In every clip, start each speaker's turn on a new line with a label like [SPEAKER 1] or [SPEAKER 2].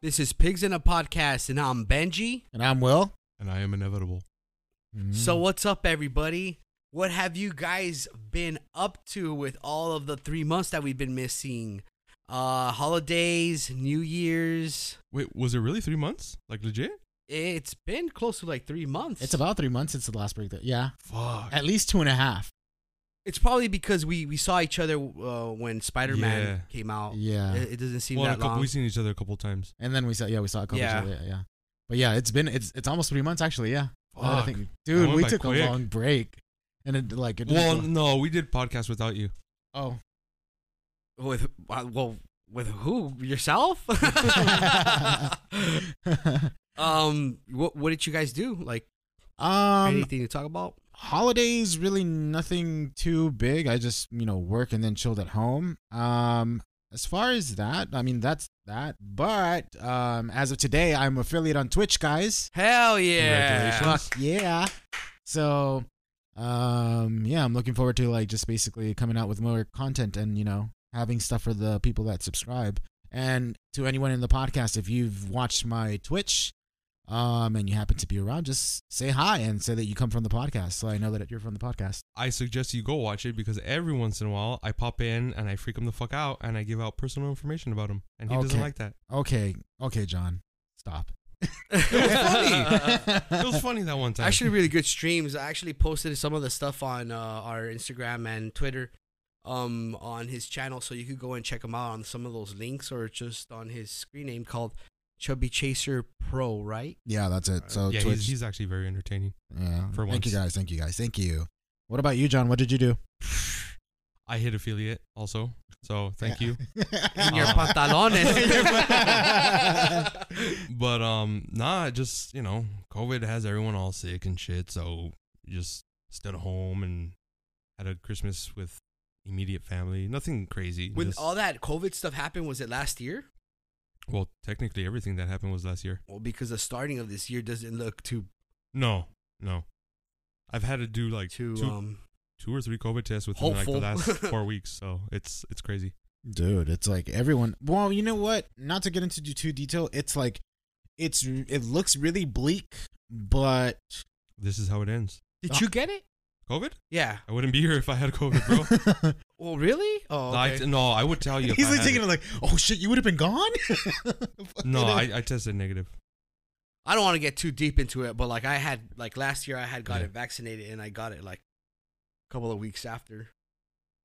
[SPEAKER 1] This is Pigs in a Podcast, and I'm Benji.
[SPEAKER 2] And I'm Will.
[SPEAKER 3] and I am inevitable.
[SPEAKER 2] Mm-hmm. Mm.
[SPEAKER 1] So, what's up, everybody? What have you guys been up to with all of the three months that we've been missing? Uh, holidays, New Year's.
[SPEAKER 3] Wait, was it really three months? Like legit?
[SPEAKER 1] It's been close to like three months.
[SPEAKER 2] it's about three months since the last break. That yeah,
[SPEAKER 3] Fuck.
[SPEAKER 2] at least two and a half.
[SPEAKER 1] It's probably because we we saw each other uh, when Spider Man
[SPEAKER 3] Yeah.
[SPEAKER 1] came out.
[SPEAKER 2] Yeah.
[SPEAKER 1] Oh, It, it doesn't seem
[SPEAKER 3] Well, a
[SPEAKER 1] that
[SPEAKER 3] couple,
[SPEAKER 1] long.
[SPEAKER 3] we've seen each other a couple times.
[SPEAKER 2] And then we saw yeah we saw a couple.
[SPEAKER 1] Yeah.
[SPEAKER 2] Yeah, yeah. But yeah, it's been it's it's almost three months actually. Yeah. Now that I
[SPEAKER 3] Fuck.
[SPEAKER 2] think- dude,
[SPEAKER 3] went
[SPEAKER 2] we
[SPEAKER 3] by
[SPEAKER 2] took a
[SPEAKER 3] quick.
[SPEAKER 2] long break, and it like it.
[SPEAKER 3] Well, no, we did podcast without you.
[SPEAKER 2] oh,
[SPEAKER 1] With uh, well, with who? Yourself?
[SPEAKER 2] oh.
[SPEAKER 1] um, what what did you guys do? Like
[SPEAKER 2] um,
[SPEAKER 1] anything to talk about?
[SPEAKER 2] holidays really nothing too big. I just you know work and then chilled at home. Um, as far as that, I mean that's that. But um, as of today, I'm affiliate on Twitch, guys.
[SPEAKER 1] Hell yeah!
[SPEAKER 3] Congratulations.
[SPEAKER 2] Fuck yeah. So um yeah, I'm looking forward to like just basically coming out with more content and you know, having stuff for the people that subscribe. And to anyone in the podcast, if you've watched my Twitch um and you happen to be around, just say hi and say that you come from the podcast. So I know that you're from the podcast.
[SPEAKER 3] I suggest you go watch it because every once in a while I pop in and I freak him the fuck out and I give out personal information about him and he doesn't
[SPEAKER 2] Okay.
[SPEAKER 3] like that.
[SPEAKER 2] Okay. Okay, John. Stop.
[SPEAKER 3] It was funny. it was funny that one time.
[SPEAKER 1] Actually, really good streams. I actually posted some of the stuff on uh, our Instagram and Twitter, um, on his channel, so you could go and check him out on some of those links or just on his screen name called Chubby Chaser Pro, right?
[SPEAKER 2] Yeah, that's it. So
[SPEAKER 3] yeah,
[SPEAKER 2] Twitch.
[SPEAKER 3] he's, he's actually very entertaining.
[SPEAKER 2] yeah.
[SPEAKER 3] for
[SPEAKER 2] Thank you
[SPEAKER 3] once.
[SPEAKER 2] guys. Thank you guys. Thank you. What about you, John? What did you do?
[SPEAKER 3] I hit affiliate also, so thank you.
[SPEAKER 1] In your
[SPEAKER 3] Uh,
[SPEAKER 1] pantalones.
[SPEAKER 3] But um, nah, just you know, COVID has everyone all sick and shit, so just stayed at home and had a Christmas with immediate family. Nothing crazy.
[SPEAKER 1] When
[SPEAKER 3] just-
[SPEAKER 1] all that COVID stuff happened, was it last year?
[SPEAKER 3] well, technically everything that happened was last year.
[SPEAKER 1] Well, because the starting of this year doesn't look too
[SPEAKER 3] No, no, I've had to do like
[SPEAKER 1] too
[SPEAKER 3] two, two,
[SPEAKER 1] um
[SPEAKER 3] or three COVID tests within
[SPEAKER 1] hopeful.
[SPEAKER 3] like the last four weeks, so it's it's crazy.
[SPEAKER 2] Dude, it's like everyone. Well, you know what? Not to get into too detail, it's like it's it looks really bleak, but
[SPEAKER 3] This is how it ends.
[SPEAKER 1] Did you get it?
[SPEAKER 3] COVID?
[SPEAKER 1] Yeah.
[SPEAKER 3] I wouldn't be here if I had COVID, bro.
[SPEAKER 1] Well, really? Oh,
[SPEAKER 3] I,
[SPEAKER 1] okay.
[SPEAKER 3] no, I would tell you. If
[SPEAKER 2] he's
[SPEAKER 3] I
[SPEAKER 2] like
[SPEAKER 3] had
[SPEAKER 2] taking
[SPEAKER 3] it.
[SPEAKER 2] it like, oh shit, you would have been gone.
[SPEAKER 3] No, I, I tested negative.
[SPEAKER 1] I don't want to get too deep into it, but like I had like last year I had got
[SPEAKER 3] Yeah.
[SPEAKER 1] it vaccinated and I got it like a couple of weeks after.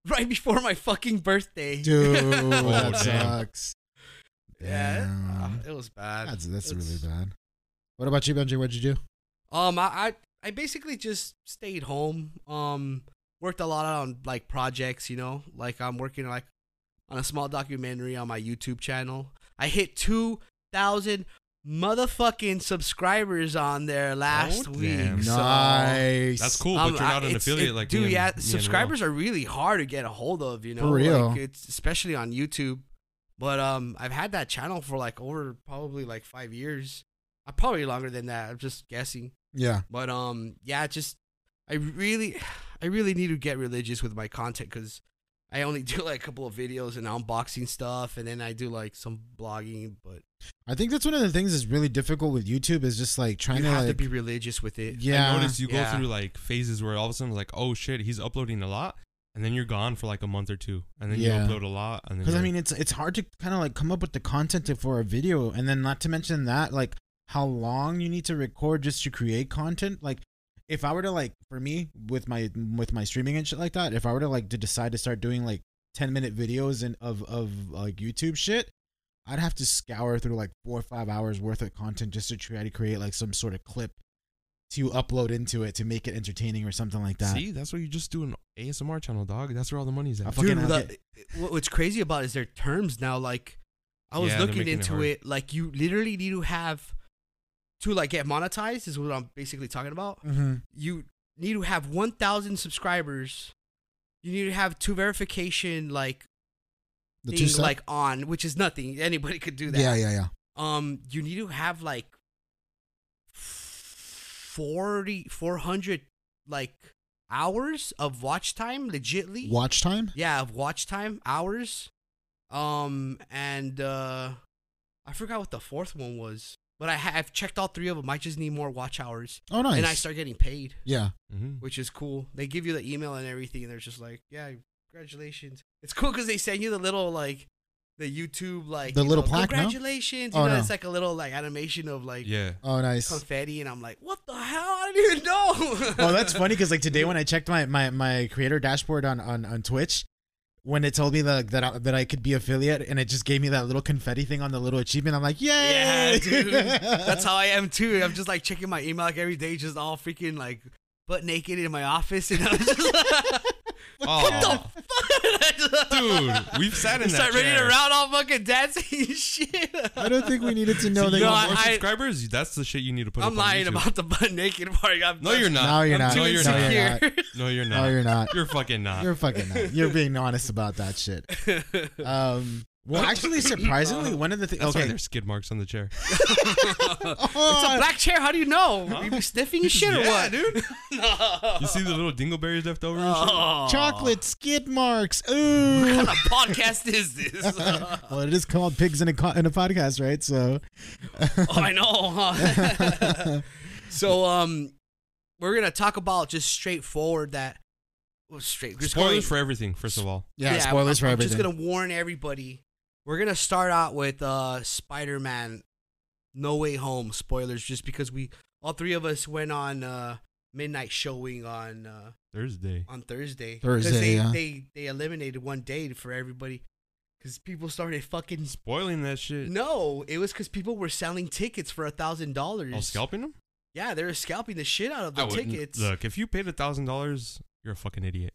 [SPEAKER 1] Right before my fucking birthday.
[SPEAKER 2] dude, that
[SPEAKER 3] Oh, damn.
[SPEAKER 2] sucks.
[SPEAKER 1] Oh, Yeah.
[SPEAKER 2] Damn.
[SPEAKER 1] ah, it was bad.
[SPEAKER 2] that's that's
[SPEAKER 1] It's-
[SPEAKER 2] really bad. What about you, Benji? What'd you do?
[SPEAKER 1] Um I, I I basically just stayed home. Um worked a lot on like projects, you know? Like I'm working like on a small documentary on my YouTube channel. I hit 2000 motherfucking subscribers on there last
[SPEAKER 3] Oh,
[SPEAKER 1] week.
[SPEAKER 3] damn.
[SPEAKER 1] so-
[SPEAKER 2] Nice.
[SPEAKER 3] That's cool,
[SPEAKER 1] Um,
[SPEAKER 3] but you're
[SPEAKER 1] I-
[SPEAKER 3] not an
[SPEAKER 1] it's-
[SPEAKER 3] affiliate
[SPEAKER 1] it-
[SPEAKER 3] like me
[SPEAKER 1] dude.
[SPEAKER 3] and- me
[SPEAKER 1] Yeah,
[SPEAKER 3] and Will.
[SPEAKER 1] subscribers are really hard to get a hold of. You know,
[SPEAKER 2] For real.
[SPEAKER 1] Like, it's especially on YouTube. But um, I've had that channel for like over probably like five years. I probably longer than that. I'm just guessing.
[SPEAKER 2] Yeah.
[SPEAKER 1] But um, yeah, it's just I really, I really need to get religious with my content because I only do like a couple of videos and unboxing stuff, and then I do like some blogging. But
[SPEAKER 2] I think that's one of the things that's really difficult with YouTube is just like trying
[SPEAKER 1] you
[SPEAKER 2] to
[SPEAKER 1] have
[SPEAKER 2] like
[SPEAKER 1] to be religious with it.
[SPEAKER 2] yeah.
[SPEAKER 3] I noticed you
[SPEAKER 1] Yeah.
[SPEAKER 3] go through like phases where all of a sudden like, oh shit, he's uploading a lot, and then you're gone for like a month or two, and then
[SPEAKER 2] Yeah.
[SPEAKER 3] you upload a lot, and then
[SPEAKER 2] Because I
[SPEAKER 3] you're-
[SPEAKER 2] mean, it's it's hard to kind of like come up with the content to- for a video, and then not to mention that like how long you need to record just to create content. Like, if I were to like for me with my with my streaming and shit like that, if I were to like to decide to start doing like ten minute videos and of of like YouTube shit, I'd have to scour through like four or five hours worth of content just to try to create like some sort of clip to upload into it to make it entertaining or something like that.
[SPEAKER 3] see, that's why you just do an ASMR channel, dog. That's where all the money's
[SPEAKER 2] I
[SPEAKER 3] at.
[SPEAKER 2] fuck- fucking
[SPEAKER 1] Dude,
[SPEAKER 2] have
[SPEAKER 1] the- what- what's crazy about it is their terms now. Like, I was
[SPEAKER 3] Yeah, they're
[SPEAKER 1] looking
[SPEAKER 3] making it
[SPEAKER 1] into
[SPEAKER 3] hard.
[SPEAKER 1] it, Like, you literally need to have to like get monetized. Is what I'm basically talking about.
[SPEAKER 2] Mm-hmm.
[SPEAKER 1] You need to have 1,000 subscribers. You need to have two verification like
[SPEAKER 2] The two
[SPEAKER 1] thing
[SPEAKER 2] sec-
[SPEAKER 1] like on, which is nothing. Anybody could do that.
[SPEAKER 2] yeah, yeah, yeah.
[SPEAKER 1] Um, you need to have like 40, 400 like hours of watch time, legitly.
[SPEAKER 2] Watch time.
[SPEAKER 1] Yeah, of watch time hours. Um, and uh, I forgot what the fourth one was, but I ha- I've checked all three of them. I just need more watch hours,
[SPEAKER 2] Oh, nice.
[SPEAKER 1] and I start getting paid,
[SPEAKER 2] yeah.
[SPEAKER 3] Mm-hmm.
[SPEAKER 1] which is cool. They give you the email and everything, and they're just like, "Yeah, congratulations." It's cool because they send you the little like the YouTube like
[SPEAKER 2] The
[SPEAKER 1] you
[SPEAKER 2] little
[SPEAKER 1] know,
[SPEAKER 2] plaque, no?
[SPEAKER 1] Congratulations! You
[SPEAKER 2] Oh,
[SPEAKER 1] know,
[SPEAKER 2] no.
[SPEAKER 1] it's like a little like animation of like
[SPEAKER 3] Yeah.
[SPEAKER 2] Oh, nice.
[SPEAKER 1] confetti, and I'm like, "What the hell? I didn't even know."
[SPEAKER 2] oh, that's funny because like today when I checked my my, my creator dashboard on, on on Twitch, when it told me that that I, that I could be affiliate and it just gave me that little confetti thing on the little achievement, I'm like,
[SPEAKER 1] Yeah,
[SPEAKER 2] yay!
[SPEAKER 1] dude. That's how I am too. I'm just like checking my email like every day, just all freaking like butt naked in my office, and I'm just like,
[SPEAKER 3] Oh,
[SPEAKER 1] fuck?
[SPEAKER 3] dude, we've sat in
[SPEAKER 1] You
[SPEAKER 3] that
[SPEAKER 1] start running
[SPEAKER 3] chair.
[SPEAKER 1] around all fucking dancing and shit.
[SPEAKER 2] I don't think we needed to know
[SPEAKER 3] So
[SPEAKER 2] that.
[SPEAKER 3] you
[SPEAKER 1] No,
[SPEAKER 2] you-
[SPEAKER 3] want more
[SPEAKER 1] I-
[SPEAKER 3] subscribers? That's the shit you need to put.
[SPEAKER 1] I'm
[SPEAKER 3] up on
[SPEAKER 1] lying
[SPEAKER 3] YouTube.
[SPEAKER 1] about the butt naked part. I'm
[SPEAKER 3] No, you're not.
[SPEAKER 2] No, you're
[SPEAKER 3] I'm
[SPEAKER 2] not.
[SPEAKER 3] too
[SPEAKER 2] No, you're
[SPEAKER 3] insecure.
[SPEAKER 2] not.
[SPEAKER 3] No, you're not.
[SPEAKER 2] no, you're not.
[SPEAKER 3] You're fucking not.
[SPEAKER 2] You're fucking not. You're being honest about that shit. Um, well, actually, surprisingly, one of the things.
[SPEAKER 3] That's why
[SPEAKER 2] Okay,
[SPEAKER 3] there's skid marks on the chair.
[SPEAKER 2] Oh,
[SPEAKER 1] It's a black chair. How do you know?
[SPEAKER 3] Huh?
[SPEAKER 1] Are you sniffing your shit or
[SPEAKER 3] yeah,
[SPEAKER 1] what?
[SPEAKER 3] dude.
[SPEAKER 1] No.
[SPEAKER 3] You see the little dingleberries left over? and shit?
[SPEAKER 1] Oh.
[SPEAKER 2] chocolate skid marks.
[SPEAKER 1] What
[SPEAKER 2] Ooh.
[SPEAKER 1] kind of podcast is this? oh,
[SPEAKER 2] well, it is called pigs in a co- in a podcast, right? So,
[SPEAKER 1] Oh, I know. Huh? So um, we're gonna talk about just straightforward that well, straight. Just going-
[SPEAKER 3] Spoilers
[SPEAKER 2] Oh.
[SPEAKER 3] for everything. First of all,
[SPEAKER 2] yeah, spoilers
[SPEAKER 1] I'm,
[SPEAKER 2] for
[SPEAKER 1] I'm
[SPEAKER 2] everything.
[SPEAKER 1] just gonna warn everybody. We're gonna start out with uh Spider-Man, No Way Home spoilers, just because we all three of us went on uh midnight showing on uh
[SPEAKER 3] Thursday.
[SPEAKER 1] on Thursday. 'Cause
[SPEAKER 2] Thursday,
[SPEAKER 1] they,
[SPEAKER 2] yeah.
[SPEAKER 1] they they eliminated one day for everybody because people started fucking.
[SPEAKER 3] Spoiling that shit.
[SPEAKER 1] No, it was because people were selling tickets for a thousand dollars.
[SPEAKER 3] Oh, scalping them?
[SPEAKER 1] Yeah, they were scalping the shit out of the
[SPEAKER 3] I wouldn't-
[SPEAKER 1] tickets.
[SPEAKER 3] Look, if you paid a thousand dollars, you're a fucking idiot.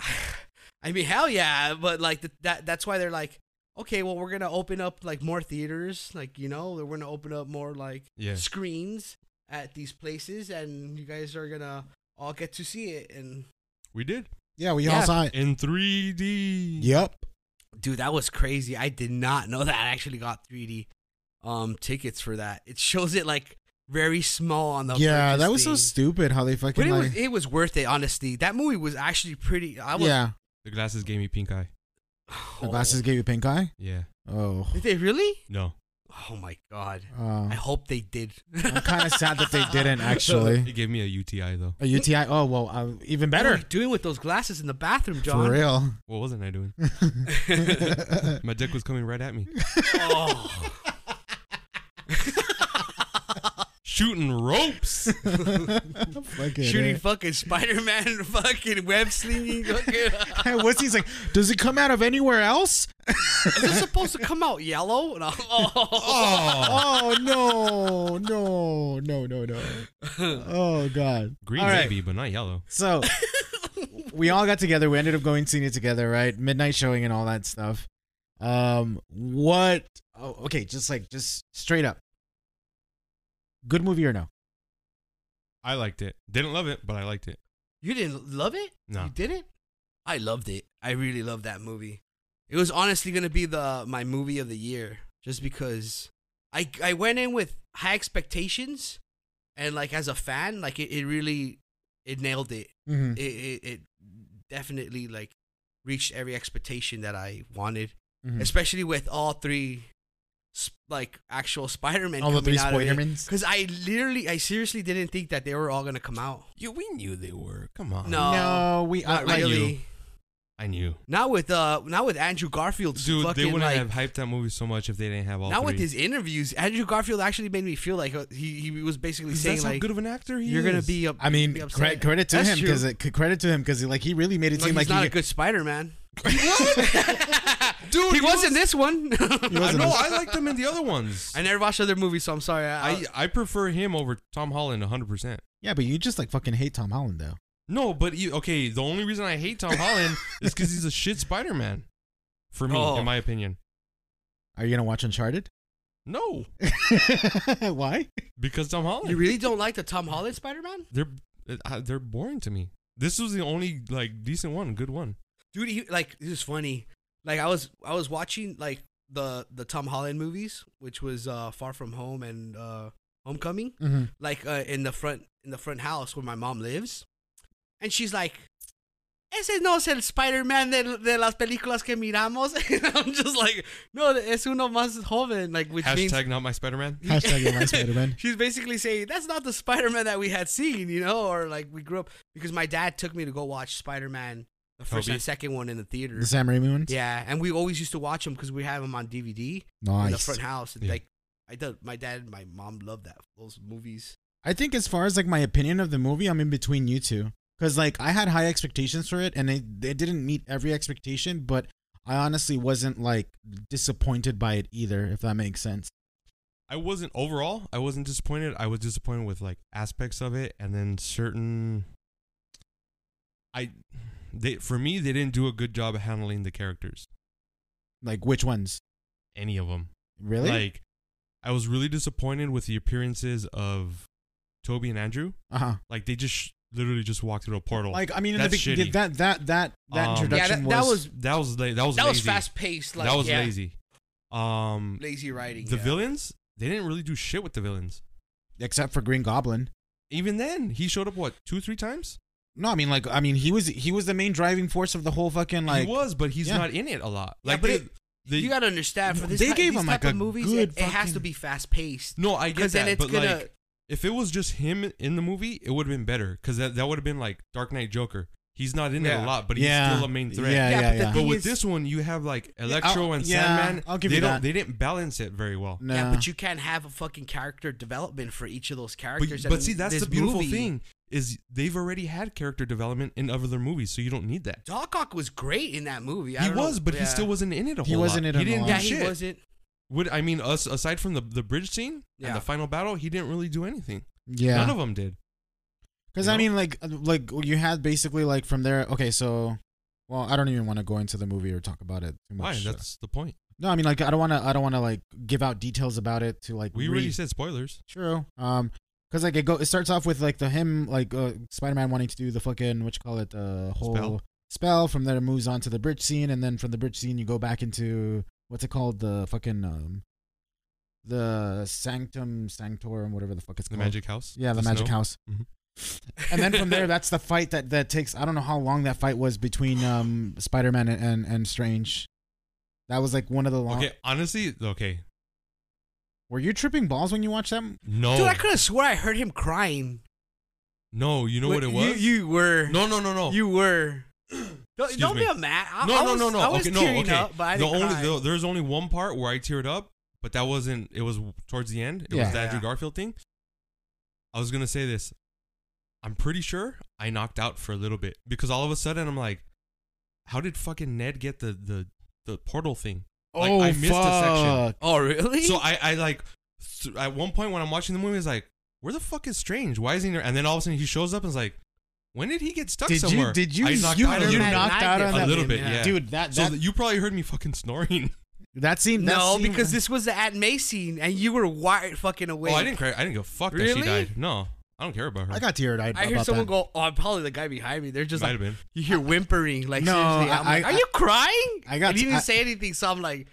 [SPEAKER 1] I mean, hell yeah, but like th- that that's why they're like, okay, well we're gonna open up like more theaters, like you know, we're gonna open up more like
[SPEAKER 3] Yeah.
[SPEAKER 1] screens at these places, and you guys are gonna all get to see it. And
[SPEAKER 3] We did
[SPEAKER 2] yeah, we all
[SPEAKER 1] Yeah.
[SPEAKER 2] saw it.
[SPEAKER 3] in 3D.
[SPEAKER 2] Yep.
[SPEAKER 1] dude, that was crazy. I did not know that. I actually got 3D um tickets for that. It shows it like very small on the
[SPEAKER 2] Yeah,
[SPEAKER 1] purchase
[SPEAKER 2] that was so
[SPEAKER 1] thing.
[SPEAKER 2] stupid how they
[SPEAKER 1] But
[SPEAKER 2] fucking
[SPEAKER 1] it
[SPEAKER 2] like.
[SPEAKER 1] was, it was worth it, honestly. That movie was actually pretty. I was,
[SPEAKER 2] yeah,
[SPEAKER 3] The glasses gave me pink eye.
[SPEAKER 2] the glasses gave you pink eye.
[SPEAKER 3] Yeah.
[SPEAKER 2] Oh,
[SPEAKER 1] Did they really?
[SPEAKER 3] No.
[SPEAKER 1] Oh my god.
[SPEAKER 2] uh,
[SPEAKER 1] I hope they did.
[SPEAKER 2] I'm kind of sad that they didn't actually.
[SPEAKER 3] It gave me a UTI though.
[SPEAKER 2] A UTI. Oh well, uh, even
[SPEAKER 1] What are
[SPEAKER 2] better
[SPEAKER 1] you doing with those glasses in the bathroom,
[SPEAKER 2] for
[SPEAKER 1] John?
[SPEAKER 2] real.
[SPEAKER 3] What wasn't I doing? My dick was coming right at me.
[SPEAKER 1] Oh.
[SPEAKER 3] Shooting ropes.
[SPEAKER 2] Fucking
[SPEAKER 1] Shooting
[SPEAKER 2] A.
[SPEAKER 1] fucking Spider Man, fucking web slinging. fucking-
[SPEAKER 2] What's he's like? Does it come out of anywhere else?
[SPEAKER 1] Is this supposed to come out yellow? No. Oh.
[SPEAKER 3] Oh,
[SPEAKER 2] Oh no, no, no, no, no. Oh god.
[SPEAKER 3] green
[SPEAKER 2] All right.
[SPEAKER 3] maybe, but not yellow.
[SPEAKER 2] So we all got together. We ended up going seeing it together, right? Midnight showing and all that stuff. Um, what? Oh, okay. Just like just straight up. Good movie or no?
[SPEAKER 3] I liked it. Didn't love it, but I liked it.
[SPEAKER 1] You didn't love it?
[SPEAKER 3] No.
[SPEAKER 1] You didn't? I loved it. I really loved that movie. It was honestly gonna be the my movie of the year, just because I I went in with high expectations, and like as a fan, like it, it really it nailed it.
[SPEAKER 2] Mm-hmm.
[SPEAKER 1] it, it, it definitely like reached every expectation that I wanted,
[SPEAKER 2] Hmm.
[SPEAKER 1] especially with all three sp- like actual Spider-Man.
[SPEAKER 2] All the three Spider-Mans?
[SPEAKER 1] Because I literally, I seriously didn't think that they were all gonna come out.
[SPEAKER 3] You, we knew they were. Come on.
[SPEAKER 1] No.
[SPEAKER 2] No, we I,
[SPEAKER 1] Uh, Not
[SPEAKER 2] I-
[SPEAKER 1] really.
[SPEAKER 3] I knew.
[SPEAKER 1] Not with uh, not with Andrew Garfield's
[SPEAKER 3] Dude,
[SPEAKER 1] fucking
[SPEAKER 3] they wouldn't
[SPEAKER 1] like.
[SPEAKER 3] have hyped that movie so much if they didn't have all
[SPEAKER 1] not
[SPEAKER 3] three.
[SPEAKER 1] with his interviews. Andrew Garfield actually made me feel like uh, he he was basically
[SPEAKER 3] 'Cause
[SPEAKER 1] saying
[SPEAKER 3] that's how
[SPEAKER 1] like
[SPEAKER 3] good of an actor he
[SPEAKER 1] you're gonna
[SPEAKER 3] is.
[SPEAKER 1] be. Up,
[SPEAKER 2] I mean,
[SPEAKER 1] be
[SPEAKER 2] cre-
[SPEAKER 1] upset.
[SPEAKER 2] credit to
[SPEAKER 1] That's
[SPEAKER 2] him
[SPEAKER 1] true.
[SPEAKER 2] because credit to him because like he really made it
[SPEAKER 1] No,
[SPEAKER 2] seem
[SPEAKER 1] he's
[SPEAKER 2] like
[SPEAKER 1] not
[SPEAKER 2] he,
[SPEAKER 1] a good Spider-Man.
[SPEAKER 3] Dude,
[SPEAKER 1] he,
[SPEAKER 3] he
[SPEAKER 1] was in
[SPEAKER 3] was-
[SPEAKER 1] this one.
[SPEAKER 3] I
[SPEAKER 2] wasn't
[SPEAKER 3] know.
[SPEAKER 2] a-
[SPEAKER 3] I liked him in the other ones.
[SPEAKER 1] I never watched other movies, so I'm sorry. I, uh,
[SPEAKER 3] I, I prefer him over Tom Holland 100%.
[SPEAKER 2] yeah, but you just like fucking hate Tom Holland though.
[SPEAKER 3] No, but you, okay, the only reason I hate Tom Holland is because he's a shit Spider Man. For me,
[SPEAKER 1] Oh.
[SPEAKER 3] in my opinion.
[SPEAKER 2] Are you gonna watch Uncharted?
[SPEAKER 3] No,
[SPEAKER 2] Why?
[SPEAKER 3] because Tom Holland.
[SPEAKER 1] you really don't like the Tom Holland Spider-Man,
[SPEAKER 3] they're, uh, they're boring to me. This was the only, like, decent one, good one.
[SPEAKER 1] dude? He, like this is funny. Like I was I was watching like the the Tom Holland movies, which was uh, Far From Home and uh, Homecoming,
[SPEAKER 2] Mm-hmm.
[SPEAKER 1] like uh, in the front in the front house where my mom lives, and she's like, ese no es el Spider-Man de, de las películas que miramos. And I'm just like, no, es uno más joven. Like, which means
[SPEAKER 3] Hashtag not my Spider Man.
[SPEAKER 2] Hashtag you're my Spider-Man.
[SPEAKER 1] She's basically saying that's not the Spider-Man that we had seen, you know, or like we grew up because my dad took me to go watch Spider-Man, the first
[SPEAKER 3] Toby?
[SPEAKER 1] and second one in the theater.
[SPEAKER 2] The Sam Raimi ones.
[SPEAKER 1] Yeah, and we always used to watch them because we have them on DVD in the
[SPEAKER 2] Nice.
[SPEAKER 1] front house. And
[SPEAKER 3] Yeah.
[SPEAKER 1] Like I thought, my dad and my mom loved that those movies.
[SPEAKER 2] I think as far as like my opinion of the movie, I'm in between you two. Cause like I had high expectations for it, and it it didn't meet every expectation, but I honestly wasn't like disappointed by it either, if that makes sense.
[SPEAKER 3] I wasn't overall. I wasn't disappointed. I was disappointed with like aspects of it, and then certain. I, they for me they didn't do a good job of handling the characters.
[SPEAKER 2] Like which ones?
[SPEAKER 3] Any of them.
[SPEAKER 2] Really?
[SPEAKER 3] Like, I was really disappointed with the appearances of Toby and Andrew.
[SPEAKER 2] uh huh.
[SPEAKER 3] Like they just sh- literally just walked through a portal.
[SPEAKER 2] Like I mean, in the
[SPEAKER 3] oh, That's
[SPEAKER 2] big,
[SPEAKER 3] shitty.
[SPEAKER 2] that that that that
[SPEAKER 3] Um,
[SPEAKER 1] Yeah,
[SPEAKER 2] introduction
[SPEAKER 1] that, that
[SPEAKER 2] was,
[SPEAKER 1] was
[SPEAKER 3] that was la- that was
[SPEAKER 1] that was
[SPEAKER 3] lazy.
[SPEAKER 1] fast paced. Like
[SPEAKER 3] that was
[SPEAKER 1] yeah,
[SPEAKER 3] lazy. Um,
[SPEAKER 1] lazy writing.
[SPEAKER 3] the
[SPEAKER 1] yeah.
[SPEAKER 3] villains they didn't really do shit with the villains.
[SPEAKER 2] except for Green Goblin.
[SPEAKER 3] Even then, he showed up what two three times.
[SPEAKER 2] No, I mean like I mean he was he was the main driving force of the whole fucking like.
[SPEAKER 3] he was, but he's
[SPEAKER 2] yeah.
[SPEAKER 3] not in it a lot.
[SPEAKER 1] Yeah,
[SPEAKER 3] Like,
[SPEAKER 1] but
[SPEAKER 3] they-
[SPEAKER 1] it-
[SPEAKER 3] they-
[SPEAKER 1] you gotta understand for this.
[SPEAKER 2] They
[SPEAKER 1] type-
[SPEAKER 2] gave
[SPEAKER 1] these
[SPEAKER 2] him,
[SPEAKER 1] type
[SPEAKER 2] like,
[SPEAKER 1] of
[SPEAKER 2] a
[SPEAKER 1] movies.
[SPEAKER 2] good
[SPEAKER 1] it, it has to
[SPEAKER 2] fucking-
[SPEAKER 1] be fast paced.
[SPEAKER 3] no, I get
[SPEAKER 1] Because then
[SPEAKER 3] that,
[SPEAKER 1] it's
[SPEAKER 3] but
[SPEAKER 1] gonna.
[SPEAKER 3] like, if it was just him in the movie, it would have been better because that, that would have been like Dark Knight Joker. He's not in it
[SPEAKER 1] Yeah.
[SPEAKER 3] a lot, but he's
[SPEAKER 2] yeah.
[SPEAKER 3] still a main threat.
[SPEAKER 2] Yeah,
[SPEAKER 1] Yeah,
[SPEAKER 2] yeah,
[SPEAKER 1] but
[SPEAKER 2] yeah.
[SPEAKER 1] the
[SPEAKER 3] But
[SPEAKER 1] He
[SPEAKER 3] with
[SPEAKER 1] is-
[SPEAKER 3] this one, you have like Electro
[SPEAKER 2] I'll-
[SPEAKER 3] and
[SPEAKER 2] yeah,
[SPEAKER 3] Sandman.
[SPEAKER 2] I'll give
[SPEAKER 3] they
[SPEAKER 2] you
[SPEAKER 3] don't,
[SPEAKER 2] that.
[SPEAKER 3] They didn't balance it very well.
[SPEAKER 2] no.
[SPEAKER 1] Yeah, but you can't have a fucking character development for each of those
[SPEAKER 3] But,
[SPEAKER 1] characters.
[SPEAKER 3] but
[SPEAKER 1] and
[SPEAKER 3] see, that's
[SPEAKER 1] this
[SPEAKER 3] the beautiful
[SPEAKER 1] movie-
[SPEAKER 3] thing is they've already had character development in other movies, so you don't need that.
[SPEAKER 1] Doc Ock was great in that movie. I
[SPEAKER 3] He
[SPEAKER 1] don't know-
[SPEAKER 3] was, but
[SPEAKER 1] yeah.
[SPEAKER 3] he still wasn't in it a whole
[SPEAKER 2] He wasn't in
[SPEAKER 3] lot.
[SPEAKER 2] it
[SPEAKER 3] he
[SPEAKER 2] a
[SPEAKER 3] didn't
[SPEAKER 2] lot.
[SPEAKER 3] do
[SPEAKER 1] Yeah, he
[SPEAKER 3] shit.
[SPEAKER 1] wasn't.
[SPEAKER 3] Would I mean us aside from the the bridge scene
[SPEAKER 1] Yeah.
[SPEAKER 3] and the final battle? He didn't really do anything.
[SPEAKER 2] yeah.
[SPEAKER 3] None of them did.
[SPEAKER 2] Because
[SPEAKER 3] You
[SPEAKER 2] I
[SPEAKER 3] know?
[SPEAKER 2] mean, like, like you had basically like from there. Okay, so, well, I don't even want to go into the movie or talk about it too much.
[SPEAKER 3] Why? That's the point.
[SPEAKER 2] no, I mean, like, I don't want to. I don't want to like give out details about it to like.
[SPEAKER 3] We
[SPEAKER 2] re-
[SPEAKER 3] already said spoilers.
[SPEAKER 2] true. Um, because like it go, it starts off with like the him like uh, Spider-Man wanting to do the fucking what you call it uh, whole
[SPEAKER 3] Spell.
[SPEAKER 2] spell. From there, it moves on to the bridge scene, and then from the bridge scene, you go back into what's it called the fucking um, the sanctum sanctorum, whatever the fuck it's
[SPEAKER 3] The
[SPEAKER 2] called.
[SPEAKER 3] Magic House.
[SPEAKER 2] Yeah, the, magic
[SPEAKER 3] snow.
[SPEAKER 2] house. And then from there, that's the fight that that takes. I don't know how long that fight was between um Spider Man and, and and Strange. That was like one of the long.
[SPEAKER 3] Okay, honestly, okay,
[SPEAKER 2] Were you tripping balls when you watched that?
[SPEAKER 3] no,
[SPEAKER 1] Dude, I could have swore I heard him crying.
[SPEAKER 3] no. You know what it
[SPEAKER 1] You-
[SPEAKER 3] was?
[SPEAKER 1] You, were.
[SPEAKER 3] no, no, no, no.
[SPEAKER 1] You were. Don't,
[SPEAKER 3] Excuse
[SPEAKER 1] don't be
[SPEAKER 3] me.
[SPEAKER 1] a mad. I,
[SPEAKER 3] no,
[SPEAKER 1] I
[SPEAKER 3] no,
[SPEAKER 1] was,
[SPEAKER 3] no, no.
[SPEAKER 1] I was
[SPEAKER 3] okay, no,
[SPEAKER 1] tearing
[SPEAKER 3] okay.
[SPEAKER 1] up, but I
[SPEAKER 3] the
[SPEAKER 1] didn't
[SPEAKER 3] only
[SPEAKER 1] cry.
[SPEAKER 3] the- there's only one part where I teared up, but that wasn't. It was towards the end. It
[SPEAKER 2] Yeah.
[SPEAKER 3] was the Andrew
[SPEAKER 1] Yeah.
[SPEAKER 3] Garfield thing. I was gonna say this. I'm pretty sure I knocked out for a little bit because all of a sudden I'm like, how did fucking Ned get the the the portal thing? Like, I missed a section.
[SPEAKER 1] oh, really?
[SPEAKER 3] So I, I like s- at one point when I'm watching the movie, it's like, where the fuck is Strange? Why is he? There? And then all of a sudden he shows up and is like, when did he get stuck
[SPEAKER 2] Did
[SPEAKER 3] somewhere?
[SPEAKER 2] you did you
[SPEAKER 3] I knocked
[SPEAKER 2] you,
[SPEAKER 3] out a
[SPEAKER 2] you
[SPEAKER 3] little
[SPEAKER 1] man,
[SPEAKER 3] bit.
[SPEAKER 2] knocked
[SPEAKER 1] I
[SPEAKER 2] out
[SPEAKER 1] did
[SPEAKER 2] on
[SPEAKER 3] a
[SPEAKER 2] that
[SPEAKER 3] little
[SPEAKER 1] bit,
[SPEAKER 3] bit,
[SPEAKER 1] yeah.
[SPEAKER 3] yeah.
[SPEAKER 2] dude? That
[SPEAKER 3] so
[SPEAKER 2] that,
[SPEAKER 3] that you probably heard me fucking snoring.
[SPEAKER 2] that scene. That
[SPEAKER 1] no,
[SPEAKER 2] scene,
[SPEAKER 1] because this was the Aunt May scene, and you were wired fucking away.
[SPEAKER 3] Oh, I didn't cry. I didn't go fuck that she
[SPEAKER 1] Really?
[SPEAKER 3] died. No, I don't care about her.
[SPEAKER 2] I got teared eyed.
[SPEAKER 1] I hear someone go, "Oh, probably the guy behind me." They're just
[SPEAKER 3] Might
[SPEAKER 1] like,
[SPEAKER 3] have been.
[SPEAKER 1] you hear whimpering, like
[SPEAKER 2] No,
[SPEAKER 1] seriously.
[SPEAKER 2] I-
[SPEAKER 1] I'm like,
[SPEAKER 2] I-
[SPEAKER 1] are you crying?
[SPEAKER 2] I got-
[SPEAKER 1] And he didn't
[SPEAKER 2] I-
[SPEAKER 1] say anything, so I'm like,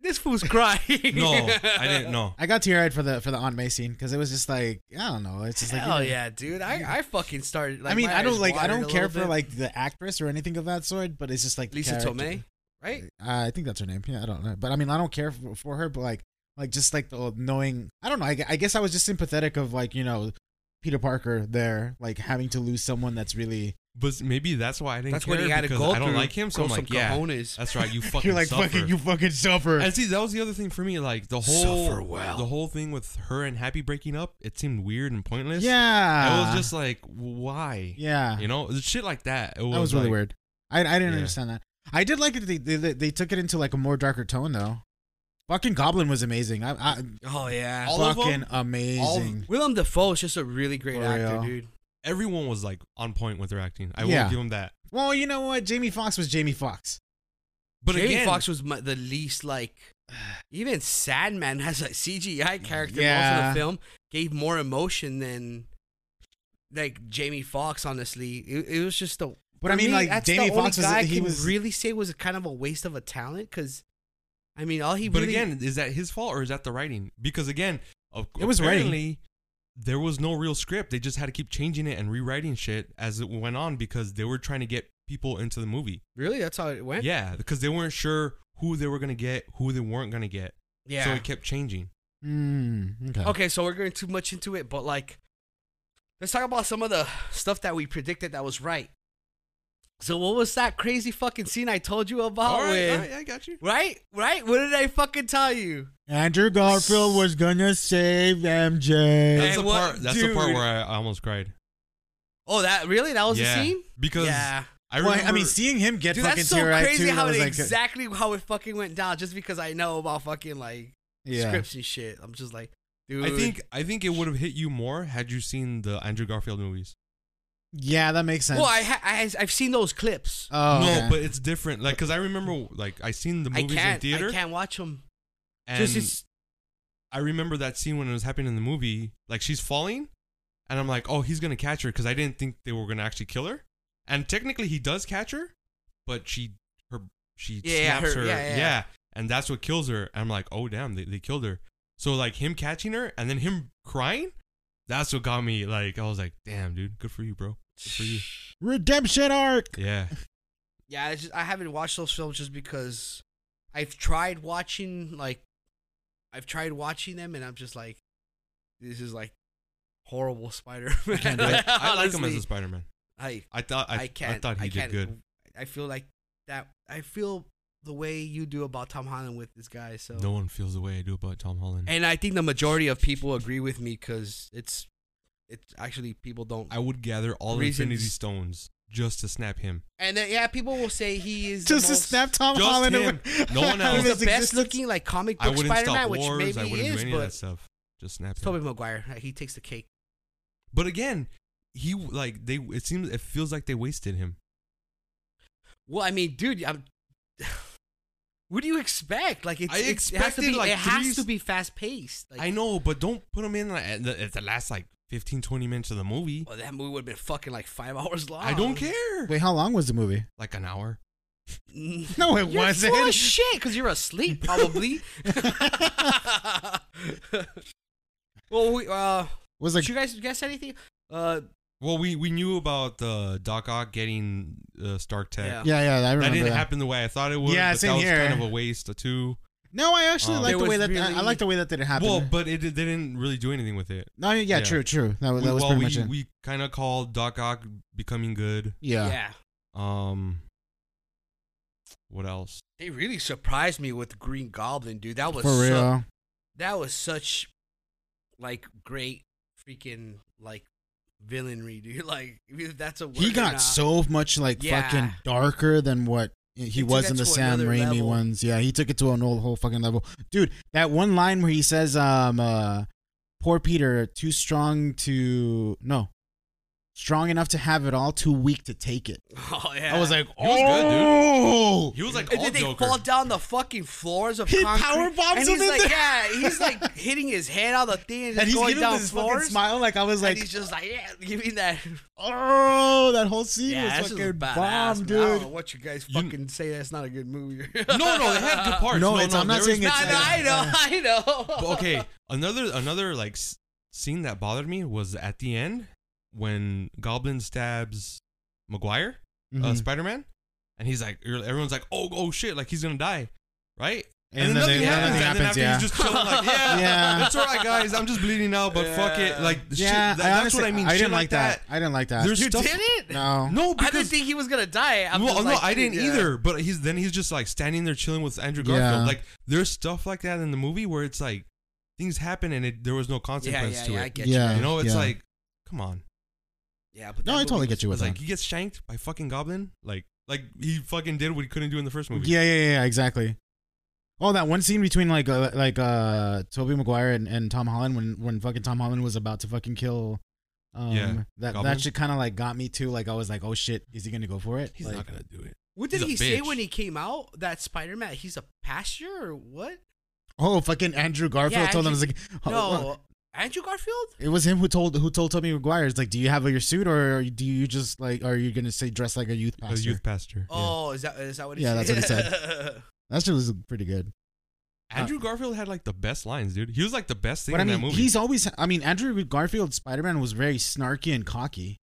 [SPEAKER 1] this fool's crying.
[SPEAKER 3] No, I didn't. No,
[SPEAKER 2] I got tear eyed for the for the Aunt May scene because it was just like I don't know. It's just like
[SPEAKER 1] Hell
[SPEAKER 2] you know-
[SPEAKER 1] yeah, dude! I, I fucking started. Like,
[SPEAKER 2] I mean,
[SPEAKER 1] my
[SPEAKER 2] I
[SPEAKER 1] eyes
[SPEAKER 2] don't like I
[SPEAKER 1] watered
[SPEAKER 2] don't
[SPEAKER 1] a
[SPEAKER 2] care
[SPEAKER 1] little
[SPEAKER 2] for
[SPEAKER 1] bit.
[SPEAKER 2] like the actress or anything of that sort, but it's just like the
[SPEAKER 1] Lisa
[SPEAKER 2] character.
[SPEAKER 1] Tomei, right?
[SPEAKER 2] Uh, I think that's her name. Yeah, I don't know, but I mean, I don't care for, for her, but like, like just like the knowing, I don't know. I, gu- I guess I was just sympathetic of like you know, Peter Parker there, like having to lose someone that's really
[SPEAKER 3] but maybe that's why I didn't
[SPEAKER 1] That's
[SPEAKER 3] care
[SPEAKER 1] what he had to
[SPEAKER 3] because
[SPEAKER 1] go
[SPEAKER 3] I don't
[SPEAKER 1] through,
[SPEAKER 3] like him. So
[SPEAKER 1] grow
[SPEAKER 3] I'm
[SPEAKER 1] some
[SPEAKER 3] like, yeah,
[SPEAKER 1] cojones.
[SPEAKER 3] that's right. You fucking
[SPEAKER 2] you're like
[SPEAKER 3] suffer.
[SPEAKER 2] fucking you fucking suffer.
[SPEAKER 3] And see, that was the other thing for me. Like the whole
[SPEAKER 1] Suffer well.
[SPEAKER 3] the whole thing with her and Happy breaking up, it seemed weird and pointless.
[SPEAKER 2] yeah,
[SPEAKER 3] I was just like, why?
[SPEAKER 2] yeah,
[SPEAKER 3] You know, shit like that. It was
[SPEAKER 2] that was really
[SPEAKER 3] like-
[SPEAKER 2] weird. I I didn't
[SPEAKER 3] Yeah.
[SPEAKER 2] understand that. I did like it. They, they they took it into like a more darker tone though. Fucking Goblin was amazing. I, I
[SPEAKER 1] Oh yeah,
[SPEAKER 3] All of 'em?
[SPEAKER 2] fucking amazing.
[SPEAKER 1] Willem Dafoe is just a really great
[SPEAKER 2] For
[SPEAKER 1] actor,
[SPEAKER 2] real.
[SPEAKER 1] dude.
[SPEAKER 3] Everyone was like on point with their acting. I
[SPEAKER 2] Yeah.
[SPEAKER 3] will give them that.
[SPEAKER 2] well, you know what? Jamie Foxx was Jamie Foxx.
[SPEAKER 3] But
[SPEAKER 1] Jamie
[SPEAKER 3] again,
[SPEAKER 1] Fox was my, the least like. Even Sandman has a CGI character most
[SPEAKER 2] Yeah.
[SPEAKER 1] of the film gave more emotion than like Jamie Fox. Honestly, it, it was just the.
[SPEAKER 2] But
[SPEAKER 1] for
[SPEAKER 2] I mean,
[SPEAKER 1] me,
[SPEAKER 2] like,
[SPEAKER 1] that's
[SPEAKER 2] Jamie
[SPEAKER 1] the only
[SPEAKER 2] Fox was-
[SPEAKER 1] guy I
[SPEAKER 2] he
[SPEAKER 1] can
[SPEAKER 2] was-
[SPEAKER 1] really say was kind of a waste of a talent because, I mean, all he.
[SPEAKER 3] but
[SPEAKER 1] really,
[SPEAKER 3] again, is that his fault or is that the writing? Because again, of,
[SPEAKER 2] It was writing.
[SPEAKER 3] apparently there was no real script. They just had to keep changing it and rewriting shit as it went on because they were trying to get people into the movie.
[SPEAKER 1] Really? That's how it went?
[SPEAKER 3] Yeah, because they weren't sure who they were gonna get, who they weren't gonna get.
[SPEAKER 1] Yeah.
[SPEAKER 3] So it kept changing.
[SPEAKER 2] Mm, okay.
[SPEAKER 1] okay, so we're going too much into it, but like, let's talk about some of the stuff that we predicted that was right. So what was that crazy fucking scene I told you about?
[SPEAKER 3] all right,
[SPEAKER 1] with-
[SPEAKER 3] all right, I got you.
[SPEAKER 1] right, right. What did I fucking tell you?
[SPEAKER 2] Andrew Garfield was gonna save MJ.
[SPEAKER 1] Hey,
[SPEAKER 3] That's the
[SPEAKER 1] what-
[SPEAKER 3] part. That's the part
[SPEAKER 1] dude.
[SPEAKER 3] where I, I almost cried.
[SPEAKER 1] Oh, that really? That was
[SPEAKER 3] yeah,
[SPEAKER 1] the scene?
[SPEAKER 3] because
[SPEAKER 1] Yeah,
[SPEAKER 3] I
[SPEAKER 2] Well, I,
[SPEAKER 3] remember.
[SPEAKER 2] I mean, seeing him get
[SPEAKER 1] dude,
[SPEAKER 2] fucking
[SPEAKER 1] that's so
[SPEAKER 2] tear-eyed
[SPEAKER 1] crazy
[SPEAKER 2] too, I
[SPEAKER 1] how
[SPEAKER 2] was
[SPEAKER 1] it
[SPEAKER 2] like,
[SPEAKER 3] uh,
[SPEAKER 1] exactly how it fucking went down. Just because I know about fucking like
[SPEAKER 2] yeah.
[SPEAKER 1] scripts and shit, I'm just like, dude.
[SPEAKER 3] I think I think it would have hit you more had you seen the Andrew Garfield movies.
[SPEAKER 2] Yeah, that makes sense.
[SPEAKER 1] Well, I, ha- I I've seen those clips.
[SPEAKER 2] oh,
[SPEAKER 3] no,
[SPEAKER 2] okay.
[SPEAKER 3] but it's different. Like, cause I remember, like, I seen Uh, the
[SPEAKER 1] I
[SPEAKER 3] movies in
[SPEAKER 1] can't.
[SPEAKER 3] theater,
[SPEAKER 1] I can't watch them.
[SPEAKER 3] and
[SPEAKER 1] just, it's-
[SPEAKER 3] I remember that scene when it was happening in the movie. Like, she's falling, and I'm like, oh, he's gonna catch her, because I didn't think they were gonna actually kill her. And technically, he does catch her, but she, her, she
[SPEAKER 1] Yeah,
[SPEAKER 3] snaps
[SPEAKER 1] her-
[SPEAKER 3] her,
[SPEAKER 1] yeah, yeah.
[SPEAKER 3] and that's what kills her. I'm like, oh damn, they, they killed her. So like him catching her and then him crying, that's what got me. Like, I was like, damn, dude, good for you, bro. Good for you.
[SPEAKER 2] redemption arc.
[SPEAKER 3] Yeah.
[SPEAKER 1] Yeah, it's just, I haven't watched those films just because I've tried watching like I've tried watching them and I'm just like this is like horrible Spider Man.
[SPEAKER 2] can't do
[SPEAKER 3] I, I like him as a Spider-Man.
[SPEAKER 1] I
[SPEAKER 3] I thought I,
[SPEAKER 1] I
[SPEAKER 3] I,
[SPEAKER 1] can't.
[SPEAKER 3] thought he did
[SPEAKER 1] can't-
[SPEAKER 3] good.
[SPEAKER 1] I feel like that. I feel the way you do about Tom Holland with this guy. So
[SPEAKER 3] No one feels the way I do about Tom Holland.
[SPEAKER 1] and I think the majority of people agree with me because it's it's actually people don't.
[SPEAKER 3] I would gather all
[SPEAKER 1] Reasons.
[SPEAKER 3] Infinity Stones just to snap him.
[SPEAKER 1] And then, yeah, people will say he is
[SPEAKER 2] Just
[SPEAKER 1] the
[SPEAKER 2] to
[SPEAKER 1] most,
[SPEAKER 2] snap Tom
[SPEAKER 3] Just
[SPEAKER 2] Holland
[SPEAKER 3] him.
[SPEAKER 2] away.
[SPEAKER 3] No one
[SPEAKER 2] out
[SPEAKER 1] He's the
[SPEAKER 2] of his
[SPEAKER 3] else.
[SPEAKER 1] best
[SPEAKER 2] existence.
[SPEAKER 1] looking like comic
[SPEAKER 3] I
[SPEAKER 1] book
[SPEAKER 3] wouldn't
[SPEAKER 1] Spider Man,
[SPEAKER 3] stop
[SPEAKER 1] which
[SPEAKER 3] wars.
[SPEAKER 1] maybe
[SPEAKER 3] I
[SPEAKER 1] he
[SPEAKER 3] wouldn't do
[SPEAKER 1] is,
[SPEAKER 3] any of
[SPEAKER 1] but
[SPEAKER 3] that stuff. Just snap him.
[SPEAKER 1] Toby Maguire, he takes the cake.
[SPEAKER 3] But again, he like they. It seems it feels like they wasted him.
[SPEAKER 1] Well, I mean, dude, I'm. what do you expect? Like, it's,
[SPEAKER 3] I
[SPEAKER 1] it's- it has to
[SPEAKER 3] expected,
[SPEAKER 1] be,
[SPEAKER 3] like,
[SPEAKER 1] it has
[SPEAKER 3] three-
[SPEAKER 1] to be fast paced. Like,
[SPEAKER 3] I know, but don't put him in like, at, the, at the last like 15, 20 minutes of the movie.
[SPEAKER 1] Well, that movie would have been fucking like five hours long.
[SPEAKER 3] I don't care.
[SPEAKER 2] Wait, how long was the movie?
[SPEAKER 3] Like an hour.
[SPEAKER 1] Mm.
[SPEAKER 2] No, it
[SPEAKER 1] You're
[SPEAKER 2] wasn't.
[SPEAKER 1] full of shit because you're asleep, probably. well, we, uh,
[SPEAKER 2] was
[SPEAKER 1] did
[SPEAKER 2] like
[SPEAKER 1] you guys guess anything? Uh,
[SPEAKER 3] Well, we we knew about the Doc Ock getting uh, Stark Tech.
[SPEAKER 1] Yeah.
[SPEAKER 2] yeah, yeah, I remember
[SPEAKER 3] That
[SPEAKER 2] that.
[SPEAKER 3] didn't happen the way I thought it would.
[SPEAKER 2] Yeah,
[SPEAKER 3] but
[SPEAKER 2] same
[SPEAKER 3] that was
[SPEAKER 2] here.
[SPEAKER 3] kind of a waste too.
[SPEAKER 2] No, I actually
[SPEAKER 3] Um,
[SPEAKER 2] like
[SPEAKER 1] It
[SPEAKER 2] the way
[SPEAKER 1] was
[SPEAKER 2] that I, I
[SPEAKER 1] really-
[SPEAKER 2] like the way that didn't happen.
[SPEAKER 3] Well, but it, they didn't really do anything with it.
[SPEAKER 2] no, yeah,
[SPEAKER 3] yeah.
[SPEAKER 2] true, true. That was that
[SPEAKER 3] we,
[SPEAKER 2] was
[SPEAKER 3] well,
[SPEAKER 2] pretty
[SPEAKER 3] we,
[SPEAKER 2] much it.
[SPEAKER 3] we kind of called Doc Ock becoming good.
[SPEAKER 1] yeah.
[SPEAKER 2] yeah.
[SPEAKER 3] Um, what else?
[SPEAKER 1] they really surprised me with Green Goblin, dude. That was
[SPEAKER 2] for
[SPEAKER 1] so-
[SPEAKER 2] real.
[SPEAKER 1] that was such like great freaking like villainry, dude. Like if that's a word
[SPEAKER 2] He
[SPEAKER 1] or
[SPEAKER 2] got
[SPEAKER 1] not.
[SPEAKER 2] so much like
[SPEAKER 1] Yeah.
[SPEAKER 2] fucking darker than what he
[SPEAKER 1] took
[SPEAKER 2] was
[SPEAKER 1] that
[SPEAKER 2] in the
[SPEAKER 1] to
[SPEAKER 2] Sam
[SPEAKER 1] another
[SPEAKER 2] Raimi
[SPEAKER 1] level.
[SPEAKER 2] ones. Yeah, he took it to an old whole fucking level, dude. That one line where he says, "Um, uh, poor Peter, too strong to no, strong enough to have it all, too weak to take it."
[SPEAKER 1] Oh yeah,
[SPEAKER 2] I was like,
[SPEAKER 3] was good, dude.
[SPEAKER 2] "Oh,
[SPEAKER 3] He was like
[SPEAKER 1] And
[SPEAKER 3] all
[SPEAKER 1] then they
[SPEAKER 3] Joker.
[SPEAKER 1] fall down the fucking floors of
[SPEAKER 2] He
[SPEAKER 1] concrete,
[SPEAKER 2] power bombs
[SPEAKER 1] and
[SPEAKER 2] him
[SPEAKER 1] he's
[SPEAKER 2] in
[SPEAKER 1] like,
[SPEAKER 2] the-
[SPEAKER 1] yeah, he's like hitting his head on the thing, and,
[SPEAKER 2] and
[SPEAKER 1] just
[SPEAKER 2] he's
[SPEAKER 1] going
[SPEAKER 2] giving
[SPEAKER 1] down
[SPEAKER 2] this fucking
[SPEAKER 1] floors.
[SPEAKER 2] smile. Like I was
[SPEAKER 1] and
[SPEAKER 2] like,
[SPEAKER 1] he's just like, yeah, give me that.
[SPEAKER 2] oh, that whole scene
[SPEAKER 1] yeah,
[SPEAKER 2] was
[SPEAKER 1] this is
[SPEAKER 2] fucking
[SPEAKER 1] badass,
[SPEAKER 2] bomb,
[SPEAKER 1] man. I don't know
[SPEAKER 2] dude.
[SPEAKER 1] what you guys
[SPEAKER 3] You-
[SPEAKER 1] fucking say. That's not a good movie.
[SPEAKER 3] no, no, they had good parts.
[SPEAKER 2] No,
[SPEAKER 3] no,
[SPEAKER 2] it's- I'm not
[SPEAKER 3] there
[SPEAKER 2] saying
[SPEAKER 3] is-
[SPEAKER 1] No,
[SPEAKER 2] it's-
[SPEAKER 1] no, I know, I know.
[SPEAKER 3] okay, another another like s- scene that bothered me was at the end when Goblin stabs Maguire, uh,
[SPEAKER 2] Mhm.
[SPEAKER 3] Spider Man, and he's like, everyone's like, oh, oh shit, like he's gonna die, right?
[SPEAKER 2] And, then,
[SPEAKER 3] nothing
[SPEAKER 2] they-
[SPEAKER 3] happens.
[SPEAKER 2] nothing
[SPEAKER 3] and then
[SPEAKER 2] happens,
[SPEAKER 3] after
[SPEAKER 2] yeah.
[SPEAKER 3] he's just chilling, like, yeah,
[SPEAKER 2] Yeah.
[SPEAKER 3] it's all right, guys. I'm just bleeding out, but fuck it.
[SPEAKER 1] Yeah.
[SPEAKER 3] Like,
[SPEAKER 2] yeah,
[SPEAKER 3] shit, that,
[SPEAKER 2] I
[SPEAKER 3] that's
[SPEAKER 2] honestly-
[SPEAKER 3] what I mean.
[SPEAKER 2] I
[SPEAKER 3] shit
[SPEAKER 2] didn't like
[SPEAKER 3] that.
[SPEAKER 2] that. I didn't like that.
[SPEAKER 3] There's
[SPEAKER 1] you
[SPEAKER 3] stuff-
[SPEAKER 1] did it?
[SPEAKER 2] no.
[SPEAKER 3] No,
[SPEAKER 1] I
[SPEAKER 3] because
[SPEAKER 1] didn't think he was gonna die. I'm
[SPEAKER 3] well,
[SPEAKER 1] just
[SPEAKER 3] no,
[SPEAKER 1] like,
[SPEAKER 3] I
[SPEAKER 1] dude,
[SPEAKER 3] didn't
[SPEAKER 1] yeah.
[SPEAKER 3] either. But he's then he's just like standing there chilling with Andrew
[SPEAKER 2] Yeah.
[SPEAKER 3] Garfield. Like there's stuff like that in the movie where it's like things happen and it, there was no
[SPEAKER 1] Yeah,
[SPEAKER 3] consequence
[SPEAKER 1] yeah,
[SPEAKER 3] to
[SPEAKER 1] yeah. I
[SPEAKER 3] it.
[SPEAKER 1] get
[SPEAKER 2] Yeah.
[SPEAKER 1] you.
[SPEAKER 3] You know, it's
[SPEAKER 2] Yeah.
[SPEAKER 3] like, come on.
[SPEAKER 1] Yeah, but
[SPEAKER 2] No,
[SPEAKER 1] that
[SPEAKER 2] I totally
[SPEAKER 1] movie
[SPEAKER 2] get you with
[SPEAKER 3] It's
[SPEAKER 2] that.
[SPEAKER 3] like he gets shanked by fucking Goblin. Like like he fucking did what he couldn't do in the first movie.
[SPEAKER 2] Yeah, yeah, yeah, yeah, exactly. Oh, that one scene between like uh, like uh Toby Maguire and, and Tom Holland when when fucking Tom Holland was about to fucking kill um
[SPEAKER 3] Yeah,
[SPEAKER 2] that
[SPEAKER 3] Goblin.
[SPEAKER 2] that shit kind of like got me too like I was like, "Oh shit, is he going to go for it?"
[SPEAKER 3] He's
[SPEAKER 2] like,
[SPEAKER 3] not gonna do it.
[SPEAKER 1] What did he
[SPEAKER 3] He's a
[SPEAKER 1] say
[SPEAKER 3] bitch.
[SPEAKER 1] when he came out? That Spider Man, he's a pasture or what?
[SPEAKER 2] Oh, fucking Andrew Garfield
[SPEAKER 1] Yeah,
[SPEAKER 2] told him
[SPEAKER 1] Andrew-
[SPEAKER 2] it's like oh,
[SPEAKER 1] No, Andrew Garfield.
[SPEAKER 2] It was him who told who told Toby Maguire. It's like, do you have your suit, or do you just like, are you gonna say dress like a youth
[SPEAKER 3] A
[SPEAKER 2] pastor?
[SPEAKER 3] youth pastor. yeah.
[SPEAKER 1] Oh, is that is that what he
[SPEAKER 2] Yeah,
[SPEAKER 1] said?
[SPEAKER 2] that's what he
[SPEAKER 1] said.
[SPEAKER 2] That shit was pretty good.
[SPEAKER 3] Andrew Garfield had like the best lines, dude. He was like the best thing
[SPEAKER 2] But I
[SPEAKER 3] in
[SPEAKER 2] mean,
[SPEAKER 3] that movie.
[SPEAKER 2] he's always. I mean, Andrew Garfield Spider Man was very snarky and cocky.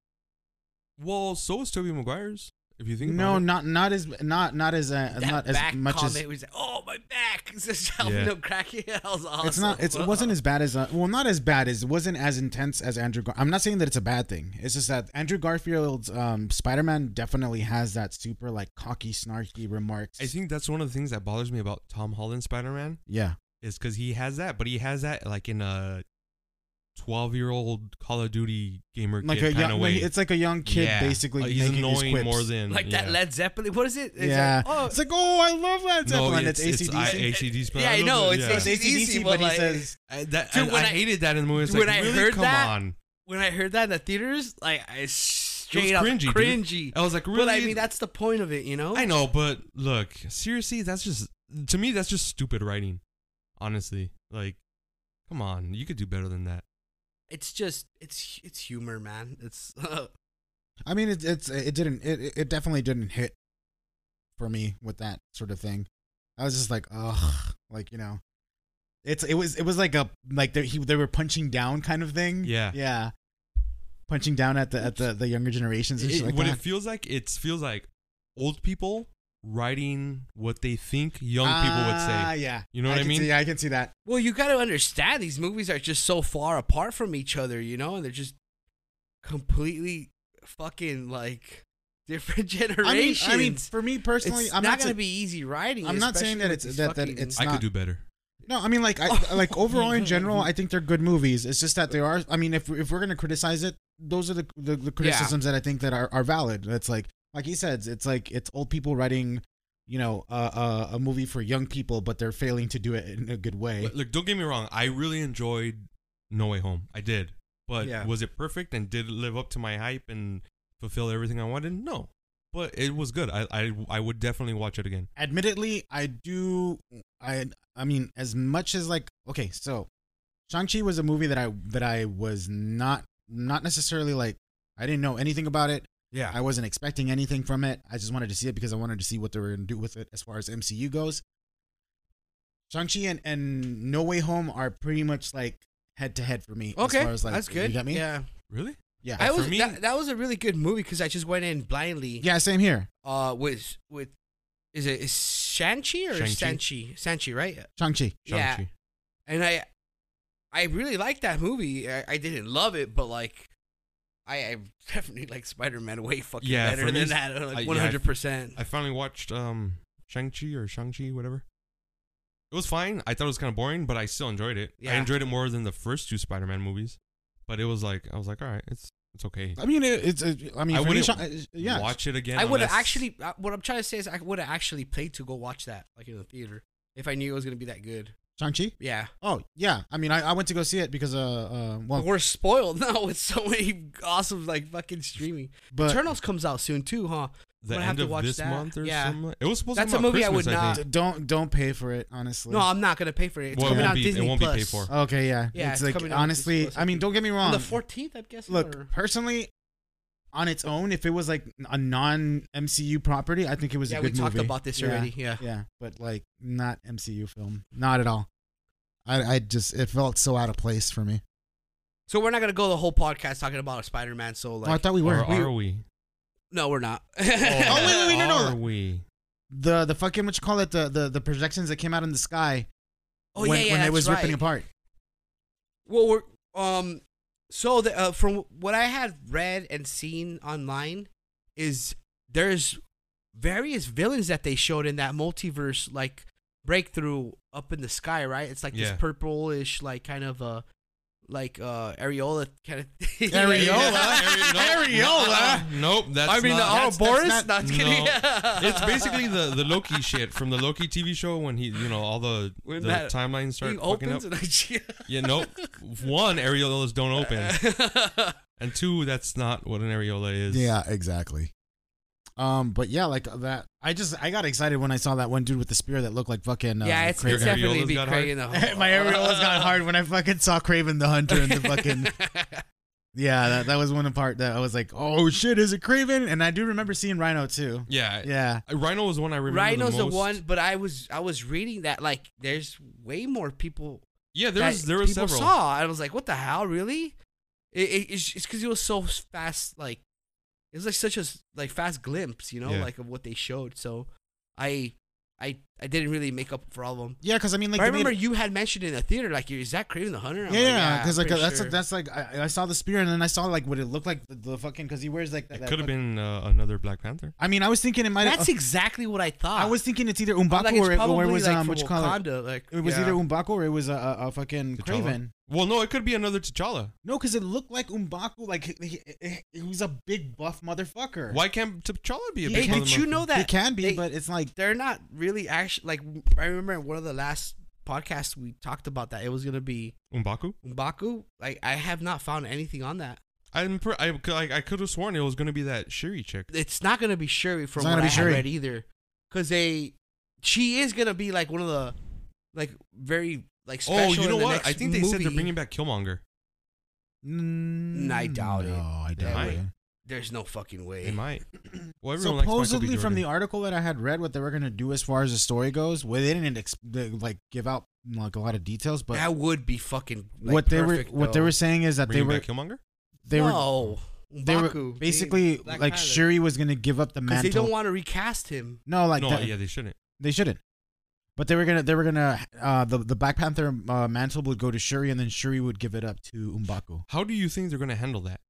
[SPEAKER 3] well, so was Toby Maguire's. If you think
[SPEAKER 2] No,
[SPEAKER 3] about
[SPEAKER 2] not not as not not as uh,
[SPEAKER 1] that
[SPEAKER 2] not as
[SPEAKER 1] back
[SPEAKER 2] much
[SPEAKER 1] comment
[SPEAKER 2] as
[SPEAKER 1] was like, "Oh, my back!" It's just helping
[SPEAKER 3] Yeah.
[SPEAKER 1] him crack it. That was uh-uh. awesome.
[SPEAKER 2] It's not. It's, it wasn't as bad as. Uh, well, not as bad as. It wasn't as intense as Andrew. Gar- I'm not saying that it's a bad thing. It's just that Andrew Garfield's um, Spider-Man definitely has that super like cocky, snarky remarks.
[SPEAKER 3] I think that's one of the things that bothers me about Tom Holland Spider Man
[SPEAKER 2] yeah.
[SPEAKER 3] is because he has that, but he has that like in a twelve year old Call of Duty gamer
[SPEAKER 2] Like a
[SPEAKER 3] kid kind
[SPEAKER 2] young.
[SPEAKER 3] of
[SPEAKER 2] Like,
[SPEAKER 3] way.
[SPEAKER 2] it's like a young kid
[SPEAKER 3] Yeah.
[SPEAKER 2] basically
[SPEAKER 3] Uh,
[SPEAKER 2] making his quips.
[SPEAKER 3] more than
[SPEAKER 1] like that
[SPEAKER 3] yeah.
[SPEAKER 1] Led Zeppelin. What is it? It's
[SPEAKER 2] yeah.
[SPEAKER 1] Like, oh,
[SPEAKER 2] It's like oh, I love that.
[SPEAKER 3] No,
[SPEAKER 2] Zeppelin.
[SPEAKER 3] it's, it's,
[SPEAKER 2] it's,
[SPEAKER 3] I-
[SPEAKER 2] ACDC.
[SPEAKER 3] ACDC, but
[SPEAKER 1] Yeah, I
[SPEAKER 3] don't
[SPEAKER 1] know, it's-
[SPEAKER 2] it's
[SPEAKER 1] it's-
[SPEAKER 2] ACDC,
[SPEAKER 1] ACDC,
[SPEAKER 2] but
[SPEAKER 1] but
[SPEAKER 2] he
[SPEAKER 1] like-
[SPEAKER 2] says
[SPEAKER 3] I, that,
[SPEAKER 1] Dude,
[SPEAKER 3] I-
[SPEAKER 1] when
[SPEAKER 3] I
[SPEAKER 1] I-
[SPEAKER 3] hated that in the movie. It's
[SPEAKER 1] when
[SPEAKER 3] like,
[SPEAKER 1] I
[SPEAKER 3] really?
[SPEAKER 1] heard
[SPEAKER 3] come
[SPEAKER 1] that-
[SPEAKER 3] on.
[SPEAKER 1] when I heard that in the theaters, like I
[SPEAKER 3] It was
[SPEAKER 1] straight up
[SPEAKER 3] cringy, dude.
[SPEAKER 1] cringy.
[SPEAKER 3] I was like, really?
[SPEAKER 1] But I mean, that's the point of it, you know.
[SPEAKER 3] I know, but look, seriously, that's just to me, that's just stupid writing. Honestly, like, come on, you could do better than that.
[SPEAKER 1] It's just it's it's humor, man. It's
[SPEAKER 2] I mean, it, it's it didn't it it- it definitely didn't hit for me with that sort of thing. I was just like, ugh, like you know, it's it was it was like a like they he they were punching down kind of thing.
[SPEAKER 3] Yeah.
[SPEAKER 2] yeah, punching down at the at the, the younger generations and
[SPEAKER 3] It-
[SPEAKER 2] shit like
[SPEAKER 3] what
[SPEAKER 2] that.
[SPEAKER 3] it feels like, it feels like old people writing what they think young people would
[SPEAKER 2] Ah,
[SPEAKER 3] say.
[SPEAKER 2] yeah,
[SPEAKER 3] You know what I
[SPEAKER 2] can
[SPEAKER 3] mean?
[SPEAKER 2] see- yeah, I can see that.
[SPEAKER 1] well, you got to understand these movies are just so far apart from each other, you know, and they're just completely fucking like different
[SPEAKER 2] I mean,
[SPEAKER 1] generations.
[SPEAKER 2] I mean, for me personally,
[SPEAKER 1] it's
[SPEAKER 2] I'm
[SPEAKER 1] not,
[SPEAKER 2] not,
[SPEAKER 1] gonna
[SPEAKER 2] sa-
[SPEAKER 1] be easy writing.
[SPEAKER 2] I'm not
[SPEAKER 1] especially
[SPEAKER 2] saying that
[SPEAKER 1] with
[SPEAKER 2] it's-
[SPEAKER 1] these
[SPEAKER 2] that- that
[SPEAKER 1] fucking-
[SPEAKER 2] it's
[SPEAKER 3] I
[SPEAKER 2] not-
[SPEAKER 3] could do better.
[SPEAKER 2] No, I mean, like, I, like overall in general, I think they're good movies. It's just that there are. I mean, if if we're gonna criticize it, those are the the, the criticisms that I think that are, are valid. That's like, like he says, it's like it's old people writing, you know, uh, uh, a movie for young people, but they're failing to do it in a good way.
[SPEAKER 3] Look, look, don't get me wrong. I really enjoyed No Way Home. I did, but
[SPEAKER 2] Yeah.
[SPEAKER 3] was it perfect and did it live up to my hype and fulfill everything I wanted? No, but it was good. I I, I would definitely watch it again.
[SPEAKER 2] Admittedly, I do. I I mean, as much as like, okay, so Shang Chi was a movie that I that I was not not necessarily like. I didn't know anything about it.
[SPEAKER 3] Yeah,
[SPEAKER 2] I wasn't expecting anything from it. I just wanted to see it because I wanted to see what they were going to do with it as far as MCU goes. Shang-Chi and, and No Way Home are pretty much like head to head for me.
[SPEAKER 1] Okay,
[SPEAKER 2] As far as like,
[SPEAKER 1] that's good.
[SPEAKER 2] You got me?
[SPEAKER 1] Yeah,
[SPEAKER 3] really?
[SPEAKER 2] Yeah.
[SPEAKER 1] I was.
[SPEAKER 3] for me-
[SPEAKER 1] that, that was a really good movie because I just went in blindly.
[SPEAKER 2] yeah, same here.
[SPEAKER 1] Uh, with with is it is Shang-Chi or
[SPEAKER 3] Shang-Chi.
[SPEAKER 1] Sanchi? Sanchi, right?
[SPEAKER 2] Shang-Chi.
[SPEAKER 1] Yeah.
[SPEAKER 3] Shang-Chi.
[SPEAKER 1] And I I really liked that movie. I, I didn't love it, but like I, I definitely like Spider-Man way fucking
[SPEAKER 3] Yeah,
[SPEAKER 1] better
[SPEAKER 3] for me,
[SPEAKER 1] than that.
[SPEAKER 3] I-
[SPEAKER 1] Like
[SPEAKER 3] yeah,
[SPEAKER 1] one hundred percent.
[SPEAKER 3] I finally watched um Shang-Chi or Shang-Chi, whatever. It was fine. I thought it was kind of boring, but I still enjoyed it. I
[SPEAKER 1] Yeah.
[SPEAKER 3] enjoyed it more than the first two Spider-Man movies. But it was like I was like, all right, it's it's okay.
[SPEAKER 2] I mean, it, it's. It, I mean,
[SPEAKER 3] I
[SPEAKER 2] for me,
[SPEAKER 3] wouldn't
[SPEAKER 2] Shang- uh, yeah.
[SPEAKER 3] Watch it again.
[SPEAKER 1] Uh, I would have
[SPEAKER 3] unless-
[SPEAKER 1] actually. uh, What I'm trying to say is, I would have actually played to go watch that like in the theater if I knew it was gonna be that good.
[SPEAKER 2] Shang-Chi.
[SPEAKER 1] Yeah,
[SPEAKER 2] Oh yeah. I mean, I, I went to go see it because uh, uh
[SPEAKER 1] but
[SPEAKER 2] well,
[SPEAKER 1] we're spoiled now with so many awesome like fucking streaming.
[SPEAKER 2] but
[SPEAKER 1] Eternals comes out soon too, huh?
[SPEAKER 3] the
[SPEAKER 1] would
[SPEAKER 3] end
[SPEAKER 1] have to
[SPEAKER 3] of
[SPEAKER 1] watch
[SPEAKER 3] this
[SPEAKER 1] that.
[SPEAKER 3] month or
[SPEAKER 1] Yeah.
[SPEAKER 3] something. It was supposed
[SPEAKER 1] That's
[SPEAKER 3] to come
[SPEAKER 1] a
[SPEAKER 3] out
[SPEAKER 1] movie I
[SPEAKER 3] Christmas,
[SPEAKER 1] would
[SPEAKER 3] I
[SPEAKER 1] not-
[SPEAKER 3] think.
[SPEAKER 2] d- don't don't pay for it. Honestly.
[SPEAKER 1] No, I'm not gonna pay for it. It's
[SPEAKER 3] Well, it
[SPEAKER 1] coming
[SPEAKER 3] won't
[SPEAKER 1] on
[SPEAKER 3] be- it
[SPEAKER 1] Disney
[SPEAKER 3] won't be
[SPEAKER 1] Plus.
[SPEAKER 3] paid for.
[SPEAKER 2] Okay. Yeah.
[SPEAKER 1] Yeah,
[SPEAKER 2] It's,
[SPEAKER 1] it's
[SPEAKER 2] like
[SPEAKER 1] coming out this
[SPEAKER 2] honestly.
[SPEAKER 1] Christmas,
[SPEAKER 2] I mean, don't get me wrong.
[SPEAKER 1] on the 14th, I'm guessing. or-
[SPEAKER 2] Look, personally, on its own, if it was like a non MCU property, I think it was
[SPEAKER 1] yeah,
[SPEAKER 2] a
[SPEAKER 1] we
[SPEAKER 2] good
[SPEAKER 1] talked
[SPEAKER 2] movie.
[SPEAKER 1] about this
[SPEAKER 2] Yeah,
[SPEAKER 1] already. Yeah.
[SPEAKER 2] Yeah, but like not MCU film, not at all. I, I just it felt so out of place for me.
[SPEAKER 1] So we're not gonna go the whole podcast talking about Spider Man. So like,
[SPEAKER 2] oh, I thought we were.
[SPEAKER 3] Or are we?
[SPEAKER 1] no, we're not.
[SPEAKER 2] Oh, wait, wait, wait, no, no.
[SPEAKER 3] Are we?
[SPEAKER 2] the the fucking what you call it the the, the projections that came out in the sky
[SPEAKER 1] Oh,
[SPEAKER 2] when
[SPEAKER 1] yeah, yeah,
[SPEAKER 2] when it
[SPEAKER 1] that's
[SPEAKER 2] was ripping
[SPEAKER 1] right.
[SPEAKER 2] apart.
[SPEAKER 1] Well, we're um. So the, uh, from what I had read and seen online, is there's various villains that they showed in that multiverse like breakthrough up in the sky, right? It's like
[SPEAKER 3] Yeah.
[SPEAKER 1] this purplish, like kind of a like uh areola kind of thing.
[SPEAKER 3] Areola. Nope. That's
[SPEAKER 1] I mean,
[SPEAKER 3] not-
[SPEAKER 1] the
[SPEAKER 2] that's-
[SPEAKER 1] Ouroboros.
[SPEAKER 2] that's
[SPEAKER 1] not,
[SPEAKER 3] not-
[SPEAKER 1] kidding.
[SPEAKER 3] No. it's basically the the Loki shit from the Loki TV show when he, you know, all the the
[SPEAKER 1] When that-
[SPEAKER 3] timelines
[SPEAKER 1] He
[SPEAKER 3] start fucking
[SPEAKER 1] opens
[SPEAKER 3] up.
[SPEAKER 1] and I.
[SPEAKER 3] Yeah, nope. One, areolas don't open, and two, that's not what an areola is.
[SPEAKER 2] exactly. Um, but yeah, like that. I just I got excited when I saw that one dude with the spear that looked like fucking. Uh,
[SPEAKER 1] yeah, it's,
[SPEAKER 2] Kraven.
[SPEAKER 1] it's definitely
[SPEAKER 3] areolas
[SPEAKER 1] be
[SPEAKER 3] got hard?
[SPEAKER 1] Craig in the
[SPEAKER 2] My areolas got hard when I fucking saw Craven the Hunter and the fucking Yeah, that, that was one part that I was like, "Oh shit, is it Craven?" And I do remember seeing Rhino too.
[SPEAKER 3] yeah.
[SPEAKER 2] Yeah,
[SPEAKER 3] Rhino was the one I remember.
[SPEAKER 1] Rhino's
[SPEAKER 3] the,
[SPEAKER 1] the,
[SPEAKER 3] most.
[SPEAKER 1] one, but I was I was reading that like there's way more people
[SPEAKER 3] Yeah, there was
[SPEAKER 1] that
[SPEAKER 3] there was
[SPEAKER 1] people
[SPEAKER 3] several.
[SPEAKER 1] saw. I was like, what the hell, really? It, it, it's because it was so fast, like it was like such a s- like fast glimpse, you know,
[SPEAKER 3] Yeah.
[SPEAKER 1] like of what they showed. So I I I didn't really make up for all of them.
[SPEAKER 2] Yeah, because I mean, like
[SPEAKER 1] but I
[SPEAKER 2] they made-
[SPEAKER 1] remember you had mentioned in the theater like, is that Craven the Hunter? I'm
[SPEAKER 2] yeah, yeah,
[SPEAKER 1] I'm
[SPEAKER 2] because like uh,
[SPEAKER 1] pretty
[SPEAKER 2] that's
[SPEAKER 1] sure.
[SPEAKER 2] that's like I, I saw the spear and then I saw like what it looked like the, the fucking because he wears like that.
[SPEAKER 3] It
[SPEAKER 2] that
[SPEAKER 3] could have
[SPEAKER 2] fucking-
[SPEAKER 3] been uh, another Black Panther.
[SPEAKER 2] I mean, I was thinking it might.
[SPEAKER 1] that's
[SPEAKER 2] have
[SPEAKER 1] exactly what I thought.
[SPEAKER 2] I was thinking it's either
[SPEAKER 1] I'm
[SPEAKER 2] Umbaku
[SPEAKER 1] like,
[SPEAKER 2] or,
[SPEAKER 1] it's
[SPEAKER 2] it, or
[SPEAKER 1] probably
[SPEAKER 2] it was
[SPEAKER 1] like
[SPEAKER 2] um
[SPEAKER 1] from
[SPEAKER 2] what you call it.
[SPEAKER 1] Wakanda, like
[SPEAKER 2] It was
[SPEAKER 1] yeah.
[SPEAKER 2] either Umbaku or it was a, a, a fucking
[SPEAKER 3] T'Challa?
[SPEAKER 2] Craven.
[SPEAKER 3] Well, no, it could be another T'Challa.
[SPEAKER 2] No, because it looked like Umbaku. Like he, he, he- he was a big buff motherfucker.
[SPEAKER 3] Why can't T'Challa be a
[SPEAKER 2] He
[SPEAKER 3] big
[SPEAKER 1] Hey, did
[SPEAKER 3] motherfucker?
[SPEAKER 1] you know that
[SPEAKER 2] He can be,
[SPEAKER 1] they-
[SPEAKER 2] but it's like
[SPEAKER 1] they're not really actually like I remember in one of the last podcasts we talked about that it was gonna be
[SPEAKER 3] Umbaku?
[SPEAKER 1] Mbaku. Like I have not found anything on that.
[SPEAKER 3] I'm pr- I, I, I could have sworn it was going to be that Shuri chick.
[SPEAKER 1] It's not gonna be Shuri from
[SPEAKER 2] It's not
[SPEAKER 1] what I
[SPEAKER 2] gonna be
[SPEAKER 1] have
[SPEAKER 2] Shuri.
[SPEAKER 1] read either, because they she is gonna be like one of the like very like special.
[SPEAKER 3] Oh, you
[SPEAKER 1] in
[SPEAKER 3] know
[SPEAKER 1] the
[SPEAKER 3] what?
[SPEAKER 1] next
[SPEAKER 3] I think they said they're
[SPEAKER 1] movie.
[SPEAKER 3] bringing back Killmonger.
[SPEAKER 2] Mm,
[SPEAKER 1] I doubt it.
[SPEAKER 2] No, I
[SPEAKER 1] They
[SPEAKER 2] doubt
[SPEAKER 3] might.
[SPEAKER 2] it.
[SPEAKER 1] There's no fucking way.
[SPEAKER 3] They might. Well, everyone
[SPEAKER 2] Supposedly,
[SPEAKER 3] likes Michael B.
[SPEAKER 2] from the
[SPEAKER 3] Jordan.
[SPEAKER 2] article that I had read, what they were gonna do as far as the story goes, well, they didn't ex- they, like give out like a lot of details, but
[SPEAKER 1] that would be fucking like,
[SPEAKER 2] what they
[SPEAKER 1] perfect,
[SPEAKER 2] were what they
[SPEAKER 1] though.
[SPEAKER 2] were saying is that they
[SPEAKER 3] bringing
[SPEAKER 2] were
[SPEAKER 3] back Killmonger.
[SPEAKER 2] they were
[SPEAKER 1] no,
[SPEAKER 2] they were
[SPEAKER 1] M'Baku,
[SPEAKER 2] basically
[SPEAKER 1] being Black
[SPEAKER 2] like
[SPEAKER 1] Panther.
[SPEAKER 2] Shuri was gonna give up the
[SPEAKER 1] 'Cause they
[SPEAKER 2] mantle.
[SPEAKER 1] don't want to recast him.
[SPEAKER 2] no, like
[SPEAKER 3] no,
[SPEAKER 2] that,
[SPEAKER 3] yeah, they shouldn't.
[SPEAKER 2] they shouldn't. But they were gonna they were gonna uh, the the Black Panther uh, mantle would go to Shuri, and then Shuri would give it up to Umbaku.
[SPEAKER 3] How do you think they're going to handle that?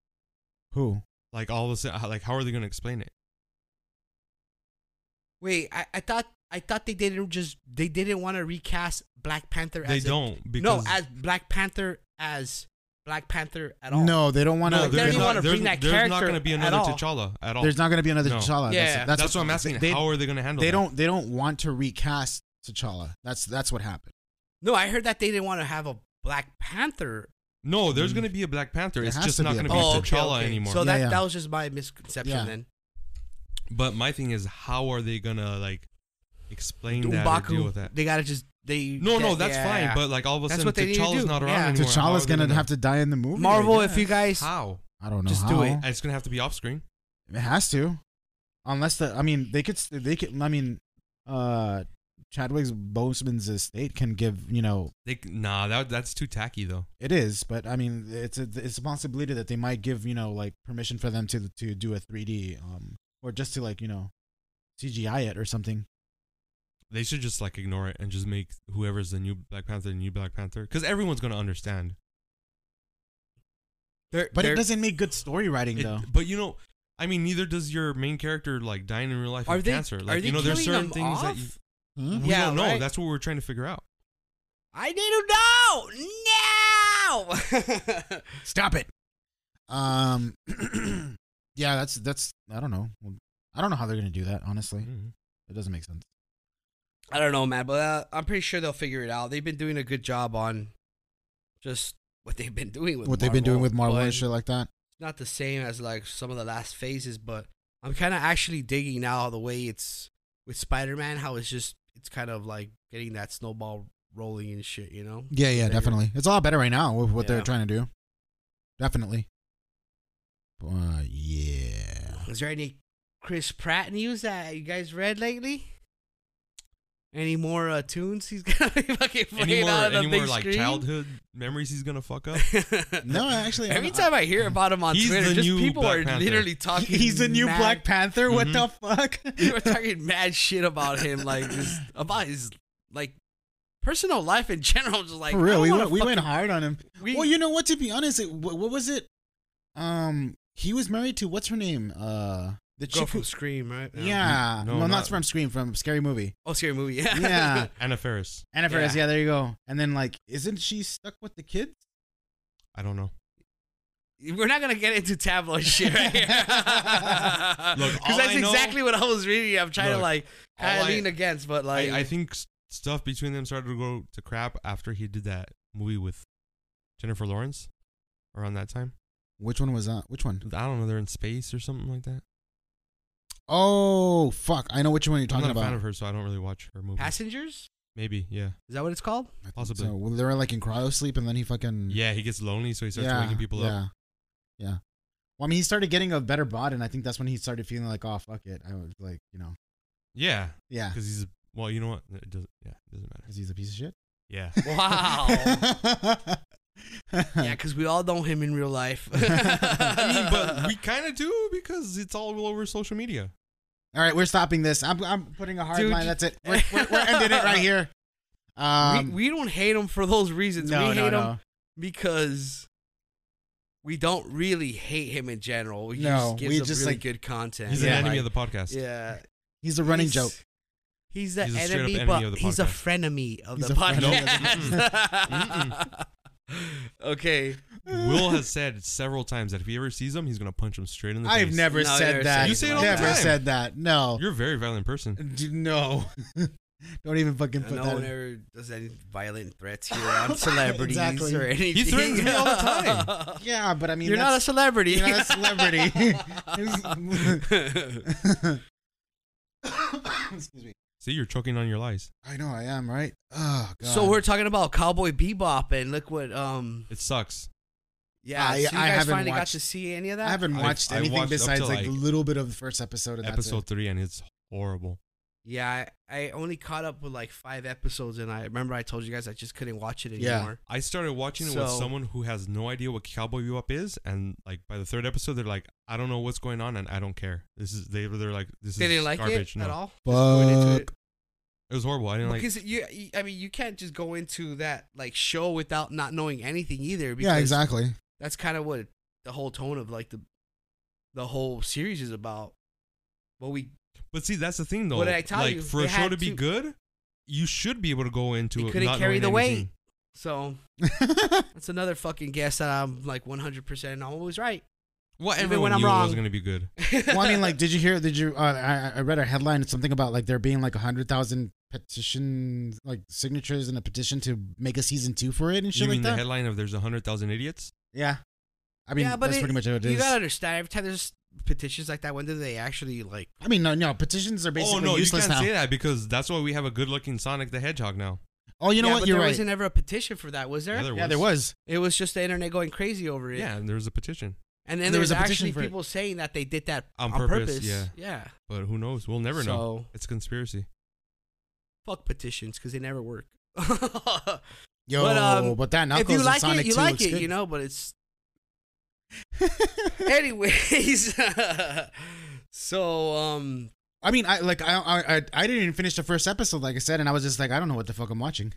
[SPEAKER 2] Who?
[SPEAKER 3] Like all of a sudden, how- like how are they going to explain it?
[SPEAKER 1] Wait, I, I thought I thought they didn't just they didn't want to recast Black Panther.
[SPEAKER 3] They
[SPEAKER 1] as a-
[SPEAKER 3] don't
[SPEAKER 1] no
[SPEAKER 3] because
[SPEAKER 1] as Black Panther as Black Panther at all.
[SPEAKER 2] No, they don't want
[SPEAKER 3] no,
[SPEAKER 1] like, they
[SPEAKER 3] there's
[SPEAKER 1] don't
[SPEAKER 3] not-
[SPEAKER 1] wanna
[SPEAKER 3] there's-
[SPEAKER 1] bring that
[SPEAKER 3] there's not
[SPEAKER 1] character
[SPEAKER 3] going to be
[SPEAKER 1] at
[SPEAKER 3] another
[SPEAKER 1] all.
[SPEAKER 3] T'Challa at all.
[SPEAKER 2] There's not gonna be another
[SPEAKER 3] No.
[SPEAKER 2] T'Challa.
[SPEAKER 1] Yeah.
[SPEAKER 2] That's, that's,
[SPEAKER 3] That's, what I'm asking.
[SPEAKER 2] They,
[SPEAKER 3] how are they going to handle?
[SPEAKER 2] they
[SPEAKER 3] that?
[SPEAKER 2] don't they don't want to recast T'Challa. That's that's what happened.
[SPEAKER 1] no, I heard that they didn't want to have a Black Panther.
[SPEAKER 3] No, there's
[SPEAKER 2] Mm.
[SPEAKER 3] going to be a Black Panther.
[SPEAKER 2] There
[SPEAKER 3] It's
[SPEAKER 2] has
[SPEAKER 3] just
[SPEAKER 2] to
[SPEAKER 3] not
[SPEAKER 2] be a
[SPEAKER 3] going to be
[SPEAKER 2] Black
[SPEAKER 1] Oh, okay,
[SPEAKER 3] T'Challa
[SPEAKER 1] okay.
[SPEAKER 3] anymore.
[SPEAKER 1] So
[SPEAKER 2] Yeah,
[SPEAKER 1] that
[SPEAKER 2] yeah.
[SPEAKER 1] that was just my misconception
[SPEAKER 2] Yeah.
[SPEAKER 1] then.
[SPEAKER 3] but my thing is, how are they going to like explain that or deal
[SPEAKER 1] Umbaku,
[SPEAKER 3] with that?
[SPEAKER 1] they gotta just they.
[SPEAKER 3] No, no,
[SPEAKER 1] that-
[SPEAKER 3] that's
[SPEAKER 1] yeah.
[SPEAKER 3] fine. But like all of a
[SPEAKER 1] That's
[SPEAKER 3] sudden,
[SPEAKER 1] what they need to
[SPEAKER 3] T'Challa's
[SPEAKER 1] do.
[SPEAKER 3] not around
[SPEAKER 1] Yeah.
[SPEAKER 3] anymore. How are
[SPEAKER 2] T'Challa's
[SPEAKER 3] they
[SPEAKER 2] gonna
[SPEAKER 3] gonna-
[SPEAKER 2] have to die in the movie. I
[SPEAKER 1] Marvel,
[SPEAKER 2] guess.
[SPEAKER 1] if you guys,
[SPEAKER 3] How?
[SPEAKER 2] I don't know.
[SPEAKER 1] just
[SPEAKER 2] how.
[SPEAKER 1] do
[SPEAKER 3] And It's gonna have to be off screen.
[SPEAKER 2] It has to, unless the. I mean, they could. st- They could. I mean, uh, Chadwick's Boseman's estate can give. You know,
[SPEAKER 3] They c- nah, that that's too tacky though.
[SPEAKER 2] it is, but I mean, it's a it's a possibility that they might give. You know, like permission for them to to do a 3D, um, or just to like you know, CGI it or something.
[SPEAKER 3] They should just like ignore it and just make whoever's the new Black Panther the new Black Panther because everyone's gonna understand.
[SPEAKER 1] they're-
[SPEAKER 2] But
[SPEAKER 1] they're-
[SPEAKER 2] it doesn't make good story writing
[SPEAKER 3] It-
[SPEAKER 2] though.
[SPEAKER 3] but you know, I mean, neither does your main character like dying in real life
[SPEAKER 1] Are
[SPEAKER 3] of
[SPEAKER 1] they?
[SPEAKER 3] cancer. Like
[SPEAKER 1] are they
[SPEAKER 3] you know, there's
[SPEAKER 1] killing
[SPEAKER 3] certain
[SPEAKER 1] them
[SPEAKER 3] things that
[SPEAKER 1] off?
[SPEAKER 3] you,
[SPEAKER 2] Hmm?
[SPEAKER 3] we
[SPEAKER 1] Yeah,
[SPEAKER 3] don't know.
[SPEAKER 1] right.
[SPEAKER 3] That's what we're trying to figure out.
[SPEAKER 1] I need to know now.
[SPEAKER 2] Stop it. Um, yeah, that's that's. I don't know. I don't know how they're gonna do that. Honestly,
[SPEAKER 3] Mhm.
[SPEAKER 2] it doesn't make sense.
[SPEAKER 1] I don't know, man, but uh, I'm pretty sure they'll figure it out. They've been doing a good job on just what they've been doing with
[SPEAKER 2] what they've been doing with Marvel
[SPEAKER 1] but
[SPEAKER 2] and shit like that.
[SPEAKER 1] It's not the same as like some of the last phases, but I'm kind of actually digging now the way it's with Spider-Man. How it's just it's kind of like getting that snowball rolling and shit, you know?
[SPEAKER 2] Yeah, yeah,
[SPEAKER 1] Bigger.
[SPEAKER 2] definitely. It's a lot better right now with what
[SPEAKER 1] Yeah.
[SPEAKER 2] they're trying to do. Definitely. Uh, yeah.
[SPEAKER 1] Is there any Chris Pratt news that you guys read lately? Any more uh, tunes he's gonna be fucking playing
[SPEAKER 3] Any more,
[SPEAKER 1] out on the
[SPEAKER 3] any
[SPEAKER 1] big
[SPEAKER 3] more like
[SPEAKER 1] screen?
[SPEAKER 3] childhood memories he's gonna fuck up?
[SPEAKER 2] No, actually, I
[SPEAKER 1] Every
[SPEAKER 2] don't-
[SPEAKER 1] time I hear about him on
[SPEAKER 3] He's
[SPEAKER 1] Twitter,
[SPEAKER 3] the
[SPEAKER 1] just
[SPEAKER 3] new
[SPEAKER 1] people
[SPEAKER 3] Black
[SPEAKER 1] are
[SPEAKER 3] Panther.
[SPEAKER 1] literally talking. mad-
[SPEAKER 2] Panther.
[SPEAKER 3] What the
[SPEAKER 2] fuck?
[SPEAKER 1] People are talking mad shit about him, like just about his like personal life in general. Just like
[SPEAKER 2] For real, we
[SPEAKER 1] we
[SPEAKER 2] went, we went hard on him.
[SPEAKER 1] We,
[SPEAKER 2] well, you know what? To be honest, it, what, what was it? Um, he was married to what's her name? Uh, the
[SPEAKER 1] go
[SPEAKER 2] chick.
[SPEAKER 1] from
[SPEAKER 2] Who,
[SPEAKER 1] Scream, right?
[SPEAKER 2] yeah,
[SPEAKER 3] No,
[SPEAKER 2] well, not,
[SPEAKER 3] not-
[SPEAKER 2] from Scream, from Scary Movie.
[SPEAKER 1] Oh, scary movie. Yeah.
[SPEAKER 2] Yeah,
[SPEAKER 3] Anna Ferris.
[SPEAKER 2] Anna Faris.
[SPEAKER 1] Yeah.
[SPEAKER 2] Yeah, there you go. And then like, isn't she stuck with the kids?
[SPEAKER 3] I don't know.
[SPEAKER 1] We're not gonna get into tabloid shit right here.
[SPEAKER 3] Look, all
[SPEAKER 1] because that's
[SPEAKER 3] I know-
[SPEAKER 1] exactly what I was reading. I'm trying to
[SPEAKER 3] Look,
[SPEAKER 1] like
[SPEAKER 3] all
[SPEAKER 1] kind of
[SPEAKER 3] I-
[SPEAKER 1] lean against, but like
[SPEAKER 3] I, I think s- stuff between them started to go to crap after he did that movie with Jennifer Lawrence around that time.
[SPEAKER 2] Which one was that? Which one?
[SPEAKER 3] I don't know. They're in space or something like that.
[SPEAKER 2] Oh fuck! I know which one you're
[SPEAKER 3] I'm
[SPEAKER 2] talking
[SPEAKER 3] not a
[SPEAKER 2] about.
[SPEAKER 3] fan of her, so I don't really watch her movies.
[SPEAKER 1] Passengers.
[SPEAKER 3] Maybe, yeah.
[SPEAKER 1] Is that what it's called?
[SPEAKER 2] I think
[SPEAKER 3] Possibly.
[SPEAKER 2] So well, they were like in cryosleep, and then he fucking
[SPEAKER 3] Yeah, he gets lonely, so he starts
[SPEAKER 2] yeah,
[SPEAKER 3] waking people
[SPEAKER 2] yeah,
[SPEAKER 3] up.
[SPEAKER 2] yeah. Well, I mean, he started getting a better bod, and I think that's when he started feeling like, oh fuck it, I was like, you know,
[SPEAKER 3] Yeah,
[SPEAKER 2] yeah,
[SPEAKER 3] because he's well, you know what? It doesn't. Yeah, it doesn't matter.
[SPEAKER 2] because he's a piece of shit.
[SPEAKER 3] Yeah,
[SPEAKER 1] Wow. yeah, because we all know him in real life.
[SPEAKER 3] I mean, but we kind of do because it's all over social media.
[SPEAKER 2] All right, we're stopping this. I'm, I'm putting a hard
[SPEAKER 1] Dude,
[SPEAKER 2] line.
[SPEAKER 1] you-
[SPEAKER 2] That's it. We're, we're, we're ending it right here. Um,
[SPEAKER 1] we, we don't hate him for those reasons.
[SPEAKER 2] no,
[SPEAKER 1] we
[SPEAKER 2] no,
[SPEAKER 1] hate him
[SPEAKER 2] no,
[SPEAKER 1] because we don't really hate him in general. He
[SPEAKER 2] No,
[SPEAKER 1] just gives
[SPEAKER 2] we
[SPEAKER 1] us
[SPEAKER 2] just,
[SPEAKER 1] really
[SPEAKER 2] like-
[SPEAKER 1] good content.
[SPEAKER 3] He's
[SPEAKER 2] Yeah,
[SPEAKER 3] an enemy
[SPEAKER 1] like-
[SPEAKER 3] of the podcast.
[SPEAKER 1] Yeah,
[SPEAKER 2] He's a running
[SPEAKER 1] he's-
[SPEAKER 2] joke.
[SPEAKER 1] He's the
[SPEAKER 3] He's a straight-up
[SPEAKER 1] enemy,
[SPEAKER 3] enemy
[SPEAKER 1] but
[SPEAKER 3] of the
[SPEAKER 1] he's a
[SPEAKER 3] podcast.
[SPEAKER 1] frenemy of
[SPEAKER 2] He's
[SPEAKER 1] the
[SPEAKER 2] a frenemy of
[SPEAKER 1] podcast.
[SPEAKER 2] the
[SPEAKER 1] okay,
[SPEAKER 3] Will has said several times that if he ever sees him, he's gonna punch him straight in the face.
[SPEAKER 2] I've never
[SPEAKER 1] No,
[SPEAKER 2] said
[SPEAKER 1] never
[SPEAKER 2] that.
[SPEAKER 1] said
[SPEAKER 3] You say it all the
[SPEAKER 2] never
[SPEAKER 3] time.
[SPEAKER 2] said that. No.
[SPEAKER 3] You're a very violent person.
[SPEAKER 2] D- no. Don't even fucking put
[SPEAKER 1] no
[SPEAKER 2] that.
[SPEAKER 1] one
[SPEAKER 2] in.
[SPEAKER 1] ever does any violent threats here on celebrities
[SPEAKER 2] Exactly.
[SPEAKER 1] or anything.
[SPEAKER 3] threatens me all the time.
[SPEAKER 2] Yeah, but I mean,
[SPEAKER 1] You're not a
[SPEAKER 2] that's,
[SPEAKER 1] celebrity.
[SPEAKER 2] you're not a celebrity. Excuse me.
[SPEAKER 3] See, you're choking on your lies.
[SPEAKER 2] I know I am right. Oh god.
[SPEAKER 1] so we're talking about Cowboy Bebop, and look what um
[SPEAKER 3] It sucks.
[SPEAKER 1] yeah.
[SPEAKER 2] I-
[SPEAKER 1] so you
[SPEAKER 2] I
[SPEAKER 1] guys
[SPEAKER 2] haven't
[SPEAKER 1] finally got
[SPEAKER 2] watched-
[SPEAKER 1] to see any of that.
[SPEAKER 2] I haven't
[SPEAKER 3] I-
[SPEAKER 2] watched
[SPEAKER 3] I
[SPEAKER 2] anything
[SPEAKER 3] watched up
[SPEAKER 2] besides
[SPEAKER 3] to,
[SPEAKER 2] like a
[SPEAKER 3] like,
[SPEAKER 2] little bit of the first episode. And that's
[SPEAKER 3] Episode three, and it's horrible.
[SPEAKER 1] Yeah, I, I only caught up with like five episodes, and I remember I told you guys I just couldn't watch it
[SPEAKER 2] Yeah.
[SPEAKER 1] anymore.
[SPEAKER 3] I started watching it with
[SPEAKER 1] So-
[SPEAKER 3] someone who has no idea what Cowboy Bebop is, and like by the third episode, they're like, "I don't know what's going on, and I don't care." This is they they're like, "This
[SPEAKER 1] They
[SPEAKER 3] is
[SPEAKER 1] didn't like
[SPEAKER 3] garbage."
[SPEAKER 1] it
[SPEAKER 3] no,
[SPEAKER 1] at all.
[SPEAKER 2] it.
[SPEAKER 1] Going into
[SPEAKER 2] Fuck.
[SPEAKER 1] it.
[SPEAKER 3] it was horrible. I didn't like.
[SPEAKER 1] because you, you- I mean, you can't just go into that like show without not knowing anything either. Because
[SPEAKER 2] Yeah, exactly.
[SPEAKER 1] That's kind of what the whole tone of like the the whole series is about. But we
[SPEAKER 3] But see, that's the thing though.
[SPEAKER 1] What did I tell
[SPEAKER 3] like
[SPEAKER 1] you?
[SPEAKER 3] for
[SPEAKER 1] They
[SPEAKER 3] a show
[SPEAKER 1] had
[SPEAKER 3] to be
[SPEAKER 1] to-
[SPEAKER 3] good, you should be able to go into
[SPEAKER 1] They
[SPEAKER 3] it.
[SPEAKER 1] couldn't
[SPEAKER 3] not
[SPEAKER 1] carry
[SPEAKER 3] knowing
[SPEAKER 1] the weight.
[SPEAKER 3] anything.
[SPEAKER 1] so that's another fucking guess that I'm like 100 percent always right.
[SPEAKER 3] Well,
[SPEAKER 1] Even
[SPEAKER 3] everyone
[SPEAKER 1] when I'm
[SPEAKER 3] knew it was
[SPEAKER 1] wrong.
[SPEAKER 3] going to be good.
[SPEAKER 2] well, I mean, like, did you hear? Did you? Uh, I, I read a headline. It's something about like there being like a hundred thousand petitions, like signatures in a petition to make a season two for it and shit
[SPEAKER 3] You mean
[SPEAKER 2] like
[SPEAKER 3] the
[SPEAKER 2] that.
[SPEAKER 3] headline of "There's hundred thousand idiots"?
[SPEAKER 2] yeah, I mean,
[SPEAKER 1] Yeah, but
[SPEAKER 2] that's
[SPEAKER 1] it-
[SPEAKER 2] pretty much how it
[SPEAKER 1] you
[SPEAKER 2] is.
[SPEAKER 1] gotta understand. Every time there's petitions like that, when do they actually like?
[SPEAKER 2] I mean, no, no, petitions are basically
[SPEAKER 3] oh no, you
[SPEAKER 2] useless
[SPEAKER 3] can't
[SPEAKER 2] now.
[SPEAKER 3] say that because that's why we have a good-looking Sonic the Hedgehog now.
[SPEAKER 2] Oh, you know
[SPEAKER 1] Yeah,
[SPEAKER 2] what?
[SPEAKER 1] But
[SPEAKER 2] You're
[SPEAKER 1] there
[SPEAKER 2] right.
[SPEAKER 1] wasn't ever a petition for that, was there?
[SPEAKER 3] Yeah, there
[SPEAKER 2] yeah, there was.
[SPEAKER 1] It was just the internet going crazy over it.
[SPEAKER 3] Yeah, and there was a petition,
[SPEAKER 1] And then
[SPEAKER 2] There
[SPEAKER 1] there
[SPEAKER 2] was
[SPEAKER 1] was,
[SPEAKER 2] a petition
[SPEAKER 1] actually
[SPEAKER 2] for it.
[SPEAKER 1] people saying that they did that
[SPEAKER 3] On
[SPEAKER 1] on,
[SPEAKER 3] purpose,
[SPEAKER 1] purpose.
[SPEAKER 3] yeah.
[SPEAKER 1] Yeah.
[SPEAKER 3] but who knows? We'll never
[SPEAKER 1] so,
[SPEAKER 3] know. It's conspiracy.
[SPEAKER 1] fuck petitions because they never work.
[SPEAKER 2] Yo, but,
[SPEAKER 1] But, um,
[SPEAKER 2] that
[SPEAKER 1] if
[SPEAKER 2] Knuckles
[SPEAKER 1] you
[SPEAKER 2] and
[SPEAKER 1] like
[SPEAKER 2] Sonic
[SPEAKER 1] it, you
[SPEAKER 2] 2
[SPEAKER 1] like
[SPEAKER 2] looks
[SPEAKER 1] it,
[SPEAKER 2] good.
[SPEAKER 1] you know, but it's. Anyways. so, um.
[SPEAKER 2] I mean, I like I, I I- I didn't even finish the first episode, like I said, and I was just like, I don't know what the fuck I'm watching.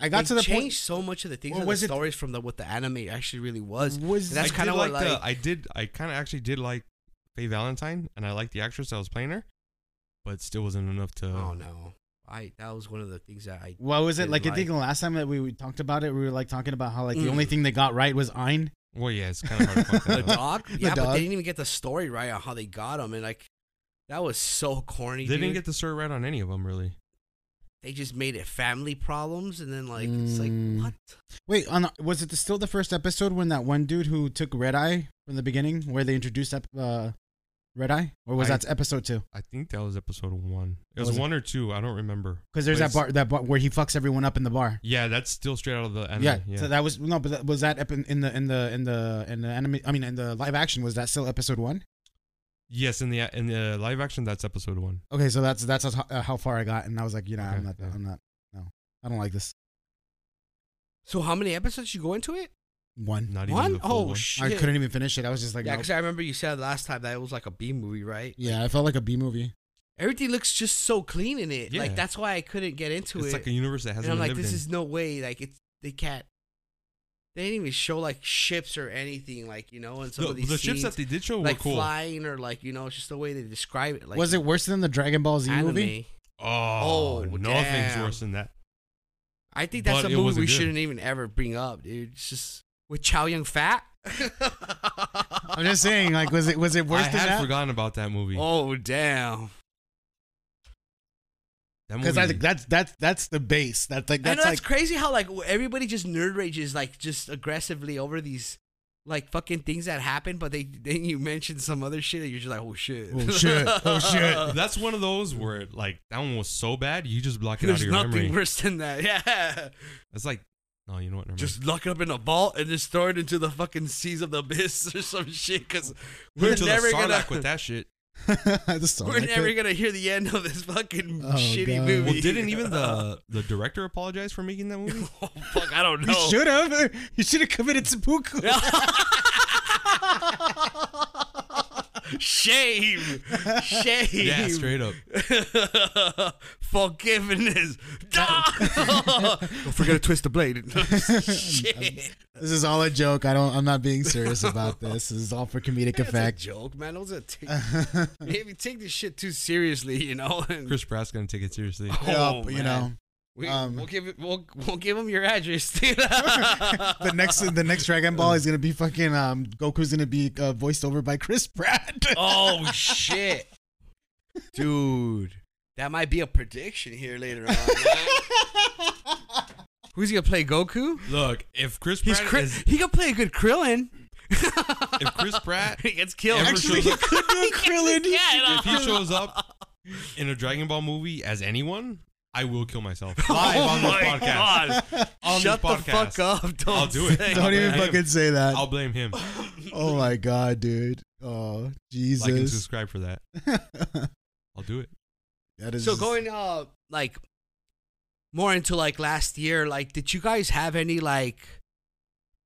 [SPEAKER 2] I got
[SPEAKER 1] they
[SPEAKER 2] to the
[SPEAKER 1] changed
[SPEAKER 2] point.
[SPEAKER 1] so much of the things
[SPEAKER 2] Well,
[SPEAKER 1] and
[SPEAKER 2] was
[SPEAKER 1] the
[SPEAKER 2] it-
[SPEAKER 1] stories from the, what the anime actually really was.
[SPEAKER 2] Was
[SPEAKER 1] That's
[SPEAKER 3] I
[SPEAKER 1] kinda
[SPEAKER 3] did
[SPEAKER 1] what,
[SPEAKER 3] like the-
[SPEAKER 1] like-
[SPEAKER 3] I did. I kind of actually did like Faye Valentine, and I liked the actress that was playing her, but still wasn't enough to.
[SPEAKER 1] Oh no, I that was one of the things that I.
[SPEAKER 2] what was it
[SPEAKER 1] didn't
[SPEAKER 2] like? I
[SPEAKER 1] like-
[SPEAKER 2] think the last time that we, we talked about it, we were like talking about how like the
[SPEAKER 1] Mm.
[SPEAKER 2] only thing they got right was Ein.
[SPEAKER 3] Well, yeah, it's kind of hard. to fuck
[SPEAKER 1] The
[SPEAKER 3] that up.
[SPEAKER 1] dog,
[SPEAKER 2] The
[SPEAKER 1] yeah, but
[SPEAKER 2] dog.
[SPEAKER 1] they didn't even get the story right on how they got him, and like that was so corny.
[SPEAKER 3] They didn't
[SPEAKER 1] dude.
[SPEAKER 3] get the story right on any of them, really.
[SPEAKER 1] they just made it family problems and then like it's like
[SPEAKER 2] Mm.
[SPEAKER 1] what
[SPEAKER 2] Wait, on the, was it the, still the first episode when that one dude who took Red Eye from the beginning, where they introduced ep- uh, Red Eye, or was
[SPEAKER 3] I-
[SPEAKER 2] that episode two?
[SPEAKER 3] I think that was episode one. It was,
[SPEAKER 2] Was it?
[SPEAKER 3] one or two. I don't remember.
[SPEAKER 2] Because there's
[SPEAKER 3] But
[SPEAKER 2] that
[SPEAKER 3] it's-
[SPEAKER 2] bar that bar where he fucks everyone up in the bar.
[SPEAKER 3] Yeah, that's still straight out of the anime.
[SPEAKER 2] yeah,
[SPEAKER 3] Yeah.
[SPEAKER 2] So that was no, but that, was that ep- in, in the in the in the in the anime? I mean, in the live action, was that still episode one?
[SPEAKER 3] yes, in the in the uh, live action, that's episode one.
[SPEAKER 2] Okay, so that's that's how, uh, how far I got, and I was like, you know, I'm
[SPEAKER 3] Okay,
[SPEAKER 2] not,
[SPEAKER 3] yeah.
[SPEAKER 2] I'm not, no, I don't like this
[SPEAKER 1] so how many episodes you go into it
[SPEAKER 2] one.
[SPEAKER 3] Not even
[SPEAKER 1] one
[SPEAKER 3] the full
[SPEAKER 1] oh
[SPEAKER 3] one.
[SPEAKER 2] I
[SPEAKER 1] shit
[SPEAKER 2] couldn't even finish it. I was just like,
[SPEAKER 1] yeah
[SPEAKER 2] yeah,
[SPEAKER 1] because i remember you said last time that it was like a b movie right
[SPEAKER 2] yeah, I felt like a B movie.
[SPEAKER 1] everything looks just so clean in it
[SPEAKER 3] Yeah.
[SPEAKER 1] like that's why i couldn't get into
[SPEAKER 3] It's
[SPEAKER 1] it
[SPEAKER 3] like a universe that
[SPEAKER 1] and
[SPEAKER 3] hasn't
[SPEAKER 1] i'm
[SPEAKER 3] been
[SPEAKER 1] like
[SPEAKER 3] lived
[SPEAKER 1] this
[SPEAKER 3] in.
[SPEAKER 1] is no way like it's they can't they didn't even show like ships or anything like you know and some
[SPEAKER 3] the,
[SPEAKER 1] of these
[SPEAKER 3] the ships that
[SPEAKER 1] scenes,
[SPEAKER 3] they did show
[SPEAKER 1] like
[SPEAKER 3] were cool.
[SPEAKER 1] flying or like you know it's just the way they describe it like
[SPEAKER 2] was it worse than the Dragon Ball Z
[SPEAKER 1] anime.
[SPEAKER 2] movie?
[SPEAKER 1] Oh,
[SPEAKER 3] Oh, nothing's
[SPEAKER 1] damn.
[SPEAKER 3] worse than that.
[SPEAKER 1] I think that's
[SPEAKER 3] But
[SPEAKER 1] a
[SPEAKER 3] it
[SPEAKER 1] movie
[SPEAKER 3] wasn't
[SPEAKER 1] we
[SPEAKER 3] good.
[SPEAKER 1] shouldn't even ever bring up, dude. It's just with Chow Yun Fat.
[SPEAKER 2] I'm just saying, like, was it was it worse
[SPEAKER 3] I
[SPEAKER 2] than
[SPEAKER 3] had
[SPEAKER 2] that?
[SPEAKER 3] forgotten about that movie.
[SPEAKER 1] Oh damn!
[SPEAKER 3] that
[SPEAKER 2] Because
[SPEAKER 3] movie.
[SPEAKER 2] I think that's that's that's the base. That's like
[SPEAKER 1] I know
[SPEAKER 2] that's
[SPEAKER 1] that's
[SPEAKER 2] like
[SPEAKER 1] crazy how like everybody just nerd rages like just aggressively over these like fucking things that happen, but they then you mention some other shit and you're just like, oh shit,
[SPEAKER 2] Oh, shit. Oh, shit.
[SPEAKER 3] that's one of those where like that one was so bad you just block it out of
[SPEAKER 1] There's
[SPEAKER 3] your
[SPEAKER 1] nothing
[SPEAKER 3] memory.
[SPEAKER 1] worse than that. Yeah,
[SPEAKER 3] It's like, no, you know what? Never mind.
[SPEAKER 1] just lock it up in a vault and just throw it into the fucking seas of the abyss or some shit. Because
[SPEAKER 3] Put
[SPEAKER 1] we're
[SPEAKER 3] it to
[SPEAKER 1] never
[SPEAKER 3] the
[SPEAKER 1] gonna
[SPEAKER 3] Sarlacc with that shit.
[SPEAKER 2] Just don't
[SPEAKER 1] We're
[SPEAKER 2] like
[SPEAKER 1] never
[SPEAKER 2] it.
[SPEAKER 1] gonna hear the end of this fucking
[SPEAKER 2] Oh,
[SPEAKER 1] shitty
[SPEAKER 2] God.
[SPEAKER 1] movie.
[SPEAKER 3] Well, didn't even the the director apologize for making that movie?
[SPEAKER 1] oh, fuck, I don't
[SPEAKER 2] You
[SPEAKER 1] know.
[SPEAKER 2] should have. You should have committed seppuku.
[SPEAKER 1] Shame, shame.
[SPEAKER 3] yeah, straight up.
[SPEAKER 1] Forgiveness. Don't forget to twist the blade. Shit.
[SPEAKER 2] This is all a joke. I don't. I'm not being serious about this. This is all for comedic
[SPEAKER 1] That's a
[SPEAKER 2] effect.
[SPEAKER 1] joke, man. Those are t- if you take this shit too seriously, you know. and-
[SPEAKER 3] Chris Pratt's gonna take it seriously.
[SPEAKER 2] Yeah,
[SPEAKER 1] Oh,
[SPEAKER 2] you
[SPEAKER 1] man.
[SPEAKER 2] know,
[SPEAKER 1] we,
[SPEAKER 2] um,
[SPEAKER 1] we'll give it. We'll, we'll give him your address.
[SPEAKER 2] the next the next Dragon Ball is gonna be fucking um Goku's gonna be uh, voiced over by Chris Pratt.
[SPEAKER 1] Oh shit, dude, that might be a prediction here later on. Who's gonna play Goku?
[SPEAKER 3] Look, if Chris
[SPEAKER 1] He's
[SPEAKER 3] Pratt
[SPEAKER 1] Kri-
[SPEAKER 3] is,
[SPEAKER 1] he could play a good Krillin.
[SPEAKER 3] if Chris Pratt
[SPEAKER 1] he gets killed.
[SPEAKER 3] ever
[SPEAKER 2] Actually,
[SPEAKER 3] shows
[SPEAKER 2] he
[SPEAKER 3] up,
[SPEAKER 2] could do a Krillin.
[SPEAKER 1] yeah, I know.
[SPEAKER 3] if he shows up in a Dragon Ball movie as anyone, I will kill myself
[SPEAKER 1] Oh
[SPEAKER 3] live on this
[SPEAKER 1] my
[SPEAKER 3] podcast.
[SPEAKER 1] God.
[SPEAKER 3] On
[SPEAKER 1] Shut
[SPEAKER 3] this
[SPEAKER 1] the
[SPEAKER 3] podcast.
[SPEAKER 1] fuck up! Don't
[SPEAKER 3] I'll do it.
[SPEAKER 1] say
[SPEAKER 3] I'll
[SPEAKER 2] Don't even
[SPEAKER 3] blame him.
[SPEAKER 2] fucking say that.
[SPEAKER 3] I'll blame him.
[SPEAKER 2] Oh my god, dude. Oh
[SPEAKER 3] Like and
[SPEAKER 2] Jesus.
[SPEAKER 3] subscribe for that. I'll do it.
[SPEAKER 2] that is
[SPEAKER 1] So going uh like more into like last year, like did you guys have any like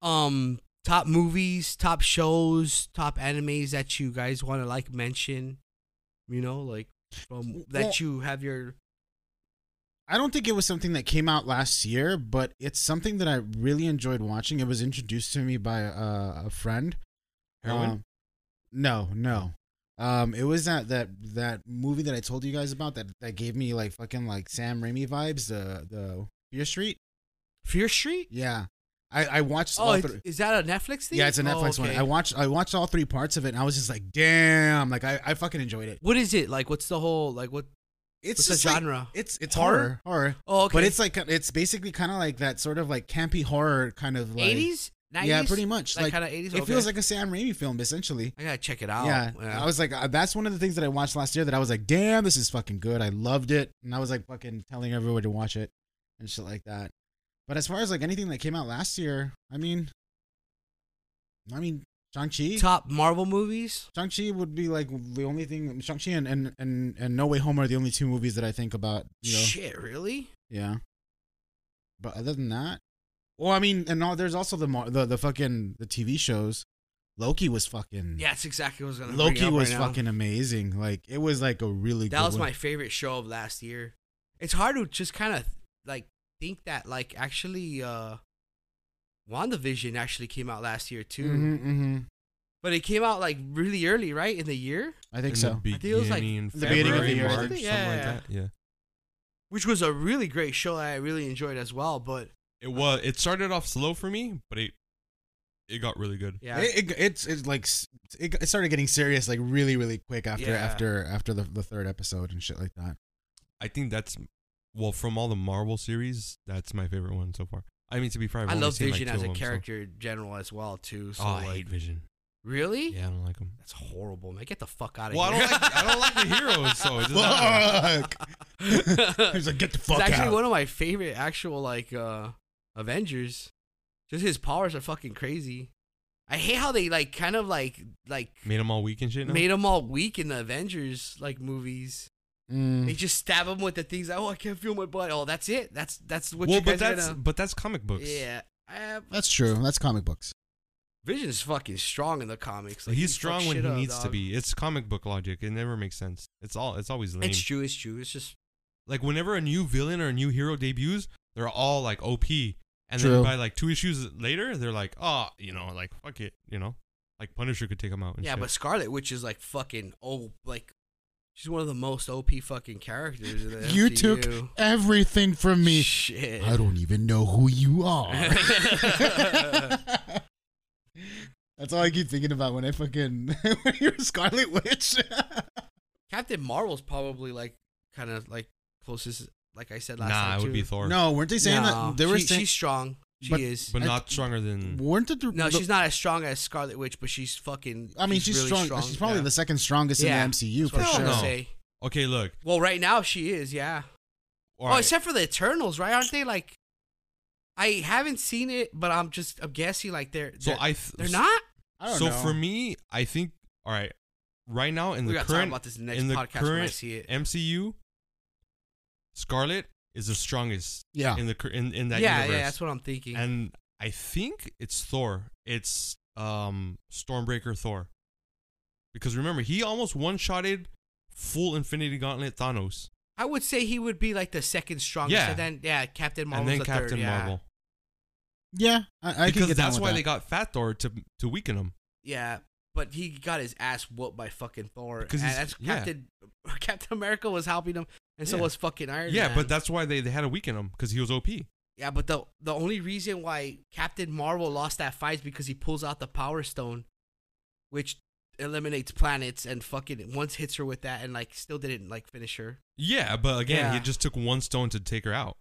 [SPEAKER 1] um top movies, top shows, top animes that you guys want to like mention? You know, like from that
[SPEAKER 2] Well-
[SPEAKER 1] you have your
[SPEAKER 2] I don't think it was something that came out last year, but it's something that I really enjoyed watching. It was introduced to me by uh, a friend.
[SPEAKER 3] Heroin.
[SPEAKER 2] Um, no, no. Um, it was that that that movie that I told you guys about that that gave me like fucking like Sam Raimi vibes. The the Fear Street.
[SPEAKER 1] Fear Street.
[SPEAKER 2] Yeah, I I watched.
[SPEAKER 1] Oh,
[SPEAKER 2] all
[SPEAKER 1] it-
[SPEAKER 2] three-
[SPEAKER 1] is that a Netflix thing?
[SPEAKER 2] yeah, it's a Netflix
[SPEAKER 1] oh,
[SPEAKER 2] one. I watched I watched all three parts of it, and I was just like, damn, like I, I fucking enjoyed it.
[SPEAKER 1] what is it like? What's the whole like? What?
[SPEAKER 2] It's
[SPEAKER 1] What's the
[SPEAKER 2] just like-
[SPEAKER 1] genre?
[SPEAKER 2] it's it's
[SPEAKER 1] Horror?
[SPEAKER 2] horror horror.
[SPEAKER 1] Oh, okay.
[SPEAKER 2] But it's like it's basically kind of like that sort of like campy horror kind of like
[SPEAKER 1] eighties, nineties.
[SPEAKER 2] yeah, pretty much
[SPEAKER 1] Like
[SPEAKER 2] like,
[SPEAKER 1] kind of eighties.
[SPEAKER 2] it feels like a Sam Raimi film essentially.
[SPEAKER 1] I gotta check it out.
[SPEAKER 2] yeah. I was like uh, that's one of the things that I watched last year that I was like, damn, this is fucking good. I loved it, and I was like fucking telling everyone to watch it and shit like that. But as far as like anything that came out last year, I mean, I mean, Shang Chi.
[SPEAKER 1] top Marvel movies.
[SPEAKER 2] Shang Chi would be like the only thing. Shang Chi and, and and and No Way Home are the only two movies that I think about. You know,
[SPEAKER 1] Shit, really?
[SPEAKER 2] Yeah. But other than that, well, I mean, and all, there's also the mar- the the fucking the TV shows. Loki was fucking
[SPEAKER 1] Yeah, that's exactly what I was gonna. bring
[SPEAKER 2] Loki
[SPEAKER 1] up
[SPEAKER 2] was
[SPEAKER 1] right now.
[SPEAKER 2] fucking amazing. Like it was like a really
[SPEAKER 1] That
[SPEAKER 2] good
[SPEAKER 1] was
[SPEAKER 2] one.
[SPEAKER 1] my favorite show of last year. It's hard to just kind of like think that like actually, uh WandaVision actually came out last year too,
[SPEAKER 3] Mm-hmm.
[SPEAKER 2] Mhm, mhm.
[SPEAKER 1] but it came out like really early, right in the year,
[SPEAKER 2] I think
[SPEAKER 3] In
[SPEAKER 2] so.
[SPEAKER 3] The
[SPEAKER 1] I think it was like
[SPEAKER 3] beginning, in
[SPEAKER 2] the beginning of the
[SPEAKER 3] February,
[SPEAKER 2] year, I
[SPEAKER 3] March,
[SPEAKER 1] think.
[SPEAKER 3] something
[SPEAKER 1] Yeah.
[SPEAKER 3] like that. Yeah.
[SPEAKER 1] which was a really great show that I really enjoyed as well. But
[SPEAKER 3] It was. It started off slow for me, but it it got really good.
[SPEAKER 1] yeah,
[SPEAKER 2] It, it, it's it's like s- it, it started getting serious like really really quick after
[SPEAKER 1] Yeah.
[SPEAKER 2] after after the, the third episode and shit like that.
[SPEAKER 3] I think that's well from all the Marvel series. That's my favorite one so far. I mean, to be fair, I've
[SPEAKER 1] I
[SPEAKER 3] only
[SPEAKER 1] love
[SPEAKER 3] seen, like,
[SPEAKER 1] Vision
[SPEAKER 3] two
[SPEAKER 1] as
[SPEAKER 3] of
[SPEAKER 1] a
[SPEAKER 3] them, so-
[SPEAKER 1] character in general as well too. So
[SPEAKER 3] oh,
[SPEAKER 1] like,
[SPEAKER 3] I hate Vision.
[SPEAKER 1] really,
[SPEAKER 3] Yeah, I don't like him.
[SPEAKER 1] that's horrible, man. Get the fuck out of
[SPEAKER 3] Well, I
[SPEAKER 1] here.
[SPEAKER 3] don't like I don't like the heroes, so it doesn't matter.
[SPEAKER 2] Fuck. He's like, get the fuck
[SPEAKER 1] it's actually
[SPEAKER 2] out.
[SPEAKER 1] one of my favorite actual like uh Avengers. Just his powers are fucking crazy. I hate how they like kind of like like
[SPEAKER 3] Made him all weak and shit. Now?
[SPEAKER 1] made him all weak in the Avengers like movies.
[SPEAKER 2] Mm.
[SPEAKER 1] They just stab him with the things. Oh, I can't feel my butt. Oh, that's it. That's that's what.
[SPEAKER 3] well,
[SPEAKER 1] you guys
[SPEAKER 3] but that's
[SPEAKER 1] are gonna-
[SPEAKER 3] but that's comic books.
[SPEAKER 1] yeah. Uh,
[SPEAKER 2] That's true. That's comic books.
[SPEAKER 1] Vision's fucking strong in the comics. Like,
[SPEAKER 3] he's
[SPEAKER 1] he fucks
[SPEAKER 3] strong when
[SPEAKER 1] shit
[SPEAKER 3] he
[SPEAKER 1] up,
[SPEAKER 3] needs to
[SPEAKER 1] dog.
[SPEAKER 3] be. It's comic book logic. It never makes sense. It's all. It's always lame.
[SPEAKER 1] It's true. It's true. It's just
[SPEAKER 3] like whenever a new villain or a new hero debuts, they're all like OP. And
[SPEAKER 2] True.
[SPEAKER 3] then by like two issues later, they're like, oh, you know, like fuck it, you know, like Punisher could take him out. And
[SPEAKER 1] yeah.
[SPEAKER 3] shit.
[SPEAKER 1] But Scarlet Witch is like fucking oh like she's one of the most OP fucking characters. In the
[SPEAKER 2] You took
[SPEAKER 1] MCU.
[SPEAKER 2] everything from me.
[SPEAKER 1] Shit.
[SPEAKER 2] I don't even know who you are. That's all I keep thinking about when I fucking when you're a Scarlet Witch.
[SPEAKER 1] Captain Marvel's probably like kind of like closest. Like I said last
[SPEAKER 3] nah,
[SPEAKER 1] time,
[SPEAKER 3] it would be
[SPEAKER 1] too.
[SPEAKER 3] Thor.
[SPEAKER 2] no, weren't they saying
[SPEAKER 1] No,
[SPEAKER 2] that they were
[SPEAKER 1] she-
[SPEAKER 2] saying
[SPEAKER 1] she's strong. She
[SPEAKER 2] But-
[SPEAKER 1] is.
[SPEAKER 3] but
[SPEAKER 2] I-
[SPEAKER 3] not stronger than.
[SPEAKER 2] weren't the, the
[SPEAKER 1] no, she's not as strong as Scarlet Witch, but she's fucking.
[SPEAKER 2] I mean, she's,
[SPEAKER 1] really
[SPEAKER 2] strong. She's probably
[SPEAKER 1] yeah.
[SPEAKER 2] the second strongest
[SPEAKER 1] Yeah.
[SPEAKER 2] in the
[SPEAKER 1] That's
[SPEAKER 2] MCU for
[SPEAKER 1] what I'm
[SPEAKER 2] sure.
[SPEAKER 1] trying to
[SPEAKER 3] No.
[SPEAKER 1] say.
[SPEAKER 3] Okay, look.
[SPEAKER 1] Well, right now she is. Yeah.
[SPEAKER 3] All
[SPEAKER 1] oh,
[SPEAKER 3] right.
[SPEAKER 1] except for the Eternals, right? Aren't they like? I haven't seen it, but I'm just I'm guessing like they're.
[SPEAKER 3] so
[SPEAKER 1] they're,
[SPEAKER 3] I. Th-
[SPEAKER 1] they're not.
[SPEAKER 2] I don't
[SPEAKER 3] so
[SPEAKER 2] know.
[SPEAKER 3] for me, I think. All right. right now in
[SPEAKER 1] we
[SPEAKER 3] the
[SPEAKER 1] gotta talk
[SPEAKER 3] current
[SPEAKER 1] about this next
[SPEAKER 3] in the
[SPEAKER 1] podcast when I
[SPEAKER 3] current
[SPEAKER 1] see it.
[SPEAKER 3] MCU, Scarlet is the strongest
[SPEAKER 2] Yeah.
[SPEAKER 3] in the cur- in, in that
[SPEAKER 1] yeah, yeah,
[SPEAKER 3] universe.
[SPEAKER 1] that's what I'm thinking.
[SPEAKER 3] and I think it's Thor. It's um Stormbreaker Thor. Because remember, he almost one-shotted full Infinity Gauntlet Thanos
[SPEAKER 1] I would say he would be like the second strongest.
[SPEAKER 3] Yeah.
[SPEAKER 1] And then yeah, Captain Marvel.
[SPEAKER 3] and then
[SPEAKER 1] the
[SPEAKER 3] Captain
[SPEAKER 1] third, yeah.
[SPEAKER 3] Marvel.
[SPEAKER 2] Yeah, I, I can
[SPEAKER 3] because
[SPEAKER 2] get
[SPEAKER 3] that's
[SPEAKER 2] down with
[SPEAKER 3] why
[SPEAKER 2] that.
[SPEAKER 3] they got Fat Thor to to weaken him.
[SPEAKER 1] Yeah, but he got his ass whooped by fucking Thor.
[SPEAKER 3] Because
[SPEAKER 1] and
[SPEAKER 3] he's-
[SPEAKER 1] that's
[SPEAKER 3] yeah.
[SPEAKER 1] Captain Captain America was helping him, and so
[SPEAKER 3] Yeah.
[SPEAKER 1] was fucking Iron
[SPEAKER 3] yeah,
[SPEAKER 1] Man.
[SPEAKER 3] but that's why they, they had to weaken him because he was OP.
[SPEAKER 1] yeah, but the the only reason why Captain Marvel lost that fight is because he pulls out the Power Stone, which eliminates planets, and fucking once hits her with that, and like still didn't like finish her,
[SPEAKER 3] Yeah, but again, he
[SPEAKER 1] Yeah.
[SPEAKER 3] just took one stone to take her out.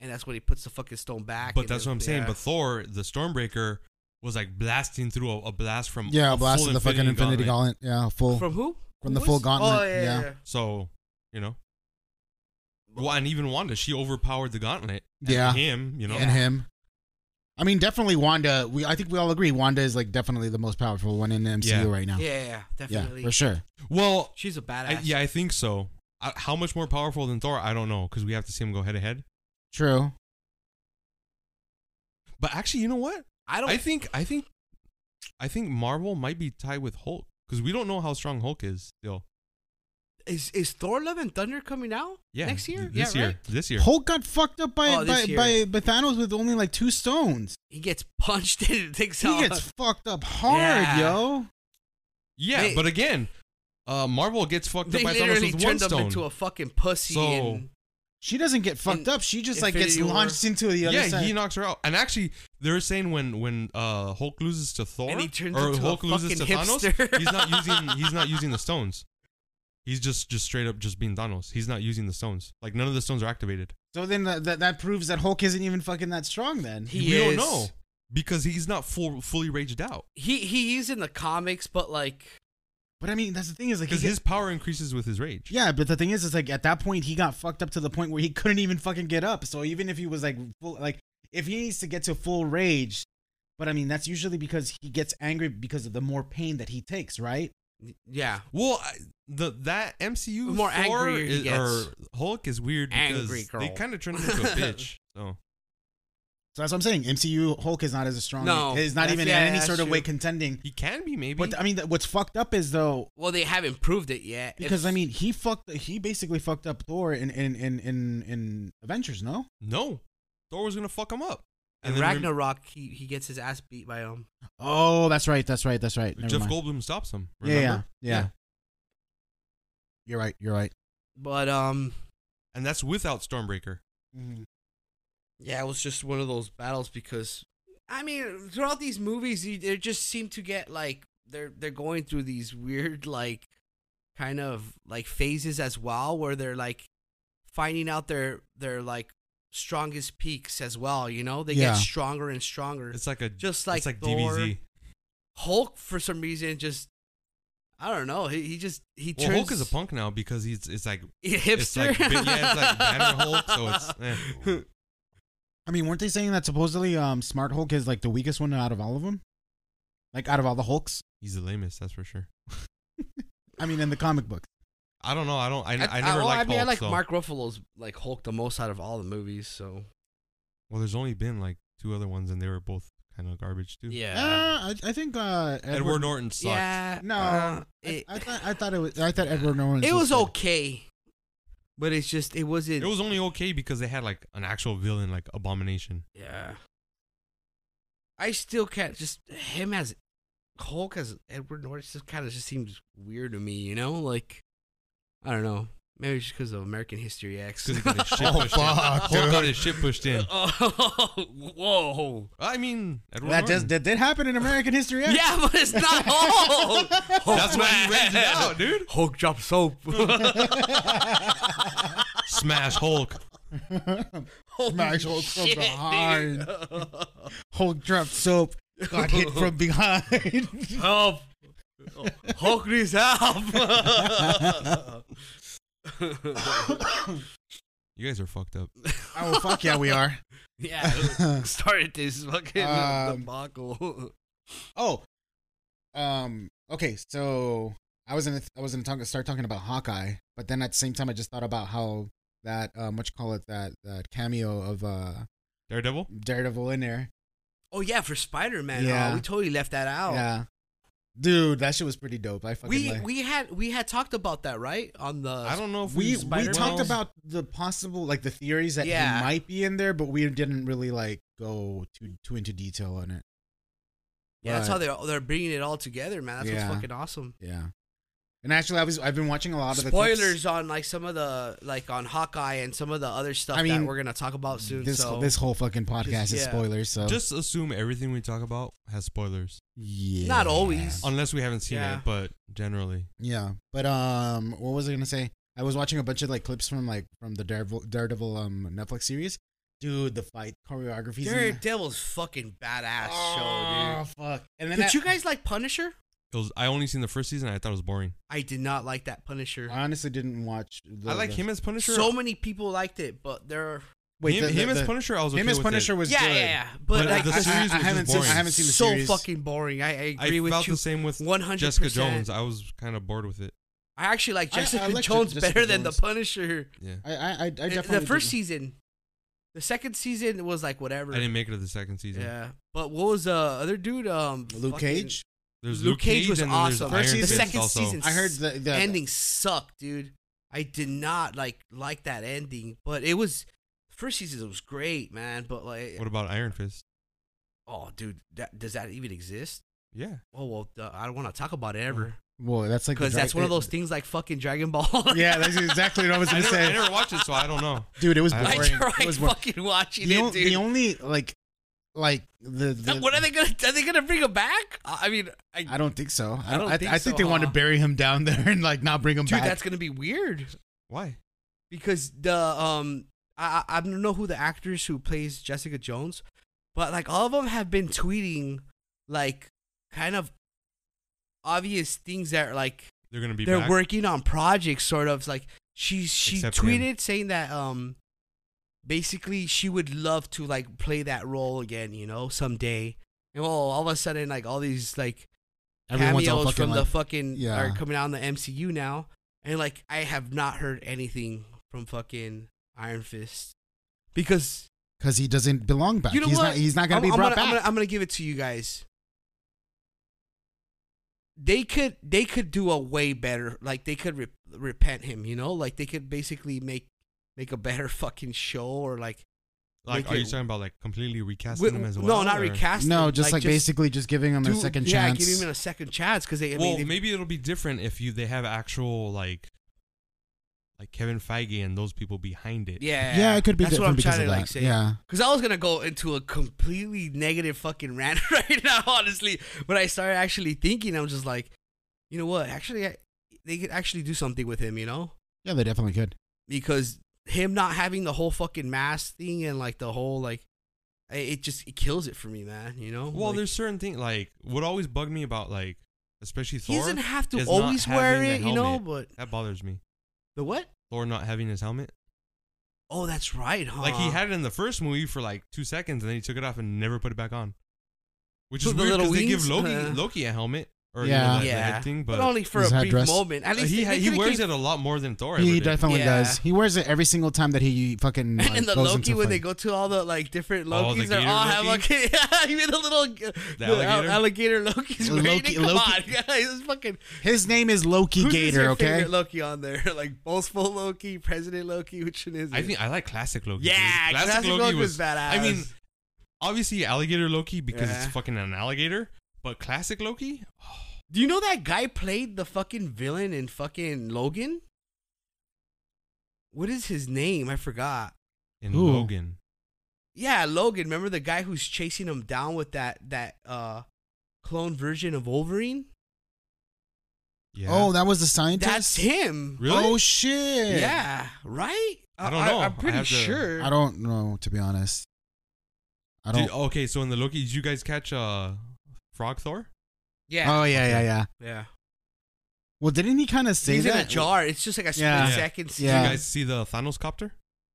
[SPEAKER 1] and that's when he puts the fucking stone back.
[SPEAKER 3] But
[SPEAKER 1] and
[SPEAKER 3] that's
[SPEAKER 1] then-
[SPEAKER 3] what I'm saying.
[SPEAKER 1] yeah.
[SPEAKER 3] But Thor, the Stormbreaker, was like blasting through a, a blast from
[SPEAKER 2] yeah,
[SPEAKER 3] a
[SPEAKER 2] blasting
[SPEAKER 3] full
[SPEAKER 2] the fucking Infinity Gauntlet. Yeah, full
[SPEAKER 1] from who?
[SPEAKER 2] From
[SPEAKER 1] Who
[SPEAKER 2] the
[SPEAKER 1] was-
[SPEAKER 2] full gauntlet,
[SPEAKER 1] Oh yeah, yeah,
[SPEAKER 2] yeah.
[SPEAKER 1] yeah.
[SPEAKER 3] So you know, well, and even Wanda, she overpowered the Gauntlet. and
[SPEAKER 2] Yeah.
[SPEAKER 3] him, you know.
[SPEAKER 2] and him. I mean, definitely Wanda. We I think we all agree Wanda is like definitely the most powerful one in the MCU
[SPEAKER 3] Yeah.
[SPEAKER 2] right now.
[SPEAKER 1] yeah, yeah, yeah,
[SPEAKER 2] Yeah,
[SPEAKER 1] definitely.
[SPEAKER 2] for sure.
[SPEAKER 3] Well,
[SPEAKER 1] She's a badass.
[SPEAKER 3] I, yeah, I think so. I, how much more powerful than Thor? I don't know because we have to see him go head to head.
[SPEAKER 2] True.
[SPEAKER 3] But actually, you know what?
[SPEAKER 1] I don't.
[SPEAKER 3] I think I think I think Marvel might be tied with Hulk because we don't know how strong Hulk is still.
[SPEAKER 1] Is is Thor Love and Thunder coming out?
[SPEAKER 3] Yeah,
[SPEAKER 1] Next year?
[SPEAKER 3] th- this
[SPEAKER 1] Yeah,
[SPEAKER 3] year,
[SPEAKER 1] right?
[SPEAKER 3] this year.
[SPEAKER 2] Hulk got fucked up by
[SPEAKER 1] Oh,
[SPEAKER 2] by,
[SPEAKER 1] this year.
[SPEAKER 2] by by Thanos with only like two stones.
[SPEAKER 1] He gets punched and it takes
[SPEAKER 2] He
[SPEAKER 1] off.
[SPEAKER 2] gets fucked up hard,
[SPEAKER 1] Yeah.
[SPEAKER 2] yo.
[SPEAKER 3] Yeah,
[SPEAKER 1] They-
[SPEAKER 3] but again, uh, Marvel gets fucked up
[SPEAKER 1] they
[SPEAKER 3] by Thanos
[SPEAKER 1] literally
[SPEAKER 3] with one
[SPEAKER 1] turned him
[SPEAKER 3] stone.
[SPEAKER 1] into a fucking pussy.
[SPEAKER 3] So-
[SPEAKER 1] and,
[SPEAKER 2] She doesn't get fucked
[SPEAKER 1] And
[SPEAKER 2] up. She just like gets
[SPEAKER 1] Infinity War.
[SPEAKER 2] launched into the other
[SPEAKER 3] yeah,
[SPEAKER 2] side.
[SPEAKER 3] he knocks her out. And actually, they're saying when when uh, Hulk loses to Thor,
[SPEAKER 1] and he turns
[SPEAKER 3] or
[SPEAKER 1] into
[SPEAKER 3] Hulk
[SPEAKER 1] a
[SPEAKER 3] loses
[SPEAKER 1] fucking
[SPEAKER 3] to Thanos,
[SPEAKER 1] hipster.
[SPEAKER 3] he's not using he's not using the stones. He's just just straight up just being Thanos. He's not using the stones. Like none of the stones are activated.
[SPEAKER 2] so then that, that that proves that Hulk isn't even fucking that strong. Then
[SPEAKER 1] He
[SPEAKER 3] we
[SPEAKER 1] is-
[SPEAKER 3] don't know because he's not full fully raged out
[SPEAKER 1] He he is in the comics, but like
[SPEAKER 2] But I mean, that's the thing is like he
[SPEAKER 3] because
[SPEAKER 2] get-
[SPEAKER 3] his power increases with his rage.
[SPEAKER 2] Yeah, but the thing is, it's like at that point he got fucked up to the point where he couldn't even fucking get up. So even if he was like full, like if he needs to get to full rage, but I mean that's usually because he gets angry because of the more pain that he takes, right?
[SPEAKER 1] yeah,
[SPEAKER 3] Well, I, the that MCU
[SPEAKER 1] The more
[SPEAKER 3] Thor
[SPEAKER 1] angrier he
[SPEAKER 3] is-
[SPEAKER 1] gets.
[SPEAKER 3] or Hulk is weird because
[SPEAKER 1] Angry girl.
[SPEAKER 3] they kind of turned him into a bitch. So
[SPEAKER 2] So that's what I'm saying. MCU Hulk is not as strong.
[SPEAKER 1] No,
[SPEAKER 2] is not
[SPEAKER 1] that's-
[SPEAKER 2] even
[SPEAKER 1] yeah,
[SPEAKER 2] in any
[SPEAKER 1] that's
[SPEAKER 2] sort of way
[SPEAKER 1] true.
[SPEAKER 2] contending.
[SPEAKER 3] he can be maybe.
[SPEAKER 2] But I mean, th- what's fucked up is though
[SPEAKER 1] well they haven't proved it yet.
[SPEAKER 2] because
[SPEAKER 1] If-
[SPEAKER 2] I mean he fucked he basically fucked up Thor in in in in, in Avengers, no?
[SPEAKER 3] no, Thor was gonna fuck him up.
[SPEAKER 1] in
[SPEAKER 3] then rem-
[SPEAKER 1] Ragnarok, he, he gets his ass beat by him.
[SPEAKER 2] Oh, that's right, that's right, that's right. Never
[SPEAKER 3] Jeff
[SPEAKER 2] mind.
[SPEAKER 3] Goldblum stops him.
[SPEAKER 2] Yeah, yeah,
[SPEAKER 3] Remember?
[SPEAKER 2] yeah, You're right. You're right.
[SPEAKER 1] But um,
[SPEAKER 3] And that's without Stormbreaker.
[SPEAKER 1] yeah, it was just one of those battles because I mean throughout these movies, you- they just seem to get like they're they're going through these weird like kind of like phases as well where they're like finding out their their like strongest peaks as well you know they
[SPEAKER 2] Yeah.
[SPEAKER 1] get stronger and stronger
[SPEAKER 3] It's like a
[SPEAKER 1] Just like
[SPEAKER 3] it's like
[SPEAKER 1] Thor.
[SPEAKER 3] DBZ.
[SPEAKER 1] hulk for some reason just i don't know he, he just he
[SPEAKER 3] Well,
[SPEAKER 1] turns
[SPEAKER 3] Hulk is a punk now because he's it's like
[SPEAKER 1] he-
[SPEAKER 3] it's
[SPEAKER 1] hipster
[SPEAKER 3] like bi- yeah, it's like Banner Hulk. So it's eh.
[SPEAKER 2] I mean, weren't they saying that supposedly um, Smart Hulk is like the weakest one out of all of them? Like out of all the Hulks?
[SPEAKER 3] he's the lamest. That's for sure.
[SPEAKER 2] I mean, in the comic book.
[SPEAKER 3] I don't know. I don't. I, I,
[SPEAKER 1] I-
[SPEAKER 3] never
[SPEAKER 1] well,
[SPEAKER 3] liked
[SPEAKER 1] I mean,
[SPEAKER 3] Hulk.
[SPEAKER 1] I like
[SPEAKER 3] so.
[SPEAKER 1] Mark Ruffalo's like Hulk the most out of all the movies. So
[SPEAKER 3] Well, there's only been like two other ones, and they were both kind of garbage too.
[SPEAKER 1] yeah,
[SPEAKER 2] Uh, I, I think uh,
[SPEAKER 3] Edward,
[SPEAKER 2] Edward.
[SPEAKER 3] Norton sucked.
[SPEAKER 1] yeah.
[SPEAKER 2] No,
[SPEAKER 1] uh,
[SPEAKER 2] I,
[SPEAKER 1] it,
[SPEAKER 2] I, thought, I thought it was. I thought Edward Norton.
[SPEAKER 1] it was
[SPEAKER 2] good.
[SPEAKER 1] okay, but it's just it wasn't.
[SPEAKER 3] It was only okay because they had like an actual villain, like Abomination.
[SPEAKER 1] yeah. I still can't just him as Hulk as Edward Norton just kind of just seems weird to me. You know, like I don't know. Maybe it's just because of American History X.
[SPEAKER 3] Because he got his shit pushed
[SPEAKER 2] fuck,
[SPEAKER 3] in. Hulk
[SPEAKER 2] dude.
[SPEAKER 3] got his shit pushed in.
[SPEAKER 1] oh, whoa.
[SPEAKER 3] I mean, Edward
[SPEAKER 2] That
[SPEAKER 3] Norton.
[SPEAKER 2] just that did happen in American history. X.
[SPEAKER 1] Yeah, but it's not Hulk.
[SPEAKER 3] That's why he raged it out, dude.
[SPEAKER 1] Hulk drops soap.
[SPEAKER 3] Smash Hulk.
[SPEAKER 2] Smash Hulk from behind. Hulk dropped soap. Got hit from behind.
[SPEAKER 1] help! Hulk needs help.
[SPEAKER 3] You guys are fucked up.
[SPEAKER 2] oh fuck yeah, we are.
[SPEAKER 1] yeah, started this fucking
[SPEAKER 2] Um,
[SPEAKER 1] debacle.
[SPEAKER 2] Oh, um, okay. So I was gonna I was gonna talk, start talking about Hawkeye, but then at the same time I just thought about how that um what you call it that that cameo of uh
[SPEAKER 3] Daredevil.
[SPEAKER 2] Daredevil in there.
[SPEAKER 1] Oh yeah, for Spider Man.
[SPEAKER 2] Yeah.
[SPEAKER 1] Oh, we totally left that out.
[SPEAKER 2] Yeah, dude, that shit was pretty dope. I fucking
[SPEAKER 1] We
[SPEAKER 2] like-
[SPEAKER 1] we had we had talked about that right on the.
[SPEAKER 3] I don't know if
[SPEAKER 2] we, we
[SPEAKER 1] Spider-Man.
[SPEAKER 2] talked about the possible like the theories that
[SPEAKER 1] Yeah.
[SPEAKER 2] he might be in there, but we didn't really like go too too into detail on it.
[SPEAKER 1] Yeah, that's
[SPEAKER 2] Right.
[SPEAKER 1] how they're they're bringing it all together, man. That's
[SPEAKER 2] Yeah.
[SPEAKER 1] what's fucking awesome.
[SPEAKER 2] Yeah, and actually, I was I've been watching a lot of the clips.
[SPEAKER 1] Spoilers on like some of the like on Hawkeye and some of the other stuff
[SPEAKER 2] I mean,
[SPEAKER 1] that we're gonna talk about soon.
[SPEAKER 2] This
[SPEAKER 1] Oh, so
[SPEAKER 2] this whole fucking podcast
[SPEAKER 1] Just-
[SPEAKER 2] is
[SPEAKER 1] yeah.
[SPEAKER 2] spoilers. So
[SPEAKER 3] Just assume everything we talk about has spoilers,
[SPEAKER 2] yeah,
[SPEAKER 1] Not always.
[SPEAKER 3] unless we haven't seen
[SPEAKER 1] Yeah.
[SPEAKER 3] it. But generally,
[SPEAKER 2] Yeah, but um, what was I gonna say? I was watching a bunch of like clips from like from the Daredevil, Daredevil um Netflix series. Dude, the fight choreographies. in there.
[SPEAKER 1] Daredevil's fucking badass show,
[SPEAKER 2] Oh, fuck!
[SPEAKER 1] dude.
[SPEAKER 2] And then
[SPEAKER 1] Did
[SPEAKER 2] I-
[SPEAKER 1] you guys like Punisher?
[SPEAKER 3] it was. I only seen the first season. I thought it was boring.
[SPEAKER 1] I did not like that Punisher.
[SPEAKER 2] I honestly didn't watch. The,
[SPEAKER 3] I like
[SPEAKER 2] the-
[SPEAKER 3] him as Punisher.
[SPEAKER 1] So many people liked it, but they're
[SPEAKER 2] Wait, the-
[SPEAKER 3] him,
[SPEAKER 2] the-
[SPEAKER 3] him as
[SPEAKER 2] the-
[SPEAKER 3] Punisher. I was okay
[SPEAKER 2] him as
[SPEAKER 3] with
[SPEAKER 2] Punisher
[SPEAKER 3] It.
[SPEAKER 2] was
[SPEAKER 1] yeah,
[SPEAKER 2] good. uh,
[SPEAKER 1] yeah, yeah. But,
[SPEAKER 3] But
[SPEAKER 1] like,
[SPEAKER 3] the
[SPEAKER 1] I-
[SPEAKER 3] series
[SPEAKER 1] I-
[SPEAKER 3] was
[SPEAKER 2] I, I
[SPEAKER 3] just
[SPEAKER 2] haven't seen. I
[SPEAKER 3] boring.
[SPEAKER 2] haven't seen the
[SPEAKER 1] so
[SPEAKER 2] series.
[SPEAKER 1] fucking boring. I, I agree
[SPEAKER 3] I
[SPEAKER 1] with
[SPEAKER 3] felt
[SPEAKER 1] you.
[SPEAKER 3] the same with
[SPEAKER 1] One hundred
[SPEAKER 3] Jessica
[SPEAKER 1] percent.
[SPEAKER 3] Jones. I was kind of bored with it.
[SPEAKER 1] I actually like
[SPEAKER 2] I- I
[SPEAKER 1] Jessica
[SPEAKER 2] like
[SPEAKER 1] Jones
[SPEAKER 2] Jessica
[SPEAKER 1] better than the
[SPEAKER 2] Jones.
[SPEAKER 1] Punisher.
[SPEAKER 3] Yeah,
[SPEAKER 2] I I I, I
[SPEAKER 1] The-
[SPEAKER 2] definitely
[SPEAKER 1] the first
[SPEAKER 2] didn't.
[SPEAKER 1] season, the second season was like whatever.
[SPEAKER 3] I didn't make it to the second season.
[SPEAKER 1] Yeah, but what was the other dude? Um,
[SPEAKER 2] Luke
[SPEAKER 1] fucking-
[SPEAKER 2] Cage.
[SPEAKER 3] There's
[SPEAKER 1] Luke
[SPEAKER 3] Luke,
[SPEAKER 1] Cage was
[SPEAKER 3] and then there's
[SPEAKER 1] awesome.
[SPEAKER 3] Iron
[SPEAKER 2] First season-
[SPEAKER 3] Fist
[SPEAKER 2] the
[SPEAKER 1] second
[SPEAKER 3] also.
[SPEAKER 1] season-
[SPEAKER 2] I heard the, the
[SPEAKER 1] ending sucked, dude. I did not like like that ending, but it was first season was great, man. But like,
[SPEAKER 3] What about Iron Fist?
[SPEAKER 1] oh, dude, that, does that even exist?
[SPEAKER 3] Yeah,
[SPEAKER 1] Oh well, duh, I don't want to talk about it ever
[SPEAKER 2] Whoa, that's like the
[SPEAKER 1] because
[SPEAKER 2] dra-
[SPEAKER 1] that's one of
[SPEAKER 2] it-
[SPEAKER 1] those things like fucking Dragon Ball.
[SPEAKER 2] Yeah, that's exactly what I was
[SPEAKER 3] I
[SPEAKER 2] gonna
[SPEAKER 3] never, I
[SPEAKER 2] say.
[SPEAKER 3] never watched it, so I don't know.
[SPEAKER 2] Dude, it was
[SPEAKER 3] I
[SPEAKER 2] boring.
[SPEAKER 1] I
[SPEAKER 2] It
[SPEAKER 1] tried
[SPEAKER 2] was boring.
[SPEAKER 1] fucking watching
[SPEAKER 2] the,
[SPEAKER 1] it,
[SPEAKER 2] on-
[SPEAKER 1] dude.
[SPEAKER 2] the only like like the, the
[SPEAKER 1] what are they gonna? Are they gonna bring him back? I I mean, I,
[SPEAKER 2] I don't think so. I
[SPEAKER 1] I
[SPEAKER 2] don't.
[SPEAKER 1] don't
[SPEAKER 2] I,
[SPEAKER 1] think
[SPEAKER 2] I think
[SPEAKER 1] so,
[SPEAKER 2] they want to
[SPEAKER 1] huh?
[SPEAKER 2] bury him down there and like not bring him
[SPEAKER 1] dude,
[SPEAKER 2] back.
[SPEAKER 1] that's gonna be weird.
[SPEAKER 3] Why?
[SPEAKER 1] because the um I I I don't know who the actors who plays Jessica Jones, but like all of them have been tweeting like kind of obvious things that are like
[SPEAKER 3] They're gonna be
[SPEAKER 1] they're
[SPEAKER 3] back.
[SPEAKER 1] working on projects sort of like she she
[SPEAKER 3] Except
[SPEAKER 1] tweeted saying that um basically she would love to like play that role again, you know, someday. And well, all of a sudden like all these like
[SPEAKER 2] Everyone's all
[SPEAKER 1] cameos
[SPEAKER 2] fucking
[SPEAKER 1] from
[SPEAKER 2] like,
[SPEAKER 1] the fucking
[SPEAKER 2] Yeah.
[SPEAKER 1] are coming out in the MCU now, and like I have not heard anything from fucking Iron Fist because
[SPEAKER 2] because he doesn't belong back.
[SPEAKER 1] you know
[SPEAKER 2] he's
[SPEAKER 1] what?
[SPEAKER 2] not. He's not gonna
[SPEAKER 1] I'm,
[SPEAKER 2] be
[SPEAKER 1] I'm
[SPEAKER 2] brought
[SPEAKER 1] gonna, I'm
[SPEAKER 2] back.
[SPEAKER 1] gonna, I'm gonna give it to you guys. They could they could do a way better. Like they could re- repent him, you know. Like they could basically make make a better fucking show or like
[SPEAKER 3] Like,
[SPEAKER 1] Make
[SPEAKER 3] are you
[SPEAKER 1] it-
[SPEAKER 3] talking about like completely recasting
[SPEAKER 1] wi-
[SPEAKER 3] them as well?
[SPEAKER 1] no, not
[SPEAKER 3] or-
[SPEAKER 1] recast.
[SPEAKER 2] no,
[SPEAKER 1] him,
[SPEAKER 2] just like, basically just giving him a
[SPEAKER 1] do-
[SPEAKER 2] second
[SPEAKER 1] yeah,
[SPEAKER 2] chance.
[SPEAKER 1] give him a second chance because they. I
[SPEAKER 3] well,
[SPEAKER 1] mean, they-
[SPEAKER 3] maybe it'll be different if you they have actual like like Kevin Feige and those people behind it.
[SPEAKER 1] yeah,
[SPEAKER 2] yeah, it could be
[SPEAKER 1] That's
[SPEAKER 2] different
[SPEAKER 1] what I'm
[SPEAKER 2] because
[SPEAKER 1] trying
[SPEAKER 2] of
[SPEAKER 1] to
[SPEAKER 2] that.
[SPEAKER 1] like say.
[SPEAKER 2] Yeah,
[SPEAKER 1] Because I was going to go into a completely negative fucking rant right now, honestly. When I started actually thinking, I'm just like, you know what? Actually, I, they could actually do something with him, you know?
[SPEAKER 2] yeah, they definitely could.
[SPEAKER 1] Because him not having the whole fucking mask thing and like the whole, like, I- it just it kills it for me, man, you know?
[SPEAKER 3] Well,
[SPEAKER 1] Like,
[SPEAKER 3] there's certain things like what always bugged me about like especially
[SPEAKER 1] He
[SPEAKER 3] Thor.
[SPEAKER 1] doesn't have to
[SPEAKER 3] is not
[SPEAKER 1] always wear
[SPEAKER 3] having
[SPEAKER 1] it,
[SPEAKER 3] the
[SPEAKER 1] you know?
[SPEAKER 3] helmet.
[SPEAKER 1] But
[SPEAKER 3] that bothers me.
[SPEAKER 1] the what?
[SPEAKER 3] Thor not having his helmet.
[SPEAKER 1] Oh, that's right, huh?
[SPEAKER 3] Like he had it in the first movie for like two seconds, and then he took it off and never put it back on. Which
[SPEAKER 1] So
[SPEAKER 3] is
[SPEAKER 1] the
[SPEAKER 3] weird
[SPEAKER 1] little
[SPEAKER 3] because they give
[SPEAKER 1] wings?
[SPEAKER 3] Loki
[SPEAKER 1] Uh.
[SPEAKER 3] Loki a helmet or
[SPEAKER 2] Yeah.
[SPEAKER 3] yeah, you know, that- the
[SPEAKER 1] yeah,
[SPEAKER 3] head thing,
[SPEAKER 1] but,
[SPEAKER 3] but, Uh,
[SPEAKER 1] only for
[SPEAKER 2] His
[SPEAKER 1] a brief
[SPEAKER 2] headdress.
[SPEAKER 1] moment. At least
[SPEAKER 3] he
[SPEAKER 1] they
[SPEAKER 3] he
[SPEAKER 1] could've
[SPEAKER 3] wears
[SPEAKER 1] gave-
[SPEAKER 3] it a lot more than Thor.
[SPEAKER 2] he
[SPEAKER 3] ever did.
[SPEAKER 2] definitely
[SPEAKER 1] Yeah.
[SPEAKER 2] does. He wears it every single time that he fucking. Like,
[SPEAKER 1] And then the
[SPEAKER 2] goes
[SPEAKER 1] Loki
[SPEAKER 2] into
[SPEAKER 1] when
[SPEAKER 2] fight.
[SPEAKER 1] they go to all the like different
[SPEAKER 3] Oh, the
[SPEAKER 1] Lokis, they're
[SPEAKER 3] gator
[SPEAKER 1] all have
[SPEAKER 3] Loki?
[SPEAKER 1] okay, even the little the
[SPEAKER 3] alligator?
[SPEAKER 1] alligator, alligator Loki's
[SPEAKER 2] Loki-
[SPEAKER 1] waiting. Come
[SPEAKER 2] Loki-
[SPEAKER 1] on, guys, it's fucking
[SPEAKER 2] His name is Loki
[SPEAKER 1] who's is
[SPEAKER 2] Gator.
[SPEAKER 1] your
[SPEAKER 2] Okay.
[SPEAKER 1] favorite Loki on there, like boastful Loki, President Loki, which one is it?
[SPEAKER 3] I think I like classic Loki. dude.
[SPEAKER 1] yeah, classic, Loki, was, badass.
[SPEAKER 3] I mean, obviously alligator Loki because
[SPEAKER 1] Yeah.
[SPEAKER 3] it's fucking an alligator, but classic Loki.
[SPEAKER 1] do you know that guy played the fucking villain in fucking Logan? What is his name? I forgot.
[SPEAKER 3] in
[SPEAKER 2] Who?
[SPEAKER 3] Logan.
[SPEAKER 1] Yeah, Logan. Remember the guy who's chasing him down with that that uh clone version of Wolverine?
[SPEAKER 3] Yeah.
[SPEAKER 2] Oh, that was the scientist.
[SPEAKER 1] That's him.
[SPEAKER 3] really?
[SPEAKER 2] Oh shit.
[SPEAKER 1] Yeah, right?
[SPEAKER 3] I don't know.
[SPEAKER 1] I, am
[SPEAKER 3] I
[SPEAKER 1] pretty
[SPEAKER 3] have to-
[SPEAKER 1] sure.
[SPEAKER 2] I don't know to be honest. I don't.
[SPEAKER 1] oh,
[SPEAKER 3] Did- okay, so in the Loki, did you guys catch uh, Frog Thor?
[SPEAKER 1] yeah.
[SPEAKER 2] Oh yeah, yeah, yeah.
[SPEAKER 1] yeah.
[SPEAKER 2] Well, didn't he kind of say
[SPEAKER 1] He's
[SPEAKER 2] that?
[SPEAKER 1] in a jar. It's just like a split
[SPEAKER 2] Yeah.
[SPEAKER 1] second.
[SPEAKER 2] Yeah.
[SPEAKER 3] Did you guys see the Thanos copter?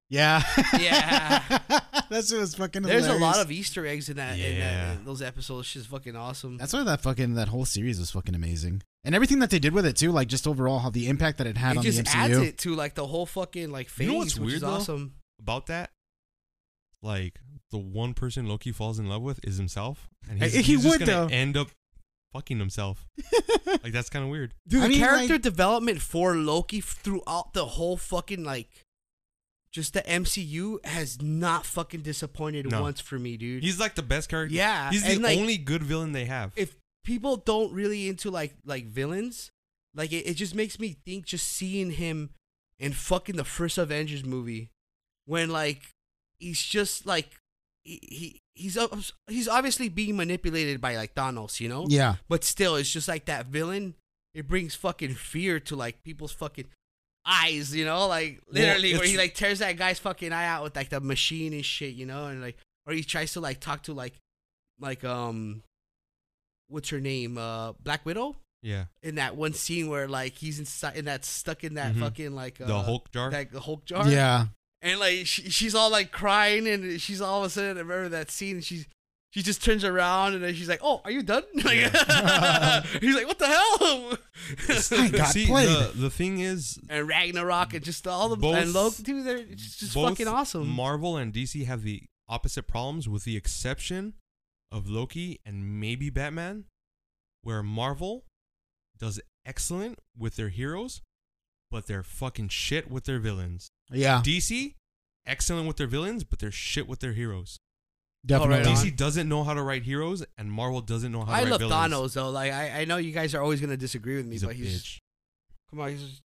[SPEAKER 2] Yeah.
[SPEAKER 1] Yeah.
[SPEAKER 2] That's what was fucking.
[SPEAKER 1] There's a lot
[SPEAKER 2] hilarious.
[SPEAKER 1] of Easter eggs in that. In
[SPEAKER 3] Yeah.
[SPEAKER 1] that in those episodes, It's just fucking awesome.
[SPEAKER 2] That's why that fucking that whole series was fucking amazing, and everything that they did with it too, like just overall how the impact that it had
[SPEAKER 1] it
[SPEAKER 2] on
[SPEAKER 1] just
[SPEAKER 2] the
[SPEAKER 1] adds
[SPEAKER 2] MCU.
[SPEAKER 1] it to like the whole fucking like phase,
[SPEAKER 3] You know what's
[SPEAKER 1] which
[SPEAKER 3] weird,
[SPEAKER 1] is
[SPEAKER 3] though?
[SPEAKER 1] awesome.
[SPEAKER 3] About that, like the one person Loki falls in love with is himself, and
[SPEAKER 2] Hey,
[SPEAKER 3] he's,
[SPEAKER 2] he
[SPEAKER 3] he's just
[SPEAKER 2] would,
[SPEAKER 3] gonna
[SPEAKER 2] though.
[SPEAKER 3] end up fucking himself. like that's kind of weird.
[SPEAKER 2] Dude,
[SPEAKER 1] the
[SPEAKER 2] I mean,
[SPEAKER 1] character
[SPEAKER 2] like-
[SPEAKER 1] development for Loki throughout the whole fucking like, just the MCU has not fucking disappointed
[SPEAKER 3] No.
[SPEAKER 1] once for me, dude.
[SPEAKER 3] He's like the best character.
[SPEAKER 1] yeah,
[SPEAKER 3] he's the
[SPEAKER 1] and, like,
[SPEAKER 3] only good villain they have.
[SPEAKER 1] if people don't really into like like villains, like it, it just makes me think just seeing him in fucking the first Avengers movie when like he's just like he, he he's ob- he's obviously being manipulated by like Thanos, you know?
[SPEAKER 2] yeah.
[SPEAKER 1] But still it's just like that villain it brings fucking fear to like people's fucking eyes, you know? Like
[SPEAKER 3] Well,
[SPEAKER 1] literally where
[SPEAKER 3] it's-
[SPEAKER 1] he like tears that guy's fucking eye out with like the machine and shit, you know? And like or he tries to like talk to like like um what's her name? Uh Black Widow?
[SPEAKER 3] yeah,
[SPEAKER 1] In that one scene where like he's inside in that stuck in that
[SPEAKER 3] Mhm.
[SPEAKER 1] fucking like uh,
[SPEAKER 3] the Hulk jar.
[SPEAKER 1] like the Hulk jar.
[SPEAKER 2] Yeah.
[SPEAKER 1] And like she, she's all like crying and she's all of a sudden I remember that scene and she's she just turns around and then she's like, "Oh, are you done?" Like,
[SPEAKER 2] Yeah.
[SPEAKER 1] he's like, "What the hell?"
[SPEAKER 2] I got
[SPEAKER 3] See,
[SPEAKER 2] played.
[SPEAKER 3] the, the thing is,
[SPEAKER 1] and Ragnarok and just all the
[SPEAKER 3] Both-
[SPEAKER 1] and Loki, dude, they're it's just
[SPEAKER 3] both
[SPEAKER 1] fucking awesome.
[SPEAKER 3] Marvel and DC have the opposite problems, with the exception of Loki and maybe Batman, where Marvel does excellent with their heroes, but they're fucking shit with their villains.
[SPEAKER 2] yeah.
[SPEAKER 3] DC, excellent with their villains, but they're shit with their heroes.
[SPEAKER 2] Definitely.
[SPEAKER 1] Right
[SPEAKER 3] DC doesn't know how to write heroes, and Marvel doesn't know how to
[SPEAKER 1] I love
[SPEAKER 3] write villains.
[SPEAKER 1] Thanos though. Like I, I know you guys are always gonna disagree with me,
[SPEAKER 3] He's a
[SPEAKER 1] but he's
[SPEAKER 3] bitch.
[SPEAKER 1] come on, he's, just,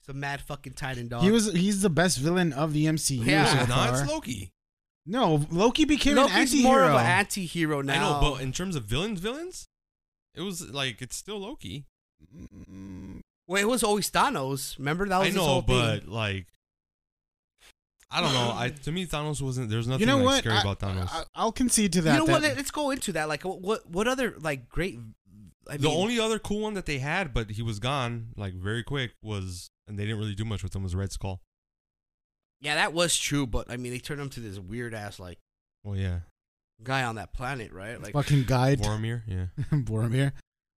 [SPEAKER 1] he's a mad fucking Titan dog.
[SPEAKER 2] He was he's the best villain of the MCU
[SPEAKER 1] Yeah.
[SPEAKER 2] so
[SPEAKER 3] He's not,
[SPEAKER 2] far.
[SPEAKER 3] it's Loki.
[SPEAKER 2] no, Loki became an
[SPEAKER 1] Loki's
[SPEAKER 2] anti-hero.
[SPEAKER 1] more of an anti-hero
[SPEAKER 3] I
[SPEAKER 1] now.
[SPEAKER 3] know, but in terms of villains, villains, it was like it's still Loki.
[SPEAKER 1] well, it was always Thanos. Remember that was
[SPEAKER 3] I
[SPEAKER 1] his
[SPEAKER 3] know,
[SPEAKER 1] whole thing.
[SPEAKER 3] but like, I don't know. I to me, Thanos wasn't. There's nothing
[SPEAKER 2] you know
[SPEAKER 3] like
[SPEAKER 2] what?
[SPEAKER 3] scary
[SPEAKER 2] I,
[SPEAKER 3] about Thanos.
[SPEAKER 2] will concede to that.
[SPEAKER 1] you know what?
[SPEAKER 2] that-
[SPEAKER 1] Let's go into that. Like, what what, what other like great? I
[SPEAKER 3] the
[SPEAKER 1] mean,
[SPEAKER 3] only other cool one that they had, but he was gone like very quick, was and they didn't really do much with him was Red Skull.
[SPEAKER 1] yeah, that was true. But I mean, they turned him to this weird ass like
[SPEAKER 3] Well, Oh, yeah,
[SPEAKER 1] guy on that planet, right? Like,
[SPEAKER 2] fucking guide
[SPEAKER 3] Boromir. Yeah,
[SPEAKER 2] Boromir.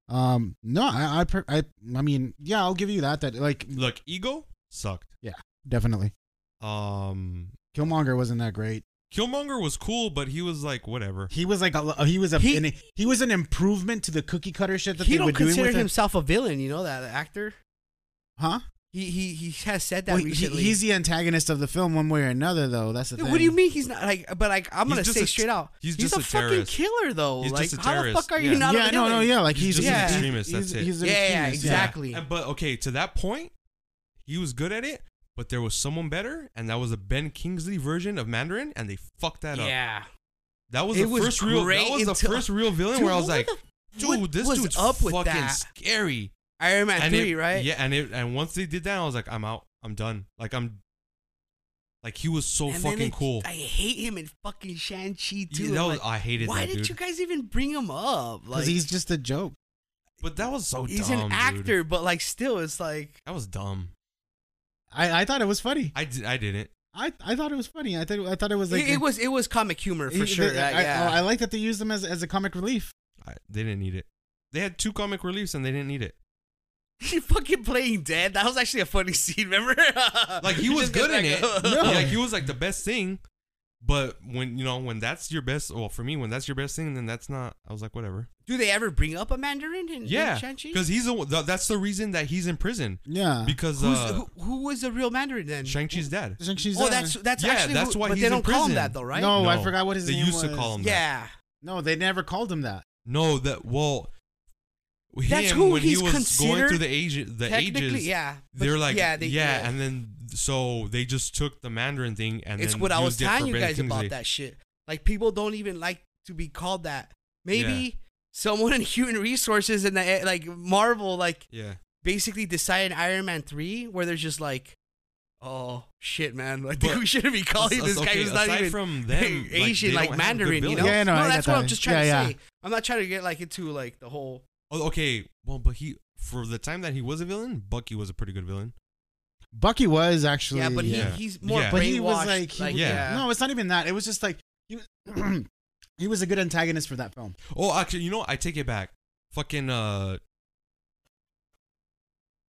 [SPEAKER 2] Um, no, I, I, per- I, I mean, yeah, I'll give you that. That like
[SPEAKER 3] look, Ego sucked.
[SPEAKER 2] definitely.
[SPEAKER 3] Um,
[SPEAKER 2] Killmonger wasn't that great.
[SPEAKER 3] Killmonger was cool, but he was like whatever.
[SPEAKER 2] He was like a, he was a
[SPEAKER 1] He-
[SPEAKER 2] an, he was an improvement to the cookie cutter shit that
[SPEAKER 1] he
[SPEAKER 2] they
[SPEAKER 1] don't
[SPEAKER 2] were doing
[SPEAKER 1] consider
[SPEAKER 2] with him.
[SPEAKER 1] himself a villain. You know that the actor.
[SPEAKER 2] Huh?
[SPEAKER 1] He he he has said that
[SPEAKER 2] Well, he-
[SPEAKER 1] recently.
[SPEAKER 2] he's the antagonist of the film one way or another, though. That's the
[SPEAKER 1] Dude,
[SPEAKER 2] thing.
[SPEAKER 1] what do you mean he's not like? But like, I'm
[SPEAKER 3] He's
[SPEAKER 1] gonna
[SPEAKER 3] just
[SPEAKER 1] say
[SPEAKER 3] a-
[SPEAKER 1] straight out,
[SPEAKER 3] he's
[SPEAKER 1] he's,
[SPEAKER 3] just a
[SPEAKER 1] a, fucking
[SPEAKER 3] terrorist.
[SPEAKER 1] killer, though.
[SPEAKER 3] He's
[SPEAKER 1] like,
[SPEAKER 3] just a
[SPEAKER 1] how the
[SPEAKER 3] terrorist,
[SPEAKER 1] fuck are
[SPEAKER 3] yeah.
[SPEAKER 1] you not?
[SPEAKER 2] yeah,
[SPEAKER 1] a
[SPEAKER 2] no,
[SPEAKER 1] villain?
[SPEAKER 2] no, yeah. Like
[SPEAKER 3] He's
[SPEAKER 2] he's,
[SPEAKER 1] just an
[SPEAKER 2] he's-
[SPEAKER 3] extremist,
[SPEAKER 2] He's,
[SPEAKER 3] that's it.
[SPEAKER 2] he's an
[SPEAKER 1] Yeah, yeah,
[SPEAKER 2] extremist,
[SPEAKER 1] exactly.
[SPEAKER 3] And- but okay, to that point, he was good at it. But there was someone better, and that was a Ben Kingsley version of Mandarin, and they fucked that up.
[SPEAKER 1] Yeah,
[SPEAKER 3] That was
[SPEAKER 1] It
[SPEAKER 3] the
[SPEAKER 1] was
[SPEAKER 3] first real. That
[SPEAKER 1] great
[SPEAKER 3] was the
[SPEAKER 1] until-
[SPEAKER 3] first real villain
[SPEAKER 1] Dude,
[SPEAKER 3] where I was
[SPEAKER 1] what
[SPEAKER 3] like,
[SPEAKER 1] the-
[SPEAKER 3] dude,
[SPEAKER 1] what
[SPEAKER 3] this
[SPEAKER 1] was
[SPEAKER 3] dude's
[SPEAKER 1] up with
[SPEAKER 3] fucking
[SPEAKER 1] that?
[SPEAKER 3] scary.
[SPEAKER 1] Iron Man
[SPEAKER 3] and
[SPEAKER 1] three,
[SPEAKER 3] it-
[SPEAKER 1] right?
[SPEAKER 3] Yeah, and it and once they did that, I was like, I'm out. I'm done. Like I'm. Like he was so
[SPEAKER 1] And then
[SPEAKER 3] fucking
[SPEAKER 1] it-
[SPEAKER 3] cool.
[SPEAKER 1] I hate him in fucking Shang Chi
[SPEAKER 3] Yeah,
[SPEAKER 1] too.
[SPEAKER 3] that
[SPEAKER 1] I'm
[SPEAKER 3] was,
[SPEAKER 1] like,
[SPEAKER 3] I hated
[SPEAKER 1] why
[SPEAKER 3] that
[SPEAKER 1] did
[SPEAKER 3] dude.
[SPEAKER 1] you guys even bring him up?
[SPEAKER 2] because
[SPEAKER 1] Like,
[SPEAKER 2] he's just a joke.
[SPEAKER 3] but that was so
[SPEAKER 1] he's
[SPEAKER 3] dumb.
[SPEAKER 1] an
[SPEAKER 3] dude.
[SPEAKER 1] actor, but like still, it's like
[SPEAKER 3] That was dumb.
[SPEAKER 2] I, I thought it was funny.
[SPEAKER 3] I did. I didn't.
[SPEAKER 2] I, I thought it was funny. I thought I thought it was like
[SPEAKER 1] it, it was it was comic humor for
[SPEAKER 2] he-
[SPEAKER 1] sure.
[SPEAKER 2] they-
[SPEAKER 1] that-
[SPEAKER 2] I,
[SPEAKER 1] yeah,
[SPEAKER 2] oh, I like that they used him as as a comic relief.
[SPEAKER 3] I, they didn't need it. They had two comic reliefs and they didn't need it.
[SPEAKER 1] he fucking playing dead. That was actually a funny scene. Remember?
[SPEAKER 3] Like he was
[SPEAKER 1] just goes
[SPEAKER 3] good in
[SPEAKER 1] back
[SPEAKER 3] it.
[SPEAKER 1] up.
[SPEAKER 2] Yeah.
[SPEAKER 3] Like he was like the best thing. But when you know when that's your best, well for me when that's your best thing, then that's not. I was like whatever.
[SPEAKER 1] Do they ever bring up a Mandarin in,
[SPEAKER 3] Yeah,
[SPEAKER 1] in Shang-Chi?
[SPEAKER 3] because he's the one- th- that's the reason that he's in prison
[SPEAKER 2] Yeah,
[SPEAKER 3] because
[SPEAKER 1] Who's-
[SPEAKER 3] uh,
[SPEAKER 1] who, who was the real Mandarin then?
[SPEAKER 3] Shang Chi's dead.
[SPEAKER 2] Shang-Chi's
[SPEAKER 1] oh,
[SPEAKER 2] there.
[SPEAKER 1] that's that's
[SPEAKER 3] Yeah,
[SPEAKER 1] actually
[SPEAKER 3] that's
[SPEAKER 1] who-
[SPEAKER 3] why
[SPEAKER 1] but
[SPEAKER 3] he's
[SPEAKER 1] they
[SPEAKER 3] in
[SPEAKER 1] don't call him
[SPEAKER 3] prison.
[SPEAKER 1] that though, right?
[SPEAKER 2] No, I forgot what his
[SPEAKER 3] they
[SPEAKER 2] name
[SPEAKER 3] used to
[SPEAKER 2] was.
[SPEAKER 3] call him. that.
[SPEAKER 1] Yeah,
[SPEAKER 2] No, they never called him that.
[SPEAKER 3] No, that well, him,
[SPEAKER 1] That's who
[SPEAKER 3] when
[SPEAKER 1] he's
[SPEAKER 3] he was going through
[SPEAKER 1] considered
[SPEAKER 3] the age, the
[SPEAKER 1] technically,
[SPEAKER 3] ages.
[SPEAKER 1] yeah. But
[SPEAKER 3] They're like, yeah,
[SPEAKER 1] yeah, they,
[SPEAKER 3] and then so they just took the Mandarin thing, and
[SPEAKER 1] it's
[SPEAKER 3] then
[SPEAKER 1] what I was
[SPEAKER 3] used it for
[SPEAKER 1] telling you
[SPEAKER 3] Ben
[SPEAKER 1] guys
[SPEAKER 3] Kingsley.
[SPEAKER 1] about that shit. Like people don't even like to be called that. Maybe someone in human resources and the like Marvel like
[SPEAKER 3] Yeah,
[SPEAKER 1] basically decided Iron Man three where they're just like, oh shit, man, I think
[SPEAKER 3] But-
[SPEAKER 1] we shouldn't be calling
[SPEAKER 3] Us-
[SPEAKER 1] this guy
[SPEAKER 3] okay,
[SPEAKER 1] who's not
[SPEAKER 3] aside
[SPEAKER 1] even
[SPEAKER 3] from them,
[SPEAKER 1] Asian
[SPEAKER 3] they
[SPEAKER 1] like,
[SPEAKER 3] don't have good
[SPEAKER 1] Mandarin, you know?
[SPEAKER 3] villains.
[SPEAKER 2] Yeah, no, I
[SPEAKER 1] that's
[SPEAKER 2] get
[SPEAKER 1] what
[SPEAKER 2] that.
[SPEAKER 1] I'm just trying
[SPEAKER 2] Yeah,
[SPEAKER 1] to
[SPEAKER 2] yeah.
[SPEAKER 1] say. I'm not trying to get like into like the whole
[SPEAKER 3] Oh, okay. Well, but he for the time that he was a villain, Bucky was a pretty good villain.
[SPEAKER 2] Bucky was actually.
[SPEAKER 1] yeah, but he,
[SPEAKER 3] Yeah.
[SPEAKER 1] he's more
[SPEAKER 3] Yeah.
[SPEAKER 2] but he was
[SPEAKER 1] brainwashed,
[SPEAKER 2] like, he was-
[SPEAKER 1] yeah.
[SPEAKER 3] yeah.
[SPEAKER 2] No, it's not even that. It was just like he was, he was a good antagonist for that film.
[SPEAKER 3] Oh, actually, you know, what? I take it back. Fucking uh,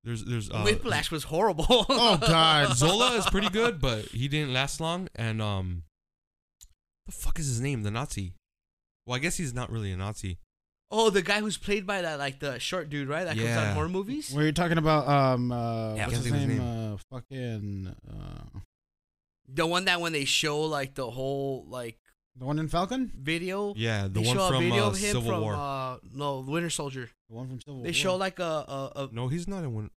[SPEAKER 3] there's there's uh,
[SPEAKER 1] Whiplash was horrible.
[SPEAKER 2] Oh, God.
[SPEAKER 3] Zola is pretty good, but he didn't last long. And um, the fuck is his name? The Nazi. Well, I guess he's not really a Nazi.
[SPEAKER 1] Oh, the guy who's played by that like the short dude, right? That comes out
[SPEAKER 3] Yeah.
[SPEAKER 1] in horror movies.
[SPEAKER 2] Where you're talking about um uh
[SPEAKER 1] Yeah, I
[SPEAKER 2] what's
[SPEAKER 3] can't
[SPEAKER 2] his
[SPEAKER 3] think of his
[SPEAKER 2] name? Uh, fucking uh,
[SPEAKER 1] The one that when they show like the whole like
[SPEAKER 2] the one in Falcon,
[SPEAKER 1] video,
[SPEAKER 3] Yeah, the
[SPEAKER 1] they
[SPEAKER 3] one
[SPEAKER 1] show a
[SPEAKER 3] from
[SPEAKER 1] video
[SPEAKER 3] uh,
[SPEAKER 1] of him
[SPEAKER 3] Civil
[SPEAKER 1] from
[SPEAKER 3] War.
[SPEAKER 1] uh no Winter Soldier.
[SPEAKER 2] the one from Civil
[SPEAKER 1] They show like a a, a
[SPEAKER 3] no, he's not in one.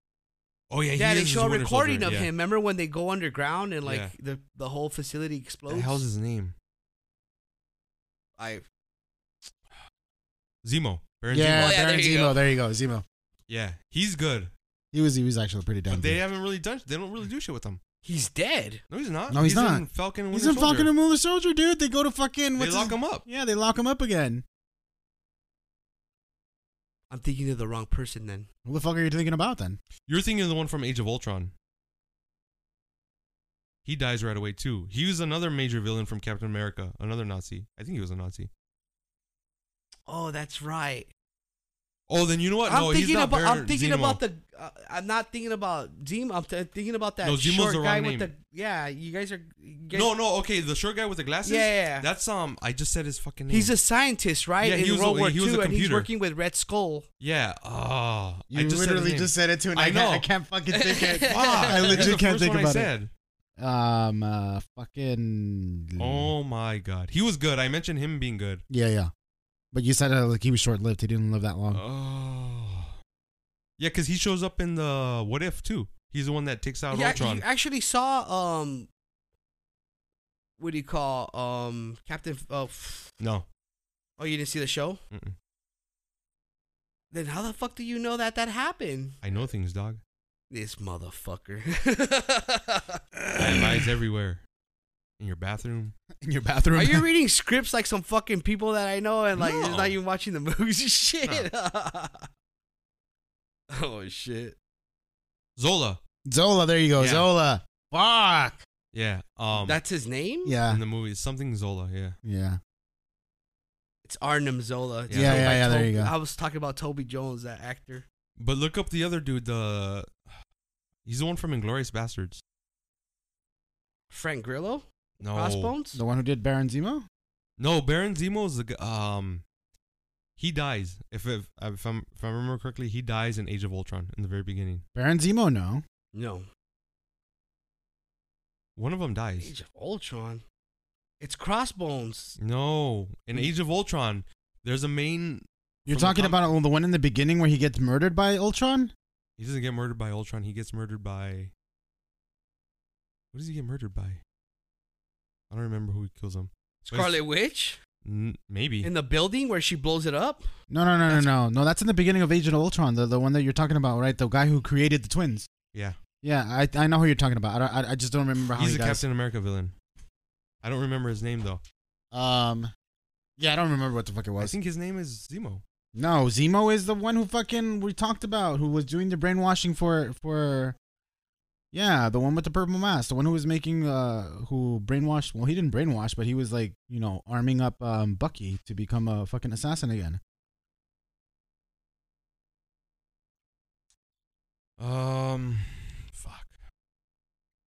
[SPEAKER 3] Oh yeah,
[SPEAKER 1] yeah.
[SPEAKER 3] he
[SPEAKER 1] They
[SPEAKER 3] is
[SPEAKER 1] show
[SPEAKER 3] the
[SPEAKER 1] a
[SPEAKER 3] Winter
[SPEAKER 1] recording
[SPEAKER 3] Soldier,
[SPEAKER 1] of
[SPEAKER 3] yeah.
[SPEAKER 1] him. Remember when they go underground and like
[SPEAKER 3] Yeah.
[SPEAKER 1] the the whole facility
[SPEAKER 3] What
[SPEAKER 1] explodes?
[SPEAKER 3] the hell's his name?
[SPEAKER 1] I
[SPEAKER 3] Zemo. Baron
[SPEAKER 2] yeah,
[SPEAKER 1] Oh, yeah,
[SPEAKER 3] Zemo.
[SPEAKER 2] Baron
[SPEAKER 1] there you
[SPEAKER 2] Zemo.
[SPEAKER 1] go.
[SPEAKER 2] There you go, Zemo.
[SPEAKER 3] Yeah, he's good,
[SPEAKER 2] He was he was actually pretty damn
[SPEAKER 3] but they
[SPEAKER 2] good.
[SPEAKER 3] haven't really done. They don't really do shit with him.
[SPEAKER 1] he's dead.
[SPEAKER 3] No, he's not.
[SPEAKER 2] No, he's not.
[SPEAKER 3] In Falcon. and
[SPEAKER 2] He's in
[SPEAKER 3] Winter
[SPEAKER 2] Falcon
[SPEAKER 3] Soldier.
[SPEAKER 2] and Winter Soldier, dude. They go to fucking
[SPEAKER 3] They
[SPEAKER 2] what's
[SPEAKER 3] lock
[SPEAKER 2] his-
[SPEAKER 3] him up.
[SPEAKER 2] Yeah, they lock him up again.
[SPEAKER 1] I'm thinking of the wrong person then.
[SPEAKER 2] What the fuck are you thinking about then?
[SPEAKER 3] You're thinking of the one from Age of Ultron. He dies right away too. He was another major villain from Captain America, another Nazi. I think he was a Nazi.
[SPEAKER 1] Oh, that's right.
[SPEAKER 3] Oh, then you know what?
[SPEAKER 1] I'm
[SPEAKER 3] no,
[SPEAKER 1] thinking
[SPEAKER 3] he's not
[SPEAKER 1] about. I'm
[SPEAKER 3] Baron
[SPEAKER 1] thinking
[SPEAKER 3] Zemo.
[SPEAKER 1] about the. Uh, I'm not thinking about Zemo. I'm t- thinking about that
[SPEAKER 3] No, Zemo's
[SPEAKER 1] short
[SPEAKER 3] the wrong
[SPEAKER 1] guy with
[SPEAKER 3] name.
[SPEAKER 1] the. Yeah, you guys are. You guys,
[SPEAKER 3] No, no, okay, the short guy with the glasses.
[SPEAKER 1] Yeah, yeah, yeah.
[SPEAKER 3] That's um. I just said his fucking name.
[SPEAKER 1] He's a scientist, right?
[SPEAKER 3] Yeah,
[SPEAKER 1] in
[SPEAKER 3] he was a-
[SPEAKER 1] World War
[SPEAKER 3] he was a
[SPEAKER 1] II, and he's
[SPEAKER 3] computer.
[SPEAKER 1] working with Red Skull.
[SPEAKER 3] yeah. Oh, I
[SPEAKER 2] You
[SPEAKER 3] just
[SPEAKER 2] literally
[SPEAKER 3] said his
[SPEAKER 2] just said it too, and
[SPEAKER 3] I
[SPEAKER 2] I,
[SPEAKER 3] know.
[SPEAKER 2] can't, I can't fucking think it.
[SPEAKER 3] name.
[SPEAKER 1] just-
[SPEAKER 3] Fuck,
[SPEAKER 2] I
[SPEAKER 3] that's
[SPEAKER 2] legit
[SPEAKER 3] the
[SPEAKER 2] can't
[SPEAKER 3] first
[SPEAKER 2] think
[SPEAKER 3] one I
[SPEAKER 2] about it.
[SPEAKER 3] said.
[SPEAKER 2] Um, uh, fucking.
[SPEAKER 3] Oh my god, he was good. I mentioned him being good.
[SPEAKER 2] Yeah, yeah. But you said uh, like he was short lived. He didn't live that
[SPEAKER 1] Um.
[SPEAKER 2] long.
[SPEAKER 3] Oh. Yeah, because he shows up in the What If too. He's the one that takes out
[SPEAKER 1] Yeah,
[SPEAKER 3] Ultron.
[SPEAKER 1] you actually saw um. What do you call um Captain? Uh, f-
[SPEAKER 3] no.
[SPEAKER 1] oh, you didn't see the show?
[SPEAKER 3] Mm-mm.
[SPEAKER 1] Then how the fuck do you know that that happened?
[SPEAKER 3] I know things, dog.
[SPEAKER 1] This motherfucker.
[SPEAKER 3] I have eyes everywhere. In your bathroom.
[SPEAKER 2] In your bathroom.
[SPEAKER 1] Are you reading scripts like some fucking people that I know and like
[SPEAKER 3] No.
[SPEAKER 1] not even watching the movies and shit? oh shit.
[SPEAKER 3] Zola.
[SPEAKER 2] Zola? There you go,
[SPEAKER 3] Yeah.
[SPEAKER 2] Zola. Fuck.
[SPEAKER 3] Yeah. Um
[SPEAKER 1] That's his name?
[SPEAKER 2] Yeah.
[SPEAKER 3] in the movie. Something Zola, yeah.
[SPEAKER 2] Yeah.
[SPEAKER 1] It's Arnim Zola. It's
[SPEAKER 3] Yeah,
[SPEAKER 1] played
[SPEAKER 2] yeah,
[SPEAKER 1] by
[SPEAKER 2] yeah, there
[SPEAKER 1] Tob-
[SPEAKER 2] you go.
[SPEAKER 1] I was talking about Toby Jones, that actor.
[SPEAKER 3] But look up the other dude, the He's the one from Inglorious Bastards.
[SPEAKER 1] Frank Grillo?
[SPEAKER 3] No.
[SPEAKER 1] Crossbones?
[SPEAKER 2] The one who did Baron Zemo.
[SPEAKER 3] No, Baron Zemo is the g- um he dies. If if if I'm if I remember correctly, he dies in Age of Ultron in the very beginning.
[SPEAKER 2] Baron Zemo, no.
[SPEAKER 1] No.
[SPEAKER 3] One of them dies.
[SPEAKER 1] Age of Ultron. It's Crossbones.
[SPEAKER 3] No, in Age of Ultron, there's a main.
[SPEAKER 2] You're
[SPEAKER 3] From the
[SPEAKER 2] talking
[SPEAKER 3] com-
[SPEAKER 2] about oh, the one in the beginning where he gets murdered by Ultron.
[SPEAKER 3] He doesn't get murdered by Ultron. He gets murdered by. What does he get murdered by? I don't remember who kills him. But it's-
[SPEAKER 1] Scarlet Witch?
[SPEAKER 3] N- maybe.
[SPEAKER 1] In the building where she blows it up?
[SPEAKER 2] No, no, no,
[SPEAKER 1] That's-
[SPEAKER 2] no, no, no. That's in the beginning of Age of Ultron. The the one that you're talking about, right? The guy who created the twins.
[SPEAKER 3] yeah,
[SPEAKER 2] Yeah, I I know who you're talking about. I don't, I, I just don't remember how
[SPEAKER 3] he's
[SPEAKER 2] he
[SPEAKER 3] a
[SPEAKER 2] dies.
[SPEAKER 3] Captain America villain. I don't remember his name though.
[SPEAKER 2] Um, yeah, I don't remember what the fuck it
[SPEAKER 3] I
[SPEAKER 2] was.
[SPEAKER 3] think his name is Zemo.
[SPEAKER 2] No, Zemo is the one who fucking we talked about, who was doing the brainwashing for for. Yeah, the one with the purple mask, the one who was making uh, who brainwashed. Well, he didn't brainwash, but he was like, you know, arming up um Bucky to become a fucking assassin again.
[SPEAKER 3] Um, fuck.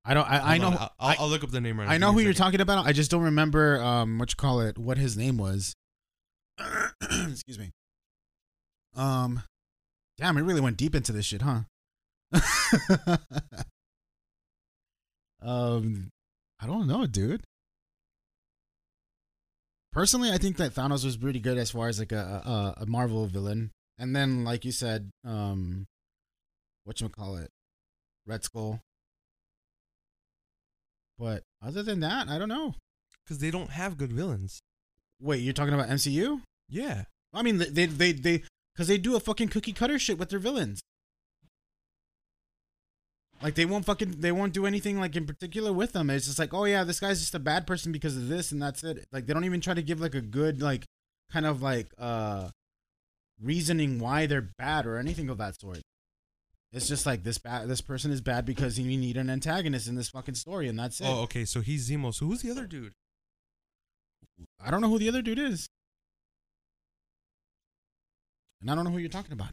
[SPEAKER 2] I don't. I, I know.
[SPEAKER 3] Hold on, I'll,
[SPEAKER 2] I-
[SPEAKER 3] I'll look up the name right now.
[SPEAKER 2] I know
[SPEAKER 3] Give
[SPEAKER 2] who
[SPEAKER 3] me a
[SPEAKER 2] you're
[SPEAKER 3] second.
[SPEAKER 2] talking about. I just don't remember um what you call it, what his name was. Excuse me. Um damn, we really went deep into this shit, huh? um I don't know, dude. Personally, I think that Thanos was pretty good as far as like a a, a Marvel villain. And then like you said, um what you call it? Red Skull. But other than that, I don't know.
[SPEAKER 3] because they don't have good villains.
[SPEAKER 2] Wait, you're talking about MCU?
[SPEAKER 3] Yeah,
[SPEAKER 2] I mean, they they they they because they do a fucking cookie cutter shit with their villains. Like they won't fucking they won't do anything like in particular with them. It's just like, oh yeah, this guy's just a bad person because of this and that's it. Like they don't even try to give like a good like kind of like uh reasoning why they're bad or anything of that sort. It's just like this bad. This person is bad because you need an antagonist in this fucking story, and that's it.
[SPEAKER 3] Oh, okay. So he's Zemo. So who's the other dude?
[SPEAKER 2] I don't know who the other dude is, and I don't know who you're talking about.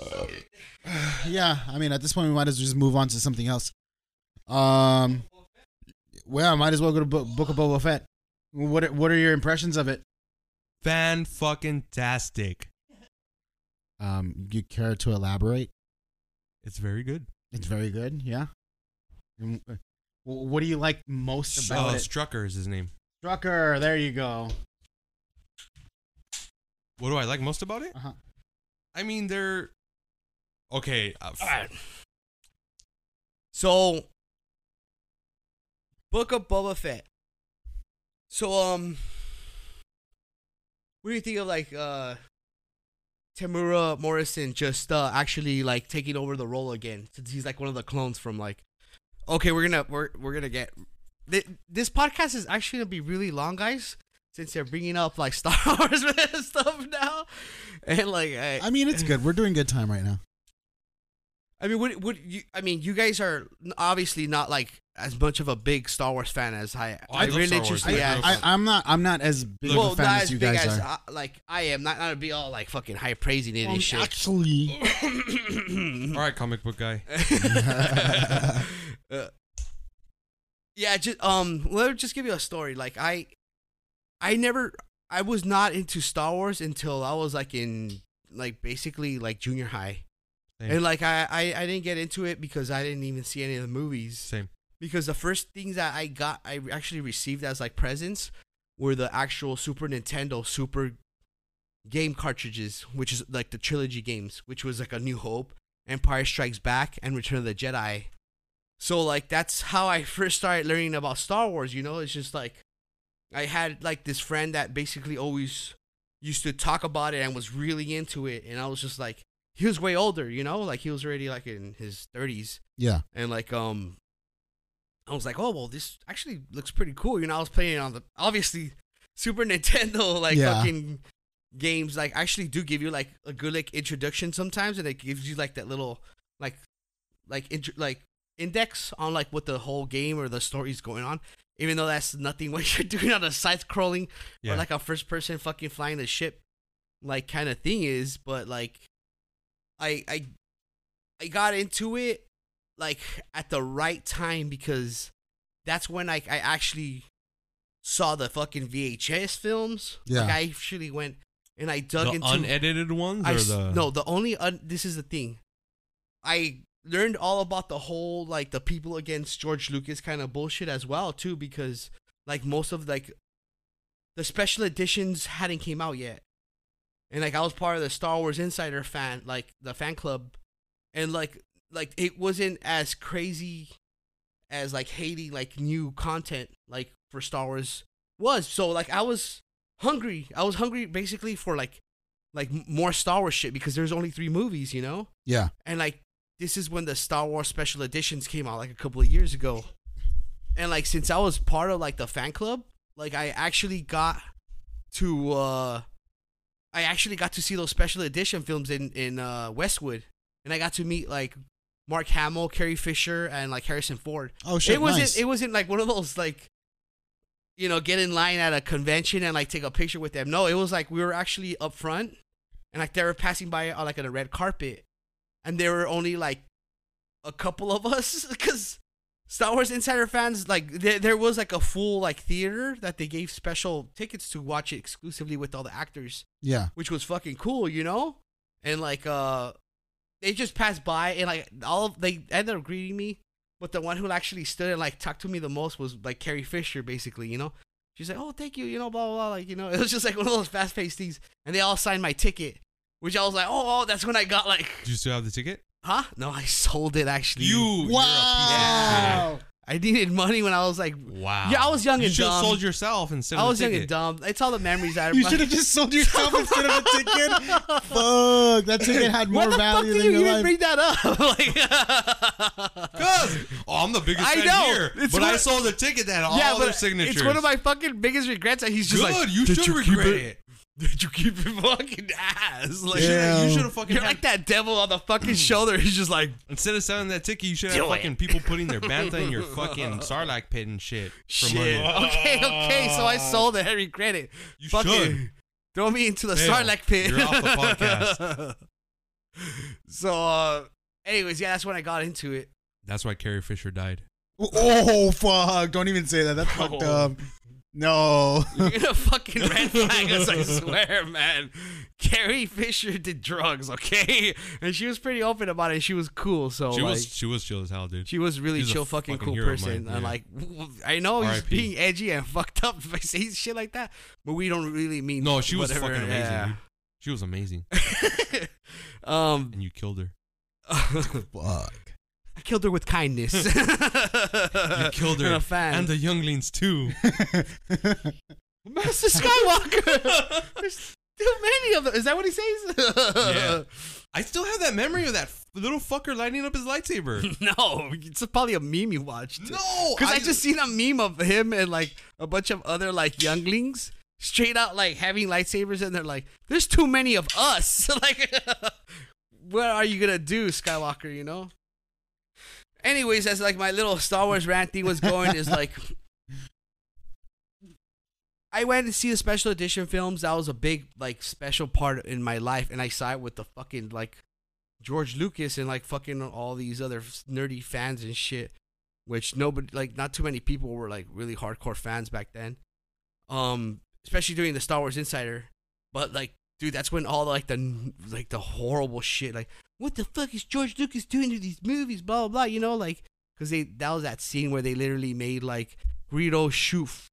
[SPEAKER 2] Uh, yeah, I mean, at this point, we might as well just move on to something else. Um, well, I might as well go to Bo- Book of Boba Fett. What are, What are your impressions of it?
[SPEAKER 3] Fan fucking tastic.
[SPEAKER 2] Um, you care to elaborate?
[SPEAKER 3] It's very good.
[SPEAKER 2] It's very good. Yeah. And, uh, wh- What do you like most
[SPEAKER 3] Uh,
[SPEAKER 2] about it?
[SPEAKER 3] Strucker is his name.
[SPEAKER 2] Strucker, there you go.
[SPEAKER 3] What do I like most about it?
[SPEAKER 2] Uh-huh.
[SPEAKER 3] I mean, they're okay. uh, f-
[SPEAKER 1] Alright. So, Book of Boba Fett. So, um, what do you think of like uh, Tamura Morrison just uh actually like taking over the role again since he's like one of the clones from like, okay, we're gonna we're we're gonna get thi- this podcast is actually gonna be really long, guys. Since they're bringing up like Star Wars stuff now, and like I,
[SPEAKER 2] I mean, it's good. We're doing good time right now.
[SPEAKER 1] I mean, would would you? I mean, you guys are n- obviously not like as much of a big Star Wars fan as I.
[SPEAKER 3] Oh, I love Star Wars.
[SPEAKER 1] religiously,
[SPEAKER 3] I-
[SPEAKER 1] yeah.
[SPEAKER 2] I, I'm not. I'm not as big
[SPEAKER 1] well,
[SPEAKER 2] of a fan
[SPEAKER 1] not
[SPEAKER 2] as
[SPEAKER 1] as
[SPEAKER 2] you
[SPEAKER 1] big
[SPEAKER 2] guys
[SPEAKER 1] as
[SPEAKER 2] are.
[SPEAKER 1] I, like I am. Not not to be all like fucking high praising it
[SPEAKER 2] Um,
[SPEAKER 1] and shit.
[SPEAKER 2] Actually,
[SPEAKER 3] All right, comic book guy.
[SPEAKER 1] Uh, yeah, just um, let me just give you a story. Like I, I never, I was not into Star Wars until I was like in like basically like junior high,
[SPEAKER 3] Same.
[SPEAKER 1] and like I, I I didn't get into it because I didn't even see any of the movies.
[SPEAKER 3] Same.
[SPEAKER 1] because the first things that I got, I actually received as like presents, were the actual Super Nintendo Super game cartridges, which is like the trilogy games, which was like A New Hope, Empire Strikes Back, and Return of the Jedi. So like that's how I first started learning about Star Wars. You know, it's just like I had like this friend that basically always used to talk about it and was really into it, and I was just like, he was way older, you know, like he was already like in his thirties
[SPEAKER 2] yeah.
[SPEAKER 1] and like um I was like, oh well, this actually looks pretty cool. You know, I was playing it on the obviously Super Nintendo like
[SPEAKER 2] Yeah.
[SPEAKER 1] fucking games like actually do give you like a good like introduction sometimes, and it gives you like that little like like intro like index on like what the whole game or the story's going on. Even though that's nothing what you're doing on a side scrolling
[SPEAKER 3] Yeah.
[SPEAKER 1] or like a first person fucking flying the ship like kind of thing is, but like I I I got into it like at the right time because that's when I, I actually saw the fucking VHS films. Like
[SPEAKER 2] Yeah.
[SPEAKER 1] I actually went and I dug
[SPEAKER 3] the
[SPEAKER 1] into
[SPEAKER 3] unedited ones
[SPEAKER 1] I
[SPEAKER 3] or
[SPEAKER 1] s-
[SPEAKER 3] the
[SPEAKER 1] no, the only un- this is the thing. I learned all about the whole like the people against George Lucas kind of bullshit as well too because like most of like the special editions hadn't came out yet. And like I was part of the Star Wars Insider fan like the fan club and like like it wasn't as crazy as like hating like new content like for Star Wars was. So like I was hungry. I was hungry basically for like like m- more Star Wars shit because there's only three movies, you know?
[SPEAKER 2] Yeah.
[SPEAKER 1] And like this is when the Star Wars special editions came out like a couple of years ago. And like since I was part of like the fan club, like I actually got to uh I actually got to see those special edition films in in uh Westwood and I got to meet like Mark Hamill, Carrie Fisher and like Harrison Ford
[SPEAKER 2] Oh shit.
[SPEAKER 1] it wasn't
[SPEAKER 2] nice.
[SPEAKER 1] it wasn't like one of those like you know get in line at a convention and like take a picture with them no it was like we were actually up front and like they were passing by on like on a red carpet and there were only like a couple of us because star wars insider fans like there, there was like a full like theater that they gave special tickets to watch it exclusively with all the actors
[SPEAKER 2] yeah.
[SPEAKER 1] which was fucking cool, you know? And like uh they just passed by and like all of they ended up greeting me, but the one who actually stood and like talked to me the most was like Carrie Fisher basically, you know? She's like, Oh, thank you, you know, blah blah blah like, you know, it was just like one of those fast paced things. And they all signed my ticket. Which I was like, oh, oh, that's when I got like,
[SPEAKER 3] Do you still have the ticket?
[SPEAKER 1] huh? No, I sold it actually.
[SPEAKER 3] You
[SPEAKER 1] Yeah.
[SPEAKER 3] wow.
[SPEAKER 2] Wow.
[SPEAKER 1] I needed money when I was like,
[SPEAKER 3] Wow.
[SPEAKER 1] Yeah, I was young
[SPEAKER 3] you
[SPEAKER 1] and
[SPEAKER 3] should've
[SPEAKER 1] dumb.
[SPEAKER 3] sold yourself instead
[SPEAKER 1] I
[SPEAKER 3] of
[SPEAKER 1] was
[SPEAKER 3] the
[SPEAKER 1] young and
[SPEAKER 3] ticket.
[SPEAKER 1] dumb. It's all the memories I
[SPEAKER 2] You
[SPEAKER 1] remember.
[SPEAKER 2] should have just sold yourself instead of a ticket. Fuck. That ticket had more
[SPEAKER 1] Why the fuck
[SPEAKER 2] value
[SPEAKER 1] did
[SPEAKER 2] than
[SPEAKER 1] you
[SPEAKER 2] your
[SPEAKER 1] even
[SPEAKER 2] life.
[SPEAKER 1] bring that up? like,
[SPEAKER 3] Cuz, oh, I'm the biggest
[SPEAKER 1] I
[SPEAKER 3] fan
[SPEAKER 1] know.
[SPEAKER 3] here.
[SPEAKER 1] It's
[SPEAKER 3] but
[SPEAKER 1] one
[SPEAKER 3] I
[SPEAKER 1] of-
[SPEAKER 3] sold the ticket that had all their signatures.
[SPEAKER 1] It's one of my fucking biggest regrets that he's
[SPEAKER 3] Good,
[SPEAKER 1] just like,
[SPEAKER 3] you
[SPEAKER 1] "Did
[SPEAKER 3] should
[SPEAKER 1] you keep
[SPEAKER 3] regret
[SPEAKER 1] it?"
[SPEAKER 3] it.
[SPEAKER 1] Did you keep your fucking ass? Like,
[SPEAKER 3] Like, you
[SPEAKER 2] Damn.
[SPEAKER 3] should have fucking
[SPEAKER 1] you're
[SPEAKER 3] had,
[SPEAKER 1] like that devil on the fucking shoulder. He's just like,
[SPEAKER 3] instead of selling that ticket, you should
[SPEAKER 1] Do
[SPEAKER 3] have
[SPEAKER 1] it.
[SPEAKER 3] fucking people putting their bantha in your fucking sarlacc pit and shit. for
[SPEAKER 1] shit.
[SPEAKER 3] money.
[SPEAKER 1] Okay, okay. So I sold the Harry credit.
[SPEAKER 3] You
[SPEAKER 1] Fuck
[SPEAKER 3] should.
[SPEAKER 1] it. Throw me into the
[SPEAKER 3] Damn,
[SPEAKER 1] Sarlacc pit.
[SPEAKER 3] you're off the podcast.
[SPEAKER 1] so, uh, anyways, yeah, that's when I got into it.
[SPEAKER 3] That's why Carrie Fisher died.
[SPEAKER 2] Oh fuck! Don't even say that. That's fucked
[SPEAKER 1] Oh.
[SPEAKER 2] up. No.
[SPEAKER 1] You're gonna fucking red flag us, I swear, man. Carrie Fisher did drugs, okay? And she was pretty open about it. She was cool, so
[SPEAKER 3] She
[SPEAKER 1] like,
[SPEAKER 3] was she was chill as hell, dude.
[SPEAKER 1] she was really
[SPEAKER 3] she's a
[SPEAKER 1] chill, fucking,
[SPEAKER 3] fucking
[SPEAKER 1] cool
[SPEAKER 3] hero of
[SPEAKER 1] person.
[SPEAKER 3] mine,
[SPEAKER 1] And
[SPEAKER 3] yeah.
[SPEAKER 1] like, I know he's
[SPEAKER 3] R.I.P.
[SPEAKER 1] being edgy and fucked up if I say shit like that, but we don't really mean.
[SPEAKER 3] no, she was
[SPEAKER 1] whatever,
[SPEAKER 3] fucking amazing.
[SPEAKER 1] yeah.
[SPEAKER 3] Dude. She was amazing,
[SPEAKER 1] um,
[SPEAKER 3] and you killed her.
[SPEAKER 2] Fuck.
[SPEAKER 1] I Um, killed her with kindness. you
[SPEAKER 3] You killed her
[SPEAKER 1] And Uh, a fan.
[SPEAKER 3] and the younglings too.
[SPEAKER 1] Master Skywalker. There's too many of them. Is that what he says?
[SPEAKER 3] Yeah. I still have that memory of that f- little fucker lighting up his lightsaber.
[SPEAKER 1] No, it's probably a meme you watched.
[SPEAKER 3] no,
[SPEAKER 1] Because I, just seen a meme of him and like a bunch of other like younglings straight out like having lightsabers and they're like, there's too many of us. like, what are you going to do, Skywalker, you know? Anyways, as like my little Star Wars rant thing was going, is like, I went to see the special edition films. That was a big like special part in my life, and I saw it with the fucking like George Lucas and like fucking all these other nerdy fans and shit which nobody like not too many people were like really hardcore fans back then um especially during the star wars insider but like dude that's when all like the like the horrible shit like what the fuck is george lucas doing to these movies blah blah blah you know like because they that was that scene where they literally made like Greedo shoot f-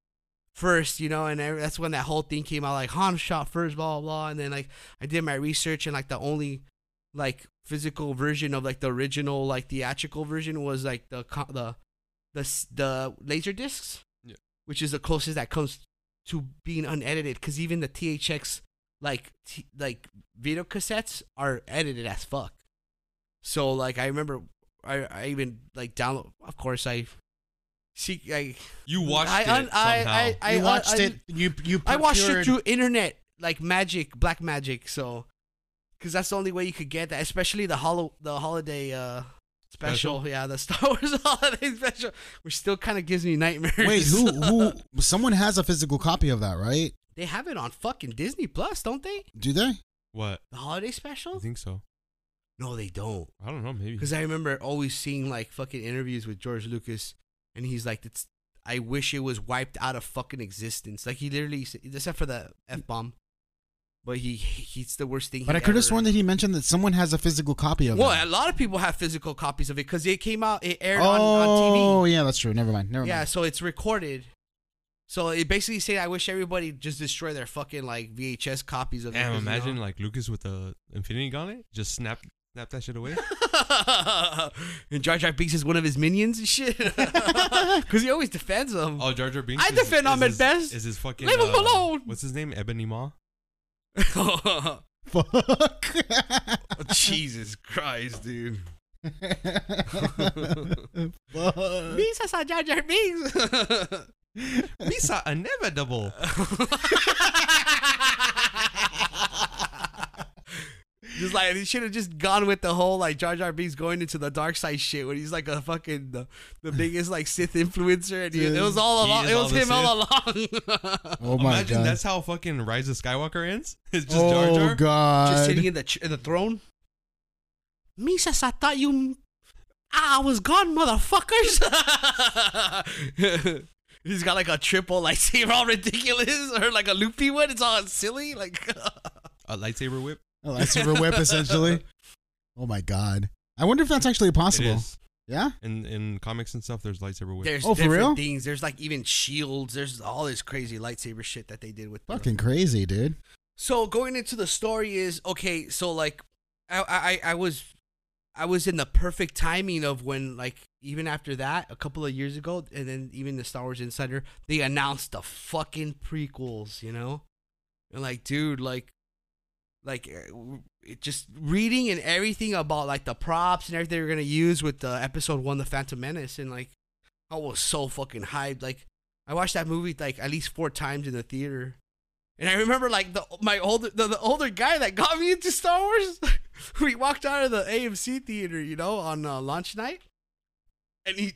[SPEAKER 1] first you know and every, that's when that whole thing came out like han shot first blah blah blah and then like i did my research and like the only like physical version of like the original like theatrical version was like the co- the the s- the laser discs,
[SPEAKER 3] Yeah.
[SPEAKER 1] which is the closest that comes to being unedited. Because even the THX like t- like video cassettes are edited as fuck. So like I remember I, I even like download. Of course I see I
[SPEAKER 3] you watched
[SPEAKER 1] I
[SPEAKER 3] it
[SPEAKER 1] un- I,
[SPEAKER 3] somehow.
[SPEAKER 1] I, I
[SPEAKER 2] you watched
[SPEAKER 1] I,
[SPEAKER 2] it. You you.
[SPEAKER 1] I watched it
[SPEAKER 2] procured-
[SPEAKER 1] through internet, like magic, black magic. So, because that's the only way you could get that, especially the hollow, the holiday uh, special. Yeah, the Star Wars holiday special, which still kind of gives me nightmares.
[SPEAKER 2] Wait, who who? Someone has a physical copy of that, right?
[SPEAKER 1] They have it on fucking Disney Plus, don't they?
[SPEAKER 2] Do they?
[SPEAKER 3] what?
[SPEAKER 1] The holiday
[SPEAKER 3] I
[SPEAKER 1] special?
[SPEAKER 3] think so.
[SPEAKER 1] No, they don't.
[SPEAKER 3] I don't know.
[SPEAKER 2] Hmm.
[SPEAKER 3] Maybe.
[SPEAKER 1] Because I remember always seeing like fucking interviews with George Lucas, and he's like, "It's I wish it was wiped out of fucking existence." Like he literally, s- except for the f bomb, but he he's the worst thing.
[SPEAKER 2] But
[SPEAKER 1] he
[SPEAKER 2] I could
[SPEAKER 1] ever-
[SPEAKER 2] have sworn that he mentioned that someone has a physical copy of
[SPEAKER 1] Well,
[SPEAKER 2] that.
[SPEAKER 1] a lot of people have physical copies of it because it came out, it aired
[SPEAKER 2] oh,
[SPEAKER 1] on, on
[SPEAKER 2] yeah, that's true. Never mind. Never
[SPEAKER 1] TV. Yeah,
[SPEAKER 2] mind.
[SPEAKER 1] so it's recorded. So it basically saying, I wish everybody just destroy their fucking like VHS copies of it,
[SPEAKER 3] Damn,
[SPEAKER 1] 'cause, you know?
[SPEAKER 3] imagine like Lucas with the Infinity Gauntlet, just snap, snap that shit away.
[SPEAKER 1] and Jar Jar Binks is one of his minions and shit. Because he always defends them.
[SPEAKER 3] Oh, Jar Jar Binks.
[SPEAKER 1] I
[SPEAKER 3] is-
[SPEAKER 1] defend
[SPEAKER 3] is
[SPEAKER 1] him at
[SPEAKER 3] his-
[SPEAKER 1] best.
[SPEAKER 3] Is his fucking
[SPEAKER 1] Leave him
[SPEAKER 3] uh,
[SPEAKER 1] alone.
[SPEAKER 3] What's his name? Ebony Maw.
[SPEAKER 2] Fuck.
[SPEAKER 1] Jesus Christ, dude.
[SPEAKER 2] Fuck.
[SPEAKER 1] Binks, I saw Jar Jar Binks.
[SPEAKER 3] Misa inevitable.
[SPEAKER 1] just like he should have just gone with the whole like Jar Jar Binks going into the dark side shit when he's like a fucking the, the biggest like Sith influencer and he, it was all
[SPEAKER 3] He
[SPEAKER 1] along
[SPEAKER 3] is
[SPEAKER 1] it
[SPEAKER 3] all
[SPEAKER 1] was
[SPEAKER 3] the
[SPEAKER 1] him all along
[SPEAKER 2] Oh my
[SPEAKER 3] Imagine
[SPEAKER 2] god.
[SPEAKER 3] that's how fucking Rise of Skywalker ends. It's just
[SPEAKER 2] oh
[SPEAKER 3] Jar Jar.
[SPEAKER 2] god.
[SPEAKER 1] just sitting in the ch- in the throne. Misas, Uh, I thought you. I was gone, motherfuckers. He's got like a triple lightsaber, all ridiculous, or like a loopy one. It's all silly. Like,
[SPEAKER 3] A lightsaber whip.
[SPEAKER 2] A lightsaber whip, essentially. Oh my god. I wonder if that's actually possible.
[SPEAKER 3] It is.
[SPEAKER 2] Yeah.
[SPEAKER 3] In in comics and stuff, there's lightsaber whip.
[SPEAKER 1] there's
[SPEAKER 2] Oh, for
[SPEAKER 1] different
[SPEAKER 2] real?
[SPEAKER 1] things. There's like even shields. There's all this crazy lightsaber shit that they did with the-
[SPEAKER 2] Fucking crazy, dude.
[SPEAKER 1] So going into the story is okay. So like, I I I was, I was in the perfect timing of when like even after that a couple of years ago, and then even the Star Wars Insider they announced the fucking prequels, you know, and like dude like, like uh, w- it just reading and everything about like the props and everything they're gonna use with the episode one, the Phantom Menace, and like I was so fucking hyped. Like I watched that movie like at least four times in the theater And I remember like the my older the, the older guy that got me into Star Wars. we walked out of the AMC theater, you know, on uh, launch night, and he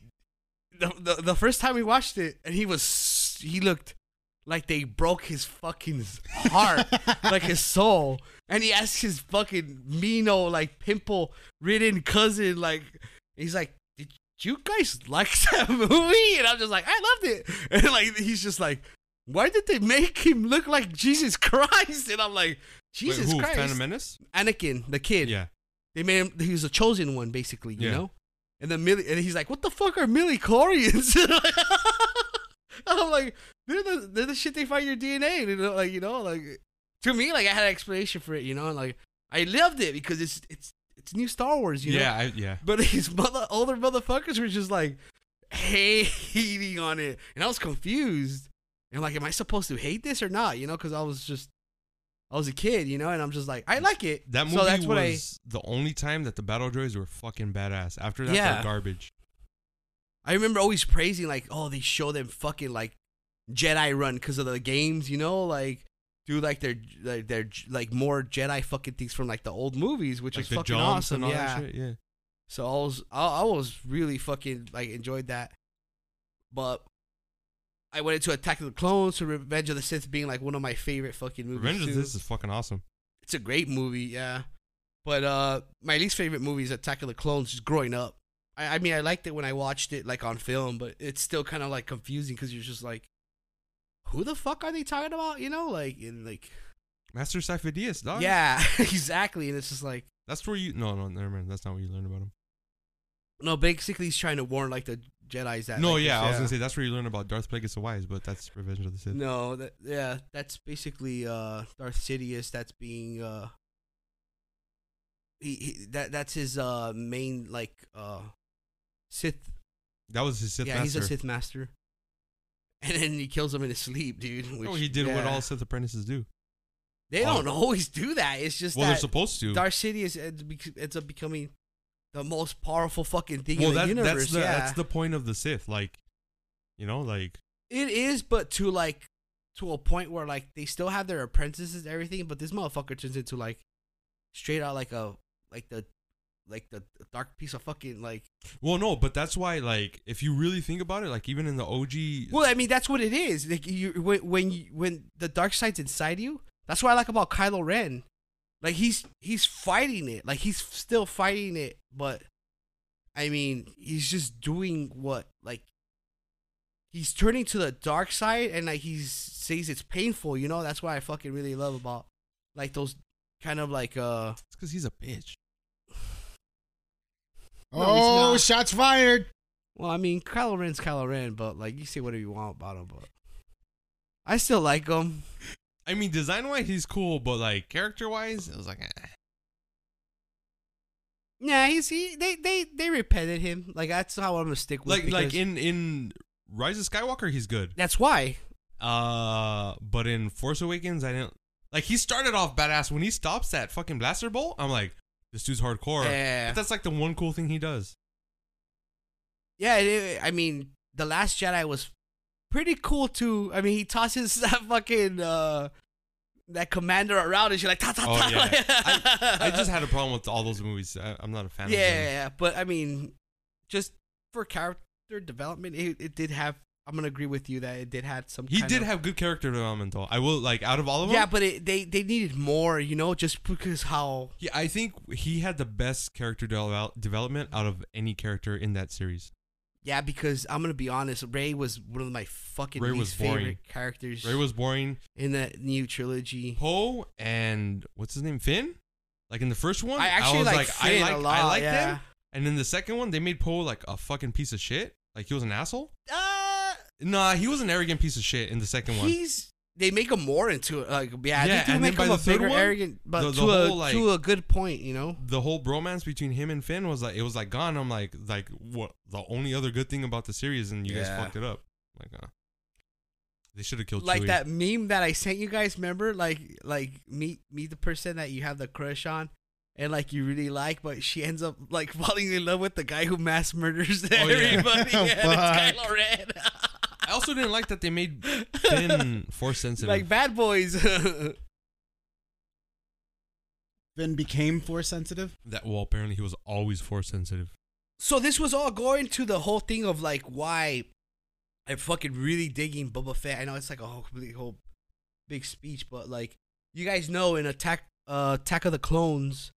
[SPEAKER 1] the, the the first time we watched it, and he was he looked like they broke his fucking heart, like his soul, and he asked his fucking Mino like pimple ridden cousin like he's like. "Did You guys like that movie? And I'm just like, I loved it. And like, he's just like, why did they make him look like Jesus Christ? And I'm like,
[SPEAKER 3] Wait,
[SPEAKER 1] Jesus
[SPEAKER 3] who?
[SPEAKER 1] Christ.
[SPEAKER 3] Phantom Menace?
[SPEAKER 1] Anakin, the kid.
[SPEAKER 3] Yeah.
[SPEAKER 1] They made him. He was a chosen one, basically. You
[SPEAKER 3] Yeah.
[SPEAKER 1] know. And then Millie, and he's like, "What the fuck are Millie Chlorians?" I'm like, "They're the they're the shit they find your DNA." And you know, like you know, like to me, like I had an explanation for it. You know, and like I loved it because it's it's it's new Star Wars. You know.
[SPEAKER 3] yeah, I, yeah.
[SPEAKER 1] But these mother older motherfuckers were just like hating on it, and I was confused. And like, am I supposed to hate this or not? You know, because I was just, I was a kid, you know, and I'm just like, I like it.
[SPEAKER 3] That movie
[SPEAKER 1] so that's
[SPEAKER 3] was
[SPEAKER 1] what I,
[SPEAKER 3] the only time that the battle droids were fucking badass. After that,
[SPEAKER 1] Yeah.
[SPEAKER 3] they're garbage.
[SPEAKER 1] I remember always praising like, oh, they show them fucking like Jedi run because of the games, you know, like do like their like their like more Jedi fucking things from like the old movies, which
[SPEAKER 3] like
[SPEAKER 1] is
[SPEAKER 3] the
[SPEAKER 1] fucking
[SPEAKER 3] jumps
[SPEAKER 1] awesome,
[SPEAKER 3] and all
[SPEAKER 1] yeah.
[SPEAKER 3] that shit. Yeah.
[SPEAKER 1] So I was I, I was really fucking like enjoyed that, but I went into Attack of the Clones to Revenge of the Sith being like one of my favorite fucking movies.
[SPEAKER 3] Revenge of
[SPEAKER 1] too.
[SPEAKER 3] this is fucking awesome.
[SPEAKER 1] It's a great movie, yeah. But uh, my least favorite movie is Attack of the Clones. Just growing up, I, I mean, I liked it when I watched it like on film, but it's still kind of like confusing because you're just like, who the fuck are they talking about? You know, like and like
[SPEAKER 3] Master Sifo-Dyas, dog.
[SPEAKER 1] yeah, exactly. And it's just like.
[SPEAKER 3] That's where you. No, no, never mind. That's not what you learn about him.
[SPEAKER 1] No, basically he's trying to warn like the Jedi's that
[SPEAKER 3] no,
[SPEAKER 1] like,
[SPEAKER 3] yeah, I was
[SPEAKER 1] this-
[SPEAKER 3] gonna say that's where you learn about Darth Plagueis the Wise, but that's Revenge of the Sith.
[SPEAKER 1] No, that, yeah, that's basically uh Darth Sidious. That's being uh he, he that that's his uh main like uh Sith.
[SPEAKER 3] That was his Sith
[SPEAKER 1] yeah,
[SPEAKER 3] master.
[SPEAKER 1] he's a Sith master. And then he kills him in his sleep, dude. Which,
[SPEAKER 3] oh, he did what
[SPEAKER 1] yeah.
[SPEAKER 3] all Sith apprentices do.
[SPEAKER 1] They
[SPEAKER 3] all-
[SPEAKER 1] don't always do that. It's just
[SPEAKER 3] Well, they're
[SPEAKER 1] that
[SPEAKER 3] supposed to.
[SPEAKER 1] Darth Sidious ends, bec- ends up becoming the most powerful fucking thing
[SPEAKER 3] well,
[SPEAKER 1] in the
[SPEAKER 3] that-
[SPEAKER 1] universe.
[SPEAKER 3] that's the
[SPEAKER 1] yeah.
[SPEAKER 3] that's the point of the Sith. Like, you know, like
[SPEAKER 1] It is, but to like to a point where like they still have their apprentices and everything, but this motherfucker turns into like straight out like a like the like the dark piece of fucking like
[SPEAKER 3] Well, no, but that's why, like, if you really think about it, like, even in the OG,
[SPEAKER 1] well i mean that's what it is like you when when you, when the dark side's inside you that's what i like about kylo ren like he's he's fighting it like he's still fighting it but i mean he's just doing what like he's turning to the dark side and like he says it's painful you know that's what i fucking really love about like those kind of like uh
[SPEAKER 3] it's because he's a bitch.
[SPEAKER 1] No, he's
[SPEAKER 2] oh,
[SPEAKER 1] not.
[SPEAKER 2] shots fired.
[SPEAKER 1] well i mean kylo ren's kylo ren but like you say whatever you want about him but i still like him
[SPEAKER 3] I mean, design wise, he's cool, but like character wise, it was like, eh.
[SPEAKER 1] Yeah, he's he they they they repented him. Like that's how I'm gonna stick with.
[SPEAKER 3] like, like
[SPEAKER 1] because
[SPEAKER 3] in in Rise of Skywalker, he's good.
[SPEAKER 1] that's why.
[SPEAKER 3] Uh, but in Force Awakens, I didn't like. He started off badass. When he stops that fucking blaster bolt, I'm like, this dude's hardcore.
[SPEAKER 1] Yeah.
[SPEAKER 3] But that's like the one cool thing he does.
[SPEAKER 1] Yeah, it- it- I mean, the Last Jedi was pretty cool too. I mean, he tosses that fucking uh that commander around and she's like ta ta
[SPEAKER 3] Oh,
[SPEAKER 1] ta.
[SPEAKER 3] yeah. I- I just had a problem with all those movies. I, I'm not a fan.
[SPEAKER 1] yeah,
[SPEAKER 3] of them.
[SPEAKER 1] yeah, yeah, but I mean, just for character development, it, it did have. I'm gonna agree with you that it did have some.
[SPEAKER 3] He
[SPEAKER 1] kind
[SPEAKER 3] did
[SPEAKER 1] of-
[SPEAKER 3] have good character development, though. I will like out of all of them.
[SPEAKER 1] Yeah, but it, they they needed more, you know, just because how
[SPEAKER 3] Yeah, I think he had the best character devel- development out of any character in that series.
[SPEAKER 1] Yeah, because I'm gonna be honest, Ray was one of my fucking
[SPEAKER 3] Rey
[SPEAKER 1] least
[SPEAKER 3] was boring.
[SPEAKER 1] favorite characters
[SPEAKER 3] Ray was boring.
[SPEAKER 1] in that new trilogy.
[SPEAKER 3] Poe and what's his name, Finn. Like in the first one,
[SPEAKER 1] I actually
[SPEAKER 3] was
[SPEAKER 1] like,
[SPEAKER 3] like,
[SPEAKER 1] Finn
[SPEAKER 3] I like,
[SPEAKER 1] a lot.
[SPEAKER 3] I like
[SPEAKER 1] yeah.
[SPEAKER 3] them. And in the second one, they made Poe like a fucking piece of shit. Like he was an asshole.
[SPEAKER 1] Uh,
[SPEAKER 3] Nah, he was an arrogant piece of shit in the second one.
[SPEAKER 1] he's they make him more into it. Like yeah,
[SPEAKER 3] Yeah,
[SPEAKER 1] they do
[SPEAKER 3] and
[SPEAKER 1] make
[SPEAKER 3] then by
[SPEAKER 1] him a
[SPEAKER 3] the third
[SPEAKER 1] bigger
[SPEAKER 3] one,
[SPEAKER 1] arrogant, but
[SPEAKER 3] the- the
[SPEAKER 1] to a
[SPEAKER 3] whole, like-
[SPEAKER 1] to a good point, you know.
[SPEAKER 3] the whole bromance between him and Finn was like it was like gone. I'm like like what the only other good thing about the series, and you
[SPEAKER 1] Yeah.
[SPEAKER 3] guys fucked it up. Like, uh, they should have killed
[SPEAKER 1] Like
[SPEAKER 3] Chewie.
[SPEAKER 1] that meme that I sent you guys. Remember, like like meet meet the person that you have the crush on. And like you really like, but she ends up like falling in love with the guy who mass murders
[SPEAKER 3] Oh, yeah.
[SPEAKER 1] everybody. yeah.
[SPEAKER 2] Fuck.
[SPEAKER 1] it's Kylo Ren.
[SPEAKER 3] I also didn't like that they made Finn force sensitive.
[SPEAKER 1] like bad boys.
[SPEAKER 2] Finn became force sensitive.
[SPEAKER 3] that well, apparently he was always force sensitive.
[SPEAKER 1] so this was all going to the whole thing of like why I'm fucking really digging Boba Fett. I know it's like a whole complete whole big speech, but like you guys know in Attack uh, Attack of the Clones,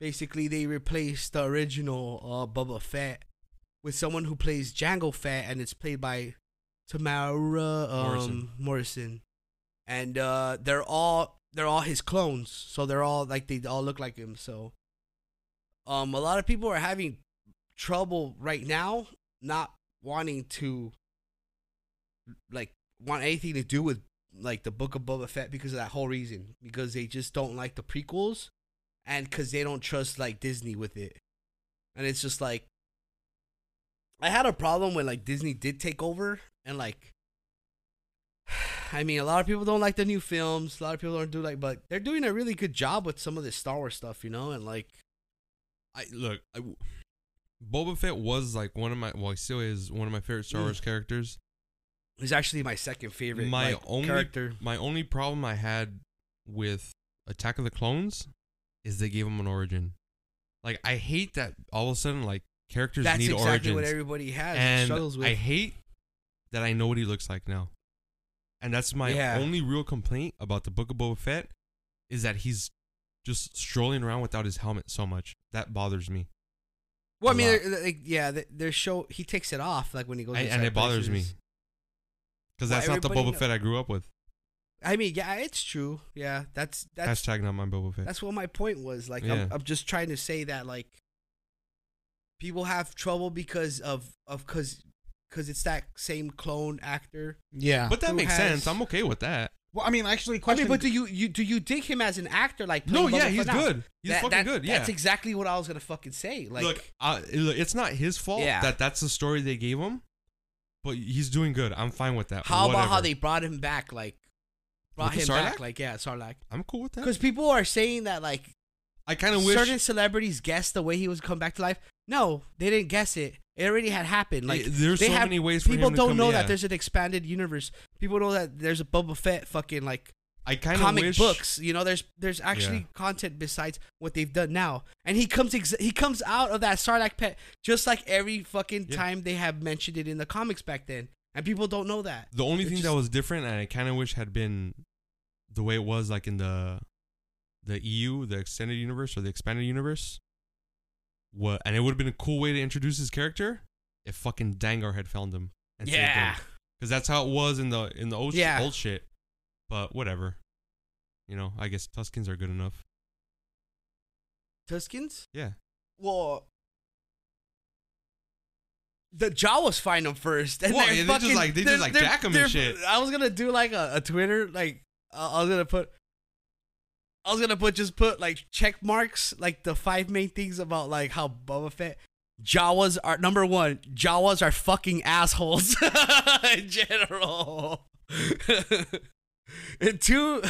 [SPEAKER 1] basically they replaced the original uh, Boba Fett with someone who plays Jango Fett, and it's played by Tamara um,
[SPEAKER 3] Morrison.
[SPEAKER 1] Morrison. and uh, they're all they're all his clones, so they're all like they all look like him. So, um, a lot of people are having trouble right now not wanting to like want anything to do with like the book of Boba Fett because of that whole reason because they just don't like the prequels and because they don't trust like Disney with it and it's just like I had a problem when like Disney did take over and like I mean a lot of people don't like the new films a lot of people don't do like but they're doing a really good job with some of the Star Wars stuff you know and like
[SPEAKER 3] I look, I, Boba Fett was like one of my well, he still is one of my favorite Star
[SPEAKER 1] Mm.
[SPEAKER 3] Wars characters.
[SPEAKER 1] he's actually my second favorite
[SPEAKER 3] My
[SPEAKER 1] like,
[SPEAKER 3] only-
[SPEAKER 1] character
[SPEAKER 3] My only problem I had with Attack of the Clones is they gave him an origin. Like I hate that all of a sudden like characters
[SPEAKER 1] that's
[SPEAKER 3] need
[SPEAKER 1] exactly
[SPEAKER 3] origins.
[SPEAKER 1] what everybody has
[SPEAKER 3] and
[SPEAKER 1] struggles with
[SPEAKER 3] I hate that I know what he looks like now. And that's my
[SPEAKER 1] Yeah.
[SPEAKER 3] only real complaint about the Book of Boba Fett is that he's just strolling around without his helmet so much. That bothers me.
[SPEAKER 1] Well, I
[SPEAKER 3] a
[SPEAKER 1] mean,
[SPEAKER 3] lot.
[SPEAKER 1] they're- they're, like, yeah, they- they're show he takes it off like when he goes,
[SPEAKER 3] And- and
[SPEAKER 1] inside
[SPEAKER 3] it bothers me.
[SPEAKER 1] places.
[SPEAKER 3] Because
[SPEAKER 1] Well,
[SPEAKER 3] that's not the
[SPEAKER 1] everybody
[SPEAKER 3] Boba
[SPEAKER 1] kno-
[SPEAKER 3] Fett I grew up with.
[SPEAKER 1] I mean, yeah, it's true. Yeah, that's that's
[SPEAKER 3] Hashtag not my Boba Fett.
[SPEAKER 1] that's what my point was. Like,
[SPEAKER 3] Yeah.
[SPEAKER 1] I'm, I'm just trying to say that like people have trouble because of of because because it's that same clone actor.
[SPEAKER 2] Yeah.
[SPEAKER 3] But that
[SPEAKER 1] Uh, who
[SPEAKER 3] makes
[SPEAKER 1] has-
[SPEAKER 3] sense. I'm okay with that.
[SPEAKER 2] well, I mean, actually,
[SPEAKER 1] I
[SPEAKER 2] question.
[SPEAKER 1] mean, but do you you do you dig him as an actor? Like,
[SPEAKER 3] No,
[SPEAKER 1] playing
[SPEAKER 3] yeah,
[SPEAKER 1] Boba
[SPEAKER 3] he's
[SPEAKER 1] Fett now?
[SPEAKER 3] good. He's
[SPEAKER 1] That-
[SPEAKER 3] fucking
[SPEAKER 1] that-
[SPEAKER 3] good. Yeah.
[SPEAKER 1] that's exactly what I was gonna fucking say. Like,
[SPEAKER 3] look, I, look, it's not his fault
[SPEAKER 1] Yeah.
[SPEAKER 3] that that's the story they gave him, but he's doing good. I'm fine with that.
[SPEAKER 1] how about how
[SPEAKER 3] Whatever.
[SPEAKER 1] they brought him back? Like, brought
[SPEAKER 3] With
[SPEAKER 1] him
[SPEAKER 3] the
[SPEAKER 1] back.
[SPEAKER 3] Sarlacc?
[SPEAKER 1] Like, yeah, Sarlacc.
[SPEAKER 3] I'm cool with that.
[SPEAKER 1] Because people are saying that like
[SPEAKER 3] I kind of wish.
[SPEAKER 1] certain celebrities guessed the way he was come back to life. No, they didn't guess it. It already had happened. Like
[SPEAKER 3] Yeah, there's
[SPEAKER 1] they
[SPEAKER 3] so
[SPEAKER 1] have,
[SPEAKER 3] many ways for
[SPEAKER 1] people
[SPEAKER 3] him to
[SPEAKER 1] don't
[SPEAKER 3] come-
[SPEAKER 1] know
[SPEAKER 3] yeah.
[SPEAKER 1] that there's an expanded universe. People know that there's a Boba Fett fucking like
[SPEAKER 3] I kind of
[SPEAKER 1] comic
[SPEAKER 3] wish.
[SPEAKER 1] books. You know, there's there's actually
[SPEAKER 3] Yeah.
[SPEAKER 1] content besides what they've done now. And he comes ex- he comes out of that Sarlacc pet just like every fucking
[SPEAKER 3] Yeah.
[SPEAKER 1] time they have mentioned it in the comics back then. And people don't know that.
[SPEAKER 3] The only
[SPEAKER 1] It
[SPEAKER 3] thing
[SPEAKER 1] just-
[SPEAKER 3] that was different, and I kind of wish had been the way it was, like in the the EU, the extended universe or the expanded universe. What? And it would have been a cool way to introduce his character if fucking Dangar had found him. And
[SPEAKER 1] yeah.
[SPEAKER 3] because that's how it was in the in the old
[SPEAKER 1] Yeah.
[SPEAKER 3] old shit. But whatever, you know. I guess Tuskins are good enough.
[SPEAKER 1] Tuskins?
[SPEAKER 3] Yeah.
[SPEAKER 1] Well, the Jawas find them first, and
[SPEAKER 3] Well,
[SPEAKER 1] they're
[SPEAKER 3] yeah, they just,
[SPEAKER 1] fucking
[SPEAKER 3] like- they just,
[SPEAKER 1] they're-
[SPEAKER 3] like,
[SPEAKER 1] they're-
[SPEAKER 3] jack 'em and
[SPEAKER 1] they're-
[SPEAKER 3] shit.
[SPEAKER 1] I was gonna do like a, a Twitter, like uh, I was gonna put, I was gonna put just put like check marks, like the five main things about like how Boba Fett. Jawas are number one. Jawas are fucking assholes in general. and two,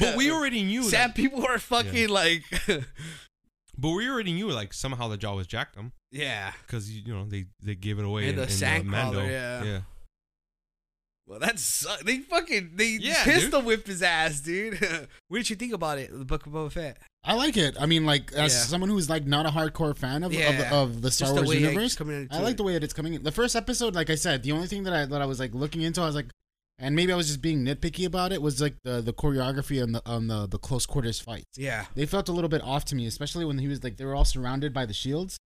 [SPEAKER 3] But we already knew.
[SPEAKER 1] Sam.
[SPEAKER 3] that,
[SPEAKER 1] People are fucking like,
[SPEAKER 3] but we already knew like somehow the jaw was jacked him
[SPEAKER 1] yeah.
[SPEAKER 3] because you you know they they gave it away
[SPEAKER 1] And
[SPEAKER 3] in,
[SPEAKER 1] the
[SPEAKER 3] in, uh,
[SPEAKER 1] sand
[SPEAKER 3] Mando.
[SPEAKER 1] crawler, yeah.
[SPEAKER 3] yeah.
[SPEAKER 1] Well, that sucks. They fucking they
[SPEAKER 3] Yeah,
[SPEAKER 1] pistol whipped his ass, dude. what did you think about it, the Book of Boba Fett?
[SPEAKER 2] I like it. I mean, like as
[SPEAKER 1] Yeah.
[SPEAKER 2] someone who's like not a hardcore fan of of,
[SPEAKER 1] Yeah.
[SPEAKER 2] the, of the Star
[SPEAKER 1] Just the
[SPEAKER 2] Wars
[SPEAKER 1] way it's
[SPEAKER 2] universe,
[SPEAKER 1] coming into
[SPEAKER 2] I like
[SPEAKER 1] it.
[SPEAKER 2] the way that it's coming. in. The first episode, like I said, the only thing that I that I was like looking into, I was like, and maybe I was just being nitpicky about it, was like the the choreography on the on the the close quarters fights.
[SPEAKER 1] Yeah,
[SPEAKER 2] They felt a little bit off to me, especially when he was like they were all surrounded by the shields,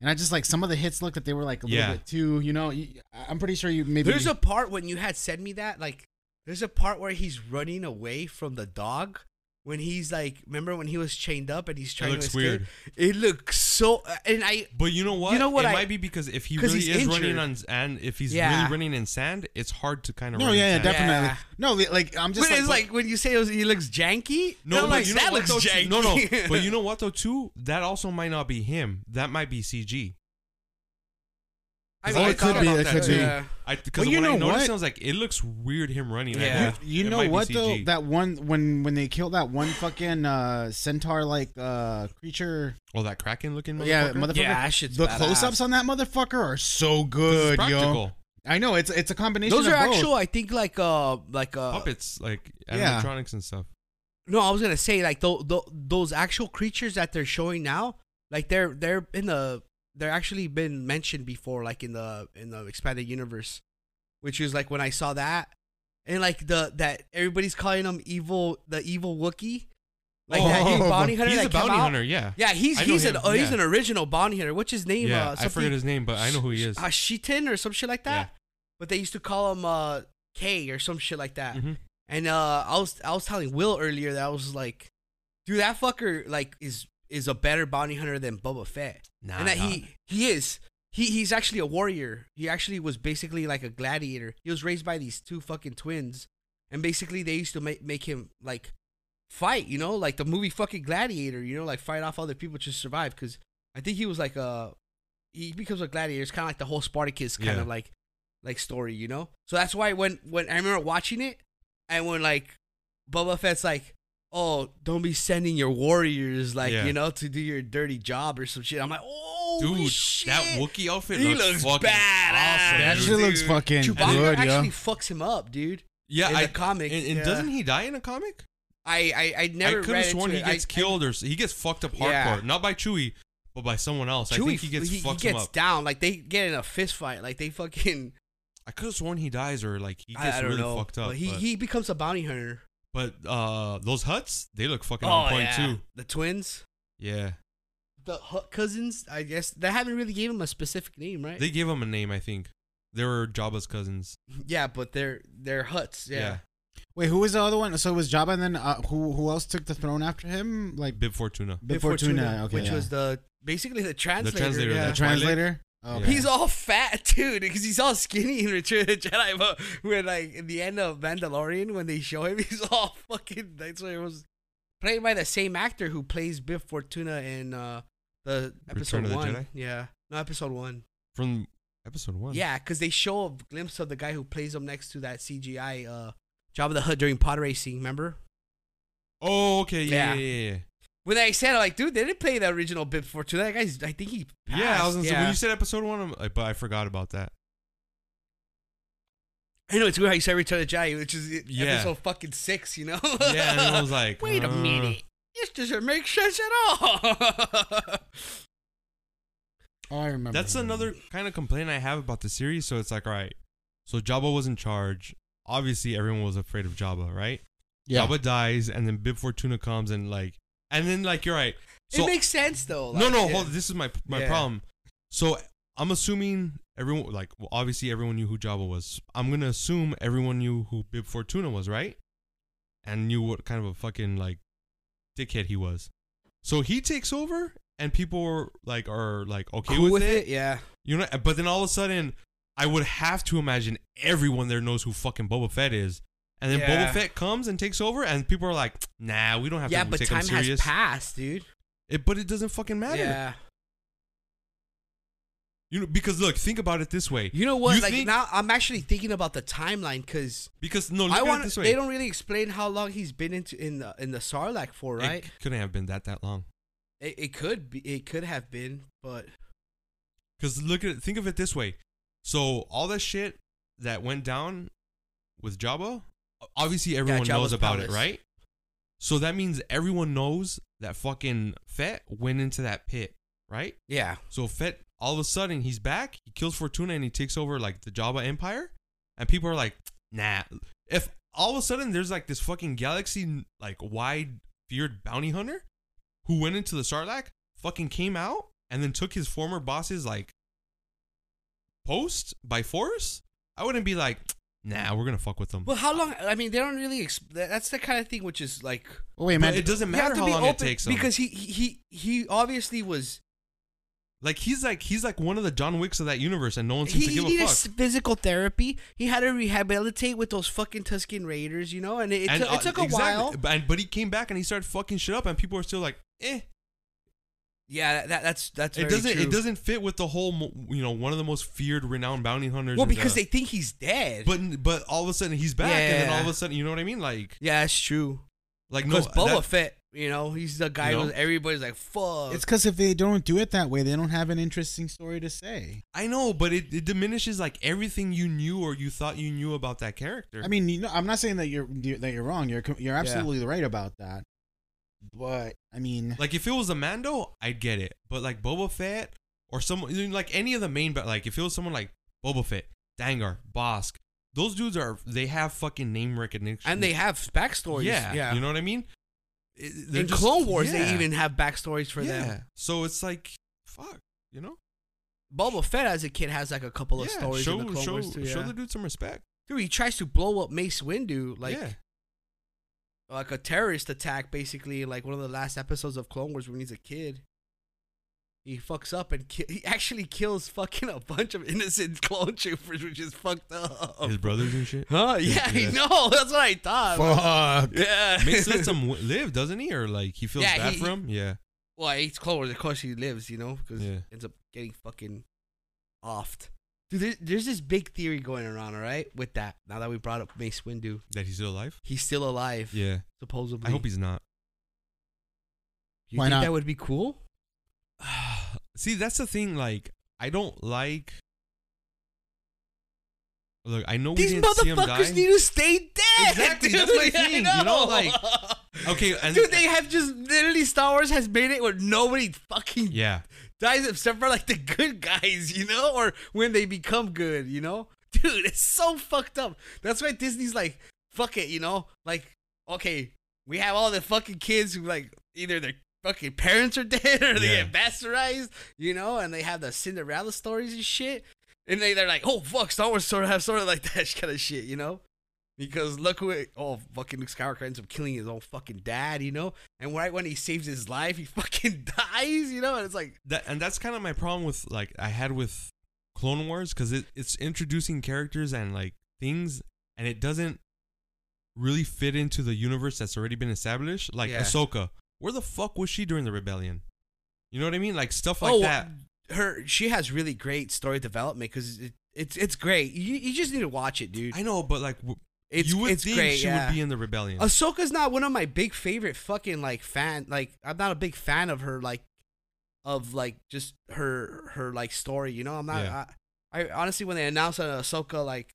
[SPEAKER 2] and I just like some of the hits looked that they were like a
[SPEAKER 3] Yeah.
[SPEAKER 2] little bit too. You know, you- I- I'm pretty sure you maybe
[SPEAKER 1] there's a part when you had sent me that like there's a part where he's running away from the dog when he's like remember when he was chained up and he's trying
[SPEAKER 3] looks
[SPEAKER 1] to escape.
[SPEAKER 3] weird.
[SPEAKER 1] It looks so and I
[SPEAKER 3] But you know what?
[SPEAKER 1] You know what
[SPEAKER 3] It
[SPEAKER 1] I-
[SPEAKER 3] might be because if he
[SPEAKER 1] 'cause
[SPEAKER 3] really is
[SPEAKER 1] he's
[SPEAKER 3] running
[SPEAKER 1] injured.
[SPEAKER 3] on and if he's
[SPEAKER 1] Yeah.
[SPEAKER 3] really running in sand, it's hard to kind of.
[SPEAKER 2] no,
[SPEAKER 3] run in
[SPEAKER 2] yeah, yeah,
[SPEAKER 3] sand.
[SPEAKER 2] definitely.
[SPEAKER 1] Yeah.
[SPEAKER 2] No, li- like I'm just
[SPEAKER 1] when it's
[SPEAKER 2] but-
[SPEAKER 1] like when you say it was, he looks janky.
[SPEAKER 3] No,
[SPEAKER 1] I'm
[SPEAKER 3] but
[SPEAKER 1] like
[SPEAKER 3] you know
[SPEAKER 1] that
[SPEAKER 3] what,
[SPEAKER 1] looks
[SPEAKER 3] though,
[SPEAKER 1] janky.
[SPEAKER 3] too? No, no. But you know what though too? That also might not be him. That might be CG.
[SPEAKER 1] I
[SPEAKER 2] Oh,
[SPEAKER 1] mean, I
[SPEAKER 2] it
[SPEAKER 1] thought
[SPEAKER 2] could be,
[SPEAKER 1] about
[SPEAKER 2] it
[SPEAKER 1] that,
[SPEAKER 2] could be.
[SPEAKER 1] yeah.
[SPEAKER 3] I because
[SPEAKER 2] Well, you
[SPEAKER 3] when I
[SPEAKER 2] know
[SPEAKER 3] noticed,
[SPEAKER 2] what?
[SPEAKER 3] I was like, it looks weird him running. I
[SPEAKER 1] Yeah.
[SPEAKER 3] go,
[SPEAKER 2] You
[SPEAKER 3] it
[SPEAKER 2] know
[SPEAKER 3] might be
[SPEAKER 2] what though?
[SPEAKER 3] CG.
[SPEAKER 2] That one when when they killed that one fucking uh, centaur like uh, creature.
[SPEAKER 3] oh, that kraken looking.
[SPEAKER 2] Yeah,
[SPEAKER 3] motherfucker?
[SPEAKER 2] motherfucker.
[SPEAKER 1] Yeah, that shit's
[SPEAKER 2] the
[SPEAKER 1] badass.
[SPEAKER 2] close ups on that motherfucker are so
[SPEAKER 3] This is
[SPEAKER 2] good, yo.
[SPEAKER 3] practical.
[SPEAKER 2] I know it's it's a combination.
[SPEAKER 1] Those
[SPEAKER 2] of
[SPEAKER 1] are
[SPEAKER 2] both.
[SPEAKER 1] actual, I think, like uh, like uh,
[SPEAKER 3] puppets, like
[SPEAKER 2] yeah.
[SPEAKER 3] animatronics and stuff.
[SPEAKER 1] No, I was gonna say like th- those actual creatures that they're showing now, like they're they're in the they're actually been mentioned before, like in the in the expanded universe, which is like when I saw that, and like the that everybody's calling him evil, the evil Wookie, like that
[SPEAKER 2] Oh,
[SPEAKER 1] bounty hunter.
[SPEAKER 3] He's
[SPEAKER 1] that
[SPEAKER 3] a bounty
[SPEAKER 1] came out.
[SPEAKER 3] hunter, yeah.
[SPEAKER 1] Yeah, he's
[SPEAKER 3] I know
[SPEAKER 1] he's an
[SPEAKER 3] him,
[SPEAKER 1] uh, he's
[SPEAKER 3] yeah.
[SPEAKER 1] an original bounty hunter. What's his name?
[SPEAKER 3] Yeah,
[SPEAKER 1] uh,
[SPEAKER 3] I forget
[SPEAKER 1] something-
[SPEAKER 3] his name, but I know who he is.
[SPEAKER 1] Uh, Sheetin or some shit like that. But they used to call him uh, K or some shit like that.
[SPEAKER 3] Mhm.
[SPEAKER 1] And uh, I was I was telling Will earlier that I was like, dude, that fucker like is is a better bounty hunter than Boba Fett,
[SPEAKER 3] Nah,
[SPEAKER 1] and that
[SPEAKER 3] nah.
[SPEAKER 1] he he is. He, he's actually a warrior. He actually was basically like a gladiator. He was raised by these two fucking twins, and basically they used to make make him like fight. You know, like the movie fucking Gladiator. You know, like fight off other people to survive. Because I think he was like a he becomes a gladiator. It's kind of like the whole Spartacus kind
[SPEAKER 3] Yeah.
[SPEAKER 1] of like like story. You know, so that's why when when I remember watching it, and when like Boba Fett's like, "Oh, don't be sending your warriors like
[SPEAKER 3] Yeah.
[SPEAKER 1] you know to do your dirty job or some shit." I'm like, "Oh,
[SPEAKER 3] Dude,
[SPEAKER 1] shit.
[SPEAKER 3] that Wookiee outfit
[SPEAKER 1] He looks
[SPEAKER 3] looks, fucking
[SPEAKER 1] badass.
[SPEAKER 3] awesome.
[SPEAKER 2] That
[SPEAKER 3] dude.
[SPEAKER 2] shit looks
[SPEAKER 1] Dude,
[SPEAKER 2] fucking
[SPEAKER 1] Chewbacca
[SPEAKER 2] good, yo.
[SPEAKER 1] actually fucks him up, dude.
[SPEAKER 3] yeah,
[SPEAKER 1] in
[SPEAKER 3] I,
[SPEAKER 1] the comic,
[SPEAKER 3] And, and
[SPEAKER 1] yeah.
[SPEAKER 3] doesn't he die in a comic?
[SPEAKER 1] I I, I never
[SPEAKER 3] I could
[SPEAKER 1] read
[SPEAKER 3] have sworn
[SPEAKER 1] into
[SPEAKER 3] he
[SPEAKER 1] it. I-
[SPEAKER 3] gets killed or s- he gets fucked up hardcore.
[SPEAKER 1] Yeah.
[SPEAKER 3] Not by Chewie, but by someone else. I think he gets
[SPEAKER 1] he,
[SPEAKER 3] fucked him
[SPEAKER 1] gets
[SPEAKER 3] up.
[SPEAKER 1] down like they get in a fist fight, like they fucking.
[SPEAKER 3] I could have sworn he dies or like he
[SPEAKER 1] I-
[SPEAKER 3] gets
[SPEAKER 1] I, don't
[SPEAKER 3] really
[SPEAKER 1] know,
[SPEAKER 3] fucked up.
[SPEAKER 1] but he
[SPEAKER 3] but,
[SPEAKER 1] he becomes a bounty hunter.
[SPEAKER 3] but, uh, those huts, they look fucking
[SPEAKER 1] Oh,
[SPEAKER 3] on point too.
[SPEAKER 1] the twins,
[SPEAKER 3] Yeah,
[SPEAKER 1] the Hutt cousins. I guess they haven't really gave him a specific name, right?
[SPEAKER 3] they gave him a name. I think they were Jabba's cousins.
[SPEAKER 1] yeah, but they're they're Huts. Yeah.
[SPEAKER 2] Wait, who was the other one? So it was Jabba, and then uh, who who else took the throne after him? Like
[SPEAKER 3] Bib Fortuna.
[SPEAKER 2] Bib
[SPEAKER 1] Bib Fortuna,
[SPEAKER 2] Fortuna, okay,
[SPEAKER 1] which
[SPEAKER 2] yeah.
[SPEAKER 1] was the basically the translator.
[SPEAKER 3] translator,
[SPEAKER 1] yeah.
[SPEAKER 2] the
[SPEAKER 3] that's Twilight?
[SPEAKER 2] translator. Oh,
[SPEAKER 3] Yeah.
[SPEAKER 1] He's all fat too, because he's all skinny in Return of the Jedi. But when like in the end of Mandalorian, when they show him, he's all fucking. That's why it was played by the same actor who plays Biff Fortuna in uh, the episode
[SPEAKER 3] of the
[SPEAKER 1] one.
[SPEAKER 3] Jedi?
[SPEAKER 1] Yeah, no episode one.
[SPEAKER 3] from episode one.
[SPEAKER 1] Yeah, because they show a glimpse of the guy who plays him next to that CGI uh, Jabba the Hutt during pod racing. Remember
[SPEAKER 3] Oh, okay.
[SPEAKER 1] Yeah.
[SPEAKER 3] Yeah, yeah, yeah. yeah.
[SPEAKER 1] when I said like, dude, they didn't play the original Biff Fortuna. That guy's, I think he. Passed.
[SPEAKER 3] Yeah, I was gonna say when you said episode one, I'm, I, but I forgot about that.
[SPEAKER 1] I know it's weird how you said Return of the Jedi, which is
[SPEAKER 3] Yeah.
[SPEAKER 1] episode fucking six, you know?
[SPEAKER 3] Yeah, and I was like,
[SPEAKER 1] wait a
[SPEAKER 3] uh,
[SPEAKER 1] minute. This doesn't make sense at all.
[SPEAKER 2] Oh, I remember.
[SPEAKER 3] That's
[SPEAKER 2] him.
[SPEAKER 3] another kind of complaint I have about the series. So it's like, all right, so Jabba was in charge. Obviously, everyone was afraid of Jabba, right?
[SPEAKER 2] Yeah.
[SPEAKER 3] Jabba dies, and then Bib Fortuna comes, and like, and then like you're right. So
[SPEAKER 1] it makes sense though.
[SPEAKER 3] no,
[SPEAKER 1] like,
[SPEAKER 3] no,
[SPEAKER 1] yeah.
[SPEAKER 3] hold. This is my my
[SPEAKER 1] Yeah.
[SPEAKER 3] problem. So I'm assuming everyone, like, well, obviously everyone knew who Jabba was. I'm gonna assume everyone knew who Bib Fortuna was, right? And knew what kind of a fucking like dickhead he was. So he takes over, and people were like, are like okay
[SPEAKER 1] Cool
[SPEAKER 3] with,
[SPEAKER 1] with
[SPEAKER 3] it.
[SPEAKER 1] it, yeah.
[SPEAKER 3] You know, but then all of a sudden, I would have to imagine everyone there knows who fucking Boba Fett is. And then
[SPEAKER 1] Yeah.
[SPEAKER 3] Boba Fett comes and takes over, and people are like, "Nah, we don't have
[SPEAKER 1] Yeah,
[SPEAKER 3] to
[SPEAKER 1] but
[SPEAKER 3] take
[SPEAKER 1] time
[SPEAKER 3] him
[SPEAKER 1] has
[SPEAKER 3] serious."
[SPEAKER 1] passed, dude.
[SPEAKER 3] It- but it doesn't fucking matter.
[SPEAKER 1] Yeah.
[SPEAKER 3] You know, because look, think about it this way.
[SPEAKER 1] You know what? like
[SPEAKER 3] think-
[SPEAKER 1] now I'm actually thinking about the timeline because
[SPEAKER 3] because no, look
[SPEAKER 1] I
[SPEAKER 3] at it
[SPEAKER 1] want
[SPEAKER 3] this way.
[SPEAKER 1] they don't really explain how long he's been into in the in the Sarlacc for, right?
[SPEAKER 3] It couldn't have been that that long.
[SPEAKER 1] It, it could be it could have been, but
[SPEAKER 3] Because look at it, think of it this way. So all that shit that went down with Jabba, obviously everyone
[SPEAKER 1] Jabba's
[SPEAKER 3] knows about
[SPEAKER 1] palace.
[SPEAKER 3] it, right? So that means everyone knows that fucking Fett went into that pit, right?
[SPEAKER 1] yeah.
[SPEAKER 3] So Fett, all of a sudden, he's back. He kills Fortuna and he takes over like the Jabba Empire. And people are like, nah. If all of a sudden there's like this fucking galaxy like wide feared bounty hunter who went into the Sarlacc, fucking came out and then took his former boss's like post by force, I wouldn't be like, nah, we're gonna fuck with them.
[SPEAKER 1] Well, how long? I mean, they don't really. Exp- that's the kind of thing which is like
[SPEAKER 2] Oh, wait,
[SPEAKER 3] But
[SPEAKER 2] man.
[SPEAKER 3] it doesn't
[SPEAKER 1] You have
[SPEAKER 3] matter
[SPEAKER 1] to
[SPEAKER 3] how
[SPEAKER 1] be
[SPEAKER 3] long it
[SPEAKER 1] open-
[SPEAKER 3] takes him.
[SPEAKER 1] because he he he he obviously was
[SPEAKER 3] like he's like he's like one of the John Wicks of that universe, and no one seems
[SPEAKER 1] he, he
[SPEAKER 3] to give
[SPEAKER 1] needed
[SPEAKER 3] a fuck.
[SPEAKER 1] s- physical therapy. He had to rehabilitate with those fucking Tuscan Raiders, you know, and it, it,
[SPEAKER 3] And,
[SPEAKER 1] took-
[SPEAKER 3] uh,
[SPEAKER 1] it took a
[SPEAKER 3] exactly.
[SPEAKER 1] while.
[SPEAKER 3] But, and- but he came back and he started fucking shit up, and people are still like, eh.
[SPEAKER 1] Yeah, that, that, that's that's
[SPEAKER 3] it
[SPEAKER 1] very
[SPEAKER 3] doesn't.
[SPEAKER 1] true.
[SPEAKER 3] It doesn't fit with the whole. mo- You know, one of the most feared, renowned bounty hunters.
[SPEAKER 1] Well,
[SPEAKER 3] in the-
[SPEAKER 1] because they think he's dead.
[SPEAKER 3] But but all of a sudden he's back, and then all of
[SPEAKER 1] Yeah.
[SPEAKER 3] a sudden, you know what I mean? Like
[SPEAKER 1] yeah, that's true.
[SPEAKER 3] like no.
[SPEAKER 1] Because Boba
[SPEAKER 3] that-
[SPEAKER 1] Fett You know, he's the guy
[SPEAKER 3] No.
[SPEAKER 1] who everybody's like, fuck.
[SPEAKER 2] It's because if they don't do it that way, they don't have an interesting story to say.
[SPEAKER 3] I know, but it, it diminishes like everything you knew or you thought you knew about that character.
[SPEAKER 2] I mean, you know, I'm not saying that you're you- that you're wrong. You're co- you're
[SPEAKER 1] Yeah.
[SPEAKER 2] absolutely right about that. But I mean,
[SPEAKER 3] like if it was a Mando, I'd get it. But like Boba Fett or someone like any of the main, but like if it was someone like Boba Fett, Dangar, Bosk, those dudes are they have fucking name recognition
[SPEAKER 1] and they have backstories.
[SPEAKER 3] Yeah,
[SPEAKER 1] Yeah.
[SPEAKER 3] you know what I mean. It- they're
[SPEAKER 1] In
[SPEAKER 3] just-
[SPEAKER 1] Clone Wars,
[SPEAKER 3] yeah,
[SPEAKER 1] they even have backstories for them.
[SPEAKER 3] So it's like fuck, you know.
[SPEAKER 1] Boba Fett as a kid has like a couple of
[SPEAKER 3] Yeah,
[SPEAKER 1] stories
[SPEAKER 3] show
[SPEAKER 1] in the Clone
[SPEAKER 3] show,
[SPEAKER 1] Wars too. Yeah.
[SPEAKER 3] show the dude some respect.
[SPEAKER 1] Dude, he tries to blow up Mace Windu like
[SPEAKER 3] yeah,
[SPEAKER 1] like a terrorist attack, basically. Like one of the last episodes of Clone Wars when he's a kid. He fucks up and ki- he actually kills fucking a bunch of innocent clone troopers, which is fucked up.
[SPEAKER 3] his brothers and shit.
[SPEAKER 1] Huh? Yeah,
[SPEAKER 3] Yeah.
[SPEAKER 1] I know. That's what I thought.
[SPEAKER 2] fuck.
[SPEAKER 1] Yeah.
[SPEAKER 3] Mace lets him w- live, doesn't he? Or like he feels
[SPEAKER 1] Yeah,
[SPEAKER 3] bad
[SPEAKER 1] he-
[SPEAKER 3] for him. Yeah,
[SPEAKER 1] well, it's Clone Wars. Of course, he lives, you know, because
[SPEAKER 3] Yeah.
[SPEAKER 1] ends up getting fucking offed. Dude, there, there's this big theory going around, all right, with that. Now that we brought up Mace Windu,
[SPEAKER 3] that he's still alive.
[SPEAKER 1] he's still alive,
[SPEAKER 3] Yeah,
[SPEAKER 1] supposedly.
[SPEAKER 3] I hope he's not.
[SPEAKER 1] You
[SPEAKER 2] Why
[SPEAKER 1] think
[SPEAKER 2] not?
[SPEAKER 1] that would be cool?
[SPEAKER 3] See, that's the thing. Like, I don't like. Look, I know
[SPEAKER 1] These
[SPEAKER 3] we didn't see him die.
[SPEAKER 1] motherfuckers need to stay dead.
[SPEAKER 3] Exactly,
[SPEAKER 1] dude.
[SPEAKER 3] that's my
[SPEAKER 1] I
[SPEAKER 3] thing, you know, like- okay, and
[SPEAKER 1] dude, they have just literally Star Wars has made it where nobody fucking
[SPEAKER 3] yeah,
[SPEAKER 1] dies except for like the good guys, you know, or when they become good, you know? Dude, it's so fucked up. That's why Disney's like, fuck it, you know? Like, okay, we have all the fucking kids who like either their fucking parents are dead or they
[SPEAKER 3] Yeah.
[SPEAKER 1] get bastardized, you know, and they have the Cinderella stories and shit. And they, they're like, oh fuck, Star Wars sort of have sort of like that kind of shit, you know? Because look who it, oh fucking Luke Skywalker ends up killing his own fucking dad, you know? And right when he saves his life, he fucking dies, you know? And it's like
[SPEAKER 3] that, and that's kind of my problem with like I had with Clone Wars because it, it's introducing characters and like things, and it doesn't really fit into the universe that's already been established. Like
[SPEAKER 1] Yeah.
[SPEAKER 3] Ahsoka, where the fuck was she during the rebellion? You know what I mean? Like stuff like
[SPEAKER 1] oh,
[SPEAKER 3] that.
[SPEAKER 1] her she has really great story development because it, it's it's great. You, you just need to watch it, dude.
[SPEAKER 3] I know, but like w-
[SPEAKER 1] It's
[SPEAKER 3] you would
[SPEAKER 1] it's
[SPEAKER 3] think
[SPEAKER 1] great.
[SPEAKER 3] she
[SPEAKER 1] yeah.
[SPEAKER 3] would be in the rebellion.
[SPEAKER 1] Ahsoka's not one of my big favorite fucking like fan. Like I'm not a big fan of her like of like just her her like story. You know, I'm not.
[SPEAKER 3] Yeah.
[SPEAKER 1] I, I honestly when they announced an Ahsoka like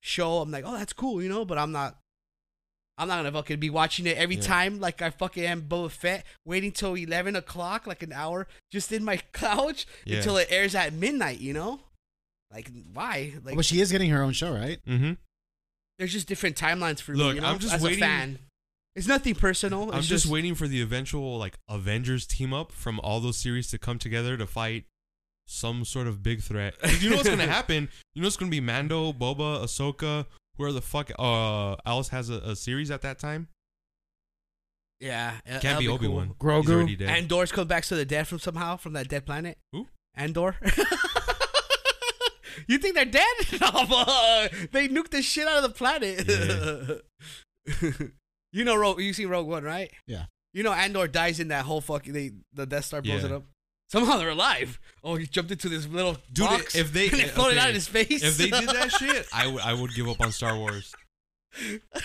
[SPEAKER 1] show, I'm like, oh, that's cool, you know. But I'm not. I'm not gonna fucking be watching it every
[SPEAKER 3] Yeah.
[SPEAKER 1] time like I fucking am Boba Fett, waiting till eleven o'clock, like an hour, just in my couch
[SPEAKER 3] Yeah.
[SPEAKER 1] until it airs at midnight. You know, like why? Like
[SPEAKER 2] but she is getting her own show, right?
[SPEAKER 3] mm-hmm.
[SPEAKER 1] there's just different timelines for
[SPEAKER 3] Look,
[SPEAKER 1] me. You know?
[SPEAKER 3] I'm just
[SPEAKER 1] as
[SPEAKER 3] waiting-
[SPEAKER 1] a fan. It's nothing personal.
[SPEAKER 3] I'm
[SPEAKER 1] Oh, it's
[SPEAKER 3] just, waiting for the eventual like Avengers team up from all those series to come together to fight some sort of big threat. 'Cause You know what's gonna happen? You know it's gonna be Mando, Boba, Ahsoka, whoever the fuck uh else has a, a series at that time.
[SPEAKER 1] Yeah, it
[SPEAKER 3] Can't be Obi Wan. He's
[SPEAKER 2] Grogu.
[SPEAKER 3] already dead.
[SPEAKER 1] Andor's come back to the dead from somehow from that dead planet.
[SPEAKER 3] Who?
[SPEAKER 1] Andor. you think they're dead? No, fuck. they nuked the shit out of the planet. you know, Rogue. You see Rogue One, right?
[SPEAKER 2] Yeah.
[SPEAKER 1] You know, Andor dies in that whole fucking. They, the Death Star blows
[SPEAKER 3] Yeah.
[SPEAKER 1] it up. Somehow they're alive. Oh, he jumped into this little
[SPEAKER 3] Dude,
[SPEAKER 1] box
[SPEAKER 3] if they-
[SPEAKER 1] and it floated
[SPEAKER 3] okay.
[SPEAKER 1] out of his face.
[SPEAKER 3] if they did that shit, I would I would give up on Star Wars.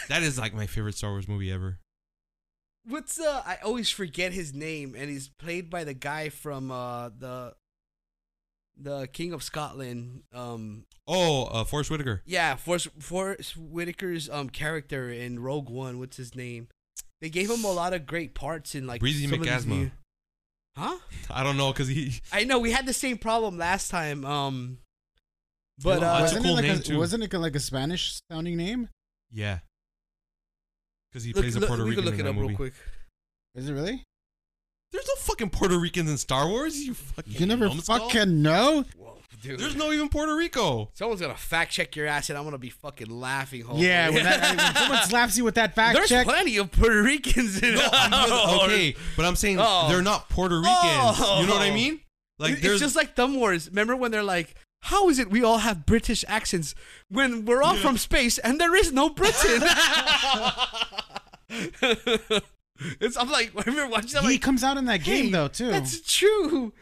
[SPEAKER 3] That is like my favorite Star Wars movie ever.
[SPEAKER 1] What's uh? I always forget his name, and he's played by the guy from uh the the King of Scotland. Um,
[SPEAKER 3] Oh, uh, Forrest Whitaker.
[SPEAKER 1] yeah, Force Force Whitaker's um character in Rogue One. What's his name? They gave him a lot of great parts in like
[SPEAKER 3] Breezy
[SPEAKER 1] some of these
[SPEAKER 3] McAsma.
[SPEAKER 1] new- Huh?
[SPEAKER 3] I don't know because he
[SPEAKER 1] I know we had the same problem last time. Um, but
[SPEAKER 3] No,
[SPEAKER 1] uh,
[SPEAKER 3] that's a
[SPEAKER 2] wasn't
[SPEAKER 3] cool
[SPEAKER 2] it like
[SPEAKER 3] name,
[SPEAKER 2] a,
[SPEAKER 3] too.
[SPEAKER 2] wasn't it like a Spanish sounding name?
[SPEAKER 3] yeah because he
[SPEAKER 1] look,
[SPEAKER 3] plays a
[SPEAKER 1] look-
[SPEAKER 3] Puerto
[SPEAKER 1] we
[SPEAKER 3] Rican
[SPEAKER 1] can look it
[SPEAKER 3] in that
[SPEAKER 1] up
[SPEAKER 3] movie.
[SPEAKER 1] real quick.
[SPEAKER 2] Is it really?
[SPEAKER 3] There's no fucking Puerto Ricans in Star Wars. You fucking
[SPEAKER 2] You never
[SPEAKER 3] numbskull.
[SPEAKER 2] fucking know.
[SPEAKER 1] Whoa, dude.
[SPEAKER 3] There's no even Puerto Rico.
[SPEAKER 1] Someone's gonna fact check your ass, and I'm gonna be fucking laughing. Hopefully.
[SPEAKER 2] Yeah, when, that, I mean, when someone slaps you with that fact
[SPEAKER 1] Oh, There's
[SPEAKER 2] check.
[SPEAKER 1] plenty of Puerto Ricans in
[SPEAKER 3] No, I'm
[SPEAKER 1] our-
[SPEAKER 3] just- okay, but I'm saying
[SPEAKER 1] Oh.
[SPEAKER 3] they're not Puerto Ricans. You know what I
[SPEAKER 1] Oh.
[SPEAKER 3] mean? Like
[SPEAKER 1] it's
[SPEAKER 3] there's
[SPEAKER 1] just like Thumb Wars. Remember when they're like, how is it we all have British accents when we're all from space and there is no Britain? it's, I'm like, I remember watching that.
[SPEAKER 2] he
[SPEAKER 1] Like,
[SPEAKER 2] comes out in that
[SPEAKER 1] hey,
[SPEAKER 2] game though too.
[SPEAKER 1] That's true.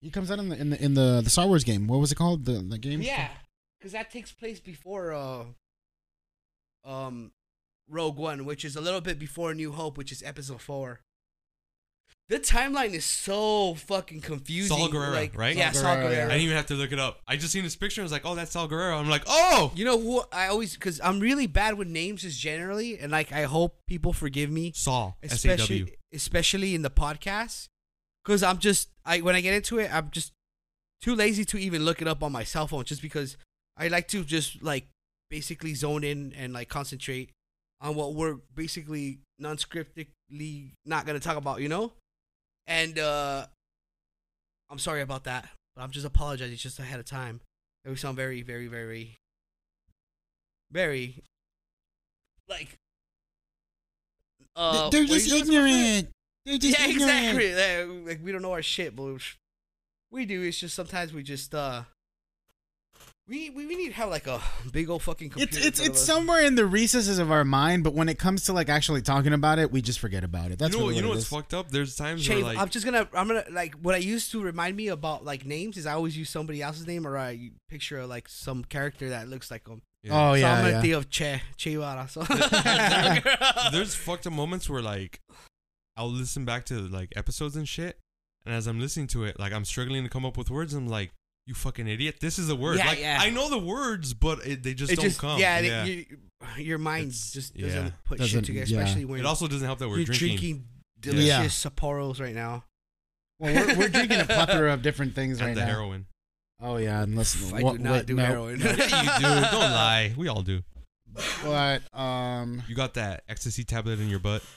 [SPEAKER 2] He comes out in the in the in the, the Star Wars game. What was it called? The the game?
[SPEAKER 1] Yeah, because that takes place before uh, um, Rogue One, which is a little bit before New Hope, which is Episode Four. The timeline is so fucking confusing.
[SPEAKER 3] Saul Guerrero,
[SPEAKER 1] like,
[SPEAKER 3] right?
[SPEAKER 1] Yeah,
[SPEAKER 2] Saul
[SPEAKER 1] Saul
[SPEAKER 2] Guerrero, yeah.
[SPEAKER 3] I
[SPEAKER 1] Guerrero.
[SPEAKER 3] didn't even have to look it up. I just seen this picture. and was like, oh, that's Sal Guerrero. I'm like, oh,
[SPEAKER 1] You know who I always because I'm really bad with names just generally, and like I hope people forgive me,
[SPEAKER 3] Saul. S A W.
[SPEAKER 1] especially especially in the podcast, because I'm just I when I get into it, I'm just too lazy to even look it up on my cell phone, just because I like to just like basically zone in and like concentrate on what we're basically non-scriptedly not gonna talk about, you know. And uh I'm sorry about that, but I'm just apologizing just ahead of time. And we sound very, very, very, very like uh,
[SPEAKER 2] They're
[SPEAKER 1] what
[SPEAKER 2] just
[SPEAKER 1] do you guys wanna say?
[SPEAKER 2] ignorant. They're just
[SPEAKER 1] yeah,
[SPEAKER 2] ignorant.
[SPEAKER 1] exactly. Like, like, we don't know our shit, but we- we do. It's just sometimes we just uh, we we, we need to have like a big old fucking computer.
[SPEAKER 2] It's
[SPEAKER 1] in
[SPEAKER 2] it's
[SPEAKER 1] front of
[SPEAKER 2] it's
[SPEAKER 1] us.
[SPEAKER 2] somewhere in the recesses of our mind, but when it comes to like actually talking about it, we just forget about it. That's
[SPEAKER 3] you know,
[SPEAKER 2] really
[SPEAKER 3] you know
[SPEAKER 2] what it
[SPEAKER 3] what's
[SPEAKER 2] is.
[SPEAKER 3] fucked up? There's times
[SPEAKER 1] Shave.
[SPEAKER 3] where like
[SPEAKER 1] I'm just gonna. I'm gonna like what I used to remind me about like names is I always use somebody else's name or I picture like some character that looks like them.
[SPEAKER 2] Oh
[SPEAKER 1] so I'm
[SPEAKER 2] yeah,
[SPEAKER 1] gonna
[SPEAKER 2] yeah.
[SPEAKER 1] think of Che Che Guevara. So
[SPEAKER 3] there's fucked up moments where like I'll listen back to like episodes and shit, and as I'm listening to it, like I'm struggling to come up with words. I'm like, you fucking idiot! This is the word.
[SPEAKER 1] Yeah,
[SPEAKER 3] like
[SPEAKER 1] yeah.
[SPEAKER 3] I know the words, but it, they just
[SPEAKER 1] it
[SPEAKER 3] don't
[SPEAKER 1] just
[SPEAKER 3] come.
[SPEAKER 1] yeah,
[SPEAKER 3] Yeah,
[SPEAKER 1] it- you- your mind
[SPEAKER 3] It's-
[SPEAKER 1] just
[SPEAKER 3] yeah.
[SPEAKER 1] doesn't put
[SPEAKER 2] Doesn't-
[SPEAKER 1] shit together,
[SPEAKER 2] yeah.
[SPEAKER 1] especially when
[SPEAKER 3] it also doesn't help that we're
[SPEAKER 1] you're
[SPEAKER 3] drinking.
[SPEAKER 1] drinking, delicious
[SPEAKER 2] Yeah.
[SPEAKER 1] Sapporos right now.
[SPEAKER 2] Well, we're, we're drinking a plethora of different things
[SPEAKER 3] and
[SPEAKER 2] right
[SPEAKER 3] the
[SPEAKER 2] now.
[SPEAKER 3] heroin.
[SPEAKER 2] Oh yeah, unless
[SPEAKER 1] I
[SPEAKER 2] what-
[SPEAKER 1] do not
[SPEAKER 2] what-
[SPEAKER 1] do
[SPEAKER 2] no.
[SPEAKER 1] heroin.
[SPEAKER 3] Yeah, you do. Don't lie. We all do.
[SPEAKER 2] But um,
[SPEAKER 3] You got that ecstasy tablet in your butt.
[SPEAKER 1] Wow.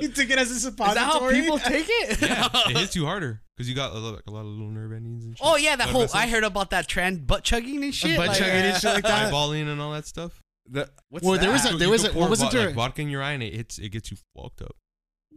[SPEAKER 2] he
[SPEAKER 1] Is
[SPEAKER 2] took it as a
[SPEAKER 1] that how
[SPEAKER 2] suppository.
[SPEAKER 1] people take it?
[SPEAKER 3] Yeah, it hits you harder because you got a lot, a lot of little nerve endings and shit.
[SPEAKER 1] Oh yeah, that
[SPEAKER 3] Blood
[SPEAKER 1] whole I
[SPEAKER 3] vessels.
[SPEAKER 1] heard about that trans butt chugging and shit.
[SPEAKER 2] butt
[SPEAKER 1] like-
[SPEAKER 2] chugging and shit like that.
[SPEAKER 3] eyeballing and all that stuff.
[SPEAKER 1] The- what's
[SPEAKER 2] Well, there was
[SPEAKER 1] that?
[SPEAKER 2] a
[SPEAKER 3] You
[SPEAKER 2] there
[SPEAKER 3] could
[SPEAKER 2] was a
[SPEAKER 3] pour
[SPEAKER 2] what was it
[SPEAKER 3] vo- like
[SPEAKER 2] during?
[SPEAKER 3] vodka in your eye and it hits it gets you fucked up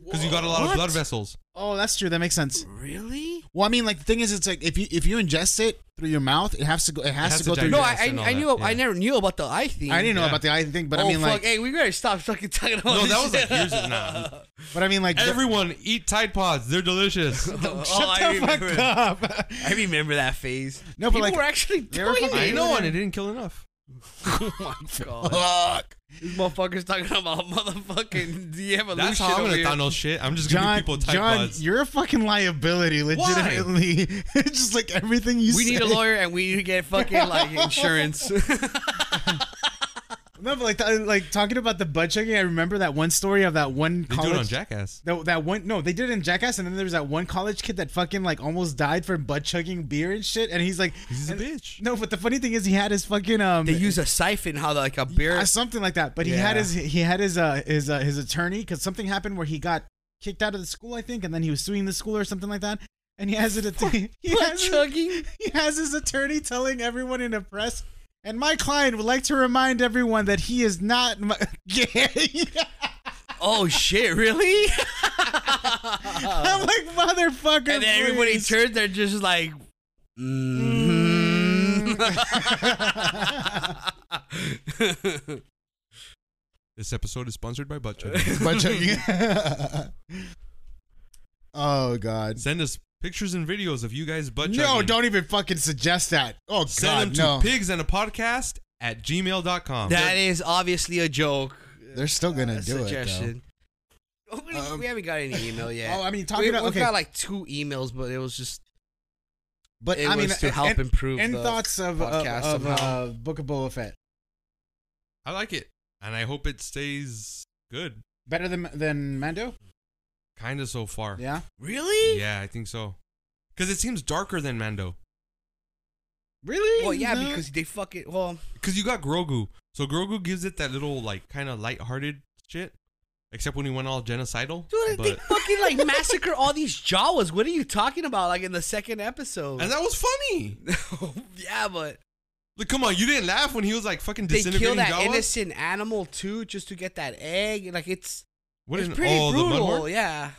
[SPEAKER 3] because you got a lot of
[SPEAKER 2] What?
[SPEAKER 3] blood vessels.
[SPEAKER 2] Oh, that's true. That makes sense.
[SPEAKER 1] really?
[SPEAKER 2] Well, I mean, like the thing is, it's like if you if you ingest it through your mouth, it has to go. It has,
[SPEAKER 3] has
[SPEAKER 2] to
[SPEAKER 3] to
[SPEAKER 2] go through.
[SPEAKER 3] digest.
[SPEAKER 1] No,
[SPEAKER 2] Your,
[SPEAKER 1] I
[SPEAKER 3] Yeah, I've seen
[SPEAKER 1] I,
[SPEAKER 3] all
[SPEAKER 1] I
[SPEAKER 3] that,
[SPEAKER 1] knew I
[SPEAKER 3] yeah.
[SPEAKER 1] never knew about the eye thing.
[SPEAKER 2] I didn't know
[SPEAKER 3] Yeah.
[SPEAKER 2] about the eye thing, but
[SPEAKER 1] oh
[SPEAKER 2] I mean,
[SPEAKER 1] fuck!
[SPEAKER 2] like,
[SPEAKER 1] hey, we better stop fucking talking about
[SPEAKER 3] No,
[SPEAKER 1] this
[SPEAKER 3] that was,
[SPEAKER 1] shit.
[SPEAKER 3] like, years ago. Nah.
[SPEAKER 2] but I mean, like, the-
[SPEAKER 3] Everyone eat Tide Pods; they're delicious.
[SPEAKER 1] Oh,
[SPEAKER 2] shut
[SPEAKER 1] I
[SPEAKER 2] the fuck
[SPEAKER 1] remember.
[SPEAKER 2] up.
[SPEAKER 1] I remember that phase.
[SPEAKER 2] No, but
[SPEAKER 1] People
[SPEAKER 2] like,
[SPEAKER 1] were actually
[SPEAKER 2] they were
[SPEAKER 1] doing
[SPEAKER 2] fucking-
[SPEAKER 1] it.
[SPEAKER 3] I know, and it didn't kill enough.
[SPEAKER 1] oh my god!
[SPEAKER 2] fuck.
[SPEAKER 1] These motherfuckers talking about motherfucking the evolution.
[SPEAKER 3] That's how I'm
[SPEAKER 1] over
[SPEAKER 3] gonna
[SPEAKER 1] here.
[SPEAKER 3] download shit. I'm just gonna
[SPEAKER 2] John,
[SPEAKER 3] give people Tide
[SPEAKER 2] John,
[SPEAKER 3] Pods.
[SPEAKER 2] you're a fucking liability, legitimately. Just like everything you
[SPEAKER 1] We
[SPEAKER 2] say.
[SPEAKER 1] need a lawyer and we need to get fucking like insurance.
[SPEAKER 2] No, but like, th- like talking about the butt checking, I remember that one story of that one
[SPEAKER 3] They
[SPEAKER 2] college.
[SPEAKER 3] do it on Jackass.
[SPEAKER 2] That, that one no, they did it in Jackass, and then there was that one college kid that fucking like almost died for butt chugging beer and shit, and he's like,
[SPEAKER 3] He's a
[SPEAKER 2] and-
[SPEAKER 3] bitch.
[SPEAKER 2] No, but the funny thing is, he had his fucking um.
[SPEAKER 1] they use a siphon how like a beer.
[SPEAKER 2] uh, something like that. But he had
[SPEAKER 1] Yeah.
[SPEAKER 2] his he had his uh his uh, his attorney because something happened where he got kicked out of the school, I think, and then he was suing the school or something like that. And he has it. At the, he,
[SPEAKER 1] Butt
[SPEAKER 2] has his,
[SPEAKER 1] chugging.
[SPEAKER 2] he has his attorney telling everyone in the press. And my client would like to remind everyone that he is not my, gay.
[SPEAKER 1] Oh shit! Really?
[SPEAKER 2] I'm like motherfucker.
[SPEAKER 1] Oh. and then everybody
[SPEAKER 2] please."
[SPEAKER 1] turns. They're just like, mm
[SPEAKER 3] This episode is sponsored by Butt Chugging.
[SPEAKER 2] Butt chugging. oh God.
[SPEAKER 3] Send us pictures and videos of you guys butt chugging.
[SPEAKER 2] No, don't even fucking suggest that. Oh
[SPEAKER 3] Send
[SPEAKER 2] God,
[SPEAKER 3] them to
[SPEAKER 2] no.
[SPEAKER 3] pigs and a podcast at gmail.com.
[SPEAKER 1] that is obviously a joke.
[SPEAKER 2] They're still gonna
[SPEAKER 1] Uh,
[SPEAKER 2] do it.
[SPEAKER 1] suggestion. Oh, we,
[SPEAKER 2] Um,
[SPEAKER 1] we haven't got any email
[SPEAKER 2] Though.
[SPEAKER 1] yet.
[SPEAKER 2] Oh,
[SPEAKER 3] uh,
[SPEAKER 2] I mean,
[SPEAKER 1] we,
[SPEAKER 2] talking about
[SPEAKER 1] we've
[SPEAKER 2] okay,
[SPEAKER 1] got like two emails, but it was just
[SPEAKER 2] but
[SPEAKER 1] it
[SPEAKER 2] I mean, uh,
[SPEAKER 1] was to help
[SPEAKER 2] and,
[SPEAKER 1] improve
[SPEAKER 2] and
[SPEAKER 1] the
[SPEAKER 2] thoughts of of,
[SPEAKER 1] podcast
[SPEAKER 2] of
[SPEAKER 1] somehow.
[SPEAKER 2] uh, Book of Boba Fett
[SPEAKER 3] I like it, and I hope it stays good.
[SPEAKER 2] better than than Mando.
[SPEAKER 3] Kind of so far.
[SPEAKER 2] Yeah,
[SPEAKER 1] Really?
[SPEAKER 3] Yeah, I think so. Because it seems darker than Mando.
[SPEAKER 2] really?
[SPEAKER 1] Well, yeah,
[SPEAKER 2] No.
[SPEAKER 1] because they fucking well.
[SPEAKER 3] Because you got Grogu. So Grogu gives it that little, like, kind of lighthearted shit. Except when he went all genocidal.
[SPEAKER 1] Dude, they
[SPEAKER 3] but,
[SPEAKER 1] fucking like massacre all these Jawas. What are you talking about? Like in the second episode.
[SPEAKER 3] and that was funny.
[SPEAKER 1] yeah, but
[SPEAKER 3] Like, come on, you didn't laugh when he was, like, fucking
[SPEAKER 1] they kill
[SPEAKER 3] disintegrating
[SPEAKER 1] that
[SPEAKER 3] Jawas?
[SPEAKER 1] innocent animal too just to get that egg. Like it's
[SPEAKER 3] What
[SPEAKER 1] it's
[SPEAKER 3] in-
[SPEAKER 1] pretty
[SPEAKER 3] oh, the mud
[SPEAKER 1] brutal.
[SPEAKER 3] horde?
[SPEAKER 1] yeah,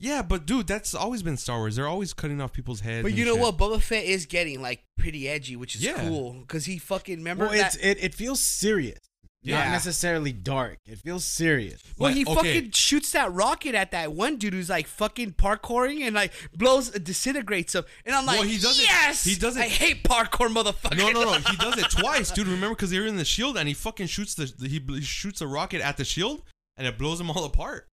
[SPEAKER 3] Yeah, but dude, that's always been Star Wars. They're always cutting off people's heads.
[SPEAKER 1] but
[SPEAKER 3] and
[SPEAKER 1] you know
[SPEAKER 3] shit.
[SPEAKER 1] what? Boba Fett is getting like pretty edgy, which is
[SPEAKER 3] Yeah.
[SPEAKER 1] cool because he fucking remember
[SPEAKER 2] Well,
[SPEAKER 1] that
[SPEAKER 2] it's it, it feels serious. Not
[SPEAKER 1] Yeah.
[SPEAKER 2] necessarily dark. It feels serious. Oh,
[SPEAKER 1] Well,
[SPEAKER 3] Like,
[SPEAKER 1] he
[SPEAKER 3] okay.
[SPEAKER 1] fucking shoots that rocket at that one dude who's like fucking parkouring and like blows uh, disintegrates him, and I'm like,
[SPEAKER 3] Well, he doesn't-
[SPEAKER 1] yes,
[SPEAKER 3] he doesn't-
[SPEAKER 1] I hate parkour, motherfucker.
[SPEAKER 3] No, no, no. He does it twice, dude. Remember, because they're in the shield, and he fucking shoots the he bl- he shoots a rocket at the shield, and it blows them all apart.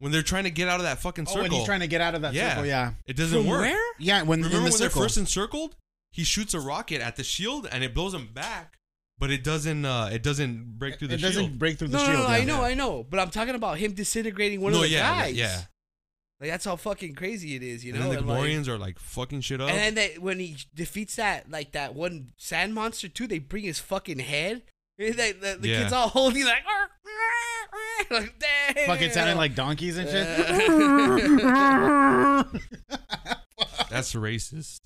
[SPEAKER 3] When they're trying to get out of that fucking
[SPEAKER 2] Oh,
[SPEAKER 3] circle,
[SPEAKER 2] when he's trying to get out of that
[SPEAKER 3] Yeah.
[SPEAKER 2] circle, yeah,
[SPEAKER 3] it doesn't
[SPEAKER 1] From
[SPEAKER 3] work.
[SPEAKER 1] where?
[SPEAKER 2] yeah. When
[SPEAKER 3] Remember
[SPEAKER 2] in the
[SPEAKER 3] when they're
[SPEAKER 2] circle,
[SPEAKER 3] first encircled, he shoots a rocket at the shield, and it blows them back, but it doesn't. Uh, it doesn't break through the
[SPEAKER 2] it
[SPEAKER 3] shield.
[SPEAKER 2] doesn't break through the
[SPEAKER 1] No, no,
[SPEAKER 2] shield.
[SPEAKER 1] no,
[SPEAKER 2] yeah.
[SPEAKER 1] I know, I know, but I'm talking about him disintegrating one
[SPEAKER 3] No,
[SPEAKER 1] of the
[SPEAKER 3] yeah,
[SPEAKER 1] guys.
[SPEAKER 3] yeah.
[SPEAKER 1] like that's how fucking crazy it is, you know.
[SPEAKER 3] and then the
[SPEAKER 1] and, like-
[SPEAKER 3] Gamorreans are like fucking shit up.
[SPEAKER 1] And then they, when he defeats that like that one sand monster too, they bring his fucking head. And they- the the
[SPEAKER 3] Yeah.
[SPEAKER 1] kid's all holding like, "Arr, arr, arr," like damn.
[SPEAKER 2] Fucking sounding like donkeys and shit.
[SPEAKER 1] Uh.
[SPEAKER 3] That's racist.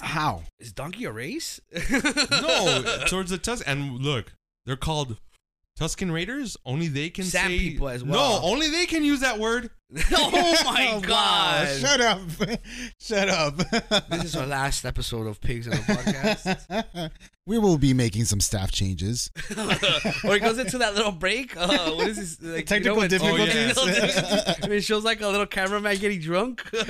[SPEAKER 2] How?
[SPEAKER 1] is donkey a race?
[SPEAKER 3] no, towards the Tus. And look, they're called Tuscan Raiders. Only they can
[SPEAKER 1] Sand
[SPEAKER 3] say
[SPEAKER 1] people as well.
[SPEAKER 3] No, only they can use that word.
[SPEAKER 1] oh
[SPEAKER 2] Oh, wow.
[SPEAKER 1] my god!
[SPEAKER 2] Shut up! Shut up!
[SPEAKER 1] This is our last episode of Pigs on the Podcast.
[SPEAKER 4] We will be making some staff changes.
[SPEAKER 1] or it goes into that little break. Uh, what is this? Like,
[SPEAKER 2] Technical
[SPEAKER 1] when-
[SPEAKER 2] difficulties.
[SPEAKER 1] Oh, yeah. and it shows like a little cameraman getting drunk.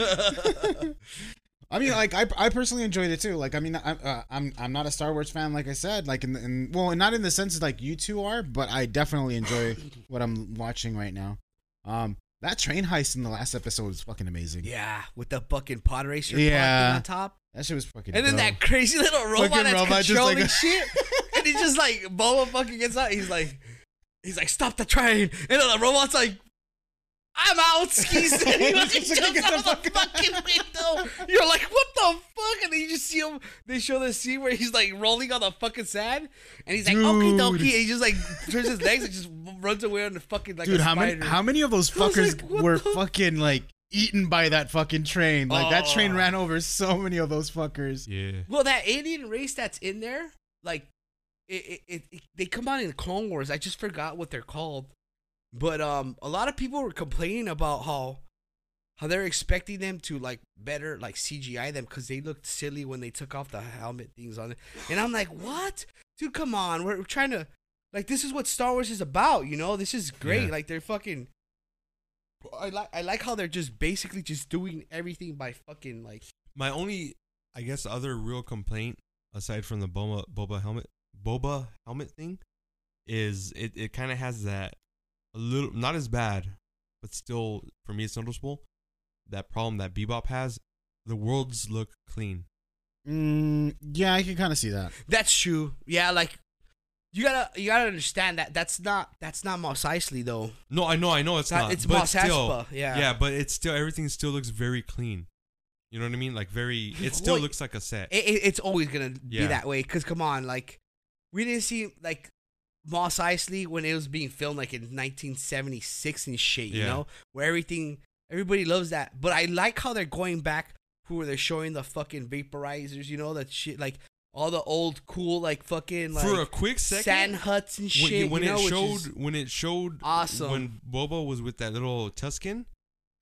[SPEAKER 2] I mean, like I, I personally enjoyed it too. Like I mean, I, uh, I'm I'm not a Star Wars fan, like I said. Like in, the, in well, not in the sense like you two are, but I definitely enjoy what I'm watching right now. Um, that train heist in the last episode was fucking amazing.
[SPEAKER 1] yeah, with the fucking pod racer
[SPEAKER 2] Yeah.
[SPEAKER 1] yeah. on top.
[SPEAKER 2] That shit was fucking.
[SPEAKER 1] And then
[SPEAKER 2] dope.
[SPEAKER 1] that crazy little robot
[SPEAKER 2] Fucking
[SPEAKER 1] that's
[SPEAKER 2] robot just
[SPEAKER 1] controlling
[SPEAKER 2] like-
[SPEAKER 1] shit. And he just like Boba fucking gets out. He's like, he's like, stop the train. And then the robot's like, I'm out. Skis. And he
[SPEAKER 2] He's
[SPEAKER 1] fucking
[SPEAKER 2] just gonna
[SPEAKER 1] jumps
[SPEAKER 2] get
[SPEAKER 1] out
[SPEAKER 2] the
[SPEAKER 1] of the
[SPEAKER 2] fuck
[SPEAKER 1] fucking window. You're like, what the fuck? And then you just see him. They show the scene where he's like rolling on the fucking sand, and he's like, okie
[SPEAKER 2] Dude.
[SPEAKER 1] dokie. And he just like turns his legs and just runs away on the fucking like.
[SPEAKER 2] dude,
[SPEAKER 1] a
[SPEAKER 2] how many
[SPEAKER 1] spider.
[SPEAKER 2] how many of those
[SPEAKER 1] was
[SPEAKER 2] fuckers
[SPEAKER 1] like, what
[SPEAKER 2] were
[SPEAKER 1] the-
[SPEAKER 2] fucking like eaten by that fucking train? Like that train
[SPEAKER 1] Oh.
[SPEAKER 2] ran over so many of those fuckers.
[SPEAKER 3] Yeah.
[SPEAKER 1] Well, that alien race that's in there, like, it, it, it, it- they come out in Clone Wars. I just forgot what they're called, but um, a lot of people were complaining about how, how they're expecting them to like better like CGI them because they looked silly when they took off the helmet things on it, and I'm like, what, dude? Come on, we're, we're trying to, like, this is what Star Wars is about, you know? This is great.
[SPEAKER 3] Yeah.
[SPEAKER 1] Like, they're fucking. I like I like how they're just basically just doing everything by fucking like
[SPEAKER 3] My only, I guess, other real complaint aside from the Boba Boba helmet Boba helmet thing is it it kind of has that a little not as bad, but still for me it's noticeable that problem that Bebop has. The worlds look clean.
[SPEAKER 2] Mm, yeah, I can kind of see that.
[SPEAKER 1] That's true. Yeah, like you gotta you gotta understand that that's not that's not Mos Eisley though.
[SPEAKER 3] No, I know, I know it's
[SPEAKER 1] That-
[SPEAKER 3] not.
[SPEAKER 1] it's
[SPEAKER 3] but
[SPEAKER 1] Mos
[SPEAKER 3] still,
[SPEAKER 1] Espa, yeah.
[SPEAKER 3] yeah, but it's still everything still looks very clean. You know what I mean? Like very, it still
[SPEAKER 1] Well,
[SPEAKER 3] looks like a set.
[SPEAKER 1] It, it, it's always gonna be
[SPEAKER 3] Yeah.
[SPEAKER 1] that way. Cause come on, like we didn't see like Mos Eisley when it was being filmed like in 1976 and shit. You
[SPEAKER 3] Yeah.
[SPEAKER 1] know where everything everybody loves that. But I like how they're going back. Who are they showing the fucking vaporizers? You know that shit like. All the old cool like fucking like
[SPEAKER 3] For a quick second,
[SPEAKER 1] sand huts and
[SPEAKER 3] when,
[SPEAKER 1] shit.
[SPEAKER 3] when
[SPEAKER 1] you know,
[SPEAKER 3] it
[SPEAKER 1] which
[SPEAKER 3] showed
[SPEAKER 1] is-
[SPEAKER 3] when it showed
[SPEAKER 1] awesome.
[SPEAKER 3] when Boba was with that little Tuscan,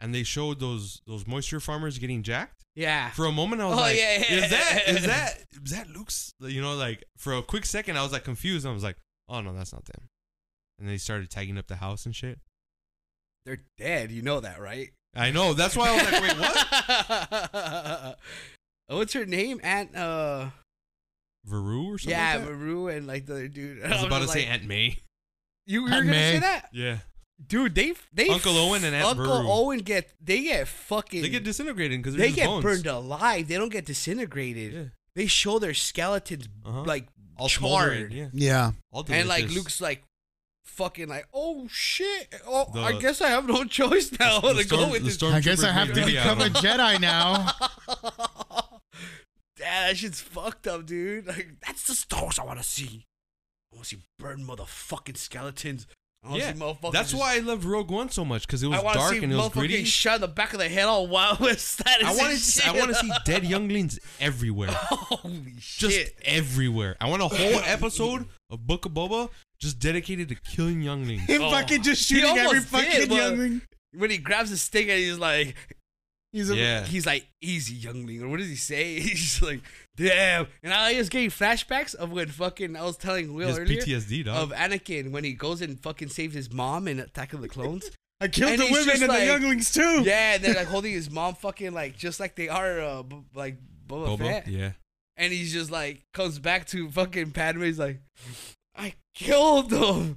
[SPEAKER 3] and they showed those those moisture farmers getting jacked.
[SPEAKER 1] yeah,
[SPEAKER 3] For a moment, I was
[SPEAKER 1] Oh,
[SPEAKER 3] like,
[SPEAKER 1] yeah, yeah.
[SPEAKER 3] "Is that is that is that Luke's?" You know, like for a quick second, I was like confused. I was like, "Oh no, that's not them." And they started tagging up the house and shit.
[SPEAKER 1] they're dead. You know that, right?
[SPEAKER 3] I know. That's why I was like, "Wait, what?"
[SPEAKER 1] what? Oh, What's her name? Aunt uh
[SPEAKER 3] Veru or something.
[SPEAKER 1] yeah,
[SPEAKER 3] like that?
[SPEAKER 1] Maru and like the other dude.
[SPEAKER 3] I was about to
[SPEAKER 1] just
[SPEAKER 3] say
[SPEAKER 1] like,
[SPEAKER 3] Aunt May.
[SPEAKER 1] you were
[SPEAKER 4] Aunt
[SPEAKER 1] gonna
[SPEAKER 4] May.
[SPEAKER 1] say that?
[SPEAKER 3] Yeah,
[SPEAKER 1] Dude, they they
[SPEAKER 3] Uncle Owen and Aunt
[SPEAKER 1] Uncle
[SPEAKER 3] Beru.
[SPEAKER 1] Owen get they get fucking
[SPEAKER 3] they get disintegrated because
[SPEAKER 1] they get
[SPEAKER 3] bones.
[SPEAKER 1] burned alive. They don't get disintegrated.
[SPEAKER 3] Yeah,
[SPEAKER 1] They show their skeletons
[SPEAKER 3] Uh-huh.
[SPEAKER 1] like
[SPEAKER 3] all
[SPEAKER 1] charred.
[SPEAKER 3] smoldering, Yeah,
[SPEAKER 4] Yeah.
[SPEAKER 3] all
[SPEAKER 1] And like
[SPEAKER 3] delicious.
[SPEAKER 1] Luke's like fucking like, oh shit. Oh
[SPEAKER 3] The-
[SPEAKER 1] I guess I have no choice now
[SPEAKER 3] The
[SPEAKER 1] to
[SPEAKER 3] storm-
[SPEAKER 1] go with
[SPEAKER 3] the
[SPEAKER 1] this.
[SPEAKER 3] stormtrooper
[SPEAKER 4] I guess I have to
[SPEAKER 3] video.
[SPEAKER 4] become a Jedi now.
[SPEAKER 1] Damn, that shit's fucked up, dude. Like, that's the Star Wars I want to see. I want to see burned motherfucking skeletons. I wanna
[SPEAKER 3] Yeah,
[SPEAKER 1] see motherfuckers
[SPEAKER 3] that's
[SPEAKER 1] just-
[SPEAKER 3] why I loved Rogue One so much because it was
[SPEAKER 1] I wanna
[SPEAKER 3] dark
[SPEAKER 1] see
[SPEAKER 3] and it was
[SPEAKER 1] motherfucking
[SPEAKER 3] gritty.
[SPEAKER 1] Shot in the back of the head, all wild west status.
[SPEAKER 3] I want
[SPEAKER 1] and
[SPEAKER 3] to.
[SPEAKER 1] shit.
[SPEAKER 3] I want to see dead younglings everywhere,
[SPEAKER 1] Holy
[SPEAKER 3] just
[SPEAKER 1] shit!
[SPEAKER 3] everywhere. I want a whole episode of Book of Boba just dedicated to killing younglings.
[SPEAKER 2] Him
[SPEAKER 1] Oh.
[SPEAKER 2] fucking just
[SPEAKER 1] He
[SPEAKER 2] shooting every
[SPEAKER 1] almost did,
[SPEAKER 2] fucking
[SPEAKER 1] but-
[SPEAKER 2] youngling.
[SPEAKER 1] When he grabs the stick and he's like,
[SPEAKER 2] He's a,
[SPEAKER 3] yeah.
[SPEAKER 1] He's like, easy, youngling. Or what does he say? He's just like, damn. And I was getting flashbacks of when fucking I was telling Will
[SPEAKER 3] His
[SPEAKER 1] earlier
[SPEAKER 3] PTSD,
[SPEAKER 1] of
[SPEAKER 3] dog.
[SPEAKER 1] Anakin when he goes and fucking saves his mom in Attack of the Clones.
[SPEAKER 2] I killed
[SPEAKER 1] And
[SPEAKER 2] the
[SPEAKER 1] he's
[SPEAKER 2] women
[SPEAKER 1] just
[SPEAKER 2] and the
[SPEAKER 1] like-
[SPEAKER 2] younglings too.
[SPEAKER 1] yeah, and they're like holding his mom fucking like just like they are uh, b- like Boba,
[SPEAKER 3] Bobo.
[SPEAKER 1] Fett.
[SPEAKER 3] Yeah.
[SPEAKER 1] And he's just like comes back to fucking Padme. He's like, I killed them.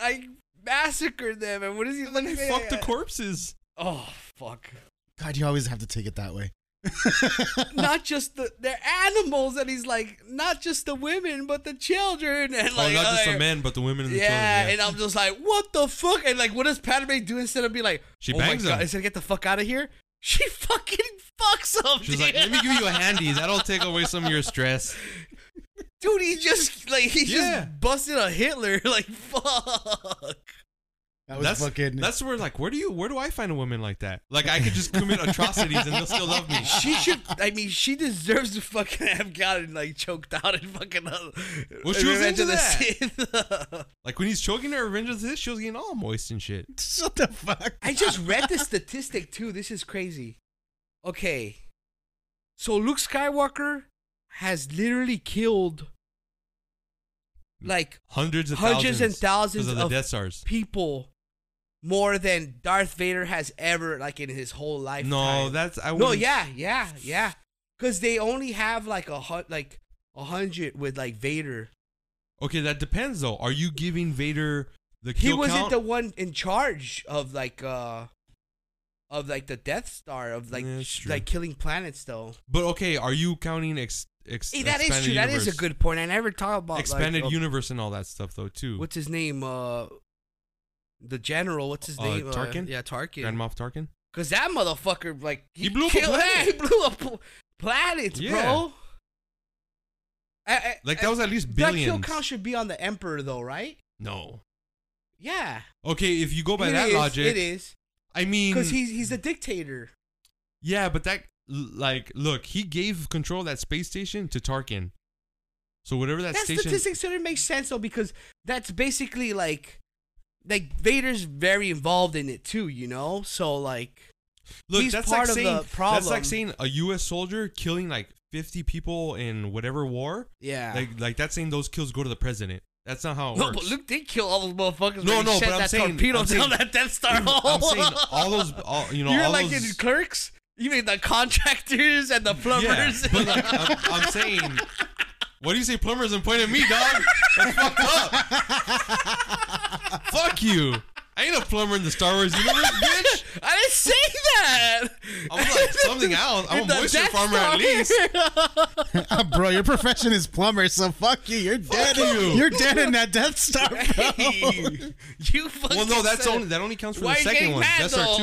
[SPEAKER 1] I massacred them. And what is he?
[SPEAKER 3] And then they
[SPEAKER 1] looking at-
[SPEAKER 3] fuck the corpses.
[SPEAKER 1] Oh fuck.
[SPEAKER 4] God, you always have to take it that way.
[SPEAKER 1] not just the they're animals and he's like not just the women but the children and like
[SPEAKER 3] oh, not just
[SPEAKER 1] like,
[SPEAKER 3] the men, but the women and the
[SPEAKER 1] yeah,
[SPEAKER 3] children.
[SPEAKER 1] and I'm just like, what the fuck? And like, what does Padme do instead of be like,
[SPEAKER 3] She
[SPEAKER 1] oh
[SPEAKER 3] bangs
[SPEAKER 1] my
[SPEAKER 3] him.
[SPEAKER 1] God, instead of get the fuck out of here, she fucking fucks him.
[SPEAKER 3] She's
[SPEAKER 1] dude.
[SPEAKER 3] like, let me give you a handy. That'll take away some of your stress.
[SPEAKER 1] dude, he just like he
[SPEAKER 3] Yeah.
[SPEAKER 1] just busted a Hitler. Like, fuck.
[SPEAKER 4] That was
[SPEAKER 3] that's
[SPEAKER 4] fucking.
[SPEAKER 3] that's where like where do you where do I find a woman like that? Like I could just commit atrocities and they'll still love me.
[SPEAKER 1] She should. I mean, she deserves to fucking have gotten like choked out and fucking. Uh,
[SPEAKER 3] Well, she was
[SPEAKER 1] Revenge
[SPEAKER 3] into
[SPEAKER 1] of the
[SPEAKER 3] that.
[SPEAKER 1] Sith.
[SPEAKER 3] Like when he's choking her revenge of this, she was getting all moist and shit.
[SPEAKER 2] Shut the fuck.
[SPEAKER 1] I just read the statistic too. This is crazy. Okay. So Luke Skywalker has literally killed like
[SPEAKER 3] Hundreds of
[SPEAKER 1] Hundreds and
[SPEAKER 3] thousands 'cause
[SPEAKER 1] thousands
[SPEAKER 3] of the
[SPEAKER 1] of
[SPEAKER 3] Death Stars.
[SPEAKER 1] people more than Darth Vader has ever like in his whole life.
[SPEAKER 3] No, that's I
[SPEAKER 1] no,
[SPEAKER 3] wouldn't-
[SPEAKER 1] yeah, yeah, yeah. Cuz they only have like a hun- like a 100 with like Vader.
[SPEAKER 3] Okay, that depends though. Are you giving Vader the
[SPEAKER 1] He
[SPEAKER 3] kill
[SPEAKER 1] wasn't
[SPEAKER 3] count?
[SPEAKER 1] the one in charge of like uh of like the Death Star of like
[SPEAKER 3] That's
[SPEAKER 1] sh-
[SPEAKER 3] true.
[SPEAKER 1] like killing planets though.
[SPEAKER 3] but okay, are you counting ex, ex
[SPEAKER 1] Hey, that is
[SPEAKER 3] expanded
[SPEAKER 1] true. That is a
[SPEAKER 3] universe?
[SPEAKER 1] good point. I never thought about like,
[SPEAKER 3] expanded
[SPEAKER 1] uh,
[SPEAKER 3] universe and all that stuff though too.
[SPEAKER 1] What's his name? Uh, the general. What's his
[SPEAKER 3] Uh,
[SPEAKER 1] name?
[SPEAKER 3] Tarkin?
[SPEAKER 1] yeah,
[SPEAKER 3] Grand
[SPEAKER 1] Tarkin.
[SPEAKER 3] Moff Tarkin?
[SPEAKER 1] Because that motherfucker, like,
[SPEAKER 3] He blew up a
[SPEAKER 1] killed-
[SPEAKER 3] planet.
[SPEAKER 1] he blew up pl- planets,
[SPEAKER 3] Yeah.
[SPEAKER 1] bro. I- I-
[SPEAKER 3] Like
[SPEAKER 1] I-
[SPEAKER 3] that was at least
[SPEAKER 1] that kill
[SPEAKER 3] billions.
[SPEAKER 1] count should be on the emperor, though, right?
[SPEAKER 3] No.
[SPEAKER 1] Yeah.
[SPEAKER 3] Okay, if you go by
[SPEAKER 1] It
[SPEAKER 3] that
[SPEAKER 1] is,
[SPEAKER 3] logic,
[SPEAKER 1] it is
[SPEAKER 3] I mean,
[SPEAKER 1] because he's he's a dictator.
[SPEAKER 3] yeah, but that like look, he gave control of that space station to Tarkin. So whatever that,
[SPEAKER 1] that
[SPEAKER 3] station,
[SPEAKER 1] statistic sort of makes sense though because that's basically like like Vader's very involved in it too, you know. So like.
[SPEAKER 3] look,
[SPEAKER 1] he's
[SPEAKER 3] that's
[SPEAKER 1] part
[SPEAKER 3] like
[SPEAKER 1] of the
[SPEAKER 3] saying that's
[SPEAKER 1] problem.
[SPEAKER 3] like saying a U.S. soldier killing like fifty people in whatever war.
[SPEAKER 1] Yeah.
[SPEAKER 3] Like like that's saying those kills go to the president. That's not how it
[SPEAKER 1] no,
[SPEAKER 3] works.
[SPEAKER 1] but Luke did kill all those motherfuckers.
[SPEAKER 3] No,
[SPEAKER 1] when
[SPEAKER 3] no,
[SPEAKER 1] he sent
[SPEAKER 3] but I'm
[SPEAKER 1] that
[SPEAKER 3] saying-
[SPEAKER 1] torpedo
[SPEAKER 3] I'm
[SPEAKER 1] down
[SPEAKER 3] saying-
[SPEAKER 1] that Death Star
[SPEAKER 3] I'm
[SPEAKER 1] hole.
[SPEAKER 3] saying all those, all, you know,
[SPEAKER 1] You're
[SPEAKER 3] all
[SPEAKER 1] like
[SPEAKER 3] those.
[SPEAKER 1] in clerks. You mean the contractors and the
[SPEAKER 3] yeah,
[SPEAKER 1] plumbers?
[SPEAKER 3] but like, I'm, I'm saying, what do you say, plumbers, and point at me, dog? That's fucked up. Fuck you. I ain't a plumber in the Star Wars universe, bitch.
[SPEAKER 1] I didn't say that.
[SPEAKER 3] I'm like something else. I'm a
[SPEAKER 1] The
[SPEAKER 3] moisture
[SPEAKER 1] Death
[SPEAKER 3] farmer
[SPEAKER 1] Star.
[SPEAKER 3] at least.
[SPEAKER 4] bro, your profession is plumber, so fuck you. You're dead.
[SPEAKER 3] you.
[SPEAKER 4] You're dead in that Death Star, bro.
[SPEAKER 1] Hey, you fucking.
[SPEAKER 3] Well, no, that's
[SPEAKER 1] said it.
[SPEAKER 3] only that only counts for
[SPEAKER 1] Why
[SPEAKER 3] the
[SPEAKER 1] are you getting
[SPEAKER 3] second one.
[SPEAKER 1] mad
[SPEAKER 3] Death
[SPEAKER 1] though?
[SPEAKER 3] Star two,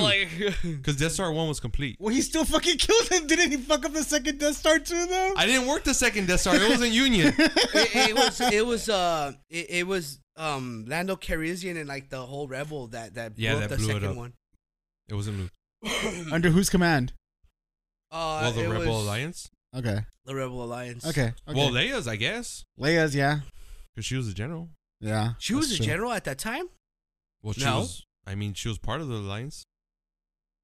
[SPEAKER 1] Like,
[SPEAKER 3] because Death Star one was complete.
[SPEAKER 4] Well, he still fucking killed him. Didn't he fuck up the second Death Star too, though?
[SPEAKER 3] I didn't work the second Death Star. It was in Union.
[SPEAKER 1] it, it was it was uh it, it was um Lando Calrissian and like the whole rebel that that
[SPEAKER 3] Yeah,
[SPEAKER 1] blew
[SPEAKER 3] that
[SPEAKER 1] up the
[SPEAKER 3] blew it
[SPEAKER 1] second
[SPEAKER 3] up.
[SPEAKER 1] one.
[SPEAKER 3] It wasn't Luke.
[SPEAKER 4] Under whose command?
[SPEAKER 1] Uh,
[SPEAKER 3] Well, the
[SPEAKER 1] it
[SPEAKER 3] Rebel
[SPEAKER 1] was
[SPEAKER 3] Alliance.
[SPEAKER 4] Okay.
[SPEAKER 1] The Rebel Alliance.
[SPEAKER 4] Okay. okay.
[SPEAKER 3] Well, Leia's, I guess,
[SPEAKER 4] Leia's, yeah.
[SPEAKER 3] because she was a general.
[SPEAKER 4] Yeah.
[SPEAKER 1] She was
[SPEAKER 4] that's
[SPEAKER 1] a
[SPEAKER 4] true.
[SPEAKER 1] general at that time?
[SPEAKER 3] Well, she
[SPEAKER 1] No.
[SPEAKER 3] was. I mean, she was part of the alliance.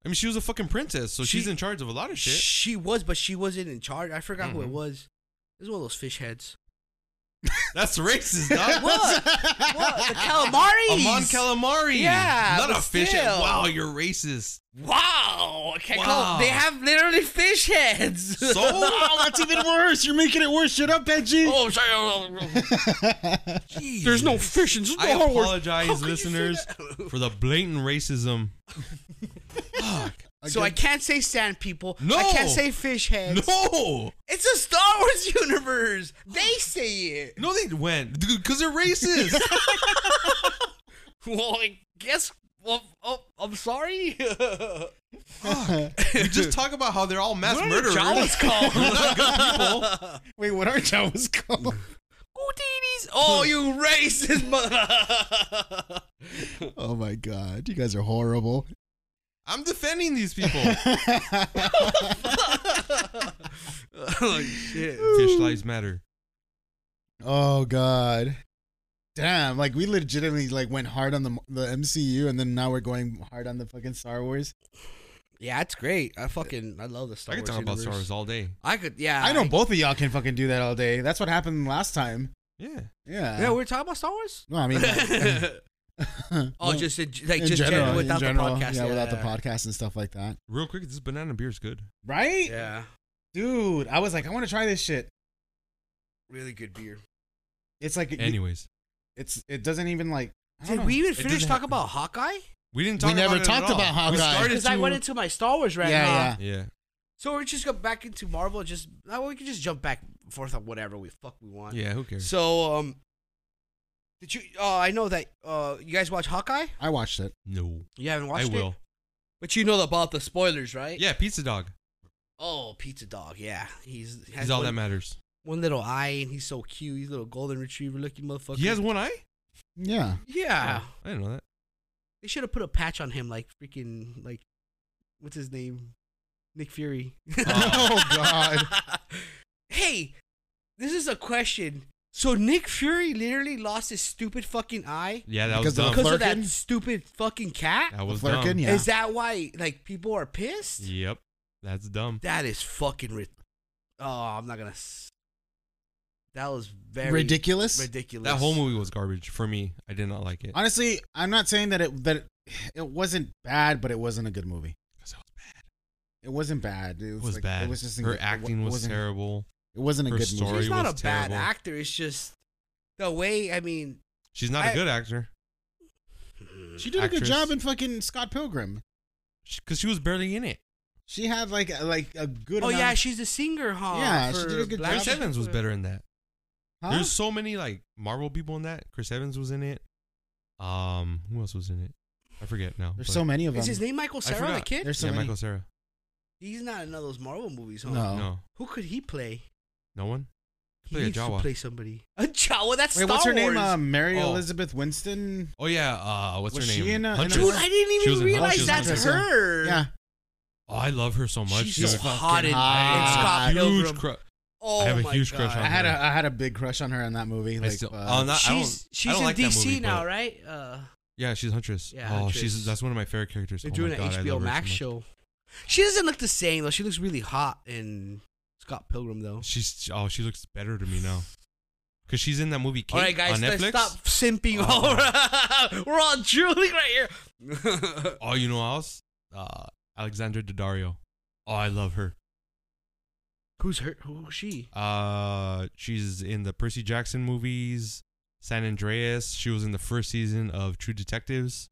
[SPEAKER 3] I mean, she was a fucking princess, so she's
[SPEAKER 1] She-
[SPEAKER 3] in charge of a lot of shit.
[SPEAKER 1] She was, but she wasn't in charge. I forgot who it
[SPEAKER 3] Mhm.
[SPEAKER 1] was. It was one of those fish heads.
[SPEAKER 3] That's racist, dog.
[SPEAKER 1] What? what? The calamari?
[SPEAKER 3] Amon calamari.
[SPEAKER 1] Yeah,
[SPEAKER 3] not
[SPEAKER 1] but
[SPEAKER 3] a fish.
[SPEAKER 1] still.
[SPEAKER 3] Head. Wow, you're racist.
[SPEAKER 1] Wow. I can't call
[SPEAKER 3] Wow.
[SPEAKER 1] They have literally fish heads.
[SPEAKER 3] So
[SPEAKER 4] Oh, that's even worse. You're making it worse. Shut up, Benji.
[SPEAKER 1] oh, sorry.
[SPEAKER 3] Jeez.
[SPEAKER 1] There's no fish in Star
[SPEAKER 3] I
[SPEAKER 1] Wars. How
[SPEAKER 3] apologize,
[SPEAKER 1] could you say
[SPEAKER 3] listeners,
[SPEAKER 1] that?
[SPEAKER 3] for the blatant racism. Fuck.
[SPEAKER 1] So I can't say sand people.
[SPEAKER 3] No.
[SPEAKER 1] I can't say fish heads.
[SPEAKER 3] No,
[SPEAKER 1] It's a Star Wars universe. They say it.
[SPEAKER 3] no, they went because they're racist.
[SPEAKER 1] Well, I guess. Well, oh, I'm sorry.
[SPEAKER 3] we just talk about how they're all mass
[SPEAKER 1] What are
[SPEAKER 3] murderers.
[SPEAKER 1] Jawas called?
[SPEAKER 3] They're not good people.
[SPEAKER 4] Wait, what are Jawas called?
[SPEAKER 1] Houdini's. Oh, you racist mother.
[SPEAKER 4] oh my god, you guys are horrible.
[SPEAKER 3] I'm defending these people.
[SPEAKER 1] oh, shit.
[SPEAKER 3] Fish lives matter.
[SPEAKER 4] Oh god. Damn, like we legitimately like went hard on the the MCU and then now we're going hard on the fucking Star Wars.
[SPEAKER 1] Yeah, it's great. I fucking I love the Star
[SPEAKER 3] I could
[SPEAKER 1] Wars.
[SPEAKER 3] talk about Star
[SPEAKER 1] universe.
[SPEAKER 3] Wars all day.
[SPEAKER 1] I could. Yeah.
[SPEAKER 2] I know both of y'all can fucking do that all day. That's what happened last time.
[SPEAKER 3] Yeah.
[SPEAKER 2] Yeah.
[SPEAKER 1] Yeah, we were talking about Star Wars.
[SPEAKER 2] no, I mean, like,
[SPEAKER 1] oh,
[SPEAKER 2] no,
[SPEAKER 1] just in, like
[SPEAKER 2] in
[SPEAKER 1] just general,
[SPEAKER 2] in
[SPEAKER 1] without
[SPEAKER 2] general,
[SPEAKER 1] the podcast.
[SPEAKER 2] Yeah, without the podcast and stuff like that.
[SPEAKER 3] Real quick, this banana beer is good.
[SPEAKER 2] Right?
[SPEAKER 1] Yeah,
[SPEAKER 2] Dude, I was like, I want to try this shit.
[SPEAKER 1] really good beer.
[SPEAKER 2] It's like, you-
[SPEAKER 3] Anyways,
[SPEAKER 2] it's it doesn't even like. I don't
[SPEAKER 1] Did
[SPEAKER 2] know.
[SPEAKER 1] we even
[SPEAKER 3] It
[SPEAKER 1] finish
[SPEAKER 3] doesn't
[SPEAKER 1] talking
[SPEAKER 3] have-
[SPEAKER 1] about Hawkeye?
[SPEAKER 3] we didn't
[SPEAKER 2] We
[SPEAKER 3] talk.
[SPEAKER 2] never
[SPEAKER 3] about
[SPEAKER 2] talked
[SPEAKER 3] it at all.
[SPEAKER 2] about Hawkeye.
[SPEAKER 3] We started
[SPEAKER 1] Because I
[SPEAKER 3] to-
[SPEAKER 1] went into my Star Wars right
[SPEAKER 2] yeah,
[SPEAKER 1] now.
[SPEAKER 2] yeah.
[SPEAKER 3] yeah.
[SPEAKER 1] So we're just go back into Marvel. Just now we can just jump back and forth on whatever we fuck we want.
[SPEAKER 3] Yeah. Who cares?
[SPEAKER 1] So um, did you? Uh, I know that uh, you guys watch Hawkeye.
[SPEAKER 2] I watched it.
[SPEAKER 3] No.
[SPEAKER 1] You haven't
[SPEAKER 3] I
[SPEAKER 1] watched it.
[SPEAKER 3] will.
[SPEAKER 1] But you know about the spoilers, right?
[SPEAKER 3] Yeah. Pizza dog.
[SPEAKER 1] Oh, Pizza Dog. Yeah, he's he has
[SPEAKER 3] Is all
[SPEAKER 1] one,
[SPEAKER 3] that matters.
[SPEAKER 1] one little eye, and he's so cute. He's a little golden retriever looking motherfucker.
[SPEAKER 3] He has one eye.
[SPEAKER 2] Yeah.
[SPEAKER 1] Yeah.
[SPEAKER 3] Oh, I didn't know that.
[SPEAKER 1] They should have put a patch on him, like freaking, like, what's his name? Nick Fury.
[SPEAKER 2] Oh, God.
[SPEAKER 1] hey, this is a question. So Nick Fury literally lost his stupid fucking eye
[SPEAKER 3] Yeah, that was
[SPEAKER 2] Because of
[SPEAKER 3] dumb.
[SPEAKER 2] the
[SPEAKER 1] because of that
[SPEAKER 2] Flurkin?
[SPEAKER 1] stupid fucking cat?
[SPEAKER 3] that was
[SPEAKER 2] Flurkin,
[SPEAKER 3] dumb.
[SPEAKER 2] yeah.
[SPEAKER 1] Is that why, like, people are pissed?
[SPEAKER 3] Yep. That's dumb.
[SPEAKER 1] That is fucking ri- Oh, I'm not gonna. S- that was very
[SPEAKER 2] Ridiculous.
[SPEAKER 1] Ridiculous.
[SPEAKER 3] That whole movie was garbage for me. I did not like it.
[SPEAKER 2] Honestly, I'm not saying that it that it, it wasn't bad, but it wasn't a good movie.
[SPEAKER 3] 'Cause it was bad.
[SPEAKER 2] It wasn't bad. It
[SPEAKER 3] It
[SPEAKER 2] was,
[SPEAKER 3] was
[SPEAKER 2] like,
[SPEAKER 3] bad.
[SPEAKER 2] It was just
[SPEAKER 3] Her
[SPEAKER 2] it wa-
[SPEAKER 3] acting was
[SPEAKER 2] wasn't-
[SPEAKER 3] terrible.
[SPEAKER 2] It wasn't a
[SPEAKER 3] Her
[SPEAKER 2] good
[SPEAKER 3] story-
[SPEAKER 2] movie.
[SPEAKER 1] She's not a
[SPEAKER 3] was
[SPEAKER 1] bad
[SPEAKER 3] terrible.
[SPEAKER 1] actor. It's just the way. I mean,
[SPEAKER 3] She's not a
[SPEAKER 1] I-
[SPEAKER 3] good actor
[SPEAKER 2] She did a good
[SPEAKER 3] Actress.
[SPEAKER 2] job in fucking Scott Pilgrim.
[SPEAKER 3] because she was barely in it.
[SPEAKER 2] She had like a- like a good.
[SPEAKER 1] oh
[SPEAKER 2] amount
[SPEAKER 1] yeah,
[SPEAKER 2] of-
[SPEAKER 1] she's a singer, huh?
[SPEAKER 2] Yeah, she
[SPEAKER 1] for
[SPEAKER 2] did a good
[SPEAKER 1] Black
[SPEAKER 2] job.
[SPEAKER 3] Chris
[SPEAKER 1] Panther.
[SPEAKER 3] Evans was better in that.
[SPEAKER 2] Huh?
[SPEAKER 3] There's so many like Marvel people in that. Chris Evans was in it. Um, who else was in it? I forget now.
[SPEAKER 2] There's
[SPEAKER 3] but-
[SPEAKER 2] so many of them.
[SPEAKER 1] Is his name Michael
[SPEAKER 3] I
[SPEAKER 1] Sarah, the
[SPEAKER 3] forgot.
[SPEAKER 1] kid?
[SPEAKER 2] There's so
[SPEAKER 3] yeah,
[SPEAKER 2] many.
[SPEAKER 3] Michael Sarah.
[SPEAKER 1] He's not in none of those Marvel movies, huh?
[SPEAKER 2] No. Oh.
[SPEAKER 3] No,
[SPEAKER 1] Who could he play?
[SPEAKER 3] no one.
[SPEAKER 1] He
[SPEAKER 3] Play a
[SPEAKER 1] needs to
[SPEAKER 3] Jawa.
[SPEAKER 1] play somebody. A Jawa? That's
[SPEAKER 2] Wait,
[SPEAKER 1] Star
[SPEAKER 2] what's her name?
[SPEAKER 1] Wars.
[SPEAKER 2] Uh, Mary
[SPEAKER 3] Oh.
[SPEAKER 2] Elizabeth Winston.
[SPEAKER 3] Oh yeah. Uh, what's
[SPEAKER 2] Was
[SPEAKER 3] her
[SPEAKER 2] she
[SPEAKER 3] name?
[SPEAKER 2] in a- in a-
[SPEAKER 3] Huntress.
[SPEAKER 1] Dude, I didn't
[SPEAKER 3] She was
[SPEAKER 1] even
[SPEAKER 3] in-
[SPEAKER 1] realize
[SPEAKER 3] she was in
[SPEAKER 1] that's
[SPEAKER 2] Huntress, yeah.
[SPEAKER 1] her.
[SPEAKER 2] Yeah,
[SPEAKER 3] oh, I love her so much.
[SPEAKER 1] She's
[SPEAKER 3] dude.
[SPEAKER 1] so
[SPEAKER 2] fucking
[SPEAKER 1] hot in
[SPEAKER 2] hot.
[SPEAKER 1] in Scott
[SPEAKER 3] Huge
[SPEAKER 1] Pilgrim.
[SPEAKER 3] cru-
[SPEAKER 1] oh
[SPEAKER 3] I have a
[SPEAKER 1] my
[SPEAKER 3] huge
[SPEAKER 1] God.
[SPEAKER 3] crush on
[SPEAKER 2] I had
[SPEAKER 3] her.
[SPEAKER 2] a I had a big crush on her in that movie.
[SPEAKER 3] I
[SPEAKER 2] Like,
[SPEAKER 3] still-
[SPEAKER 2] uh,
[SPEAKER 3] oh, no, I don't-
[SPEAKER 1] She's she's
[SPEAKER 3] I don't
[SPEAKER 1] in
[SPEAKER 3] like that
[SPEAKER 1] DC
[SPEAKER 3] movie,
[SPEAKER 1] now,
[SPEAKER 3] but-
[SPEAKER 1] right? Uh,
[SPEAKER 3] Yeah, she's Huntress.
[SPEAKER 1] Yeah,
[SPEAKER 3] oh,
[SPEAKER 1] Huntress.
[SPEAKER 3] she's that's one of my favorite characters.
[SPEAKER 1] They're
[SPEAKER 3] oh
[SPEAKER 1] doing
[SPEAKER 3] my
[SPEAKER 1] an
[SPEAKER 3] God, I
[SPEAKER 1] HBO
[SPEAKER 3] love her so
[SPEAKER 1] Max
[SPEAKER 3] much.
[SPEAKER 1] show. She doesn't look the same though. She looks really hot in Scott Pilgrim though.
[SPEAKER 3] She's oh, she looks better to me now. Cause she's in that movie Kate
[SPEAKER 1] all right, guys,
[SPEAKER 3] on
[SPEAKER 1] let's
[SPEAKER 3] Netflix.
[SPEAKER 1] stop simping.
[SPEAKER 3] Oh.
[SPEAKER 1] all around. We're all drooling right here.
[SPEAKER 3] Oh, you know who else? Uh, Alexandra Daddario. Oh, I love her.
[SPEAKER 1] Who's her? Who's she?
[SPEAKER 3] Uh, she's in the Percy Jackson movies, San Andreas. She was in the first season of True Detectives.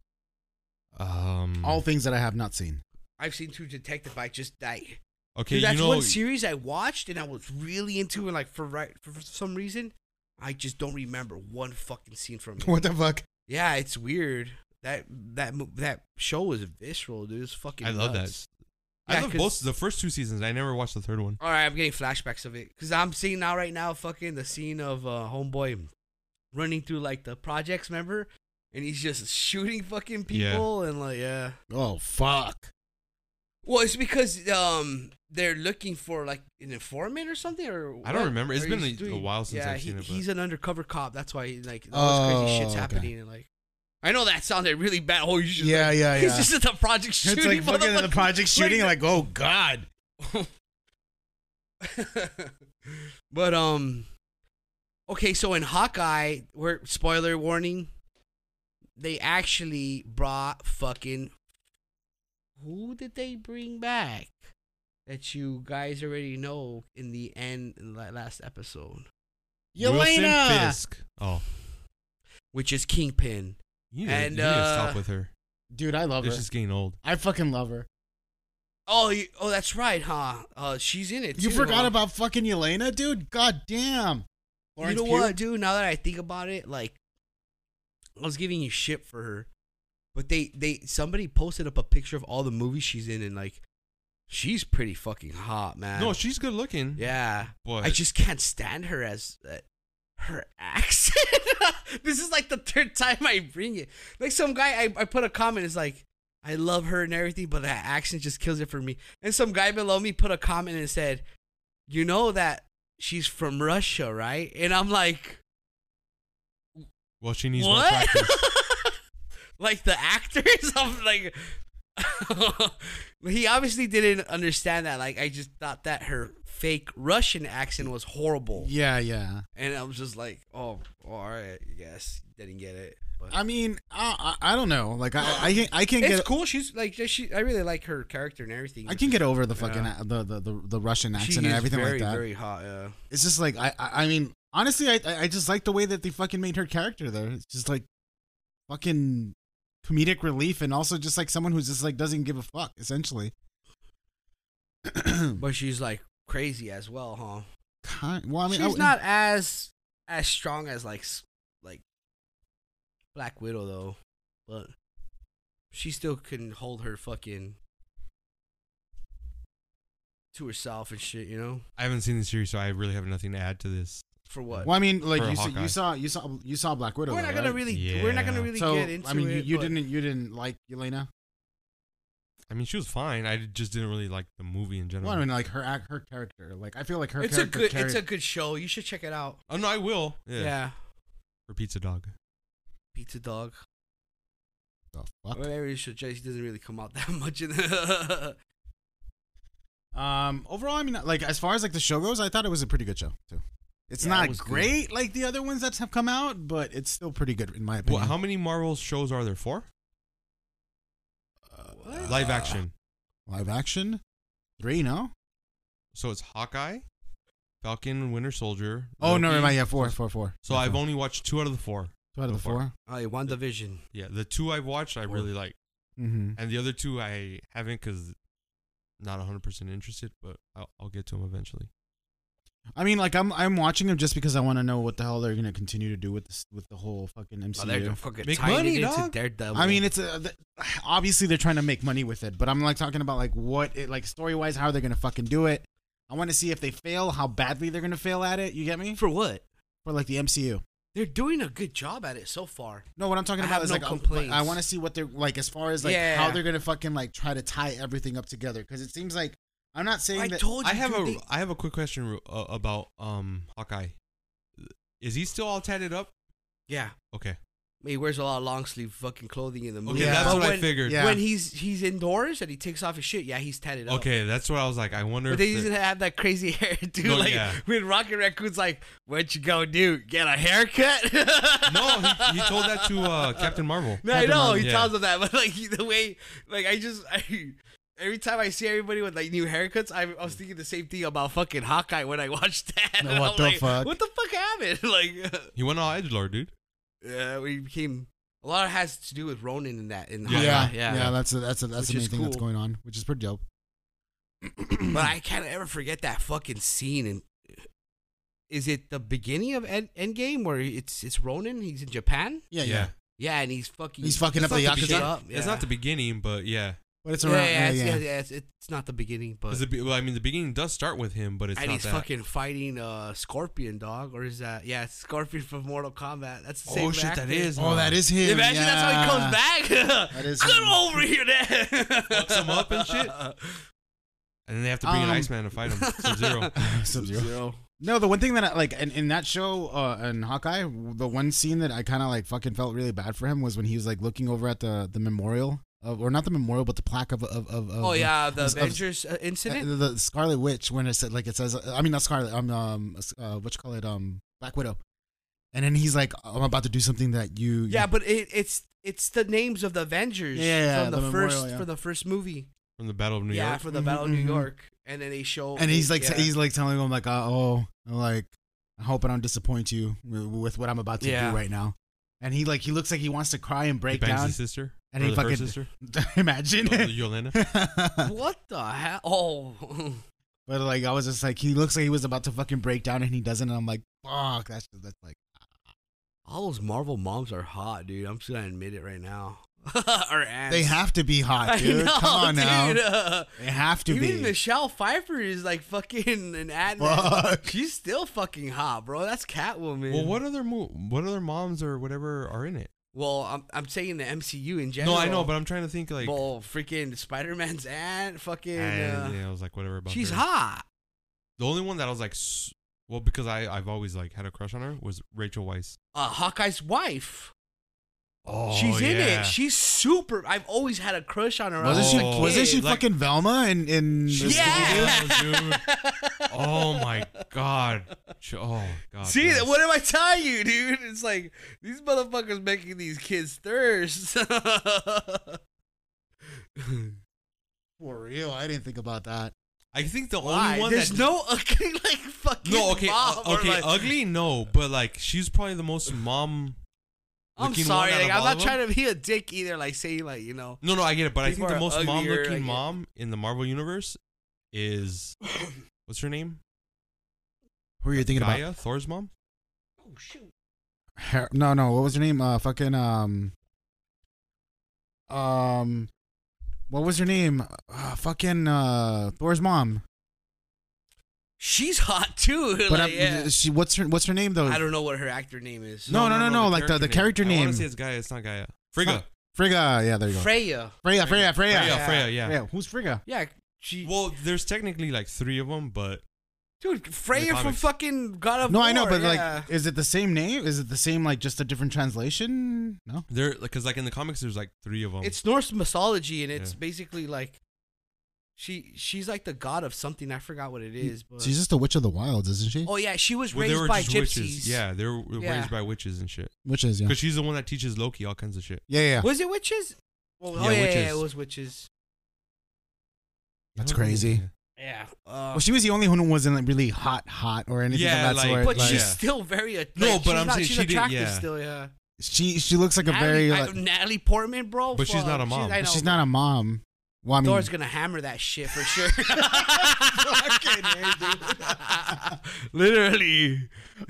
[SPEAKER 3] Um,
[SPEAKER 2] all things that I have not seen.
[SPEAKER 1] I've seen True Detective. I just I
[SPEAKER 3] okay,
[SPEAKER 1] Dude,
[SPEAKER 3] you
[SPEAKER 1] that's
[SPEAKER 3] know,
[SPEAKER 1] one series I watched and I was really into and like for right for, for some reason I just don't remember one fucking scene from it.
[SPEAKER 2] What the fuck?
[SPEAKER 1] Yeah, it's weird. That that mo- that show was visceral, dude. It's fucking.
[SPEAKER 3] I love
[SPEAKER 1] nuts.
[SPEAKER 3] that.
[SPEAKER 1] Yeah,
[SPEAKER 3] I love
[SPEAKER 1] 'cause-
[SPEAKER 3] both the first two seasons. I never watched the third one.
[SPEAKER 1] All right, I'm getting flashbacks of it because I'm seeing now right now fucking the scene of uh, homeboy running through like the projects, member, and he's just shooting fucking
[SPEAKER 3] Yeah.
[SPEAKER 1] people and like yeah.
[SPEAKER 2] Oh fuck!
[SPEAKER 1] Well, it's because um they're looking for like an informant or something or
[SPEAKER 3] I don't
[SPEAKER 1] what
[SPEAKER 3] remember. It's
[SPEAKER 1] are
[SPEAKER 3] been
[SPEAKER 1] you
[SPEAKER 3] a- a
[SPEAKER 1] doing?
[SPEAKER 3] while since
[SPEAKER 1] yeah,
[SPEAKER 3] I've
[SPEAKER 1] he-
[SPEAKER 3] seen it, but-
[SPEAKER 1] He's an undercover cop. That's why like all this crazy
[SPEAKER 2] Oh,
[SPEAKER 1] shit's
[SPEAKER 2] okay.
[SPEAKER 1] happening and like I know that sounded really bad. Oh, you should
[SPEAKER 2] Yeah, yeah, yeah.
[SPEAKER 1] He's just at the project shooting.
[SPEAKER 2] it's like fucking in the
[SPEAKER 1] motherfucker.
[SPEAKER 2] project shooting.
[SPEAKER 1] Like-
[SPEAKER 2] Like, oh god.
[SPEAKER 1] but um, okay. So in Hawkeye, we're spoiler warning. They actually brought fucking. Who did they bring back? That you guys already know in the end in the last episode,
[SPEAKER 3] Wilson
[SPEAKER 2] Yelena,
[SPEAKER 3] Fisk. Oh,
[SPEAKER 1] which is Kingpin.
[SPEAKER 3] you need,
[SPEAKER 1] And,
[SPEAKER 3] you need to
[SPEAKER 1] uh,
[SPEAKER 3] stop with her.
[SPEAKER 2] dude, I love her.
[SPEAKER 3] It's just getting old.
[SPEAKER 2] I fucking love her.
[SPEAKER 1] Oh, you, oh, that's right, huh? Uh, she's in it.
[SPEAKER 2] You
[SPEAKER 1] too,
[SPEAKER 2] forgot
[SPEAKER 1] huh?
[SPEAKER 2] about fucking Yelena, dude? God damn.
[SPEAKER 1] You know what, dude? Now that I think about it, like I was giving you shit for her, but they they somebody posted up a picture of all the movies she's in, and like she's pretty fucking hot, man.
[SPEAKER 3] No, she's good looking.
[SPEAKER 1] yeah.
[SPEAKER 3] but
[SPEAKER 1] I just can't stand her as uh, her accent. this is like the third time I bring it. Like some guy, I, I put a comment. It's like I love her and everything, but that accent just kills it for me. And some guy below me put a comment and said, "You know that she's from Russia, right?" And I'm like,
[SPEAKER 3] well, she needs more
[SPEAKER 1] "What?"
[SPEAKER 3] practice.
[SPEAKER 1] like the actors, I'm like, he obviously didn't understand that. Like I just thought that her fake Russian accent was horrible,
[SPEAKER 2] Yeah, yeah.
[SPEAKER 1] and I was just like, "Oh, all right, yes." Didn't get it. But
[SPEAKER 2] I mean, I, I, I don't know. Like I I can't, I can't
[SPEAKER 1] it's
[SPEAKER 2] get
[SPEAKER 1] cool. She's like she. I really like her character and everything.
[SPEAKER 2] I can get over the fucking
[SPEAKER 1] Yeah.
[SPEAKER 2] a the, the the the Russian
[SPEAKER 1] She
[SPEAKER 2] accent and
[SPEAKER 1] is
[SPEAKER 2] everything
[SPEAKER 1] very,
[SPEAKER 2] like that.
[SPEAKER 1] Very hot. Yeah.
[SPEAKER 2] It's just like I I, I mean honestly I I I just like the way that they fucking made her character there. It's just like fucking comedic relief and also just like someone who's just like doesn't give a fuck essentially.
[SPEAKER 1] But she's like crazy as well, huh?
[SPEAKER 2] Kind- well, I mean, I
[SPEAKER 1] she's
[SPEAKER 2] w-
[SPEAKER 1] not as as strong as like s- like Black Widow though, but she still can hold her fucking to herself and shit, you know.
[SPEAKER 3] I haven't seen the series, so I really have nothing to add to this.
[SPEAKER 1] For what?
[SPEAKER 2] Well, I mean, like
[SPEAKER 3] For
[SPEAKER 2] you, saw,
[SPEAKER 3] Hawkeye.
[SPEAKER 2] you saw you saw you saw Black Widow.
[SPEAKER 1] we're not
[SPEAKER 2] though,
[SPEAKER 1] gonna
[SPEAKER 2] right?
[SPEAKER 1] really. We're not gonna
[SPEAKER 3] Yeah.
[SPEAKER 1] really
[SPEAKER 2] so
[SPEAKER 1] get into
[SPEAKER 2] I mean, you-
[SPEAKER 1] it,
[SPEAKER 2] you
[SPEAKER 1] but-
[SPEAKER 2] didn't you didn't like Elena.
[SPEAKER 3] I mean, she was fine. I just didn't really like the movie in general.
[SPEAKER 2] Well, I mean, like her act, her character. Like I feel like her
[SPEAKER 1] It's a
[SPEAKER 2] character.
[SPEAKER 1] good.
[SPEAKER 2] carried-
[SPEAKER 1] It's a good show. You should check it out.
[SPEAKER 3] oh no, I will. Yeah.
[SPEAKER 1] Yeah.
[SPEAKER 3] For Pizza Dog.
[SPEAKER 1] Pizza Dog.
[SPEAKER 2] the fuck?
[SPEAKER 1] Whatever you should check. He doesn't really come out that much in the.
[SPEAKER 2] Um, overall, I mean, like as far as like the show goes, I thought it was a pretty good show too. It's
[SPEAKER 1] Yeah, it
[SPEAKER 2] not
[SPEAKER 1] was good.
[SPEAKER 2] great like the other ones that have come out, but it's still pretty good in my
[SPEAKER 3] Well,
[SPEAKER 2] opinion.
[SPEAKER 3] how many Marvel shows are there? Four.
[SPEAKER 1] What?
[SPEAKER 3] Live action.
[SPEAKER 2] Uh, Live action, three? No.
[SPEAKER 3] So it's Hawkeye, Falcon, Winter Soldier.
[SPEAKER 2] Oh no,
[SPEAKER 3] Loki.
[SPEAKER 2] never mind. Yeah, four, four, four.
[SPEAKER 3] So
[SPEAKER 2] Yeah,
[SPEAKER 3] I've
[SPEAKER 2] four.
[SPEAKER 3] only watched two out of the four.
[SPEAKER 2] two out of the
[SPEAKER 3] so far.
[SPEAKER 2] four.
[SPEAKER 1] All right, WandaVision.
[SPEAKER 3] Yeah, the two I've watched I
[SPEAKER 1] Four.
[SPEAKER 3] really like,
[SPEAKER 2] Mm-hmm.
[SPEAKER 3] and the other two I haven't because not 100 percent interested. But I'll, I'll get to them eventually.
[SPEAKER 2] I mean, like I'm I'm watching them just because I want to know what the hell they're gonna continue to do with this with the whole fucking
[SPEAKER 1] Oh, they're
[SPEAKER 2] MCU.
[SPEAKER 1] just fucking
[SPEAKER 3] Make
[SPEAKER 1] tying
[SPEAKER 3] money,
[SPEAKER 1] it into
[SPEAKER 3] dog.
[SPEAKER 1] Daredevil.
[SPEAKER 2] I mean, it's a, th- obviously they're trying to make money with it, but I'm like talking about like what it like story wise, how they're gonna fucking do it. I want to see if they fail, how badly they're gonna fail at it. You get me?
[SPEAKER 1] for what?
[SPEAKER 2] For like the MCU.
[SPEAKER 1] They're doing a good job at it so far.
[SPEAKER 2] No, what I'm talking
[SPEAKER 1] I
[SPEAKER 2] about
[SPEAKER 1] have
[SPEAKER 2] is
[SPEAKER 1] no
[SPEAKER 2] like um, but
[SPEAKER 1] complaints.
[SPEAKER 2] I want to see what they're like as far as like
[SPEAKER 1] Yeah.
[SPEAKER 2] how they're gonna fucking like try to tie everything up together because it seems like I'm not saying
[SPEAKER 1] I
[SPEAKER 2] that
[SPEAKER 1] told you.
[SPEAKER 3] I have
[SPEAKER 1] dude,
[SPEAKER 3] a
[SPEAKER 1] they-
[SPEAKER 3] I have a quick question ru- uh, about um Hawkeye. Is he still all tatted up?
[SPEAKER 1] yeah.
[SPEAKER 3] Okay.
[SPEAKER 1] He wears a lot of long sleeve fucking clothing in the
[SPEAKER 3] Okay,
[SPEAKER 1] movie.
[SPEAKER 2] Yeah.
[SPEAKER 3] that's
[SPEAKER 1] But
[SPEAKER 3] what I
[SPEAKER 1] when-
[SPEAKER 3] figured.
[SPEAKER 2] Yeah.
[SPEAKER 1] When he's he's indoors and he takes off his shit, yeah, he's tatted up.
[SPEAKER 3] Okay, that's what I was like. I wonder.
[SPEAKER 1] But
[SPEAKER 3] If
[SPEAKER 1] they
[SPEAKER 3] the-
[SPEAKER 1] used to have that crazy hair, dude.
[SPEAKER 3] No,
[SPEAKER 1] like
[SPEAKER 3] yeah.
[SPEAKER 1] when Rocket Raccoon's like, "What you gonna do? Get a haircut?"
[SPEAKER 3] no, he, he told that to uh, Captain Marvel.
[SPEAKER 1] No, I
[SPEAKER 2] Captain
[SPEAKER 1] know
[SPEAKER 2] Marvel.
[SPEAKER 1] he
[SPEAKER 3] Yeah.
[SPEAKER 1] tells them that, but like the way, like I just I, every time I see everybody with like new haircuts, I, I was thinking the same thing about fucking Hawkeye when I watched that.
[SPEAKER 2] No,
[SPEAKER 1] And
[SPEAKER 2] what
[SPEAKER 1] I'm
[SPEAKER 2] the
[SPEAKER 1] like,
[SPEAKER 2] fuck?
[SPEAKER 1] What the fuck happened? like,
[SPEAKER 3] He went all edge lord, dude.
[SPEAKER 1] yeah, we became a lot has to do with Ronin in that. In
[SPEAKER 2] yeah,
[SPEAKER 1] Hawkeye,
[SPEAKER 2] yeah,
[SPEAKER 1] yeah,
[SPEAKER 2] that's a, that's a,
[SPEAKER 1] Which
[SPEAKER 2] that's the main
[SPEAKER 1] is
[SPEAKER 2] thing that's
[SPEAKER 1] cool.
[SPEAKER 2] going on, which is pretty dope.
[SPEAKER 1] But I can't ever forget that fucking scene. And is it the beginning of End Endgame where it's it's Ronin? He's in Japan.
[SPEAKER 2] Yeah, yeah,
[SPEAKER 1] Yeah, and he's fucking
[SPEAKER 2] he's fucking up
[SPEAKER 3] It's
[SPEAKER 2] the
[SPEAKER 3] not
[SPEAKER 1] the
[SPEAKER 2] yakuza,
[SPEAKER 1] beginning.
[SPEAKER 3] begin-
[SPEAKER 1] Yakuza.
[SPEAKER 3] It's not the beginning, but yeah.
[SPEAKER 2] but it's
[SPEAKER 1] Yeah,
[SPEAKER 2] around.
[SPEAKER 1] yeah,
[SPEAKER 2] Yeah,
[SPEAKER 1] it's,
[SPEAKER 2] yeah,
[SPEAKER 1] yeah, yeah, it's, it's not the beginning, but
[SPEAKER 3] 'Cause the be- well, I mean, the beginning does start with him, but it's
[SPEAKER 1] and
[SPEAKER 3] not
[SPEAKER 1] he's
[SPEAKER 3] that.
[SPEAKER 1] fucking fighting uh Scorpion dog, or is that yeah, it's Scorpion from Mortal Kombat. That's the same.
[SPEAKER 3] oh shit,
[SPEAKER 1] actor.
[SPEAKER 3] that is.
[SPEAKER 2] Oh, that is him.
[SPEAKER 1] Imagine that's how he comes
[SPEAKER 2] yeah.
[SPEAKER 1] back.
[SPEAKER 2] That is
[SPEAKER 1] Come
[SPEAKER 2] him.
[SPEAKER 1] over here, then.
[SPEAKER 3] Fucks him up and shit. And then they have to bring an
[SPEAKER 2] Um,
[SPEAKER 3] Iceman to fight him. Sub Zero.
[SPEAKER 2] Sub-Zero. No, the one thing that I, like in, in that show uh, in Hawkeye, the one scene that I kind of like fucking felt really bad for him was when he was like looking over at the the memorial of, or not the memorial, but the plaque of of of. of
[SPEAKER 1] Oh yeah, the
[SPEAKER 2] of- of-
[SPEAKER 1] Avengers uh, incident.
[SPEAKER 2] Uh, the, the Scarlet Witch when it said like it says I mean not Scarlet um um uh, what you call it um Black Widow, and then he's like I'm about to do something that you
[SPEAKER 1] Yeah, but it, it's it's the names of the Avengers
[SPEAKER 2] Yeah, yeah,
[SPEAKER 1] from
[SPEAKER 2] the
[SPEAKER 1] the,
[SPEAKER 2] memorial,
[SPEAKER 1] first
[SPEAKER 2] yeah.
[SPEAKER 1] from the first movie.
[SPEAKER 3] From the Battle of New
[SPEAKER 1] yeah,
[SPEAKER 3] York.
[SPEAKER 1] from the
[SPEAKER 2] Mhm,
[SPEAKER 1] Battle of New
[SPEAKER 2] mhm.
[SPEAKER 1] York, and then they show
[SPEAKER 2] and he's like
[SPEAKER 1] yeah.
[SPEAKER 2] he's like telling him like uh, oh like I hope I don't disappoint you with, with what I'm about to
[SPEAKER 1] Yeah.
[SPEAKER 2] do right now, and he like he looks like he wants to cry and
[SPEAKER 3] He
[SPEAKER 2] break
[SPEAKER 3] bangs
[SPEAKER 2] down.
[SPEAKER 3] his sister.
[SPEAKER 2] and
[SPEAKER 3] or
[SPEAKER 2] he
[SPEAKER 3] the
[SPEAKER 2] fucking-
[SPEAKER 3] first sister.
[SPEAKER 2] Imagine.
[SPEAKER 5] Oh,
[SPEAKER 3] Y- Yolanda.
[SPEAKER 2] but
[SPEAKER 1] what the hell? Oh,
[SPEAKER 2] like I was just like he looks like he was about to fucking break down and he doesn't and I'm like fuck that's that's like
[SPEAKER 1] All those Marvel moms are hot, dude. I'm just gonna admit it right now. Our aunts.
[SPEAKER 2] they have to be hot dude come on now
[SPEAKER 1] Uh,
[SPEAKER 2] they have to
[SPEAKER 1] even
[SPEAKER 2] be
[SPEAKER 1] Michelle Pfeiffer is like fucking an ad.
[SPEAKER 2] Fuck.
[SPEAKER 1] She's still fucking hot, bro. That's Catwoman.
[SPEAKER 3] well, what other mo- what other moms or whatever are in it?
[SPEAKER 1] Well, I'm I'm saying the MCU in
[SPEAKER 3] no,
[SPEAKER 1] general.
[SPEAKER 3] I know, but I'm trying to think like.
[SPEAKER 1] well, freaking Spider Man's aunt, fucking.
[SPEAKER 3] and,
[SPEAKER 1] uh,
[SPEAKER 3] yeah, I was like, whatever about.
[SPEAKER 1] she's
[SPEAKER 3] her.
[SPEAKER 1] hot.
[SPEAKER 3] The only one that I was like, s- well, because I I've always like had a crush on her was Rachel Weisz.
[SPEAKER 1] Uh, Hawkeye's wife.
[SPEAKER 3] Oh,
[SPEAKER 1] She's in
[SPEAKER 3] yeah.
[SPEAKER 1] it. She's super. I've always had a crush on her.
[SPEAKER 2] Wasn't she?
[SPEAKER 3] Oh.
[SPEAKER 2] wasn't she
[SPEAKER 3] Like-
[SPEAKER 2] fucking Velma in in the
[SPEAKER 1] Yeah.
[SPEAKER 3] Scooby-Doo? dude. Oh my god. Ch- Oh god.
[SPEAKER 1] See,
[SPEAKER 3] yes.
[SPEAKER 1] what am I telling you, dude? It's like these motherfuckers making these kids thirst.
[SPEAKER 2] For real, I didn't think about that.
[SPEAKER 3] I think the
[SPEAKER 1] Why?
[SPEAKER 3] only one
[SPEAKER 1] There's
[SPEAKER 3] that
[SPEAKER 1] no ugly like fucking.
[SPEAKER 3] no okay
[SPEAKER 1] mom
[SPEAKER 3] uh,
[SPEAKER 1] or,
[SPEAKER 3] okay
[SPEAKER 1] like-
[SPEAKER 3] ugly no, but like she's probably the most mom.
[SPEAKER 1] I'm
[SPEAKER 3] looking
[SPEAKER 1] sorry,
[SPEAKER 3] one out
[SPEAKER 1] like,
[SPEAKER 3] of
[SPEAKER 1] I'm
[SPEAKER 3] all
[SPEAKER 1] not
[SPEAKER 3] of
[SPEAKER 1] trying to be a dick either. Like say like you know.
[SPEAKER 3] No, no, I get it, but I
[SPEAKER 1] People
[SPEAKER 3] think the
[SPEAKER 1] are
[SPEAKER 3] most
[SPEAKER 1] uglier, I
[SPEAKER 3] mom-looking
[SPEAKER 1] get it.
[SPEAKER 3] mom in the Marvel universe is what's her name?
[SPEAKER 5] Who are you thinking about?
[SPEAKER 3] Gaia, Thor's mom.
[SPEAKER 1] Oh shoot.
[SPEAKER 2] Her, no, no. What was her name? Uh, fucking um, um, what was her name? Uh, fucking uh, Thor's mom.
[SPEAKER 1] She's hot too. like,
[SPEAKER 2] But I'm,
[SPEAKER 1] yeah.
[SPEAKER 2] she, what's her what's her name though?
[SPEAKER 1] I don't know what her actor name is.
[SPEAKER 2] No, no, no, no, like the- the character
[SPEAKER 3] I
[SPEAKER 2] name.
[SPEAKER 3] want to say it's Gaia. It's not Gaia. Frigga.
[SPEAKER 2] Frigga. Yeah, there you go.
[SPEAKER 1] Freya.
[SPEAKER 2] Freya, Freya, Freya.
[SPEAKER 3] Freya. Freya. Yeah.
[SPEAKER 2] Freya. Who's Frigga?
[SPEAKER 1] Yeah, she.
[SPEAKER 3] Well, there's technically like three of them, but
[SPEAKER 1] dude, Freya from
[SPEAKER 3] comics.
[SPEAKER 1] fucking God of
[SPEAKER 2] No,
[SPEAKER 1] War.
[SPEAKER 2] I know, but
[SPEAKER 1] yeah.
[SPEAKER 2] like, is it the same name? Is it the same like just a different translation? No.
[SPEAKER 3] they're because like in the comics, there's like three of them.
[SPEAKER 1] it's Norse mythology, and it's
[SPEAKER 3] Oh. Yeah.
[SPEAKER 1] basically like she she's like the god of something. I forgot what it is. But,
[SPEAKER 2] She's just a witch of the wilds, isn't she?
[SPEAKER 1] oh yeah, she was
[SPEAKER 3] Well, they
[SPEAKER 1] raised
[SPEAKER 3] were
[SPEAKER 1] by
[SPEAKER 3] just
[SPEAKER 1] gypsies.
[SPEAKER 3] witches. Yeah, they were
[SPEAKER 1] Yeah.
[SPEAKER 3] raised by witches and shit.
[SPEAKER 2] Witches, yeah.
[SPEAKER 3] Because she's the one that teaches Loki all kinds of shit.
[SPEAKER 2] Yeah, yeah.
[SPEAKER 1] Was it witches? Well,
[SPEAKER 3] Yeah,
[SPEAKER 1] oh yeah, yeah,
[SPEAKER 3] witches.
[SPEAKER 1] it was witches.
[SPEAKER 2] That's crazy.
[SPEAKER 1] Yeah.
[SPEAKER 2] Well, she was the only one who wasn't like, really hot, hot or anything
[SPEAKER 3] Yeah,
[SPEAKER 2] of that
[SPEAKER 3] like-
[SPEAKER 2] sort.
[SPEAKER 1] but
[SPEAKER 2] like,
[SPEAKER 1] she's
[SPEAKER 3] yeah.
[SPEAKER 1] still very a-
[SPEAKER 3] No,
[SPEAKER 1] like,
[SPEAKER 3] but
[SPEAKER 1] she's
[SPEAKER 3] I'm
[SPEAKER 1] not,
[SPEAKER 3] saying
[SPEAKER 1] she's
[SPEAKER 3] she did-
[SPEAKER 1] attractive
[SPEAKER 3] yeah.
[SPEAKER 1] still. Yeah.
[SPEAKER 2] she she looks like a
[SPEAKER 1] Natalie,
[SPEAKER 2] very
[SPEAKER 1] I-
[SPEAKER 2] like,
[SPEAKER 1] Natalie Portman, bro.
[SPEAKER 3] But she's
[SPEAKER 1] fuck,
[SPEAKER 3] not a mom.
[SPEAKER 1] I
[SPEAKER 3] But
[SPEAKER 1] know,
[SPEAKER 2] she's
[SPEAKER 1] bro.
[SPEAKER 2] not a mom. Well, I mean,
[SPEAKER 1] Thor's gonna hammer that shit for sure. Literally.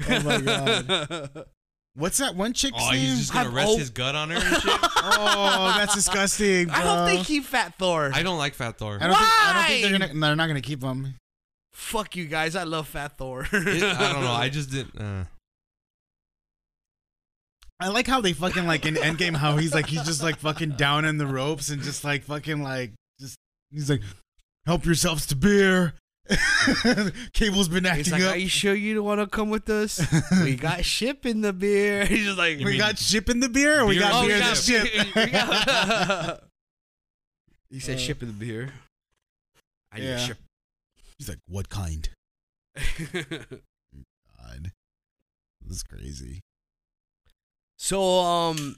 [SPEAKER 2] Oh my God. what's that one chick's
[SPEAKER 3] Oh,
[SPEAKER 2] name?
[SPEAKER 3] he's just gonna
[SPEAKER 1] I've
[SPEAKER 3] rest
[SPEAKER 1] al-
[SPEAKER 3] his gut on her and shit.
[SPEAKER 2] oh, that's disgusting. Bro.
[SPEAKER 1] I don't think he fat Thor.
[SPEAKER 3] I don't like Fat Thor.
[SPEAKER 2] I don't think, I don't think
[SPEAKER 1] Why?
[SPEAKER 2] they're gonna. They're not gonna keep him.
[SPEAKER 1] Fuck you guys. I love fat Thor.
[SPEAKER 3] It- I don't know. I just didn't. Uh.
[SPEAKER 2] I like how they fucking like in Endgame how he's like he's just like fucking down in the ropes and just like fucking like just he's like help yourselves to beer. Cable's been
[SPEAKER 1] He's
[SPEAKER 2] acting
[SPEAKER 1] like,
[SPEAKER 2] up.
[SPEAKER 1] are you sure you don't want to come with us? we got ship in the beer. He's just like,
[SPEAKER 3] You
[SPEAKER 2] we
[SPEAKER 3] mean-
[SPEAKER 2] got ship in the beer. Or we
[SPEAKER 3] Beer
[SPEAKER 2] got
[SPEAKER 3] in
[SPEAKER 2] beer
[SPEAKER 3] the
[SPEAKER 2] in the
[SPEAKER 3] got
[SPEAKER 2] ship.
[SPEAKER 1] we got- he said, ship in the beer. Uh. I need
[SPEAKER 2] yeah.
[SPEAKER 1] a ship.
[SPEAKER 2] He's like, what kind? God, this is crazy.
[SPEAKER 1] so, um,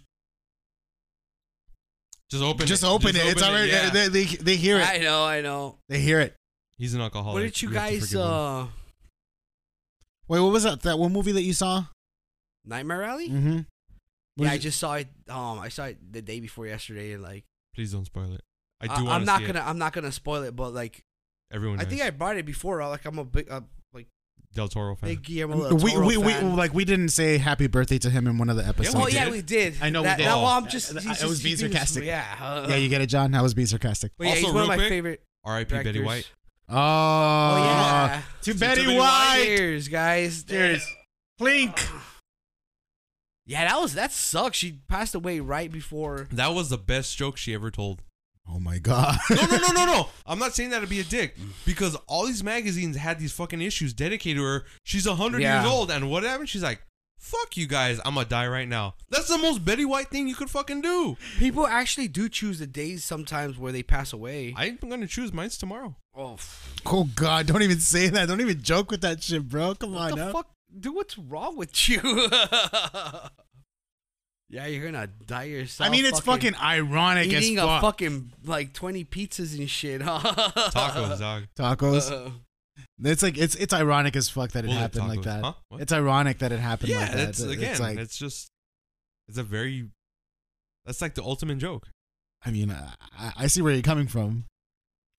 [SPEAKER 3] Just open.
[SPEAKER 2] just open it. it's already
[SPEAKER 3] yeah.
[SPEAKER 2] they, they they hear it.
[SPEAKER 1] I know, I know.
[SPEAKER 2] They hear it.
[SPEAKER 3] He's an alcoholic.
[SPEAKER 1] What did you
[SPEAKER 3] Oh, have to
[SPEAKER 1] guys,
[SPEAKER 3] forgive him.
[SPEAKER 1] uh,
[SPEAKER 2] Wait, what was that? That one movie that you saw?
[SPEAKER 1] Nightmare Alley?
[SPEAKER 2] Mm-hmm.
[SPEAKER 1] Yeah, I just saw Mm, it. Um, I saw it the day before yesterday, and like,
[SPEAKER 3] Please don't spoil it.
[SPEAKER 1] I
[SPEAKER 3] I do.
[SPEAKER 1] I, am
[SPEAKER 3] want
[SPEAKER 1] not
[SPEAKER 3] see
[SPEAKER 1] gonna,
[SPEAKER 3] It.
[SPEAKER 1] I'm not gonna spoil it, but like,
[SPEAKER 3] Everyone.
[SPEAKER 1] I think I brought it before. Like, I'm a big, uh, like,
[SPEAKER 3] Del Toro fan.
[SPEAKER 1] big Guillermo del
[SPEAKER 2] we
[SPEAKER 1] Toro
[SPEAKER 2] we, we
[SPEAKER 1] fan.
[SPEAKER 2] like we didn't say happy birthday to him in one of the
[SPEAKER 3] we
[SPEAKER 2] episodes.
[SPEAKER 1] oh
[SPEAKER 3] did.
[SPEAKER 1] yeah, we did.
[SPEAKER 2] I know we
[SPEAKER 1] That-
[SPEAKER 2] did.
[SPEAKER 1] that- well,
[SPEAKER 2] Oh.
[SPEAKER 1] I'm just,
[SPEAKER 2] I-
[SPEAKER 1] he's
[SPEAKER 2] I was
[SPEAKER 1] just-
[SPEAKER 2] being
[SPEAKER 1] he
[SPEAKER 2] sarcastic.
[SPEAKER 1] Yeah, uh,
[SPEAKER 2] yeah, you get it, John. I was being sarcastic.
[SPEAKER 1] But yeah, he's
[SPEAKER 3] Also,
[SPEAKER 1] one
[SPEAKER 3] real
[SPEAKER 1] of my
[SPEAKER 3] quick,
[SPEAKER 1] favorite.
[SPEAKER 3] R.I.P. Betty
[SPEAKER 1] directors.
[SPEAKER 3] White.
[SPEAKER 2] Oh,
[SPEAKER 1] Oh yeah,
[SPEAKER 2] to
[SPEAKER 3] To
[SPEAKER 2] Betty
[SPEAKER 3] Betty
[SPEAKER 2] White.
[SPEAKER 1] cheers, guys.
[SPEAKER 2] Cheers. Clink.
[SPEAKER 1] Yeah, that was that sucks. She passed away right before.
[SPEAKER 3] That was the best joke she ever told.
[SPEAKER 2] Oh my god.
[SPEAKER 3] No, no, no, no, no. I'm not saying that to be a dick because all these magazines had these fucking issues dedicated to her. She's 100
[SPEAKER 1] Yeah.
[SPEAKER 3] years old, and what happened? She's like, fuck you guys. I'm going to die right now. That's the most Betty White thing you could fucking do.
[SPEAKER 1] People actually do choose the days sometimes where they pass away.
[SPEAKER 3] I'm going to choose mine's tomorrow.
[SPEAKER 1] oh, f-
[SPEAKER 2] Oh god, don't even say that. Don't even joke with that shit, bro. Come
[SPEAKER 1] what
[SPEAKER 2] on.
[SPEAKER 1] the
[SPEAKER 2] now.
[SPEAKER 1] fuck, dude? What's wrong with you? yeah, you're gonna die yourself.
[SPEAKER 2] I mean, it's fucking, ironic as
[SPEAKER 1] eating a
[SPEAKER 2] fuck.
[SPEAKER 1] fucking like twenty pizzas and shit. huh?
[SPEAKER 3] Tacos, dog.
[SPEAKER 2] Tacos.
[SPEAKER 1] Uh,
[SPEAKER 2] It's like it's it's ironic as fuck that it
[SPEAKER 3] Bullet
[SPEAKER 2] happened like
[SPEAKER 3] tacos.
[SPEAKER 2] that.
[SPEAKER 3] Huh? What?
[SPEAKER 2] It's ironic that it happened
[SPEAKER 3] yeah,
[SPEAKER 2] like that.
[SPEAKER 3] that's, again,
[SPEAKER 2] it's like
[SPEAKER 3] it's just, it's a very, that's like the ultimate joke.
[SPEAKER 2] I mean, I, I- I see where you're coming from.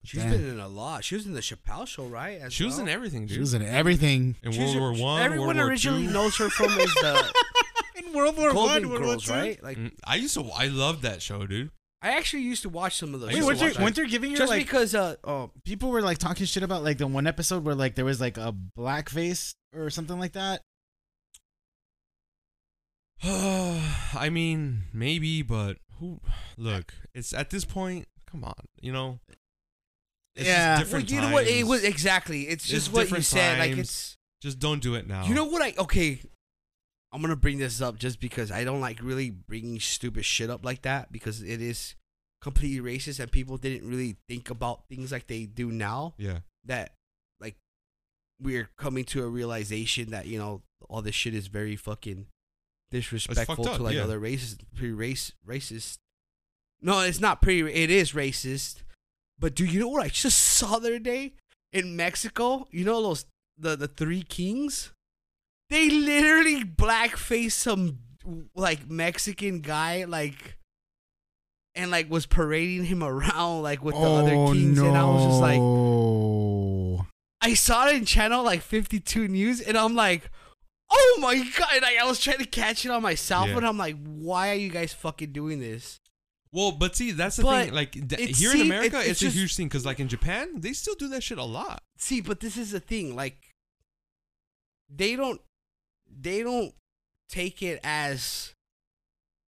[SPEAKER 1] she's
[SPEAKER 2] Damn.
[SPEAKER 1] been in a lot. She was in the Chappelle Show, right? as
[SPEAKER 3] She was
[SPEAKER 1] well?
[SPEAKER 3] in everything, dude.
[SPEAKER 2] She was in everything.
[SPEAKER 3] in
[SPEAKER 1] She's
[SPEAKER 3] World
[SPEAKER 1] a-
[SPEAKER 3] War One,
[SPEAKER 1] Everyone
[SPEAKER 3] World War
[SPEAKER 1] originally
[SPEAKER 3] Two.
[SPEAKER 1] knows her from is the
[SPEAKER 2] In World War
[SPEAKER 1] Golden Girls, right? Like
[SPEAKER 3] Mm, I used to, I loved that show, dude.
[SPEAKER 1] I actually used to watch some of those.
[SPEAKER 3] I
[SPEAKER 2] Wait,
[SPEAKER 3] used to
[SPEAKER 2] weren't
[SPEAKER 1] shows.
[SPEAKER 2] you,
[SPEAKER 3] watch that.
[SPEAKER 2] weren't you giving your
[SPEAKER 1] just
[SPEAKER 2] like
[SPEAKER 1] because uh oh
[SPEAKER 2] people were like talking shit about like the one episode where like there was like a blackface or something like that?
[SPEAKER 3] I mean, maybe, but who? Look, it's at this point. Come on, you know. It's
[SPEAKER 2] Yeah.
[SPEAKER 3] just different
[SPEAKER 1] well, you know what it
[SPEAKER 3] times.
[SPEAKER 1] was exactly. It's
[SPEAKER 3] It's
[SPEAKER 1] just what you
[SPEAKER 3] different
[SPEAKER 1] said. Like
[SPEAKER 3] times.
[SPEAKER 1] it's
[SPEAKER 3] Just don't do it now.
[SPEAKER 1] you know what I okay. I'm gonna bring this up just because I don't like really bringing stupid shit up like that because it is completely racist and people didn't really think about things like they do now
[SPEAKER 3] Yeah.
[SPEAKER 1] that like we're coming to a realization that you know all this shit is very fucking disrespectful
[SPEAKER 3] up,
[SPEAKER 1] to like
[SPEAKER 3] yeah.
[SPEAKER 1] other races, pretty race racist. No, it's not pretty. It is racist. But do you know what I just saw the other day in Mexico? You know those the the three kings. They literally blackface some like Mexican guy like. And like was parading him around like with the
[SPEAKER 2] Oh,
[SPEAKER 3] Oh,
[SPEAKER 1] other kings, and I was just like,
[SPEAKER 2] like,
[SPEAKER 1] I saw it in channel like 52 news and I'm like, oh my god. Like, I was trying to catch it on myself
[SPEAKER 3] Yeah.
[SPEAKER 1] and I'm like, why are you guys fucking doing this?
[SPEAKER 3] Well, but see, that's the
[SPEAKER 1] But
[SPEAKER 3] thing. Like th-
[SPEAKER 1] it's-
[SPEAKER 3] here
[SPEAKER 1] see,
[SPEAKER 3] in
[SPEAKER 1] it-
[SPEAKER 3] America,
[SPEAKER 1] it's
[SPEAKER 3] it's,
[SPEAKER 1] just-
[SPEAKER 3] a huge thing because, like in Japan, they still do that shit a lot.
[SPEAKER 1] See, but this is the thing. Like, they don't, they don't take it as,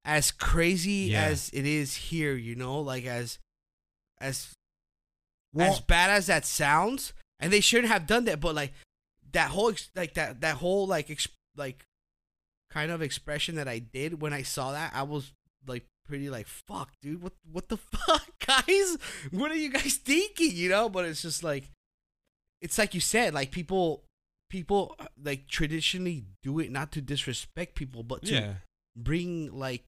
[SPEAKER 1] as crazy
[SPEAKER 3] Yeah.
[SPEAKER 1] as it is here. You know, like as, as as
[SPEAKER 2] well,
[SPEAKER 1] bad as that sounds, and they shouldn't have done that. But like that whole ex- like that that whole like ex- like kind of expression that I did when I saw that, I was like pretty like fuck, dude. What what the fuck, guys? What are you guys thinking? You know? But it's just like it's like you said, like people people uh, like traditionally do it not to disrespect people, but to
[SPEAKER 3] Yeah.
[SPEAKER 1] bring like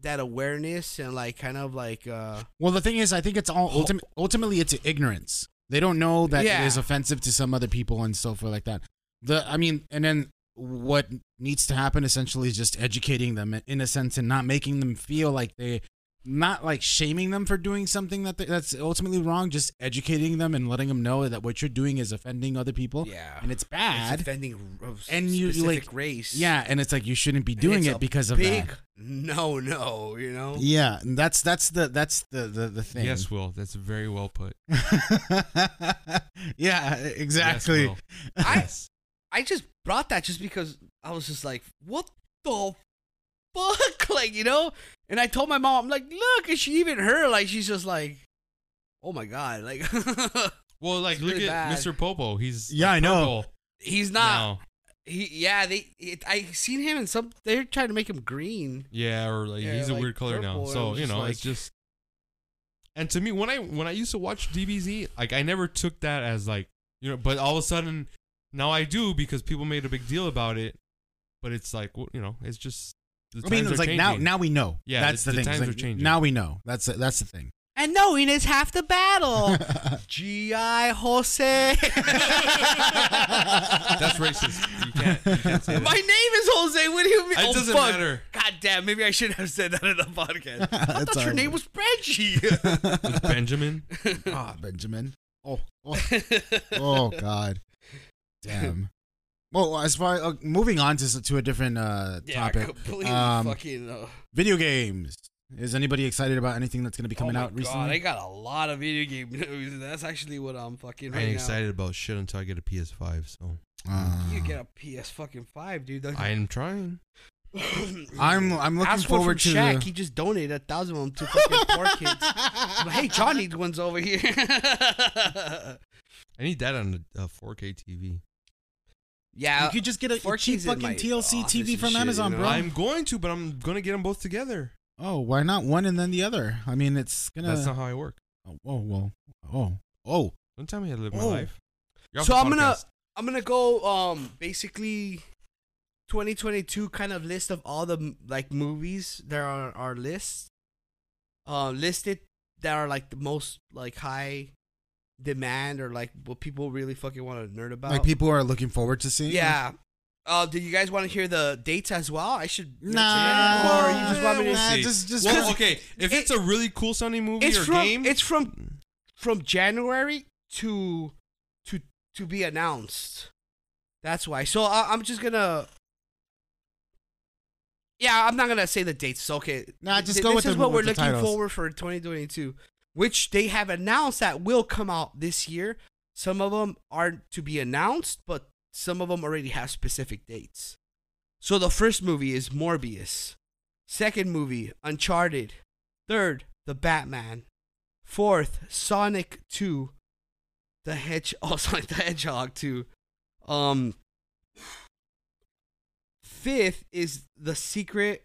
[SPEAKER 1] that awareness and like kind of like uh
[SPEAKER 2] well, the thing is, I think it's all ultim- ultimately it's ignorance. They don't know that
[SPEAKER 1] Yeah.
[SPEAKER 2] it is offensive to some other people and so forth like that. The I mean, and then what needs to happen essentially is just educating them in a sense and not making them feel like they not like shaming them for doing something that they, that's ultimately wrong just educating them and letting them know that what you're doing is offending other people
[SPEAKER 1] yeah
[SPEAKER 2] and it's bad
[SPEAKER 1] It's offending r- of
[SPEAKER 2] And you,
[SPEAKER 1] specific
[SPEAKER 2] like-
[SPEAKER 1] race.
[SPEAKER 2] Yeah, and it's like you shouldn't be
[SPEAKER 1] And
[SPEAKER 2] doing
[SPEAKER 1] it's
[SPEAKER 2] it
[SPEAKER 1] a
[SPEAKER 2] because of
[SPEAKER 1] big
[SPEAKER 2] that.
[SPEAKER 1] No, no, you know.
[SPEAKER 2] Yeah, and that's that's the that's the the, the thing.
[SPEAKER 3] Yes, Will. That's very well put.
[SPEAKER 2] yeah,
[SPEAKER 3] Yes,
[SPEAKER 2] exactly.
[SPEAKER 3] Will.
[SPEAKER 1] I
[SPEAKER 3] Yes.
[SPEAKER 1] I just brought that just because I was just like, what the fuck, like you know. And I told my mom, I'm like, look, and she even her like she's just like, oh my god, like
[SPEAKER 3] Well, like
[SPEAKER 1] It's
[SPEAKER 3] look
[SPEAKER 1] really
[SPEAKER 3] at
[SPEAKER 1] bad.
[SPEAKER 3] Mr. Popo. He's
[SPEAKER 2] Yeah,
[SPEAKER 3] like,
[SPEAKER 2] I know.
[SPEAKER 3] purple
[SPEAKER 1] he's not.
[SPEAKER 3] now.
[SPEAKER 1] He yeah, they it, I seen him in some. They're trying to make him green.
[SPEAKER 3] Yeah, or like
[SPEAKER 1] Yeah,
[SPEAKER 3] he's a
[SPEAKER 1] like
[SPEAKER 3] weird color
[SPEAKER 1] purple,
[SPEAKER 3] now.
[SPEAKER 1] and
[SPEAKER 3] So
[SPEAKER 1] I'm
[SPEAKER 3] you
[SPEAKER 1] just
[SPEAKER 3] know, it's
[SPEAKER 1] like-
[SPEAKER 3] just. And to me, when I when I used to watch DBZ, like I never took that as like you know, but all of a sudden now I do because people made a big deal about it. But it's like well, you know, it's just. The
[SPEAKER 2] I mean,
[SPEAKER 3] times
[SPEAKER 2] it's
[SPEAKER 3] are
[SPEAKER 2] like now
[SPEAKER 3] changing.
[SPEAKER 2] now we know.
[SPEAKER 3] Yeah,
[SPEAKER 2] that's
[SPEAKER 3] the-
[SPEAKER 2] the,
[SPEAKER 3] the
[SPEAKER 2] thing. It's
[SPEAKER 3] times
[SPEAKER 2] like,
[SPEAKER 3] are changing.
[SPEAKER 2] Now we know. That's that's the thing.
[SPEAKER 1] And knowing is half the battle. Gi Jose.
[SPEAKER 3] That's racist. You can't, you can't say that.
[SPEAKER 1] My name is Jose. What do you mean?
[SPEAKER 3] It
[SPEAKER 1] oh,
[SPEAKER 3] doesn't
[SPEAKER 1] fuck.
[SPEAKER 3] matter.
[SPEAKER 1] God damn, maybe I should have said that in the podcast. I
[SPEAKER 2] That's
[SPEAKER 1] thought your
[SPEAKER 2] all
[SPEAKER 1] name
[SPEAKER 2] right.
[SPEAKER 1] was Reggie.
[SPEAKER 3] With Benjamin.
[SPEAKER 2] Ah, Benjamin. Oh, oh, oh, God, damn. Well, as far uh, moving on to s- to a different uh,
[SPEAKER 1] yeah,
[SPEAKER 2] topic,
[SPEAKER 1] completely
[SPEAKER 2] Um,
[SPEAKER 1] fucking. Uh,
[SPEAKER 2] video games. Is anybody excited about anything that's going to be coming
[SPEAKER 1] oh my
[SPEAKER 2] out recently?
[SPEAKER 1] God, I got a lot of video game news. That's actually what I'm fucking
[SPEAKER 3] I
[SPEAKER 1] right
[SPEAKER 3] ain't
[SPEAKER 1] now.
[SPEAKER 3] excited about shit until I get a PS5. So
[SPEAKER 1] You
[SPEAKER 2] Uh,
[SPEAKER 1] get a PS fucking five, dude.
[SPEAKER 3] I am trying.
[SPEAKER 2] Uh, I'm I'm looking
[SPEAKER 1] Ask one
[SPEAKER 2] forward
[SPEAKER 1] from
[SPEAKER 2] to
[SPEAKER 1] Shaq.
[SPEAKER 2] the-
[SPEAKER 1] He just donated a thousand of them to fucking poor kids. I'm like, hey, John needs ones over here.
[SPEAKER 3] I need that on a, a 4K TV.
[SPEAKER 1] yeah,
[SPEAKER 2] you could just get a
[SPEAKER 1] four
[SPEAKER 2] cheap
[SPEAKER 1] keys in my
[SPEAKER 2] fucking TLC
[SPEAKER 1] office
[SPEAKER 2] TV
[SPEAKER 1] and
[SPEAKER 2] from
[SPEAKER 1] shit,
[SPEAKER 2] Amazon,
[SPEAKER 1] you know?
[SPEAKER 2] bro.
[SPEAKER 3] I'm going to, but I'm gonna get them both together.
[SPEAKER 2] oh, why not one and then the other? I mean, it's gonna.
[SPEAKER 3] That's not how I work.
[SPEAKER 2] oh, whoa, whoa, oh, oh,
[SPEAKER 3] Don't tell me how to live my
[SPEAKER 2] Oh.
[SPEAKER 3] life. off
[SPEAKER 1] So
[SPEAKER 3] the
[SPEAKER 1] I'm gonna-
[SPEAKER 3] podcast.
[SPEAKER 1] I'm gonna go um basically 2022 kind of list of all the like movies that are on our list. Uh, listed that are like the most like high demand or like what people really fucking want to nerd about.
[SPEAKER 2] like people are looking forward to seeing.
[SPEAKER 1] yeah. Uh, do you guys want to hear the dates as well? I should. mention
[SPEAKER 2] Nah.
[SPEAKER 3] Oh,
[SPEAKER 1] it, or you just want me to?
[SPEAKER 2] Nah.
[SPEAKER 3] see.
[SPEAKER 2] just- just-
[SPEAKER 3] well,
[SPEAKER 2] 'cause
[SPEAKER 3] okay.
[SPEAKER 1] it-
[SPEAKER 3] If it's a really cool sounding movie
[SPEAKER 1] It's
[SPEAKER 3] or
[SPEAKER 1] from
[SPEAKER 3] game,
[SPEAKER 1] it's from from January to to to be announced. That's why. So I, I'm just gonna. Yeah, I'm not gonna say the dates. So okay.
[SPEAKER 2] Nah, just
[SPEAKER 1] Th-
[SPEAKER 2] go
[SPEAKER 1] this
[SPEAKER 2] with
[SPEAKER 1] is
[SPEAKER 2] the-
[SPEAKER 1] what we're
[SPEAKER 2] with the
[SPEAKER 1] looking
[SPEAKER 2] titles.
[SPEAKER 1] forward for 2022, which they have announced that will come out this year. Some of them are to be announced, but some of them already have specific dates. So the first movie is Morbius. Second movie, Uncharted. Third, The Batman. Fourth, Sonic 2. The Hedge oh Sonic the Hedgehog 2. Um fifth is the secrets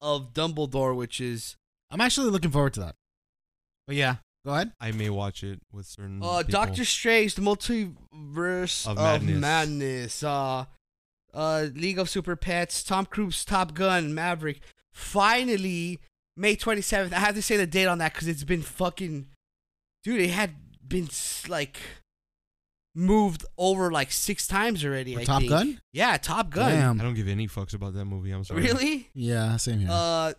[SPEAKER 1] of Dumbledore, which is
[SPEAKER 2] I'm actually looking forward to that. But yeah, go ahead.
[SPEAKER 3] I may watch it with certain.
[SPEAKER 1] uh,
[SPEAKER 3] Mm, people.
[SPEAKER 1] Doctor Strange, the multiverse
[SPEAKER 3] Of
[SPEAKER 1] of,
[SPEAKER 3] Madness.
[SPEAKER 1] madness. uh, uh, League of Super Pets, Tom Cruise, Top Gun, Maverick. Finally, May twenty seventh. I have to say the date on that because it's been fucking, dude. It had been s- like moved over like six times already.
[SPEAKER 2] For
[SPEAKER 1] I
[SPEAKER 2] Top
[SPEAKER 1] think.
[SPEAKER 2] Gun?
[SPEAKER 1] Yeah, Top Gun.
[SPEAKER 3] I
[SPEAKER 2] Damn.
[SPEAKER 3] don't give any fucks about that movie. I'm sorry.
[SPEAKER 1] Really?
[SPEAKER 2] Yeah, same here.
[SPEAKER 1] Uh,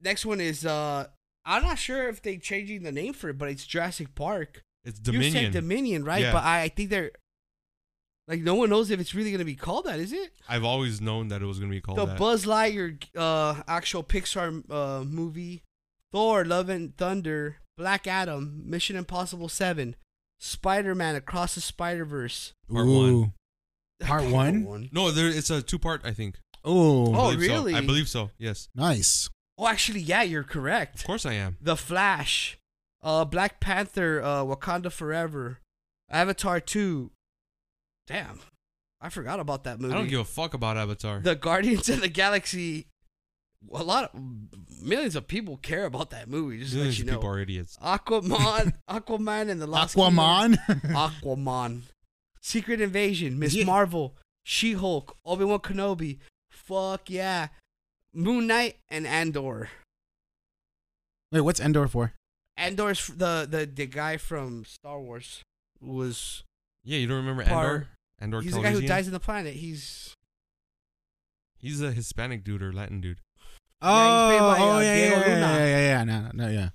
[SPEAKER 1] next one is uh, I'm not sure if they changing the name for it, but it's Jurassic Park.
[SPEAKER 3] It's
[SPEAKER 1] You
[SPEAKER 3] Dominion.
[SPEAKER 1] said Dominion, right?
[SPEAKER 3] Yeah.
[SPEAKER 1] But I, I think they're like no one knows if it's really gonna be called that, is it?
[SPEAKER 3] I've always known that it was gonna be called
[SPEAKER 1] the
[SPEAKER 3] that.
[SPEAKER 1] Buzz Lightyear uh, actual Pixar uh, movie, Thor: Love and Thunder, Black Adam, Mission Impossible Seven, Spider Man Across the Spider Verse.
[SPEAKER 3] Part one.
[SPEAKER 2] Part one?
[SPEAKER 3] No, there. It's a two part. I think.
[SPEAKER 2] Ooh.
[SPEAKER 1] Oh,
[SPEAKER 3] I believe so.
[SPEAKER 1] really?
[SPEAKER 3] I believe so. Yes.
[SPEAKER 2] Nice.
[SPEAKER 1] Oh, actually, yeah, you're
[SPEAKER 3] Of
[SPEAKER 1] correct.
[SPEAKER 3] course I am.
[SPEAKER 1] The Flash, uh, Black Panther, uh, Wakanda Forever, Avatar Two. Damn, I forgot about that movie.
[SPEAKER 3] I don't give a fuck about Avatar.
[SPEAKER 1] the Guardians of the Galaxy. A lot of millions of people care about that movie. Just to let
[SPEAKER 3] Millions
[SPEAKER 1] you
[SPEAKER 3] of
[SPEAKER 1] know,
[SPEAKER 3] people are idiots.
[SPEAKER 1] Aquaman, Aquaman, and the Lost Kingdom.
[SPEAKER 2] Aquaman.
[SPEAKER 1] Aquaman, Secret Invasion, Miss
[SPEAKER 2] Yeah.
[SPEAKER 1] Marvel, She Hulk, Obi Wan Kenobi, fuck yeah, Moon Knight, and Andor.
[SPEAKER 2] Wait, what's Endor for?
[SPEAKER 1] Andor's f- the the the guy from Star Wars was
[SPEAKER 3] Yeah, you don't remember
[SPEAKER 1] Par-
[SPEAKER 3] Andor? Andor
[SPEAKER 1] he's the guy who
[SPEAKER 3] Calrissian?
[SPEAKER 1] dies in the planet. He's
[SPEAKER 3] He's a Hispanic dude or Latin dude.
[SPEAKER 1] Yeah, he's played by, uh,
[SPEAKER 2] oh yeah, yeah,
[SPEAKER 1] Diego
[SPEAKER 2] yeah, yeah,
[SPEAKER 1] Luna.
[SPEAKER 2] yeah, yeah, yeah, no, no, yeah.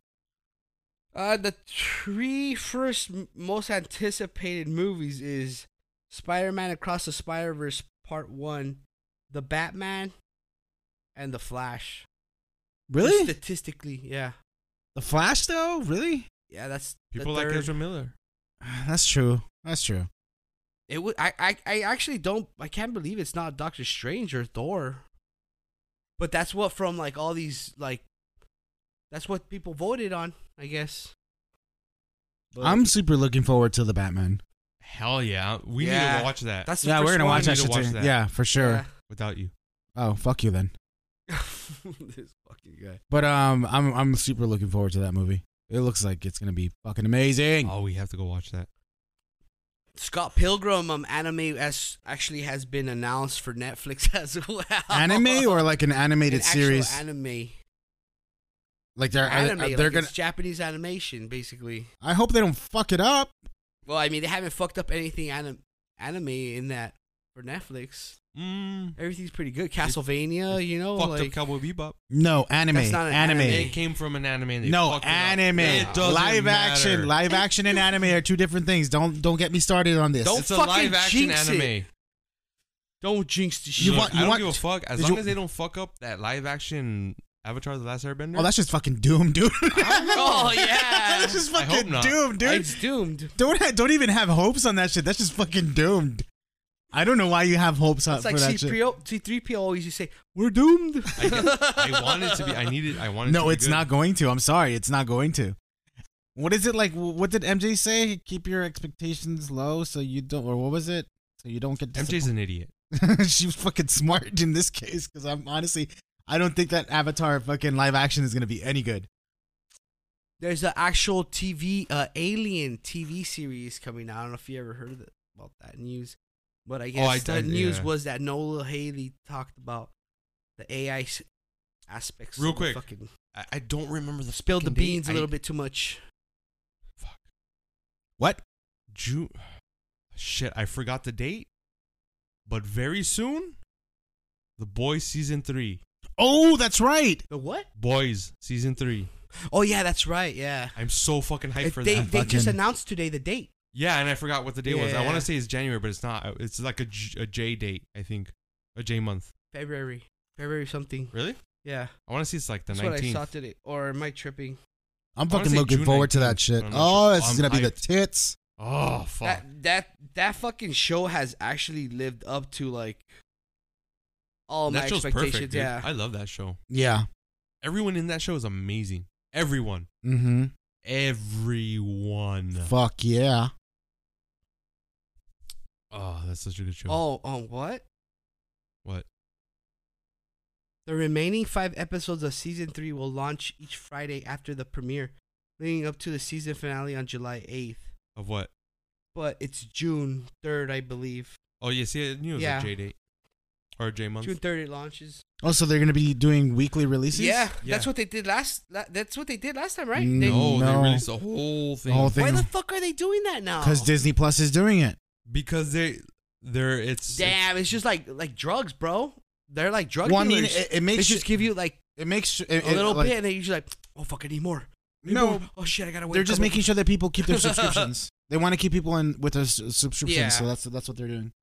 [SPEAKER 1] Uh, the three first m- most anticipated movies is Spider-Man Across the Spider-Verse Part 1, The Batman, and The Flash.
[SPEAKER 2] Really?
[SPEAKER 1] Statistically, yeah.
[SPEAKER 2] The Flash though? Really?
[SPEAKER 1] Yeah, that's the
[SPEAKER 3] People like
[SPEAKER 1] third.
[SPEAKER 3] Ezra Miller.
[SPEAKER 2] That's true. That's true.
[SPEAKER 1] It would I, I I actually don't I can't believe it's not Doctor Strange or Thor. But that's what from like all these like that's what people voted on, I guess. But
[SPEAKER 2] I'm super looking forward to the Batman.
[SPEAKER 3] Hell yeah. We need
[SPEAKER 1] Yeah.
[SPEAKER 3] to watch that
[SPEAKER 1] that's the
[SPEAKER 2] yeah, we're
[SPEAKER 1] first
[SPEAKER 2] gonna
[SPEAKER 1] one.
[SPEAKER 2] watch
[SPEAKER 3] we
[SPEAKER 2] that
[SPEAKER 3] need
[SPEAKER 2] shit
[SPEAKER 3] to watch
[SPEAKER 2] too.
[SPEAKER 3] that.
[SPEAKER 2] Yeah, for sure.
[SPEAKER 1] Yeah.
[SPEAKER 3] without you.
[SPEAKER 2] Oh, fuck you then.
[SPEAKER 1] this fucking guy.
[SPEAKER 2] But um, I'm I'm super looking forward to that movie. It looks like it's gonna be fucking amazing.
[SPEAKER 3] Oh, we have to go watch that.
[SPEAKER 1] Scott Pilgrim um, anime as actually has been announced for Netflix as well.
[SPEAKER 2] Anime or like an
[SPEAKER 1] An
[SPEAKER 2] animated
[SPEAKER 1] actual
[SPEAKER 2] series?
[SPEAKER 1] anime.
[SPEAKER 2] like they're I-
[SPEAKER 1] anime.
[SPEAKER 2] I,
[SPEAKER 1] like
[SPEAKER 2] they're gonna.
[SPEAKER 1] it's Japanese animation, basically.
[SPEAKER 2] I hope they don't fuck it up.
[SPEAKER 1] Well, I mean, they haven't fucked up anything anim- anime in that for Netflix.
[SPEAKER 3] Mm,
[SPEAKER 1] Everything's pretty good. Castlevania, Uh, you know,
[SPEAKER 3] fucked
[SPEAKER 1] like
[SPEAKER 3] up Cowboy Bebop.
[SPEAKER 2] No anime.
[SPEAKER 1] That's not an
[SPEAKER 2] anime.
[SPEAKER 1] anime.
[SPEAKER 3] It came from an anime. and they
[SPEAKER 2] No
[SPEAKER 3] fucked it up.
[SPEAKER 2] anime.
[SPEAKER 3] It doesn't
[SPEAKER 2] live
[SPEAKER 3] matter.
[SPEAKER 2] action. Live action and anime are two different things. Don't don't get me started on this.
[SPEAKER 1] Don't
[SPEAKER 3] It's a
[SPEAKER 1] fucking
[SPEAKER 3] live action
[SPEAKER 1] jinx it.
[SPEAKER 3] anime.
[SPEAKER 1] don't jinx the shit.
[SPEAKER 2] You
[SPEAKER 3] Look,
[SPEAKER 2] want-
[SPEAKER 3] I don't
[SPEAKER 2] want-
[SPEAKER 3] give a fuck. As
[SPEAKER 2] did
[SPEAKER 3] long
[SPEAKER 2] you-
[SPEAKER 3] as they don't fuck up that live action Avatar: The Last Airbender.
[SPEAKER 2] Oh, that's just fucking doom, dude.
[SPEAKER 1] oh yeah,
[SPEAKER 2] that's just
[SPEAKER 3] I hope
[SPEAKER 2] fucking
[SPEAKER 3] not.
[SPEAKER 2] doom, dude.
[SPEAKER 1] it's doomed.
[SPEAKER 2] don't ha- don't even have hopes on that shit. That's just fucking doomed. I don't know why you have hopes on
[SPEAKER 1] It's like
[SPEAKER 2] Uh, for that shit.
[SPEAKER 1] C3PO, C3PO always used to say, "We're doomed."
[SPEAKER 3] I, I want it to be. I need it. I want it. to
[SPEAKER 2] No,
[SPEAKER 3] be
[SPEAKER 2] it's
[SPEAKER 3] good.
[SPEAKER 2] not going to. I'm sorry, it's not going to. What is it like? What did MJ say? Keep your expectations low so you don't. Or what was it? So you don't get.
[SPEAKER 3] MJ's an idiot.
[SPEAKER 2] disappointed. she was fucking smart in this case because I'm honestly, I don't think that Avatar fucking live action is gonna be any good.
[SPEAKER 1] There's an actual TV, uh, Alien TV series coming out. I don't know if you ever heard of that, about that news, but I guess
[SPEAKER 3] I
[SPEAKER 1] the
[SPEAKER 3] did,
[SPEAKER 1] news
[SPEAKER 3] yeah.
[SPEAKER 1] was that Nola Haley talked about the AI s- aspects.
[SPEAKER 3] Real
[SPEAKER 1] of the
[SPEAKER 3] quick,
[SPEAKER 1] fucking,
[SPEAKER 3] I, I don't remember the
[SPEAKER 1] spilled the
[SPEAKER 3] fucking date.
[SPEAKER 1] beans a
[SPEAKER 3] I-
[SPEAKER 1] little bit too much.
[SPEAKER 3] Fuck.
[SPEAKER 2] What?
[SPEAKER 3] June. Shit, I forgot the date. But very soon, the boys season three.
[SPEAKER 2] Oh, that's right.
[SPEAKER 1] The what?
[SPEAKER 3] Boys season three.
[SPEAKER 1] Oh yeah, that's right. Yeah,
[SPEAKER 3] I'm so fucking hyped
[SPEAKER 1] It-
[SPEAKER 3] for
[SPEAKER 1] they
[SPEAKER 3] that.
[SPEAKER 1] they just
[SPEAKER 2] Fucking-
[SPEAKER 1] announced today the date.
[SPEAKER 3] Yeah, and I forgot what the date was. I want
[SPEAKER 1] Yeah.
[SPEAKER 3] to say it's January, but it's not. Uh, It's like a J, a J date, I think, a J month.
[SPEAKER 1] February, February something.
[SPEAKER 3] Really?
[SPEAKER 1] Yeah,
[SPEAKER 3] I want to see it's like the
[SPEAKER 1] that's what I
[SPEAKER 3] 19th.
[SPEAKER 1] saw today. Or am I tripping?
[SPEAKER 2] I'm
[SPEAKER 3] wanna
[SPEAKER 2] fucking
[SPEAKER 3] say
[SPEAKER 2] looking
[SPEAKER 3] June
[SPEAKER 2] forward to
[SPEAKER 3] 19th,
[SPEAKER 2] that shit.
[SPEAKER 3] but I'm not
[SPEAKER 2] Oh,
[SPEAKER 3] sure.
[SPEAKER 2] this is
[SPEAKER 3] I'm
[SPEAKER 2] gonna be the
[SPEAKER 3] hyped.
[SPEAKER 2] tits.
[SPEAKER 3] oh fuck!
[SPEAKER 1] That that that fucking show has actually lived up to like all
[SPEAKER 3] that
[SPEAKER 1] my
[SPEAKER 3] show's
[SPEAKER 1] expectations.
[SPEAKER 3] perfect. Dude.
[SPEAKER 1] yeah.
[SPEAKER 3] I love that show.
[SPEAKER 2] Yeah.
[SPEAKER 3] Everyone in that show is amazing. Everyone,
[SPEAKER 2] Mm-hmm.
[SPEAKER 3] everyone.
[SPEAKER 2] Fuck yeah.
[SPEAKER 3] Oh, that's such a good show.
[SPEAKER 1] Oh, on what?
[SPEAKER 3] What?
[SPEAKER 1] The remaining five episodes of season three will launch each Friday after the premiere, leading up to the season finale on July 8th.
[SPEAKER 3] Of what?
[SPEAKER 1] But it's June 3rd, I believe.
[SPEAKER 3] Oh yeah, see, I knew it was
[SPEAKER 1] Yeah.
[SPEAKER 3] a J date or a J month.
[SPEAKER 1] June 3rd it launches.
[SPEAKER 2] Oh, so they're gonna be doing weekly releases.
[SPEAKER 1] Yeah,
[SPEAKER 3] Yeah.
[SPEAKER 1] that's what they did last. la- That's what they did last time, right?
[SPEAKER 2] No.
[SPEAKER 1] They-
[SPEAKER 3] No,
[SPEAKER 2] No.
[SPEAKER 3] they released the whole thing.
[SPEAKER 2] whole
[SPEAKER 1] why
[SPEAKER 2] thing
[SPEAKER 1] the fuck are they doing that now?
[SPEAKER 2] because Disney Plus is doing it.
[SPEAKER 3] because they they're it's it's-
[SPEAKER 1] damn, it's just like like drugs, bro. They're like drug
[SPEAKER 2] Well, I mean,
[SPEAKER 1] dealers.
[SPEAKER 2] it, it
[SPEAKER 1] they
[SPEAKER 2] makes
[SPEAKER 1] just give you like
[SPEAKER 2] it makes it,
[SPEAKER 1] a
[SPEAKER 2] it,
[SPEAKER 1] little
[SPEAKER 2] like,
[SPEAKER 1] bit, and then you're just like, oh fuck, I need more. Need
[SPEAKER 2] No,
[SPEAKER 1] more. oh shit, I gotta wait.
[SPEAKER 2] they're
[SPEAKER 1] a
[SPEAKER 2] just
[SPEAKER 1] couple-
[SPEAKER 2] making sure that people keep their subscriptions. They want to keep people in with their s- subscriptions,
[SPEAKER 1] Yeah.
[SPEAKER 2] so that's that's what they're doing.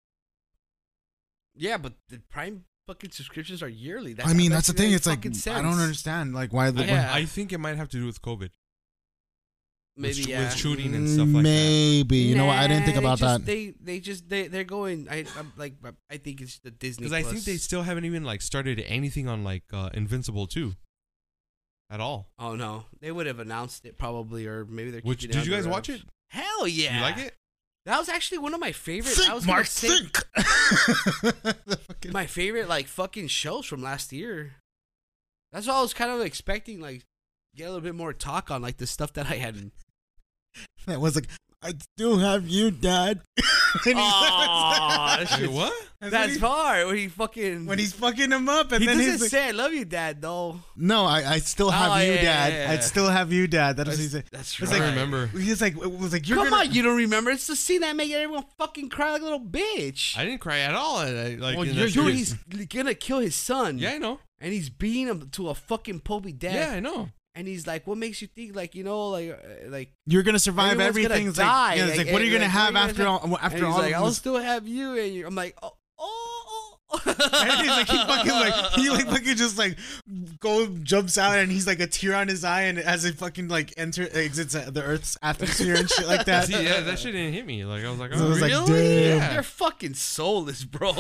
[SPEAKER 1] Yeah, but the Prime fucking subscriptions are yearly.
[SPEAKER 2] I mean,
[SPEAKER 1] that
[SPEAKER 2] that's the
[SPEAKER 1] doesn't
[SPEAKER 2] thing.
[SPEAKER 1] make
[SPEAKER 2] It's like
[SPEAKER 1] fucking
[SPEAKER 2] I don't
[SPEAKER 1] sense.
[SPEAKER 2] understand, like why the
[SPEAKER 3] I,
[SPEAKER 1] Yeah.
[SPEAKER 3] I think it might have to do with COVID.
[SPEAKER 1] Maybe
[SPEAKER 3] with, sh-
[SPEAKER 1] yeah. Mm.
[SPEAKER 3] with shooting and stuff like that.
[SPEAKER 2] maybe you know what? I didn't
[SPEAKER 1] Nah,
[SPEAKER 2] think
[SPEAKER 1] they
[SPEAKER 2] about
[SPEAKER 1] just-
[SPEAKER 2] that.
[SPEAKER 1] They they just they they're going. I I'm like I think it's the Disney.
[SPEAKER 3] Because I think they
[SPEAKER 1] Plus.
[SPEAKER 3] still haven't even like started anything on like uh, Invincible two, at all.
[SPEAKER 1] Oh no, they would have announced it probably, or maybe they're.
[SPEAKER 3] Which
[SPEAKER 1] keeping it
[SPEAKER 3] did you
[SPEAKER 1] under
[SPEAKER 3] guys watch
[SPEAKER 1] wraps.
[SPEAKER 3] it?
[SPEAKER 1] Hell yeah!
[SPEAKER 3] You like it?
[SPEAKER 1] That was actually one of my favorite. I was gonna
[SPEAKER 2] think, Mark.
[SPEAKER 1] say-
[SPEAKER 2] Think. The fucking-
[SPEAKER 1] My favorite like fucking shows from last year. That's all I was kind of expecting. Like get a little bit more talk on like the stuff that I had.
[SPEAKER 2] that was like, I still have you, Dad. And he's-
[SPEAKER 1] Aw,
[SPEAKER 2] that's
[SPEAKER 3] Wait, what?
[SPEAKER 2] when
[SPEAKER 1] That's
[SPEAKER 2] he-
[SPEAKER 1] part where he fucking
[SPEAKER 2] when he's fucking him up, and
[SPEAKER 1] he
[SPEAKER 2] then
[SPEAKER 1] doesn't
[SPEAKER 2] he's like,
[SPEAKER 1] say "I love you, Dad" though.
[SPEAKER 2] "No, I, I still have
[SPEAKER 1] Oh,
[SPEAKER 2] you,
[SPEAKER 1] yeah,
[SPEAKER 2] Dad.
[SPEAKER 1] yeah, yeah.
[SPEAKER 2] I'd still have you, Dad." That's what he
[SPEAKER 1] That's,
[SPEAKER 2] said.
[SPEAKER 1] that's
[SPEAKER 2] It's
[SPEAKER 1] right.
[SPEAKER 2] like-
[SPEAKER 3] I remember.
[SPEAKER 2] He's like, it was like, "You're
[SPEAKER 1] Come
[SPEAKER 2] gonna,
[SPEAKER 1] on, you don't remember? It's the scene that made everyone fucking cry like a little bitch.
[SPEAKER 3] I didn't cry at all. and I, like,
[SPEAKER 2] Well,
[SPEAKER 3] in
[SPEAKER 2] you're-
[SPEAKER 3] that
[SPEAKER 1] Dude,
[SPEAKER 3] series.
[SPEAKER 1] he's gonna kill his son.
[SPEAKER 3] yeah, I know.
[SPEAKER 1] and he's beating him to a fucking Poby death.
[SPEAKER 3] Yeah, I know.
[SPEAKER 1] and he's like, "What makes you think like you know like uh, like
[SPEAKER 2] you're gonna survive
[SPEAKER 1] Everyone's gonna
[SPEAKER 2] everything." It's
[SPEAKER 1] die.
[SPEAKER 2] Like, yeah, it's
[SPEAKER 1] Like,
[SPEAKER 2] like, what are you
[SPEAKER 1] and-
[SPEAKER 2] gonna
[SPEAKER 1] like,
[SPEAKER 2] have
[SPEAKER 1] what are you
[SPEAKER 2] after
[SPEAKER 1] gonna
[SPEAKER 2] all? After
[SPEAKER 1] and he's
[SPEAKER 2] all,
[SPEAKER 1] like,
[SPEAKER 2] of
[SPEAKER 1] I'll
[SPEAKER 2] this?
[SPEAKER 1] still have you." And you I'm like, "Oh, oh." oh."
[SPEAKER 2] And he's like, he fucking like, he like fucking just like go jumps out and he's like a tear on his eye and as it fucking like enter exits the Earth's atmosphere and shit like that.
[SPEAKER 3] See, yeah, that shit didn't hit me. Like I was like,
[SPEAKER 2] So
[SPEAKER 3] oh,
[SPEAKER 2] it was like,
[SPEAKER 3] really?
[SPEAKER 1] really?
[SPEAKER 3] damn.
[SPEAKER 1] They're fucking soulless, bro.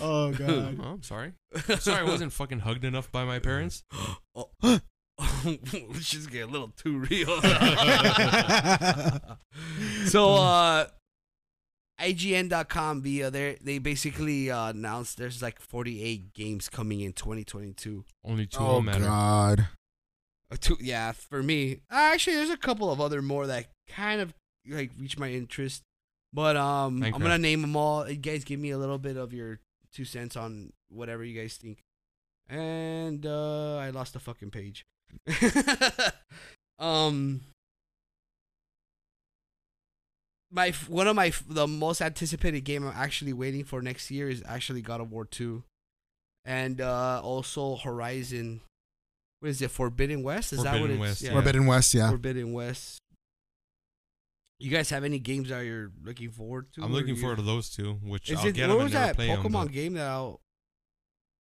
[SPEAKER 2] oh god.
[SPEAKER 3] Oh, I'm sorry. I'm sorry, I wasn't fucking hugged enough by my parents.
[SPEAKER 1] Oh, She's getting a little too real. so uh IGN.com via there they basically uh, announced there's like 48 games coming in 2022.
[SPEAKER 3] Only two
[SPEAKER 2] oh
[SPEAKER 3] of them matter.
[SPEAKER 2] god.
[SPEAKER 1] Uh, two, yeah, for me. Actually, there's a couple of other more that kind of like reach my interest, but um, I'm
[SPEAKER 3] Minecraft.
[SPEAKER 1] gonna name them all. You guys give me a little bit of your two cents on whatever you guys think. And uh, I lost the fucking page. um, my f- one of my f- the most anticipated game I'm actually waiting for next year is actually God of War two, and uh, also Horizon. What is it? Forbidden West? Is that what
[SPEAKER 3] Forbidden
[SPEAKER 1] it's?
[SPEAKER 3] West, yeah.
[SPEAKER 2] Forbidden West, yeah.
[SPEAKER 1] Forbidden West. You guys have any games that you're looking forward to?
[SPEAKER 3] I'm
[SPEAKER 1] or
[SPEAKER 3] looking
[SPEAKER 1] you-
[SPEAKER 3] forward to those two, which
[SPEAKER 1] Is
[SPEAKER 3] I'll
[SPEAKER 1] it,
[SPEAKER 3] get
[SPEAKER 1] what
[SPEAKER 3] them and
[SPEAKER 1] was
[SPEAKER 3] never
[SPEAKER 1] that
[SPEAKER 3] play 'em,
[SPEAKER 1] Pokemon
[SPEAKER 3] but-
[SPEAKER 1] game that I'll,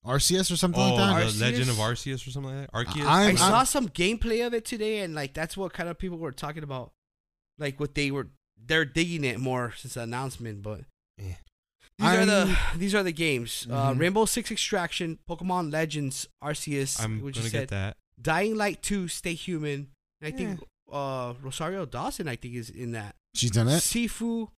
[SPEAKER 2] RCS or something
[SPEAKER 3] Oh,
[SPEAKER 2] like
[SPEAKER 3] the Legend of
[SPEAKER 1] Arceus?
[SPEAKER 3] Arceus or something like that. Arceus.
[SPEAKER 2] I-
[SPEAKER 1] I
[SPEAKER 2] I'm-
[SPEAKER 1] saw some gameplay of it today, and like that's what kind of people were talking about, like what they were they're digging it more since the announcement. But
[SPEAKER 3] Eh.
[SPEAKER 1] these are the
[SPEAKER 2] I'm-
[SPEAKER 1] these are the games: uh,
[SPEAKER 2] Mhm.
[SPEAKER 1] Rainbow Six Extraction, Pokemon Legends, Arceus.
[SPEAKER 3] I'm
[SPEAKER 1] which
[SPEAKER 3] gonna
[SPEAKER 1] you
[SPEAKER 3] get
[SPEAKER 1] said,
[SPEAKER 3] that.
[SPEAKER 1] Dying Light Two, Stay Human. And I think uh, Rosario Dawson, I think, is in that.
[SPEAKER 2] She's done it.
[SPEAKER 1] Sifu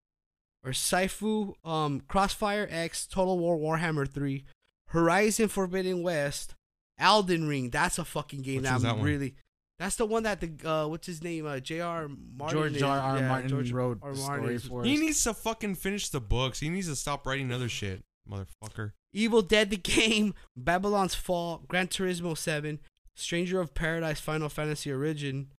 [SPEAKER 1] or Saifu, um, Crossfire X, Total War Warhammer 3, Horizon Forbidden West, Alden Ring. That's a fucking game
[SPEAKER 3] Which
[SPEAKER 1] that I'm
[SPEAKER 3] one's that one?
[SPEAKER 1] really. That's the one that the uh, what's his name uh, J.R. Martin
[SPEAKER 2] George
[SPEAKER 1] is-
[SPEAKER 2] R. R.
[SPEAKER 1] yeah,
[SPEAKER 2] Martin
[SPEAKER 1] George
[SPEAKER 2] wrote
[SPEAKER 1] R.
[SPEAKER 2] the
[SPEAKER 1] Martin
[SPEAKER 2] story
[SPEAKER 1] is-
[SPEAKER 2] for
[SPEAKER 3] He needs to fucking finish the books. He needs to stop writing other shit, motherfucker.
[SPEAKER 1] Evil Dead the game, Babylon's Fall, Gran Turismo 7, Stranger of Paradise, Final Fantasy Origin,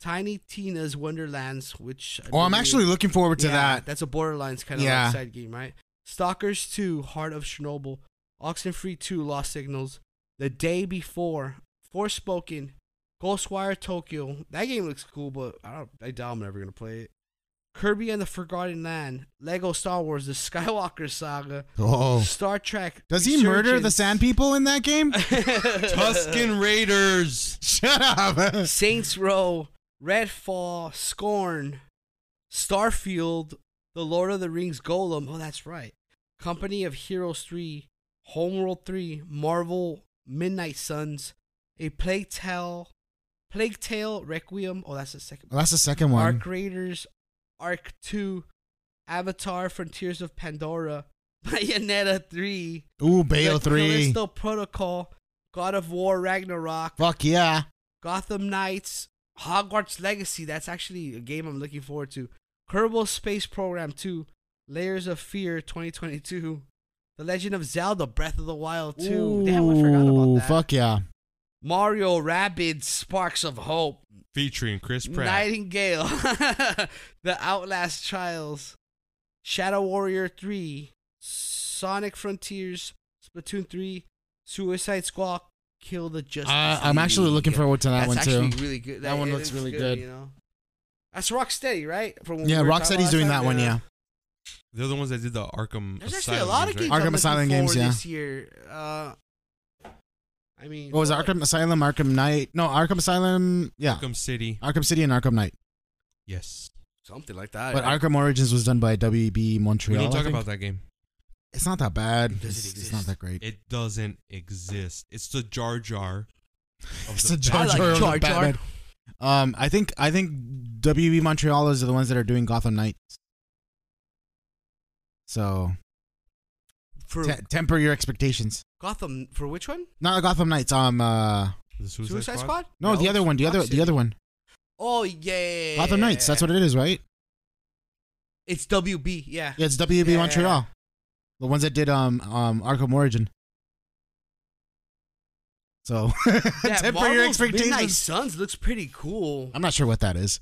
[SPEAKER 1] Tiny Tina's Wonderlands, which I
[SPEAKER 2] Oh, I'm
[SPEAKER 1] believe-
[SPEAKER 2] actually looking forward to
[SPEAKER 1] Yeah,
[SPEAKER 2] that.
[SPEAKER 1] That's a borderlines kind of
[SPEAKER 2] Yeah.
[SPEAKER 1] like side game, right? Stalkers 2, Heart of Chernobyl, Oxenfree 2, Lost Signals, The Day Before, Forspoken, Ghostwire Tokyo. That game looks cool, but I don't I doubt I'm never gonna play it. Kirby and the Forgotten Land, Lego Star Wars, The Skywalker Saga,
[SPEAKER 2] Oh.
[SPEAKER 1] Star Trek.
[SPEAKER 2] Does he murder the sand people in that game?
[SPEAKER 1] Resurgence,
[SPEAKER 3] Tuscan Raiders.
[SPEAKER 2] Shut up.
[SPEAKER 1] Saints Row, Redfall, Scorn, Starfield, The Lord of the Rings Golem. Oh, that's right. Company of Heroes 3, Homeworld 3, Marvel, Midnight Suns, A Plague Tale, Plague Tale Requiem. Oh, that's the second
[SPEAKER 2] Well, that's the second one.
[SPEAKER 1] Arc Raiders, Arc 2, Avatar Frontiers of Pandora, Bayonetta 3,
[SPEAKER 2] Ooh, Bayo
[SPEAKER 1] The
[SPEAKER 2] three.
[SPEAKER 1] Callisto Protocol, God of War Ragnarok,
[SPEAKER 2] Fuck yeah.
[SPEAKER 1] Gotham Knights, Hogwarts Legacy. That's actually a game I'm looking forward to. Kerbal Space Program 2, Layers of Fear 2022, The Legend of Zelda Breath of the Wild 2. Damn, I forgot about
[SPEAKER 2] Ooh,
[SPEAKER 1] that.
[SPEAKER 2] Fuck yeah.
[SPEAKER 1] Mario Rabbids Sparks of Hope,
[SPEAKER 3] featuring Chris Pratt.
[SPEAKER 1] Nightingale, The Outlast Trials, Shadow Warrior 3, Sonic Frontiers, Splatoon 3, Suicide Squad, Kill the Justice.
[SPEAKER 2] Uh, I'm actually looking
[SPEAKER 1] for.
[SPEAKER 2] forward to
[SPEAKER 1] That's
[SPEAKER 2] that one
[SPEAKER 1] actually
[SPEAKER 2] too.
[SPEAKER 1] really good.
[SPEAKER 2] That one
[SPEAKER 1] it
[SPEAKER 2] looks
[SPEAKER 1] is
[SPEAKER 2] really good.
[SPEAKER 1] You know, that's Rocksteady, right? From when we
[SPEAKER 2] Yeah,
[SPEAKER 1] were talking
[SPEAKER 2] Rocksteady's
[SPEAKER 1] last
[SPEAKER 2] doing
[SPEAKER 1] time,
[SPEAKER 2] that one. Yeah.
[SPEAKER 3] They're the ones that did the Arkham.
[SPEAKER 1] There's actually a
[SPEAKER 3] Asylum
[SPEAKER 1] lot of games
[SPEAKER 3] games,
[SPEAKER 1] I'm
[SPEAKER 3] right?
[SPEAKER 2] Arkham
[SPEAKER 1] looking
[SPEAKER 2] Asylum games,
[SPEAKER 1] forward
[SPEAKER 2] yeah.
[SPEAKER 1] This year, uh, I mean,
[SPEAKER 2] What was it,
[SPEAKER 1] fuck.
[SPEAKER 2] Arkham Asylum, Arkham Knight? No, Arkham Asylum. Yeah.
[SPEAKER 3] Arkham City.
[SPEAKER 2] Arkham City and Arkham Knight.
[SPEAKER 3] Yes.
[SPEAKER 1] Something like that.
[SPEAKER 2] But
[SPEAKER 1] right?
[SPEAKER 2] Arkham Origins was done by WB
[SPEAKER 3] We
[SPEAKER 2] Montreal.
[SPEAKER 3] don't
[SPEAKER 2] I
[SPEAKER 3] talk
[SPEAKER 2] think.
[SPEAKER 3] about that game.
[SPEAKER 2] It's not that bad.
[SPEAKER 1] Does it
[SPEAKER 2] It's, it's
[SPEAKER 1] exist?
[SPEAKER 2] not that great.
[SPEAKER 3] It doesn't exist. It's the Jar Jar. of
[SPEAKER 2] It's
[SPEAKER 3] the
[SPEAKER 2] a Jar
[SPEAKER 1] I like
[SPEAKER 2] Jar. of
[SPEAKER 1] Jar Jar.
[SPEAKER 2] Batman. Um, I think I think WB Montreal is the ones that are doing Gotham Knights. So
[SPEAKER 1] for
[SPEAKER 2] te- temper your expectations.
[SPEAKER 1] Gotham. For which one?
[SPEAKER 2] Not Gotham Knights. Um, uh,
[SPEAKER 3] The Suicide,
[SPEAKER 1] Suicide
[SPEAKER 3] Squad.
[SPEAKER 1] Squad?
[SPEAKER 2] no, the other one. The other,
[SPEAKER 1] Gotham
[SPEAKER 2] the other
[SPEAKER 1] City.
[SPEAKER 2] one.
[SPEAKER 1] Oh yeah.
[SPEAKER 2] Gotham Knights. That's what it is, right?
[SPEAKER 1] It's WB. Yeah.
[SPEAKER 2] Yeah, it's WB
[SPEAKER 1] Yeah.
[SPEAKER 2] Montreal, the ones that did um um Arkham Origin. So temper your
[SPEAKER 1] Marvel's
[SPEAKER 2] expectations.
[SPEAKER 1] Midnight Suns looks pretty cool.
[SPEAKER 2] I'm not sure what that is.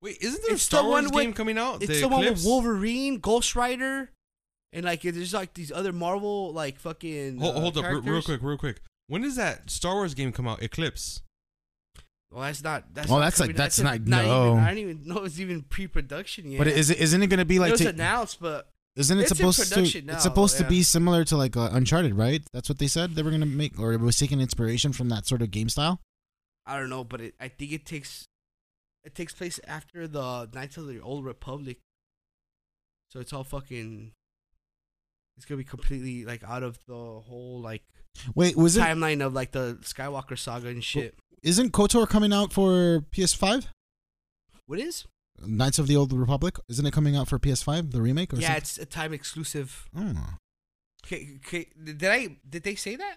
[SPEAKER 3] Wait, isn't there
[SPEAKER 1] It's
[SPEAKER 3] a Star
[SPEAKER 1] the
[SPEAKER 3] Wars
[SPEAKER 1] one with-
[SPEAKER 3] game coming out?
[SPEAKER 1] It's
[SPEAKER 3] the
[SPEAKER 1] the one with
[SPEAKER 3] Eclipse?
[SPEAKER 1] Wolverine, Ghost Rider, and like there's like these other Marvel like fucking.
[SPEAKER 3] Hold,
[SPEAKER 1] uh,
[SPEAKER 3] hold up, re- real
[SPEAKER 1] characters.
[SPEAKER 3] quick, real quick. When does that Star Wars game come out? Eclipse.
[SPEAKER 1] Well, that's not. That's
[SPEAKER 2] Oh,
[SPEAKER 1] not
[SPEAKER 2] that's like-
[SPEAKER 1] coming-
[SPEAKER 2] that's
[SPEAKER 1] a-
[SPEAKER 2] not- no.
[SPEAKER 1] Even, I don't even know it's even pre-production yet.
[SPEAKER 2] But is it isn't it going to be
[SPEAKER 1] it
[SPEAKER 2] like
[SPEAKER 1] was
[SPEAKER 2] ta-
[SPEAKER 1] announced, but
[SPEAKER 2] Isn't it
[SPEAKER 1] It's in
[SPEAKER 2] supposed to?
[SPEAKER 1] production now,
[SPEAKER 2] it's supposed
[SPEAKER 1] yeah.
[SPEAKER 2] to be similar to like uh, Uncharted, right? That's what they said they were gonna make, or it was taking inspiration from that sort of game style.
[SPEAKER 1] I don't know. But it, I think it takes it takes place after the Knights of the Old Republic, so it's all fucking. It's gonna be completely like out of the whole like
[SPEAKER 2] Wait, was it?
[SPEAKER 1] timeline of like the Skywalker saga and shit.
[SPEAKER 2] Isn't Kotor coming out for PS5?
[SPEAKER 1] What is?
[SPEAKER 2] Knights of the Old Republic. Isn't it coming out for PS5? The remake or
[SPEAKER 1] Yeah, it's a time exclusive.
[SPEAKER 2] something? Oh.
[SPEAKER 1] Okay, okay, did I? Did they say that?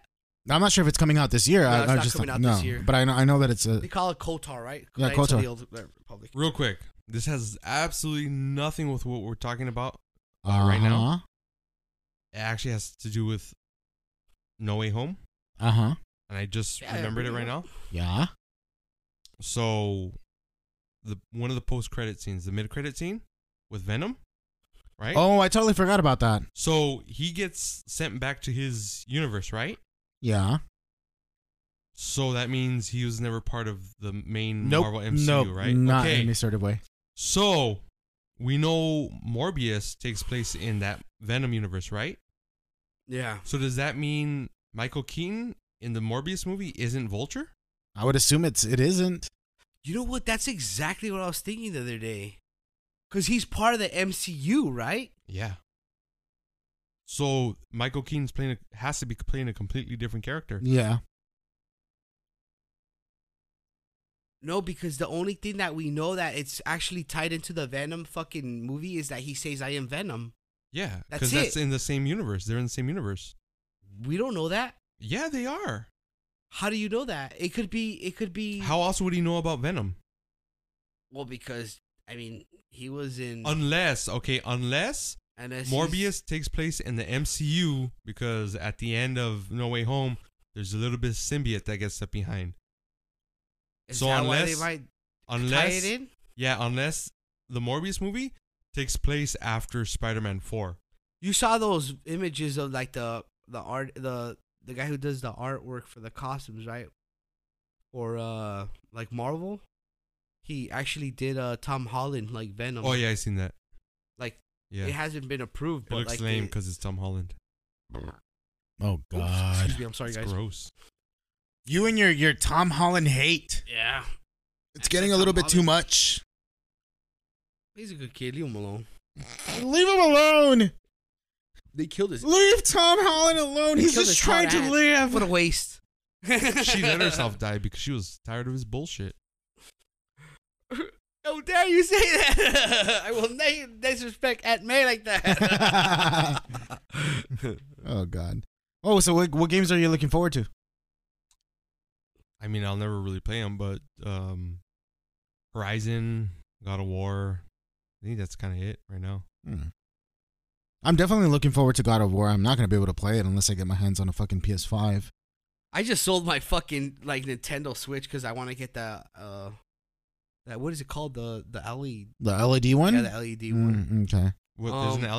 [SPEAKER 2] I'm not sure if it's coming out this year.
[SPEAKER 1] No,
[SPEAKER 2] I,
[SPEAKER 1] it's
[SPEAKER 2] I
[SPEAKER 1] not
[SPEAKER 2] just
[SPEAKER 1] coming out
[SPEAKER 2] no.
[SPEAKER 1] this year.
[SPEAKER 2] But I know I know that it's a.
[SPEAKER 1] They call it Kotar, right?
[SPEAKER 2] Uh, Yeah,
[SPEAKER 1] Knights of
[SPEAKER 2] KOTOR.
[SPEAKER 1] the Old Republic.
[SPEAKER 3] Real quick. This has absolutely nothing with what we're talking about. Uh, right now? It actually has to do with No Way Home,
[SPEAKER 2] Uh huh.
[SPEAKER 3] and I just
[SPEAKER 1] Yeah, I
[SPEAKER 3] remembered it
[SPEAKER 1] remember
[SPEAKER 3] right now.
[SPEAKER 2] Yeah.
[SPEAKER 3] So, the one of the post credit scenes, the mid credit scene with Venom, right?
[SPEAKER 2] Oh, I totally forgot about that.
[SPEAKER 3] So he gets sent back to his universe, right?
[SPEAKER 2] Yeah.
[SPEAKER 3] So that means he was never part of the main
[SPEAKER 2] nope.
[SPEAKER 3] Marvel MCU,
[SPEAKER 2] nope.
[SPEAKER 3] right?
[SPEAKER 2] Not
[SPEAKER 3] okay.
[SPEAKER 2] in any sort of way.
[SPEAKER 3] So we know Morbius takes place in that Venom universe, right?
[SPEAKER 1] Yeah.
[SPEAKER 3] So does that mean Michael Keaton in the Morbius movie isn't Vulture?
[SPEAKER 2] I would assume it's it isn't.
[SPEAKER 1] You know what? That's exactly what I was thinking the other day. Cause he's part of the MCU, right?
[SPEAKER 3] Yeah. So Michael Keaton's playing a, has to be playing a completely different character.
[SPEAKER 2] Yeah.
[SPEAKER 1] No, because the only thing that we know that it's actually tied into the Venom fucking movie is that he says, "I am Venom."
[SPEAKER 3] Yeah,
[SPEAKER 1] That's
[SPEAKER 3] because that's
[SPEAKER 1] it.
[SPEAKER 3] in the same universe. They're in the same universe.
[SPEAKER 1] We don't know that.
[SPEAKER 3] Yeah, they are.
[SPEAKER 1] How do you know that? It could be. It could be.
[SPEAKER 3] How else would he know about Venom?
[SPEAKER 1] Well, because I mean, he was in.
[SPEAKER 3] Unless, okay, unless
[SPEAKER 1] NSC.
[SPEAKER 3] Morbius takes place in the MCU because at the end of No Way Home, there's a little bit of symbiote that gets left behind.
[SPEAKER 1] Is
[SPEAKER 3] so
[SPEAKER 1] that why they
[SPEAKER 3] unless-
[SPEAKER 1] might tie
[SPEAKER 3] Unless
[SPEAKER 1] it in?
[SPEAKER 3] Yeah, unless the Morbius movie takes place after Spider-Man 4.
[SPEAKER 1] You saw those images of like the the art the the guy who does the artwork for the costumes, right? Or uh like Marvel. He actually did uh Tom Holland like Venom.
[SPEAKER 3] Oh yeah, I seen that.
[SPEAKER 1] Like
[SPEAKER 3] Yeah.
[SPEAKER 1] it
[SPEAKER 3] It,
[SPEAKER 1] hasn't been approved, but
[SPEAKER 3] looks
[SPEAKER 1] like
[SPEAKER 3] lame
[SPEAKER 1] it-
[SPEAKER 3] because it's Tom Holland.
[SPEAKER 2] Oh
[SPEAKER 1] Oops,
[SPEAKER 2] God.
[SPEAKER 1] excuse me, I'm sorry
[SPEAKER 3] It's
[SPEAKER 1] guys.
[SPEAKER 3] gross.
[SPEAKER 2] You and your your Tom Holland hate.
[SPEAKER 1] Yeah.
[SPEAKER 2] It's getting a little bit too much.
[SPEAKER 1] He's a good kid, leave him alone.
[SPEAKER 2] Leave him alone.
[SPEAKER 1] They killed his
[SPEAKER 2] Leave Tom Holland alone.
[SPEAKER 1] They
[SPEAKER 2] He's
[SPEAKER 1] killed his
[SPEAKER 2] just trying to
[SPEAKER 1] hot ass.
[SPEAKER 2] live.
[SPEAKER 1] what a waste.
[SPEAKER 3] she let herself die because she was tired of his bullshit.
[SPEAKER 1] How dare you say that? I will not disrespect at May like that.
[SPEAKER 2] Oh God. Oh, so what, what games are you looking forward to?
[SPEAKER 3] I mean, I'll never really play them, but um, Horizon, God of War. I think that's kind of it right now.
[SPEAKER 2] Hmm. I'm definitely looking forward to God of War. I'm not gonna be able to play it unless I get my hands on a fucking PS5.
[SPEAKER 1] I just sold my fucking like Nintendo Switch because I want to get the uh, that what is it called the the LED
[SPEAKER 2] The LED one.
[SPEAKER 1] yeah the LED one.
[SPEAKER 2] Mm, okay.
[SPEAKER 3] What? there's
[SPEAKER 1] Um,
[SPEAKER 3] an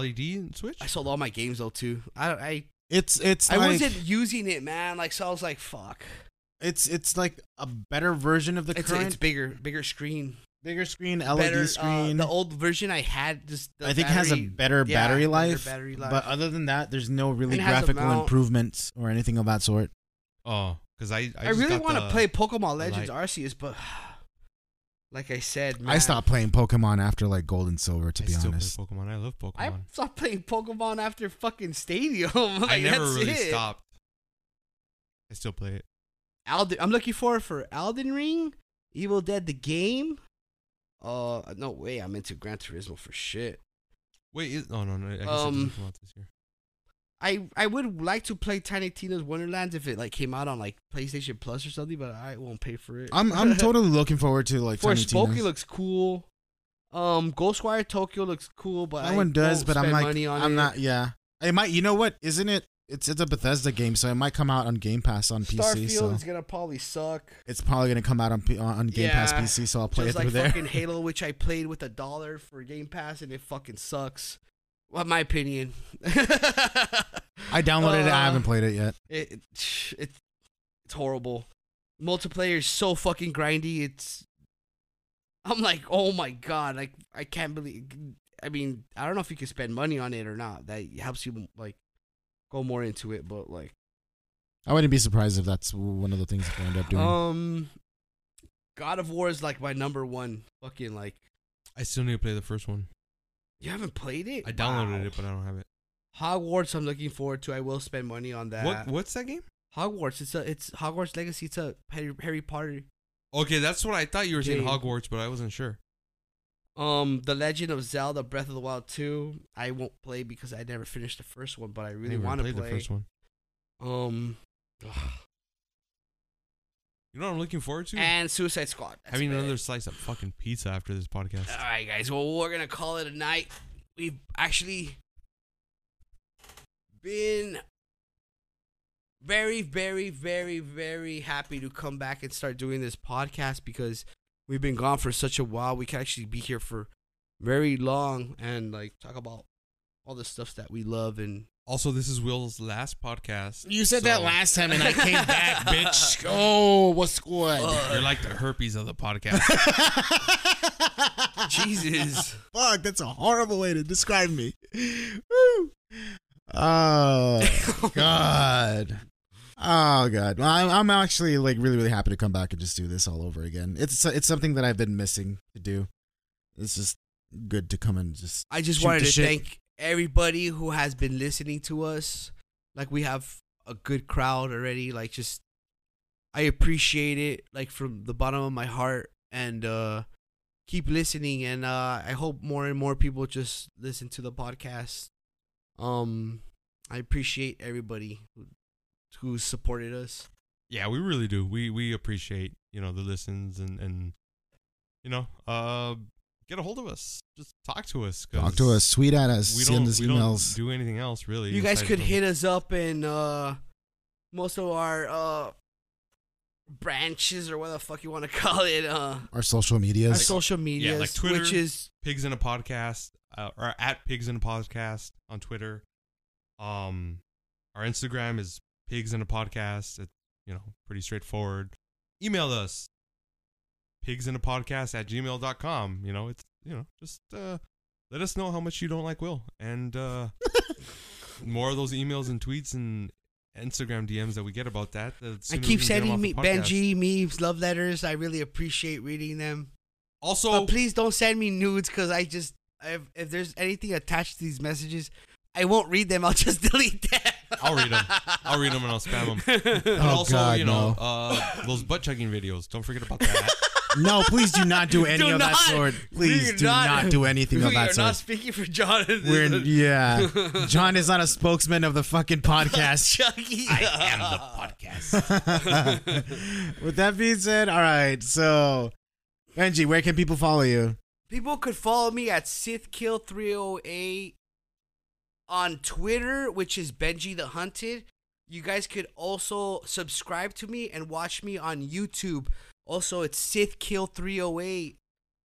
[SPEAKER 3] LED switch.
[SPEAKER 1] I sold all my games though too. I I
[SPEAKER 2] It's it's
[SPEAKER 1] I
[SPEAKER 2] like,
[SPEAKER 1] wasn't using it, man. Like so, I was like, fuck.
[SPEAKER 2] it's it's like a better version of the
[SPEAKER 1] It's,
[SPEAKER 2] current
[SPEAKER 1] it's bigger, bigger screen,
[SPEAKER 2] bigger screen LED
[SPEAKER 1] better uh,
[SPEAKER 2] screen.
[SPEAKER 1] the old version I had just the
[SPEAKER 2] I think it has a
[SPEAKER 1] battery-
[SPEAKER 2] better
[SPEAKER 1] yeah,
[SPEAKER 2] battery
[SPEAKER 1] better
[SPEAKER 2] life,
[SPEAKER 1] battery life.
[SPEAKER 2] But uh, other than that, there's no really
[SPEAKER 1] And it has a
[SPEAKER 2] graphical
[SPEAKER 1] mount.
[SPEAKER 2] improvements or anything of that sort.
[SPEAKER 3] oh, because I I,
[SPEAKER 1] I,
[SPEAKER 3] just
[SPEAKER 1] really
[SPEAKER 3] got
[SPEAKER 1] want to
[SPEAKER 3] the-
[SPEAKER 1] play Pokemon Legends
[SPEAKER 3] light.
[SPEAKER 1] Arceus, but like I said,
[SPEAKER 2] I
[SPEAKER 1] man,
[SPEAKER 2] stopped playing Pokemon after like Gold and Silver, to
[SPEAKER 3] I
[SPEAKER 2] be
[SPEAKER 3] still play
[SPEAKER 2] honest.
[SPEAKER 3] Pokemon. I love Pokemon.
[SPEAKER 1] I stopped playing Pokemon after fucking Stadium. like,
[SPEAKER 3] I never
[SPEAKER 1] that's
[SPEAKER 3] really
[SPEAKER 1] it.
[SPEAKER 3] stopped. I still play it.
[SPEAKER 1] Alden, I'm looking forward for Alden Ring, Evil Dead the game. Uh, no way, I'm into Gran Turismo for shit.
[SPEAKER 3] Wait, is, oh no, no, I guess it
[SPEAKER 1] Um,
[SPEAKER 3] doesn't come out this year.
[SPEAKER 1] I I would like to play Tiny Tina's Wonderlands if it like came out on like PlayStation Plus or something, but I won't pay for it.
[SPEAKER 2] I'm I'm totally looking forward to like Tiny
[SPEAKER 1] Forspoken
[SPEAKER 2] Tina's.
[SPEAKER 1] looks cool. Um, Ghostwire Tokyo looks cool, but
[SPEAKER 2] That
[SPEAKER 1] I
[SPEAKER 2] one does,
[SPEAKER 1] won't
[SPEAKER 2] but I'm
[SPEAKER 1] spend
[SPEAKER 2] like
[SPEAKER 1] money on
[SPEAKER 2] I'm
[SPEAKER 1] it.
[SPEAKER 2] not. Yeah, it might. You know what? Isn't it? It's it's a Bethesda game, so it might come out on Game Pass on PC.
[SPEAKER 1] Starfield
[SPEAKER 2] So
[SPEAKER 1] is gonna probably suck.
[SPEAKER 2] it's probably gonna come out on P- on Game Pass
[SPEAKER 1] Yeah.
[SPEAKER 2] PC. So I'll play
[SPEAKER 1] Just
[SPEAKER 2] it
[SPEAKER 1] like
[SPEAKER 2] through there.
[SPEAKER 1] fucking Halo, which I played with a dollar for Game Pass, and it fucking sucks. Well, my opinion.
[SPEAKER 2] I downloaded it.
[SPEAKER 1] Uh,
[SPEAKER 2] I haven't played it yet.
[SPEAKER 1] It, it, it it's horrible. Multiplayer is so fucking grindy. It's I'm like, oh my god, like I can't believe. I mean, I don't know if you can spend money on it or not. That helps you like go more into it, but like,
[SPEAKER 2] I wouldn't be surprised if that's one of the things that we end up doing.
[SPEAKER 1] um, God of War is like my number one fucking like.
[SPEAKER 3] I still need to play the first one.
[SPEAKER 1] You haven't played it?
[SPEAKER 3] I downloaded
[SPEAKER 1] Wow.
[SPEAKER 3] it, but I don't have it.
[SPEAKER 1] Hogwarts, I'm looking forward to. I will spend money on that.
[SPEAKER 3] What? What's that game?
[SPEAKER 1] Hogwarts, it's a, it's Hogwarts Legacy. It's a Harry, Harry Potter
[SPEAKER 3] Okay, that's what I thought you were saying
[SPEAKER 1] Game.
[SPEAKER 3] Hogwarts, but I wasn't sure.
[SPEAKER 1] Um, The Legend of Zelda: Breath of the Wild 2. I won't play because I never finished the first one, but I really
[SPEAKER 3] I never
[SPEAKER 1] want to
[SPEAKER 3] played
[SPEAKER 1] play.
[SPEAKER 3] the first one.
[SPEAKER 1] Um,
[SPEAKER 3] You know what I'm looking forward to?
[SPEAKER 1] and Suicide Squad. That's
[SPEAKER 3] Having
[SPEAKER 1] about
[SPEAKER 3] another
[SPEAKER 1] it.
[SPEAKER 3] slice of fucking pizza after this podcast.
[SPEAKER 1] All right, guys. Well, we're gonna call it a night. We've actually been very, very, very, very happy to come back and start doing this podcast because we've been gone for such a while. We can actually be here for very long and like talk about all the stuff that we love and
[SPEAKER 3] Also, this is Will's last podcast.
[SPEAKER 6] You said that
[SPEAKER 3] so
[SPEAKER 6] last time and I came back, bitch. Oh, what's good?
[SPEAKER 3] You're like the herpes of the podcast.
[SPEAKER 1] Jesus.
[SPEAKER 2] Fuck, that's a horrible way to describe me. Woo. Oh God. Oh God. Well, I'm, I'm actually like really really happy to come back and just do this all over again. It's it's something that I've been missing to do. It's just good to come and just
[SPEAKER 1] I just
[SPEAKER 2] Shoot
[SPEAKER 1] wanted
[SPEAKER 2] the
[SPEAKER 1] to
[SPEAKER 2] shit.
[SPEAKER 1] thank everybody who has been listening to us. Like we have a good crowd already. Like just I appreciate it like from the bottom of my heart and uh keep listening and uh I hope more and more people just listen to the podcast. Um I appreciate everybody who, who supported us.
[SPEAKER 3] yeah, we really do. We we appreciate you know the listens and and you know uh get a hold of us. Just talk to us. 'cause
[SPEAKER 2] talk to us, tweet at us,
[SPEAKER 3] We don't,
[SPEAKER 2] send us
[SPEAKER 3] we don't
[SPEAKER 2] emails.
[SPEAKER 3] do anything else really.
[SPEAKER 1] You guys
[SPEAKER 3] aside
[SPEAKER 1] could
[SPEAKER 3] from-
[SPEAKER 1] hit us up in uh, most of our uh, branches or what the fuck you want to call it. Uh,
[SPEAKER 2] Our social
[SPEAKER 1] our
[SPEAKER 2] medias.
[SPEAKER 1] social medias,
[SPEAKER 3] like Twitter.
[SPEAKER 1] which is
[SPEAKER 3] pigs in a podcast uh, or at pigs in a podcast on Twitter. Um, our Instagram is pigs in a podcast. It's you know pretty straightforward. Email us pigs in a podcast at gmail.com. You know it's you know just uh, let us know how much you don't like Will and uh, more of those emails and tweets and Instagram DMs that we get about that. the
[SPEAKER 1] I
[SPEAKER 3] sooner we
[SPEAKER 1] keep
[SPEAKER 3] can get 'em
[SPEAKER 1] sending
[SPEAKER 3] off
[SPEAKER 1] me
[SPEAKER 3] the podcast.
[SPEAKER 1] Benji memes, love letters. I really appreciate reading them.
[SPEAKER 3] Also,
[SPEAKER 1] but please don't send me nudes because I just if, if there's anything attached to these messages, I won't read them. I'll just delete them.
[SPEAKER 3] I'll read 'em. I'll read 'em and I'll spam 'em.
[SPEAKER 1] them.
[SPEAKER 3] But
[SPEAKER 2] Oh,
[SPEAKER 3] also,
[SPEAKER 2] God,
[SPEAKER 3] you know,
[SPEAKER 2] no.
[SPEAKER 3] uh, those butt chugging videos. Don't forget about that.
[SPEAKER 2] No, please do not do any
[SPEAKER 1] Do
[SPEAKER 2] of that
[SPEAKER 1] not.
[SPEAKER 2] sort. Please
[SPEAKER 1] We
[SPEAKER 2] do
[SPEAKER 1] not-
[SPEAKER 2] not, do anything of
[SPEAKER 1] we are
[SPEAKER 2] that
[SPEAKER 1] not
[SPEAKER 2] sort.
[SPEAKER 1] speaking for Jonathan.
[SPEAKER 2] We're yeah. John is not a spokesman of the fucking podcast.
[SPEAKER 1] Chucky. I am the podcast.
[SPEAKER 2] With that being said, all right. So, Benji, where can people follow you?
[SPEAKER 1] People could follow me at SithKill308 on Twitter, which is Benji the Hunted. You guys could also subscribe to me and watch me on YouTube. Also, it's SithKill308.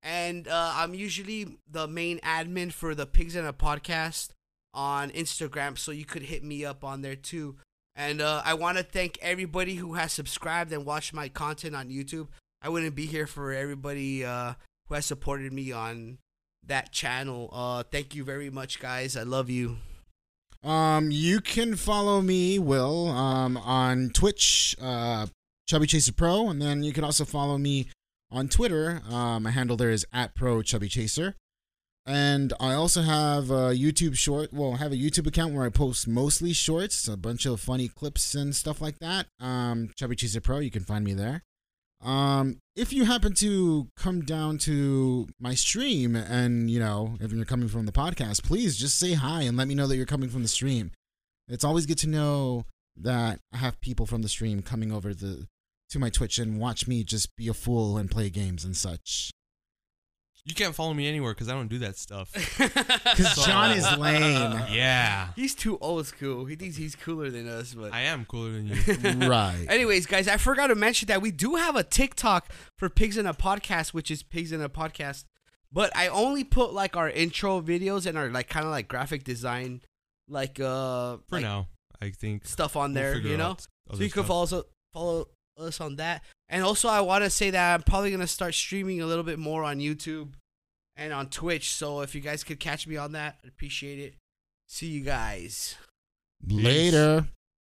[SPEAKER 1] And uh, I'm usually the main admin for the Pigs in a Podcast on Instagram, so you could hit me up on there too. And uh, I want to thank everybody who has subscribed and watched my content on YouTube. I wouldn't be here for everybody uh, who has supported me on that channel. Uh, thank you very much, guys. I love you.
[SPEAKER 2] Um, you can follow me, Will, um, on Twitch, uh, Chubby Chaser Pro, and then you can also follow me on Twitter. Um, my handle there is at Pro Chubby Chaser, and I also have a YouTube short. Well, I have a YouTube account where I post mostly shorts, a bunch of funny clips and stuff like that. Um, Chubby Chaser Pro, you can find me there. Um, if you happen to come down to my stream and you know, if you're coming from the podcast, please just say hi and let me know that you're coming from the stream. It's always good to know that I have people from the stream coming over the to my Twitch and watch me just be a fool and play games and such.
[SPEAKER 3] You can't follow me anywhere because I don't do that stuff.
[SPEAKER 1] Uh-uh.
[SPEAKER 2] Because John is lame.
[SPEAKER 3] yeah.
[SPEAKER 1] He's too old school. He thinks he's cooler than us, but.
[SPEAKER 3] I am cooler than you.
[SPEAKER 2] right.
[SPEAKER 1] Anyways, guys, I forgot to mention that we do have a TikTok for Pigs in a Podcast, which is Pigs in a Podcast. But I only put like our intro videos and our like kind of like graphic design, like uh,
[SPEAKER 3] For
[SPEAKER 1] like,
[SPEAKER 3] now, I think.
[SPEAKER 1] stuff on
[SPEAKER 3] we'll
[SPEAKER 1] there,
[SPEAKER 3] figure
[SPEAKER 1] you know.
[SPEAKER 3] out
[SPEAKER 1] So
[SPEAKER 3] other
[SPEAKER 1] you can
[SPEAKER 3] stuff.
[SPEAKER 1] follow follow us on that. And also, I want to say that I'm probably gonna start streaming a little bit more on YouTube and on Twitch. So if you guys could catch me on that, I'd appreciate it. See you guys.
[SPEAKER 2] Later.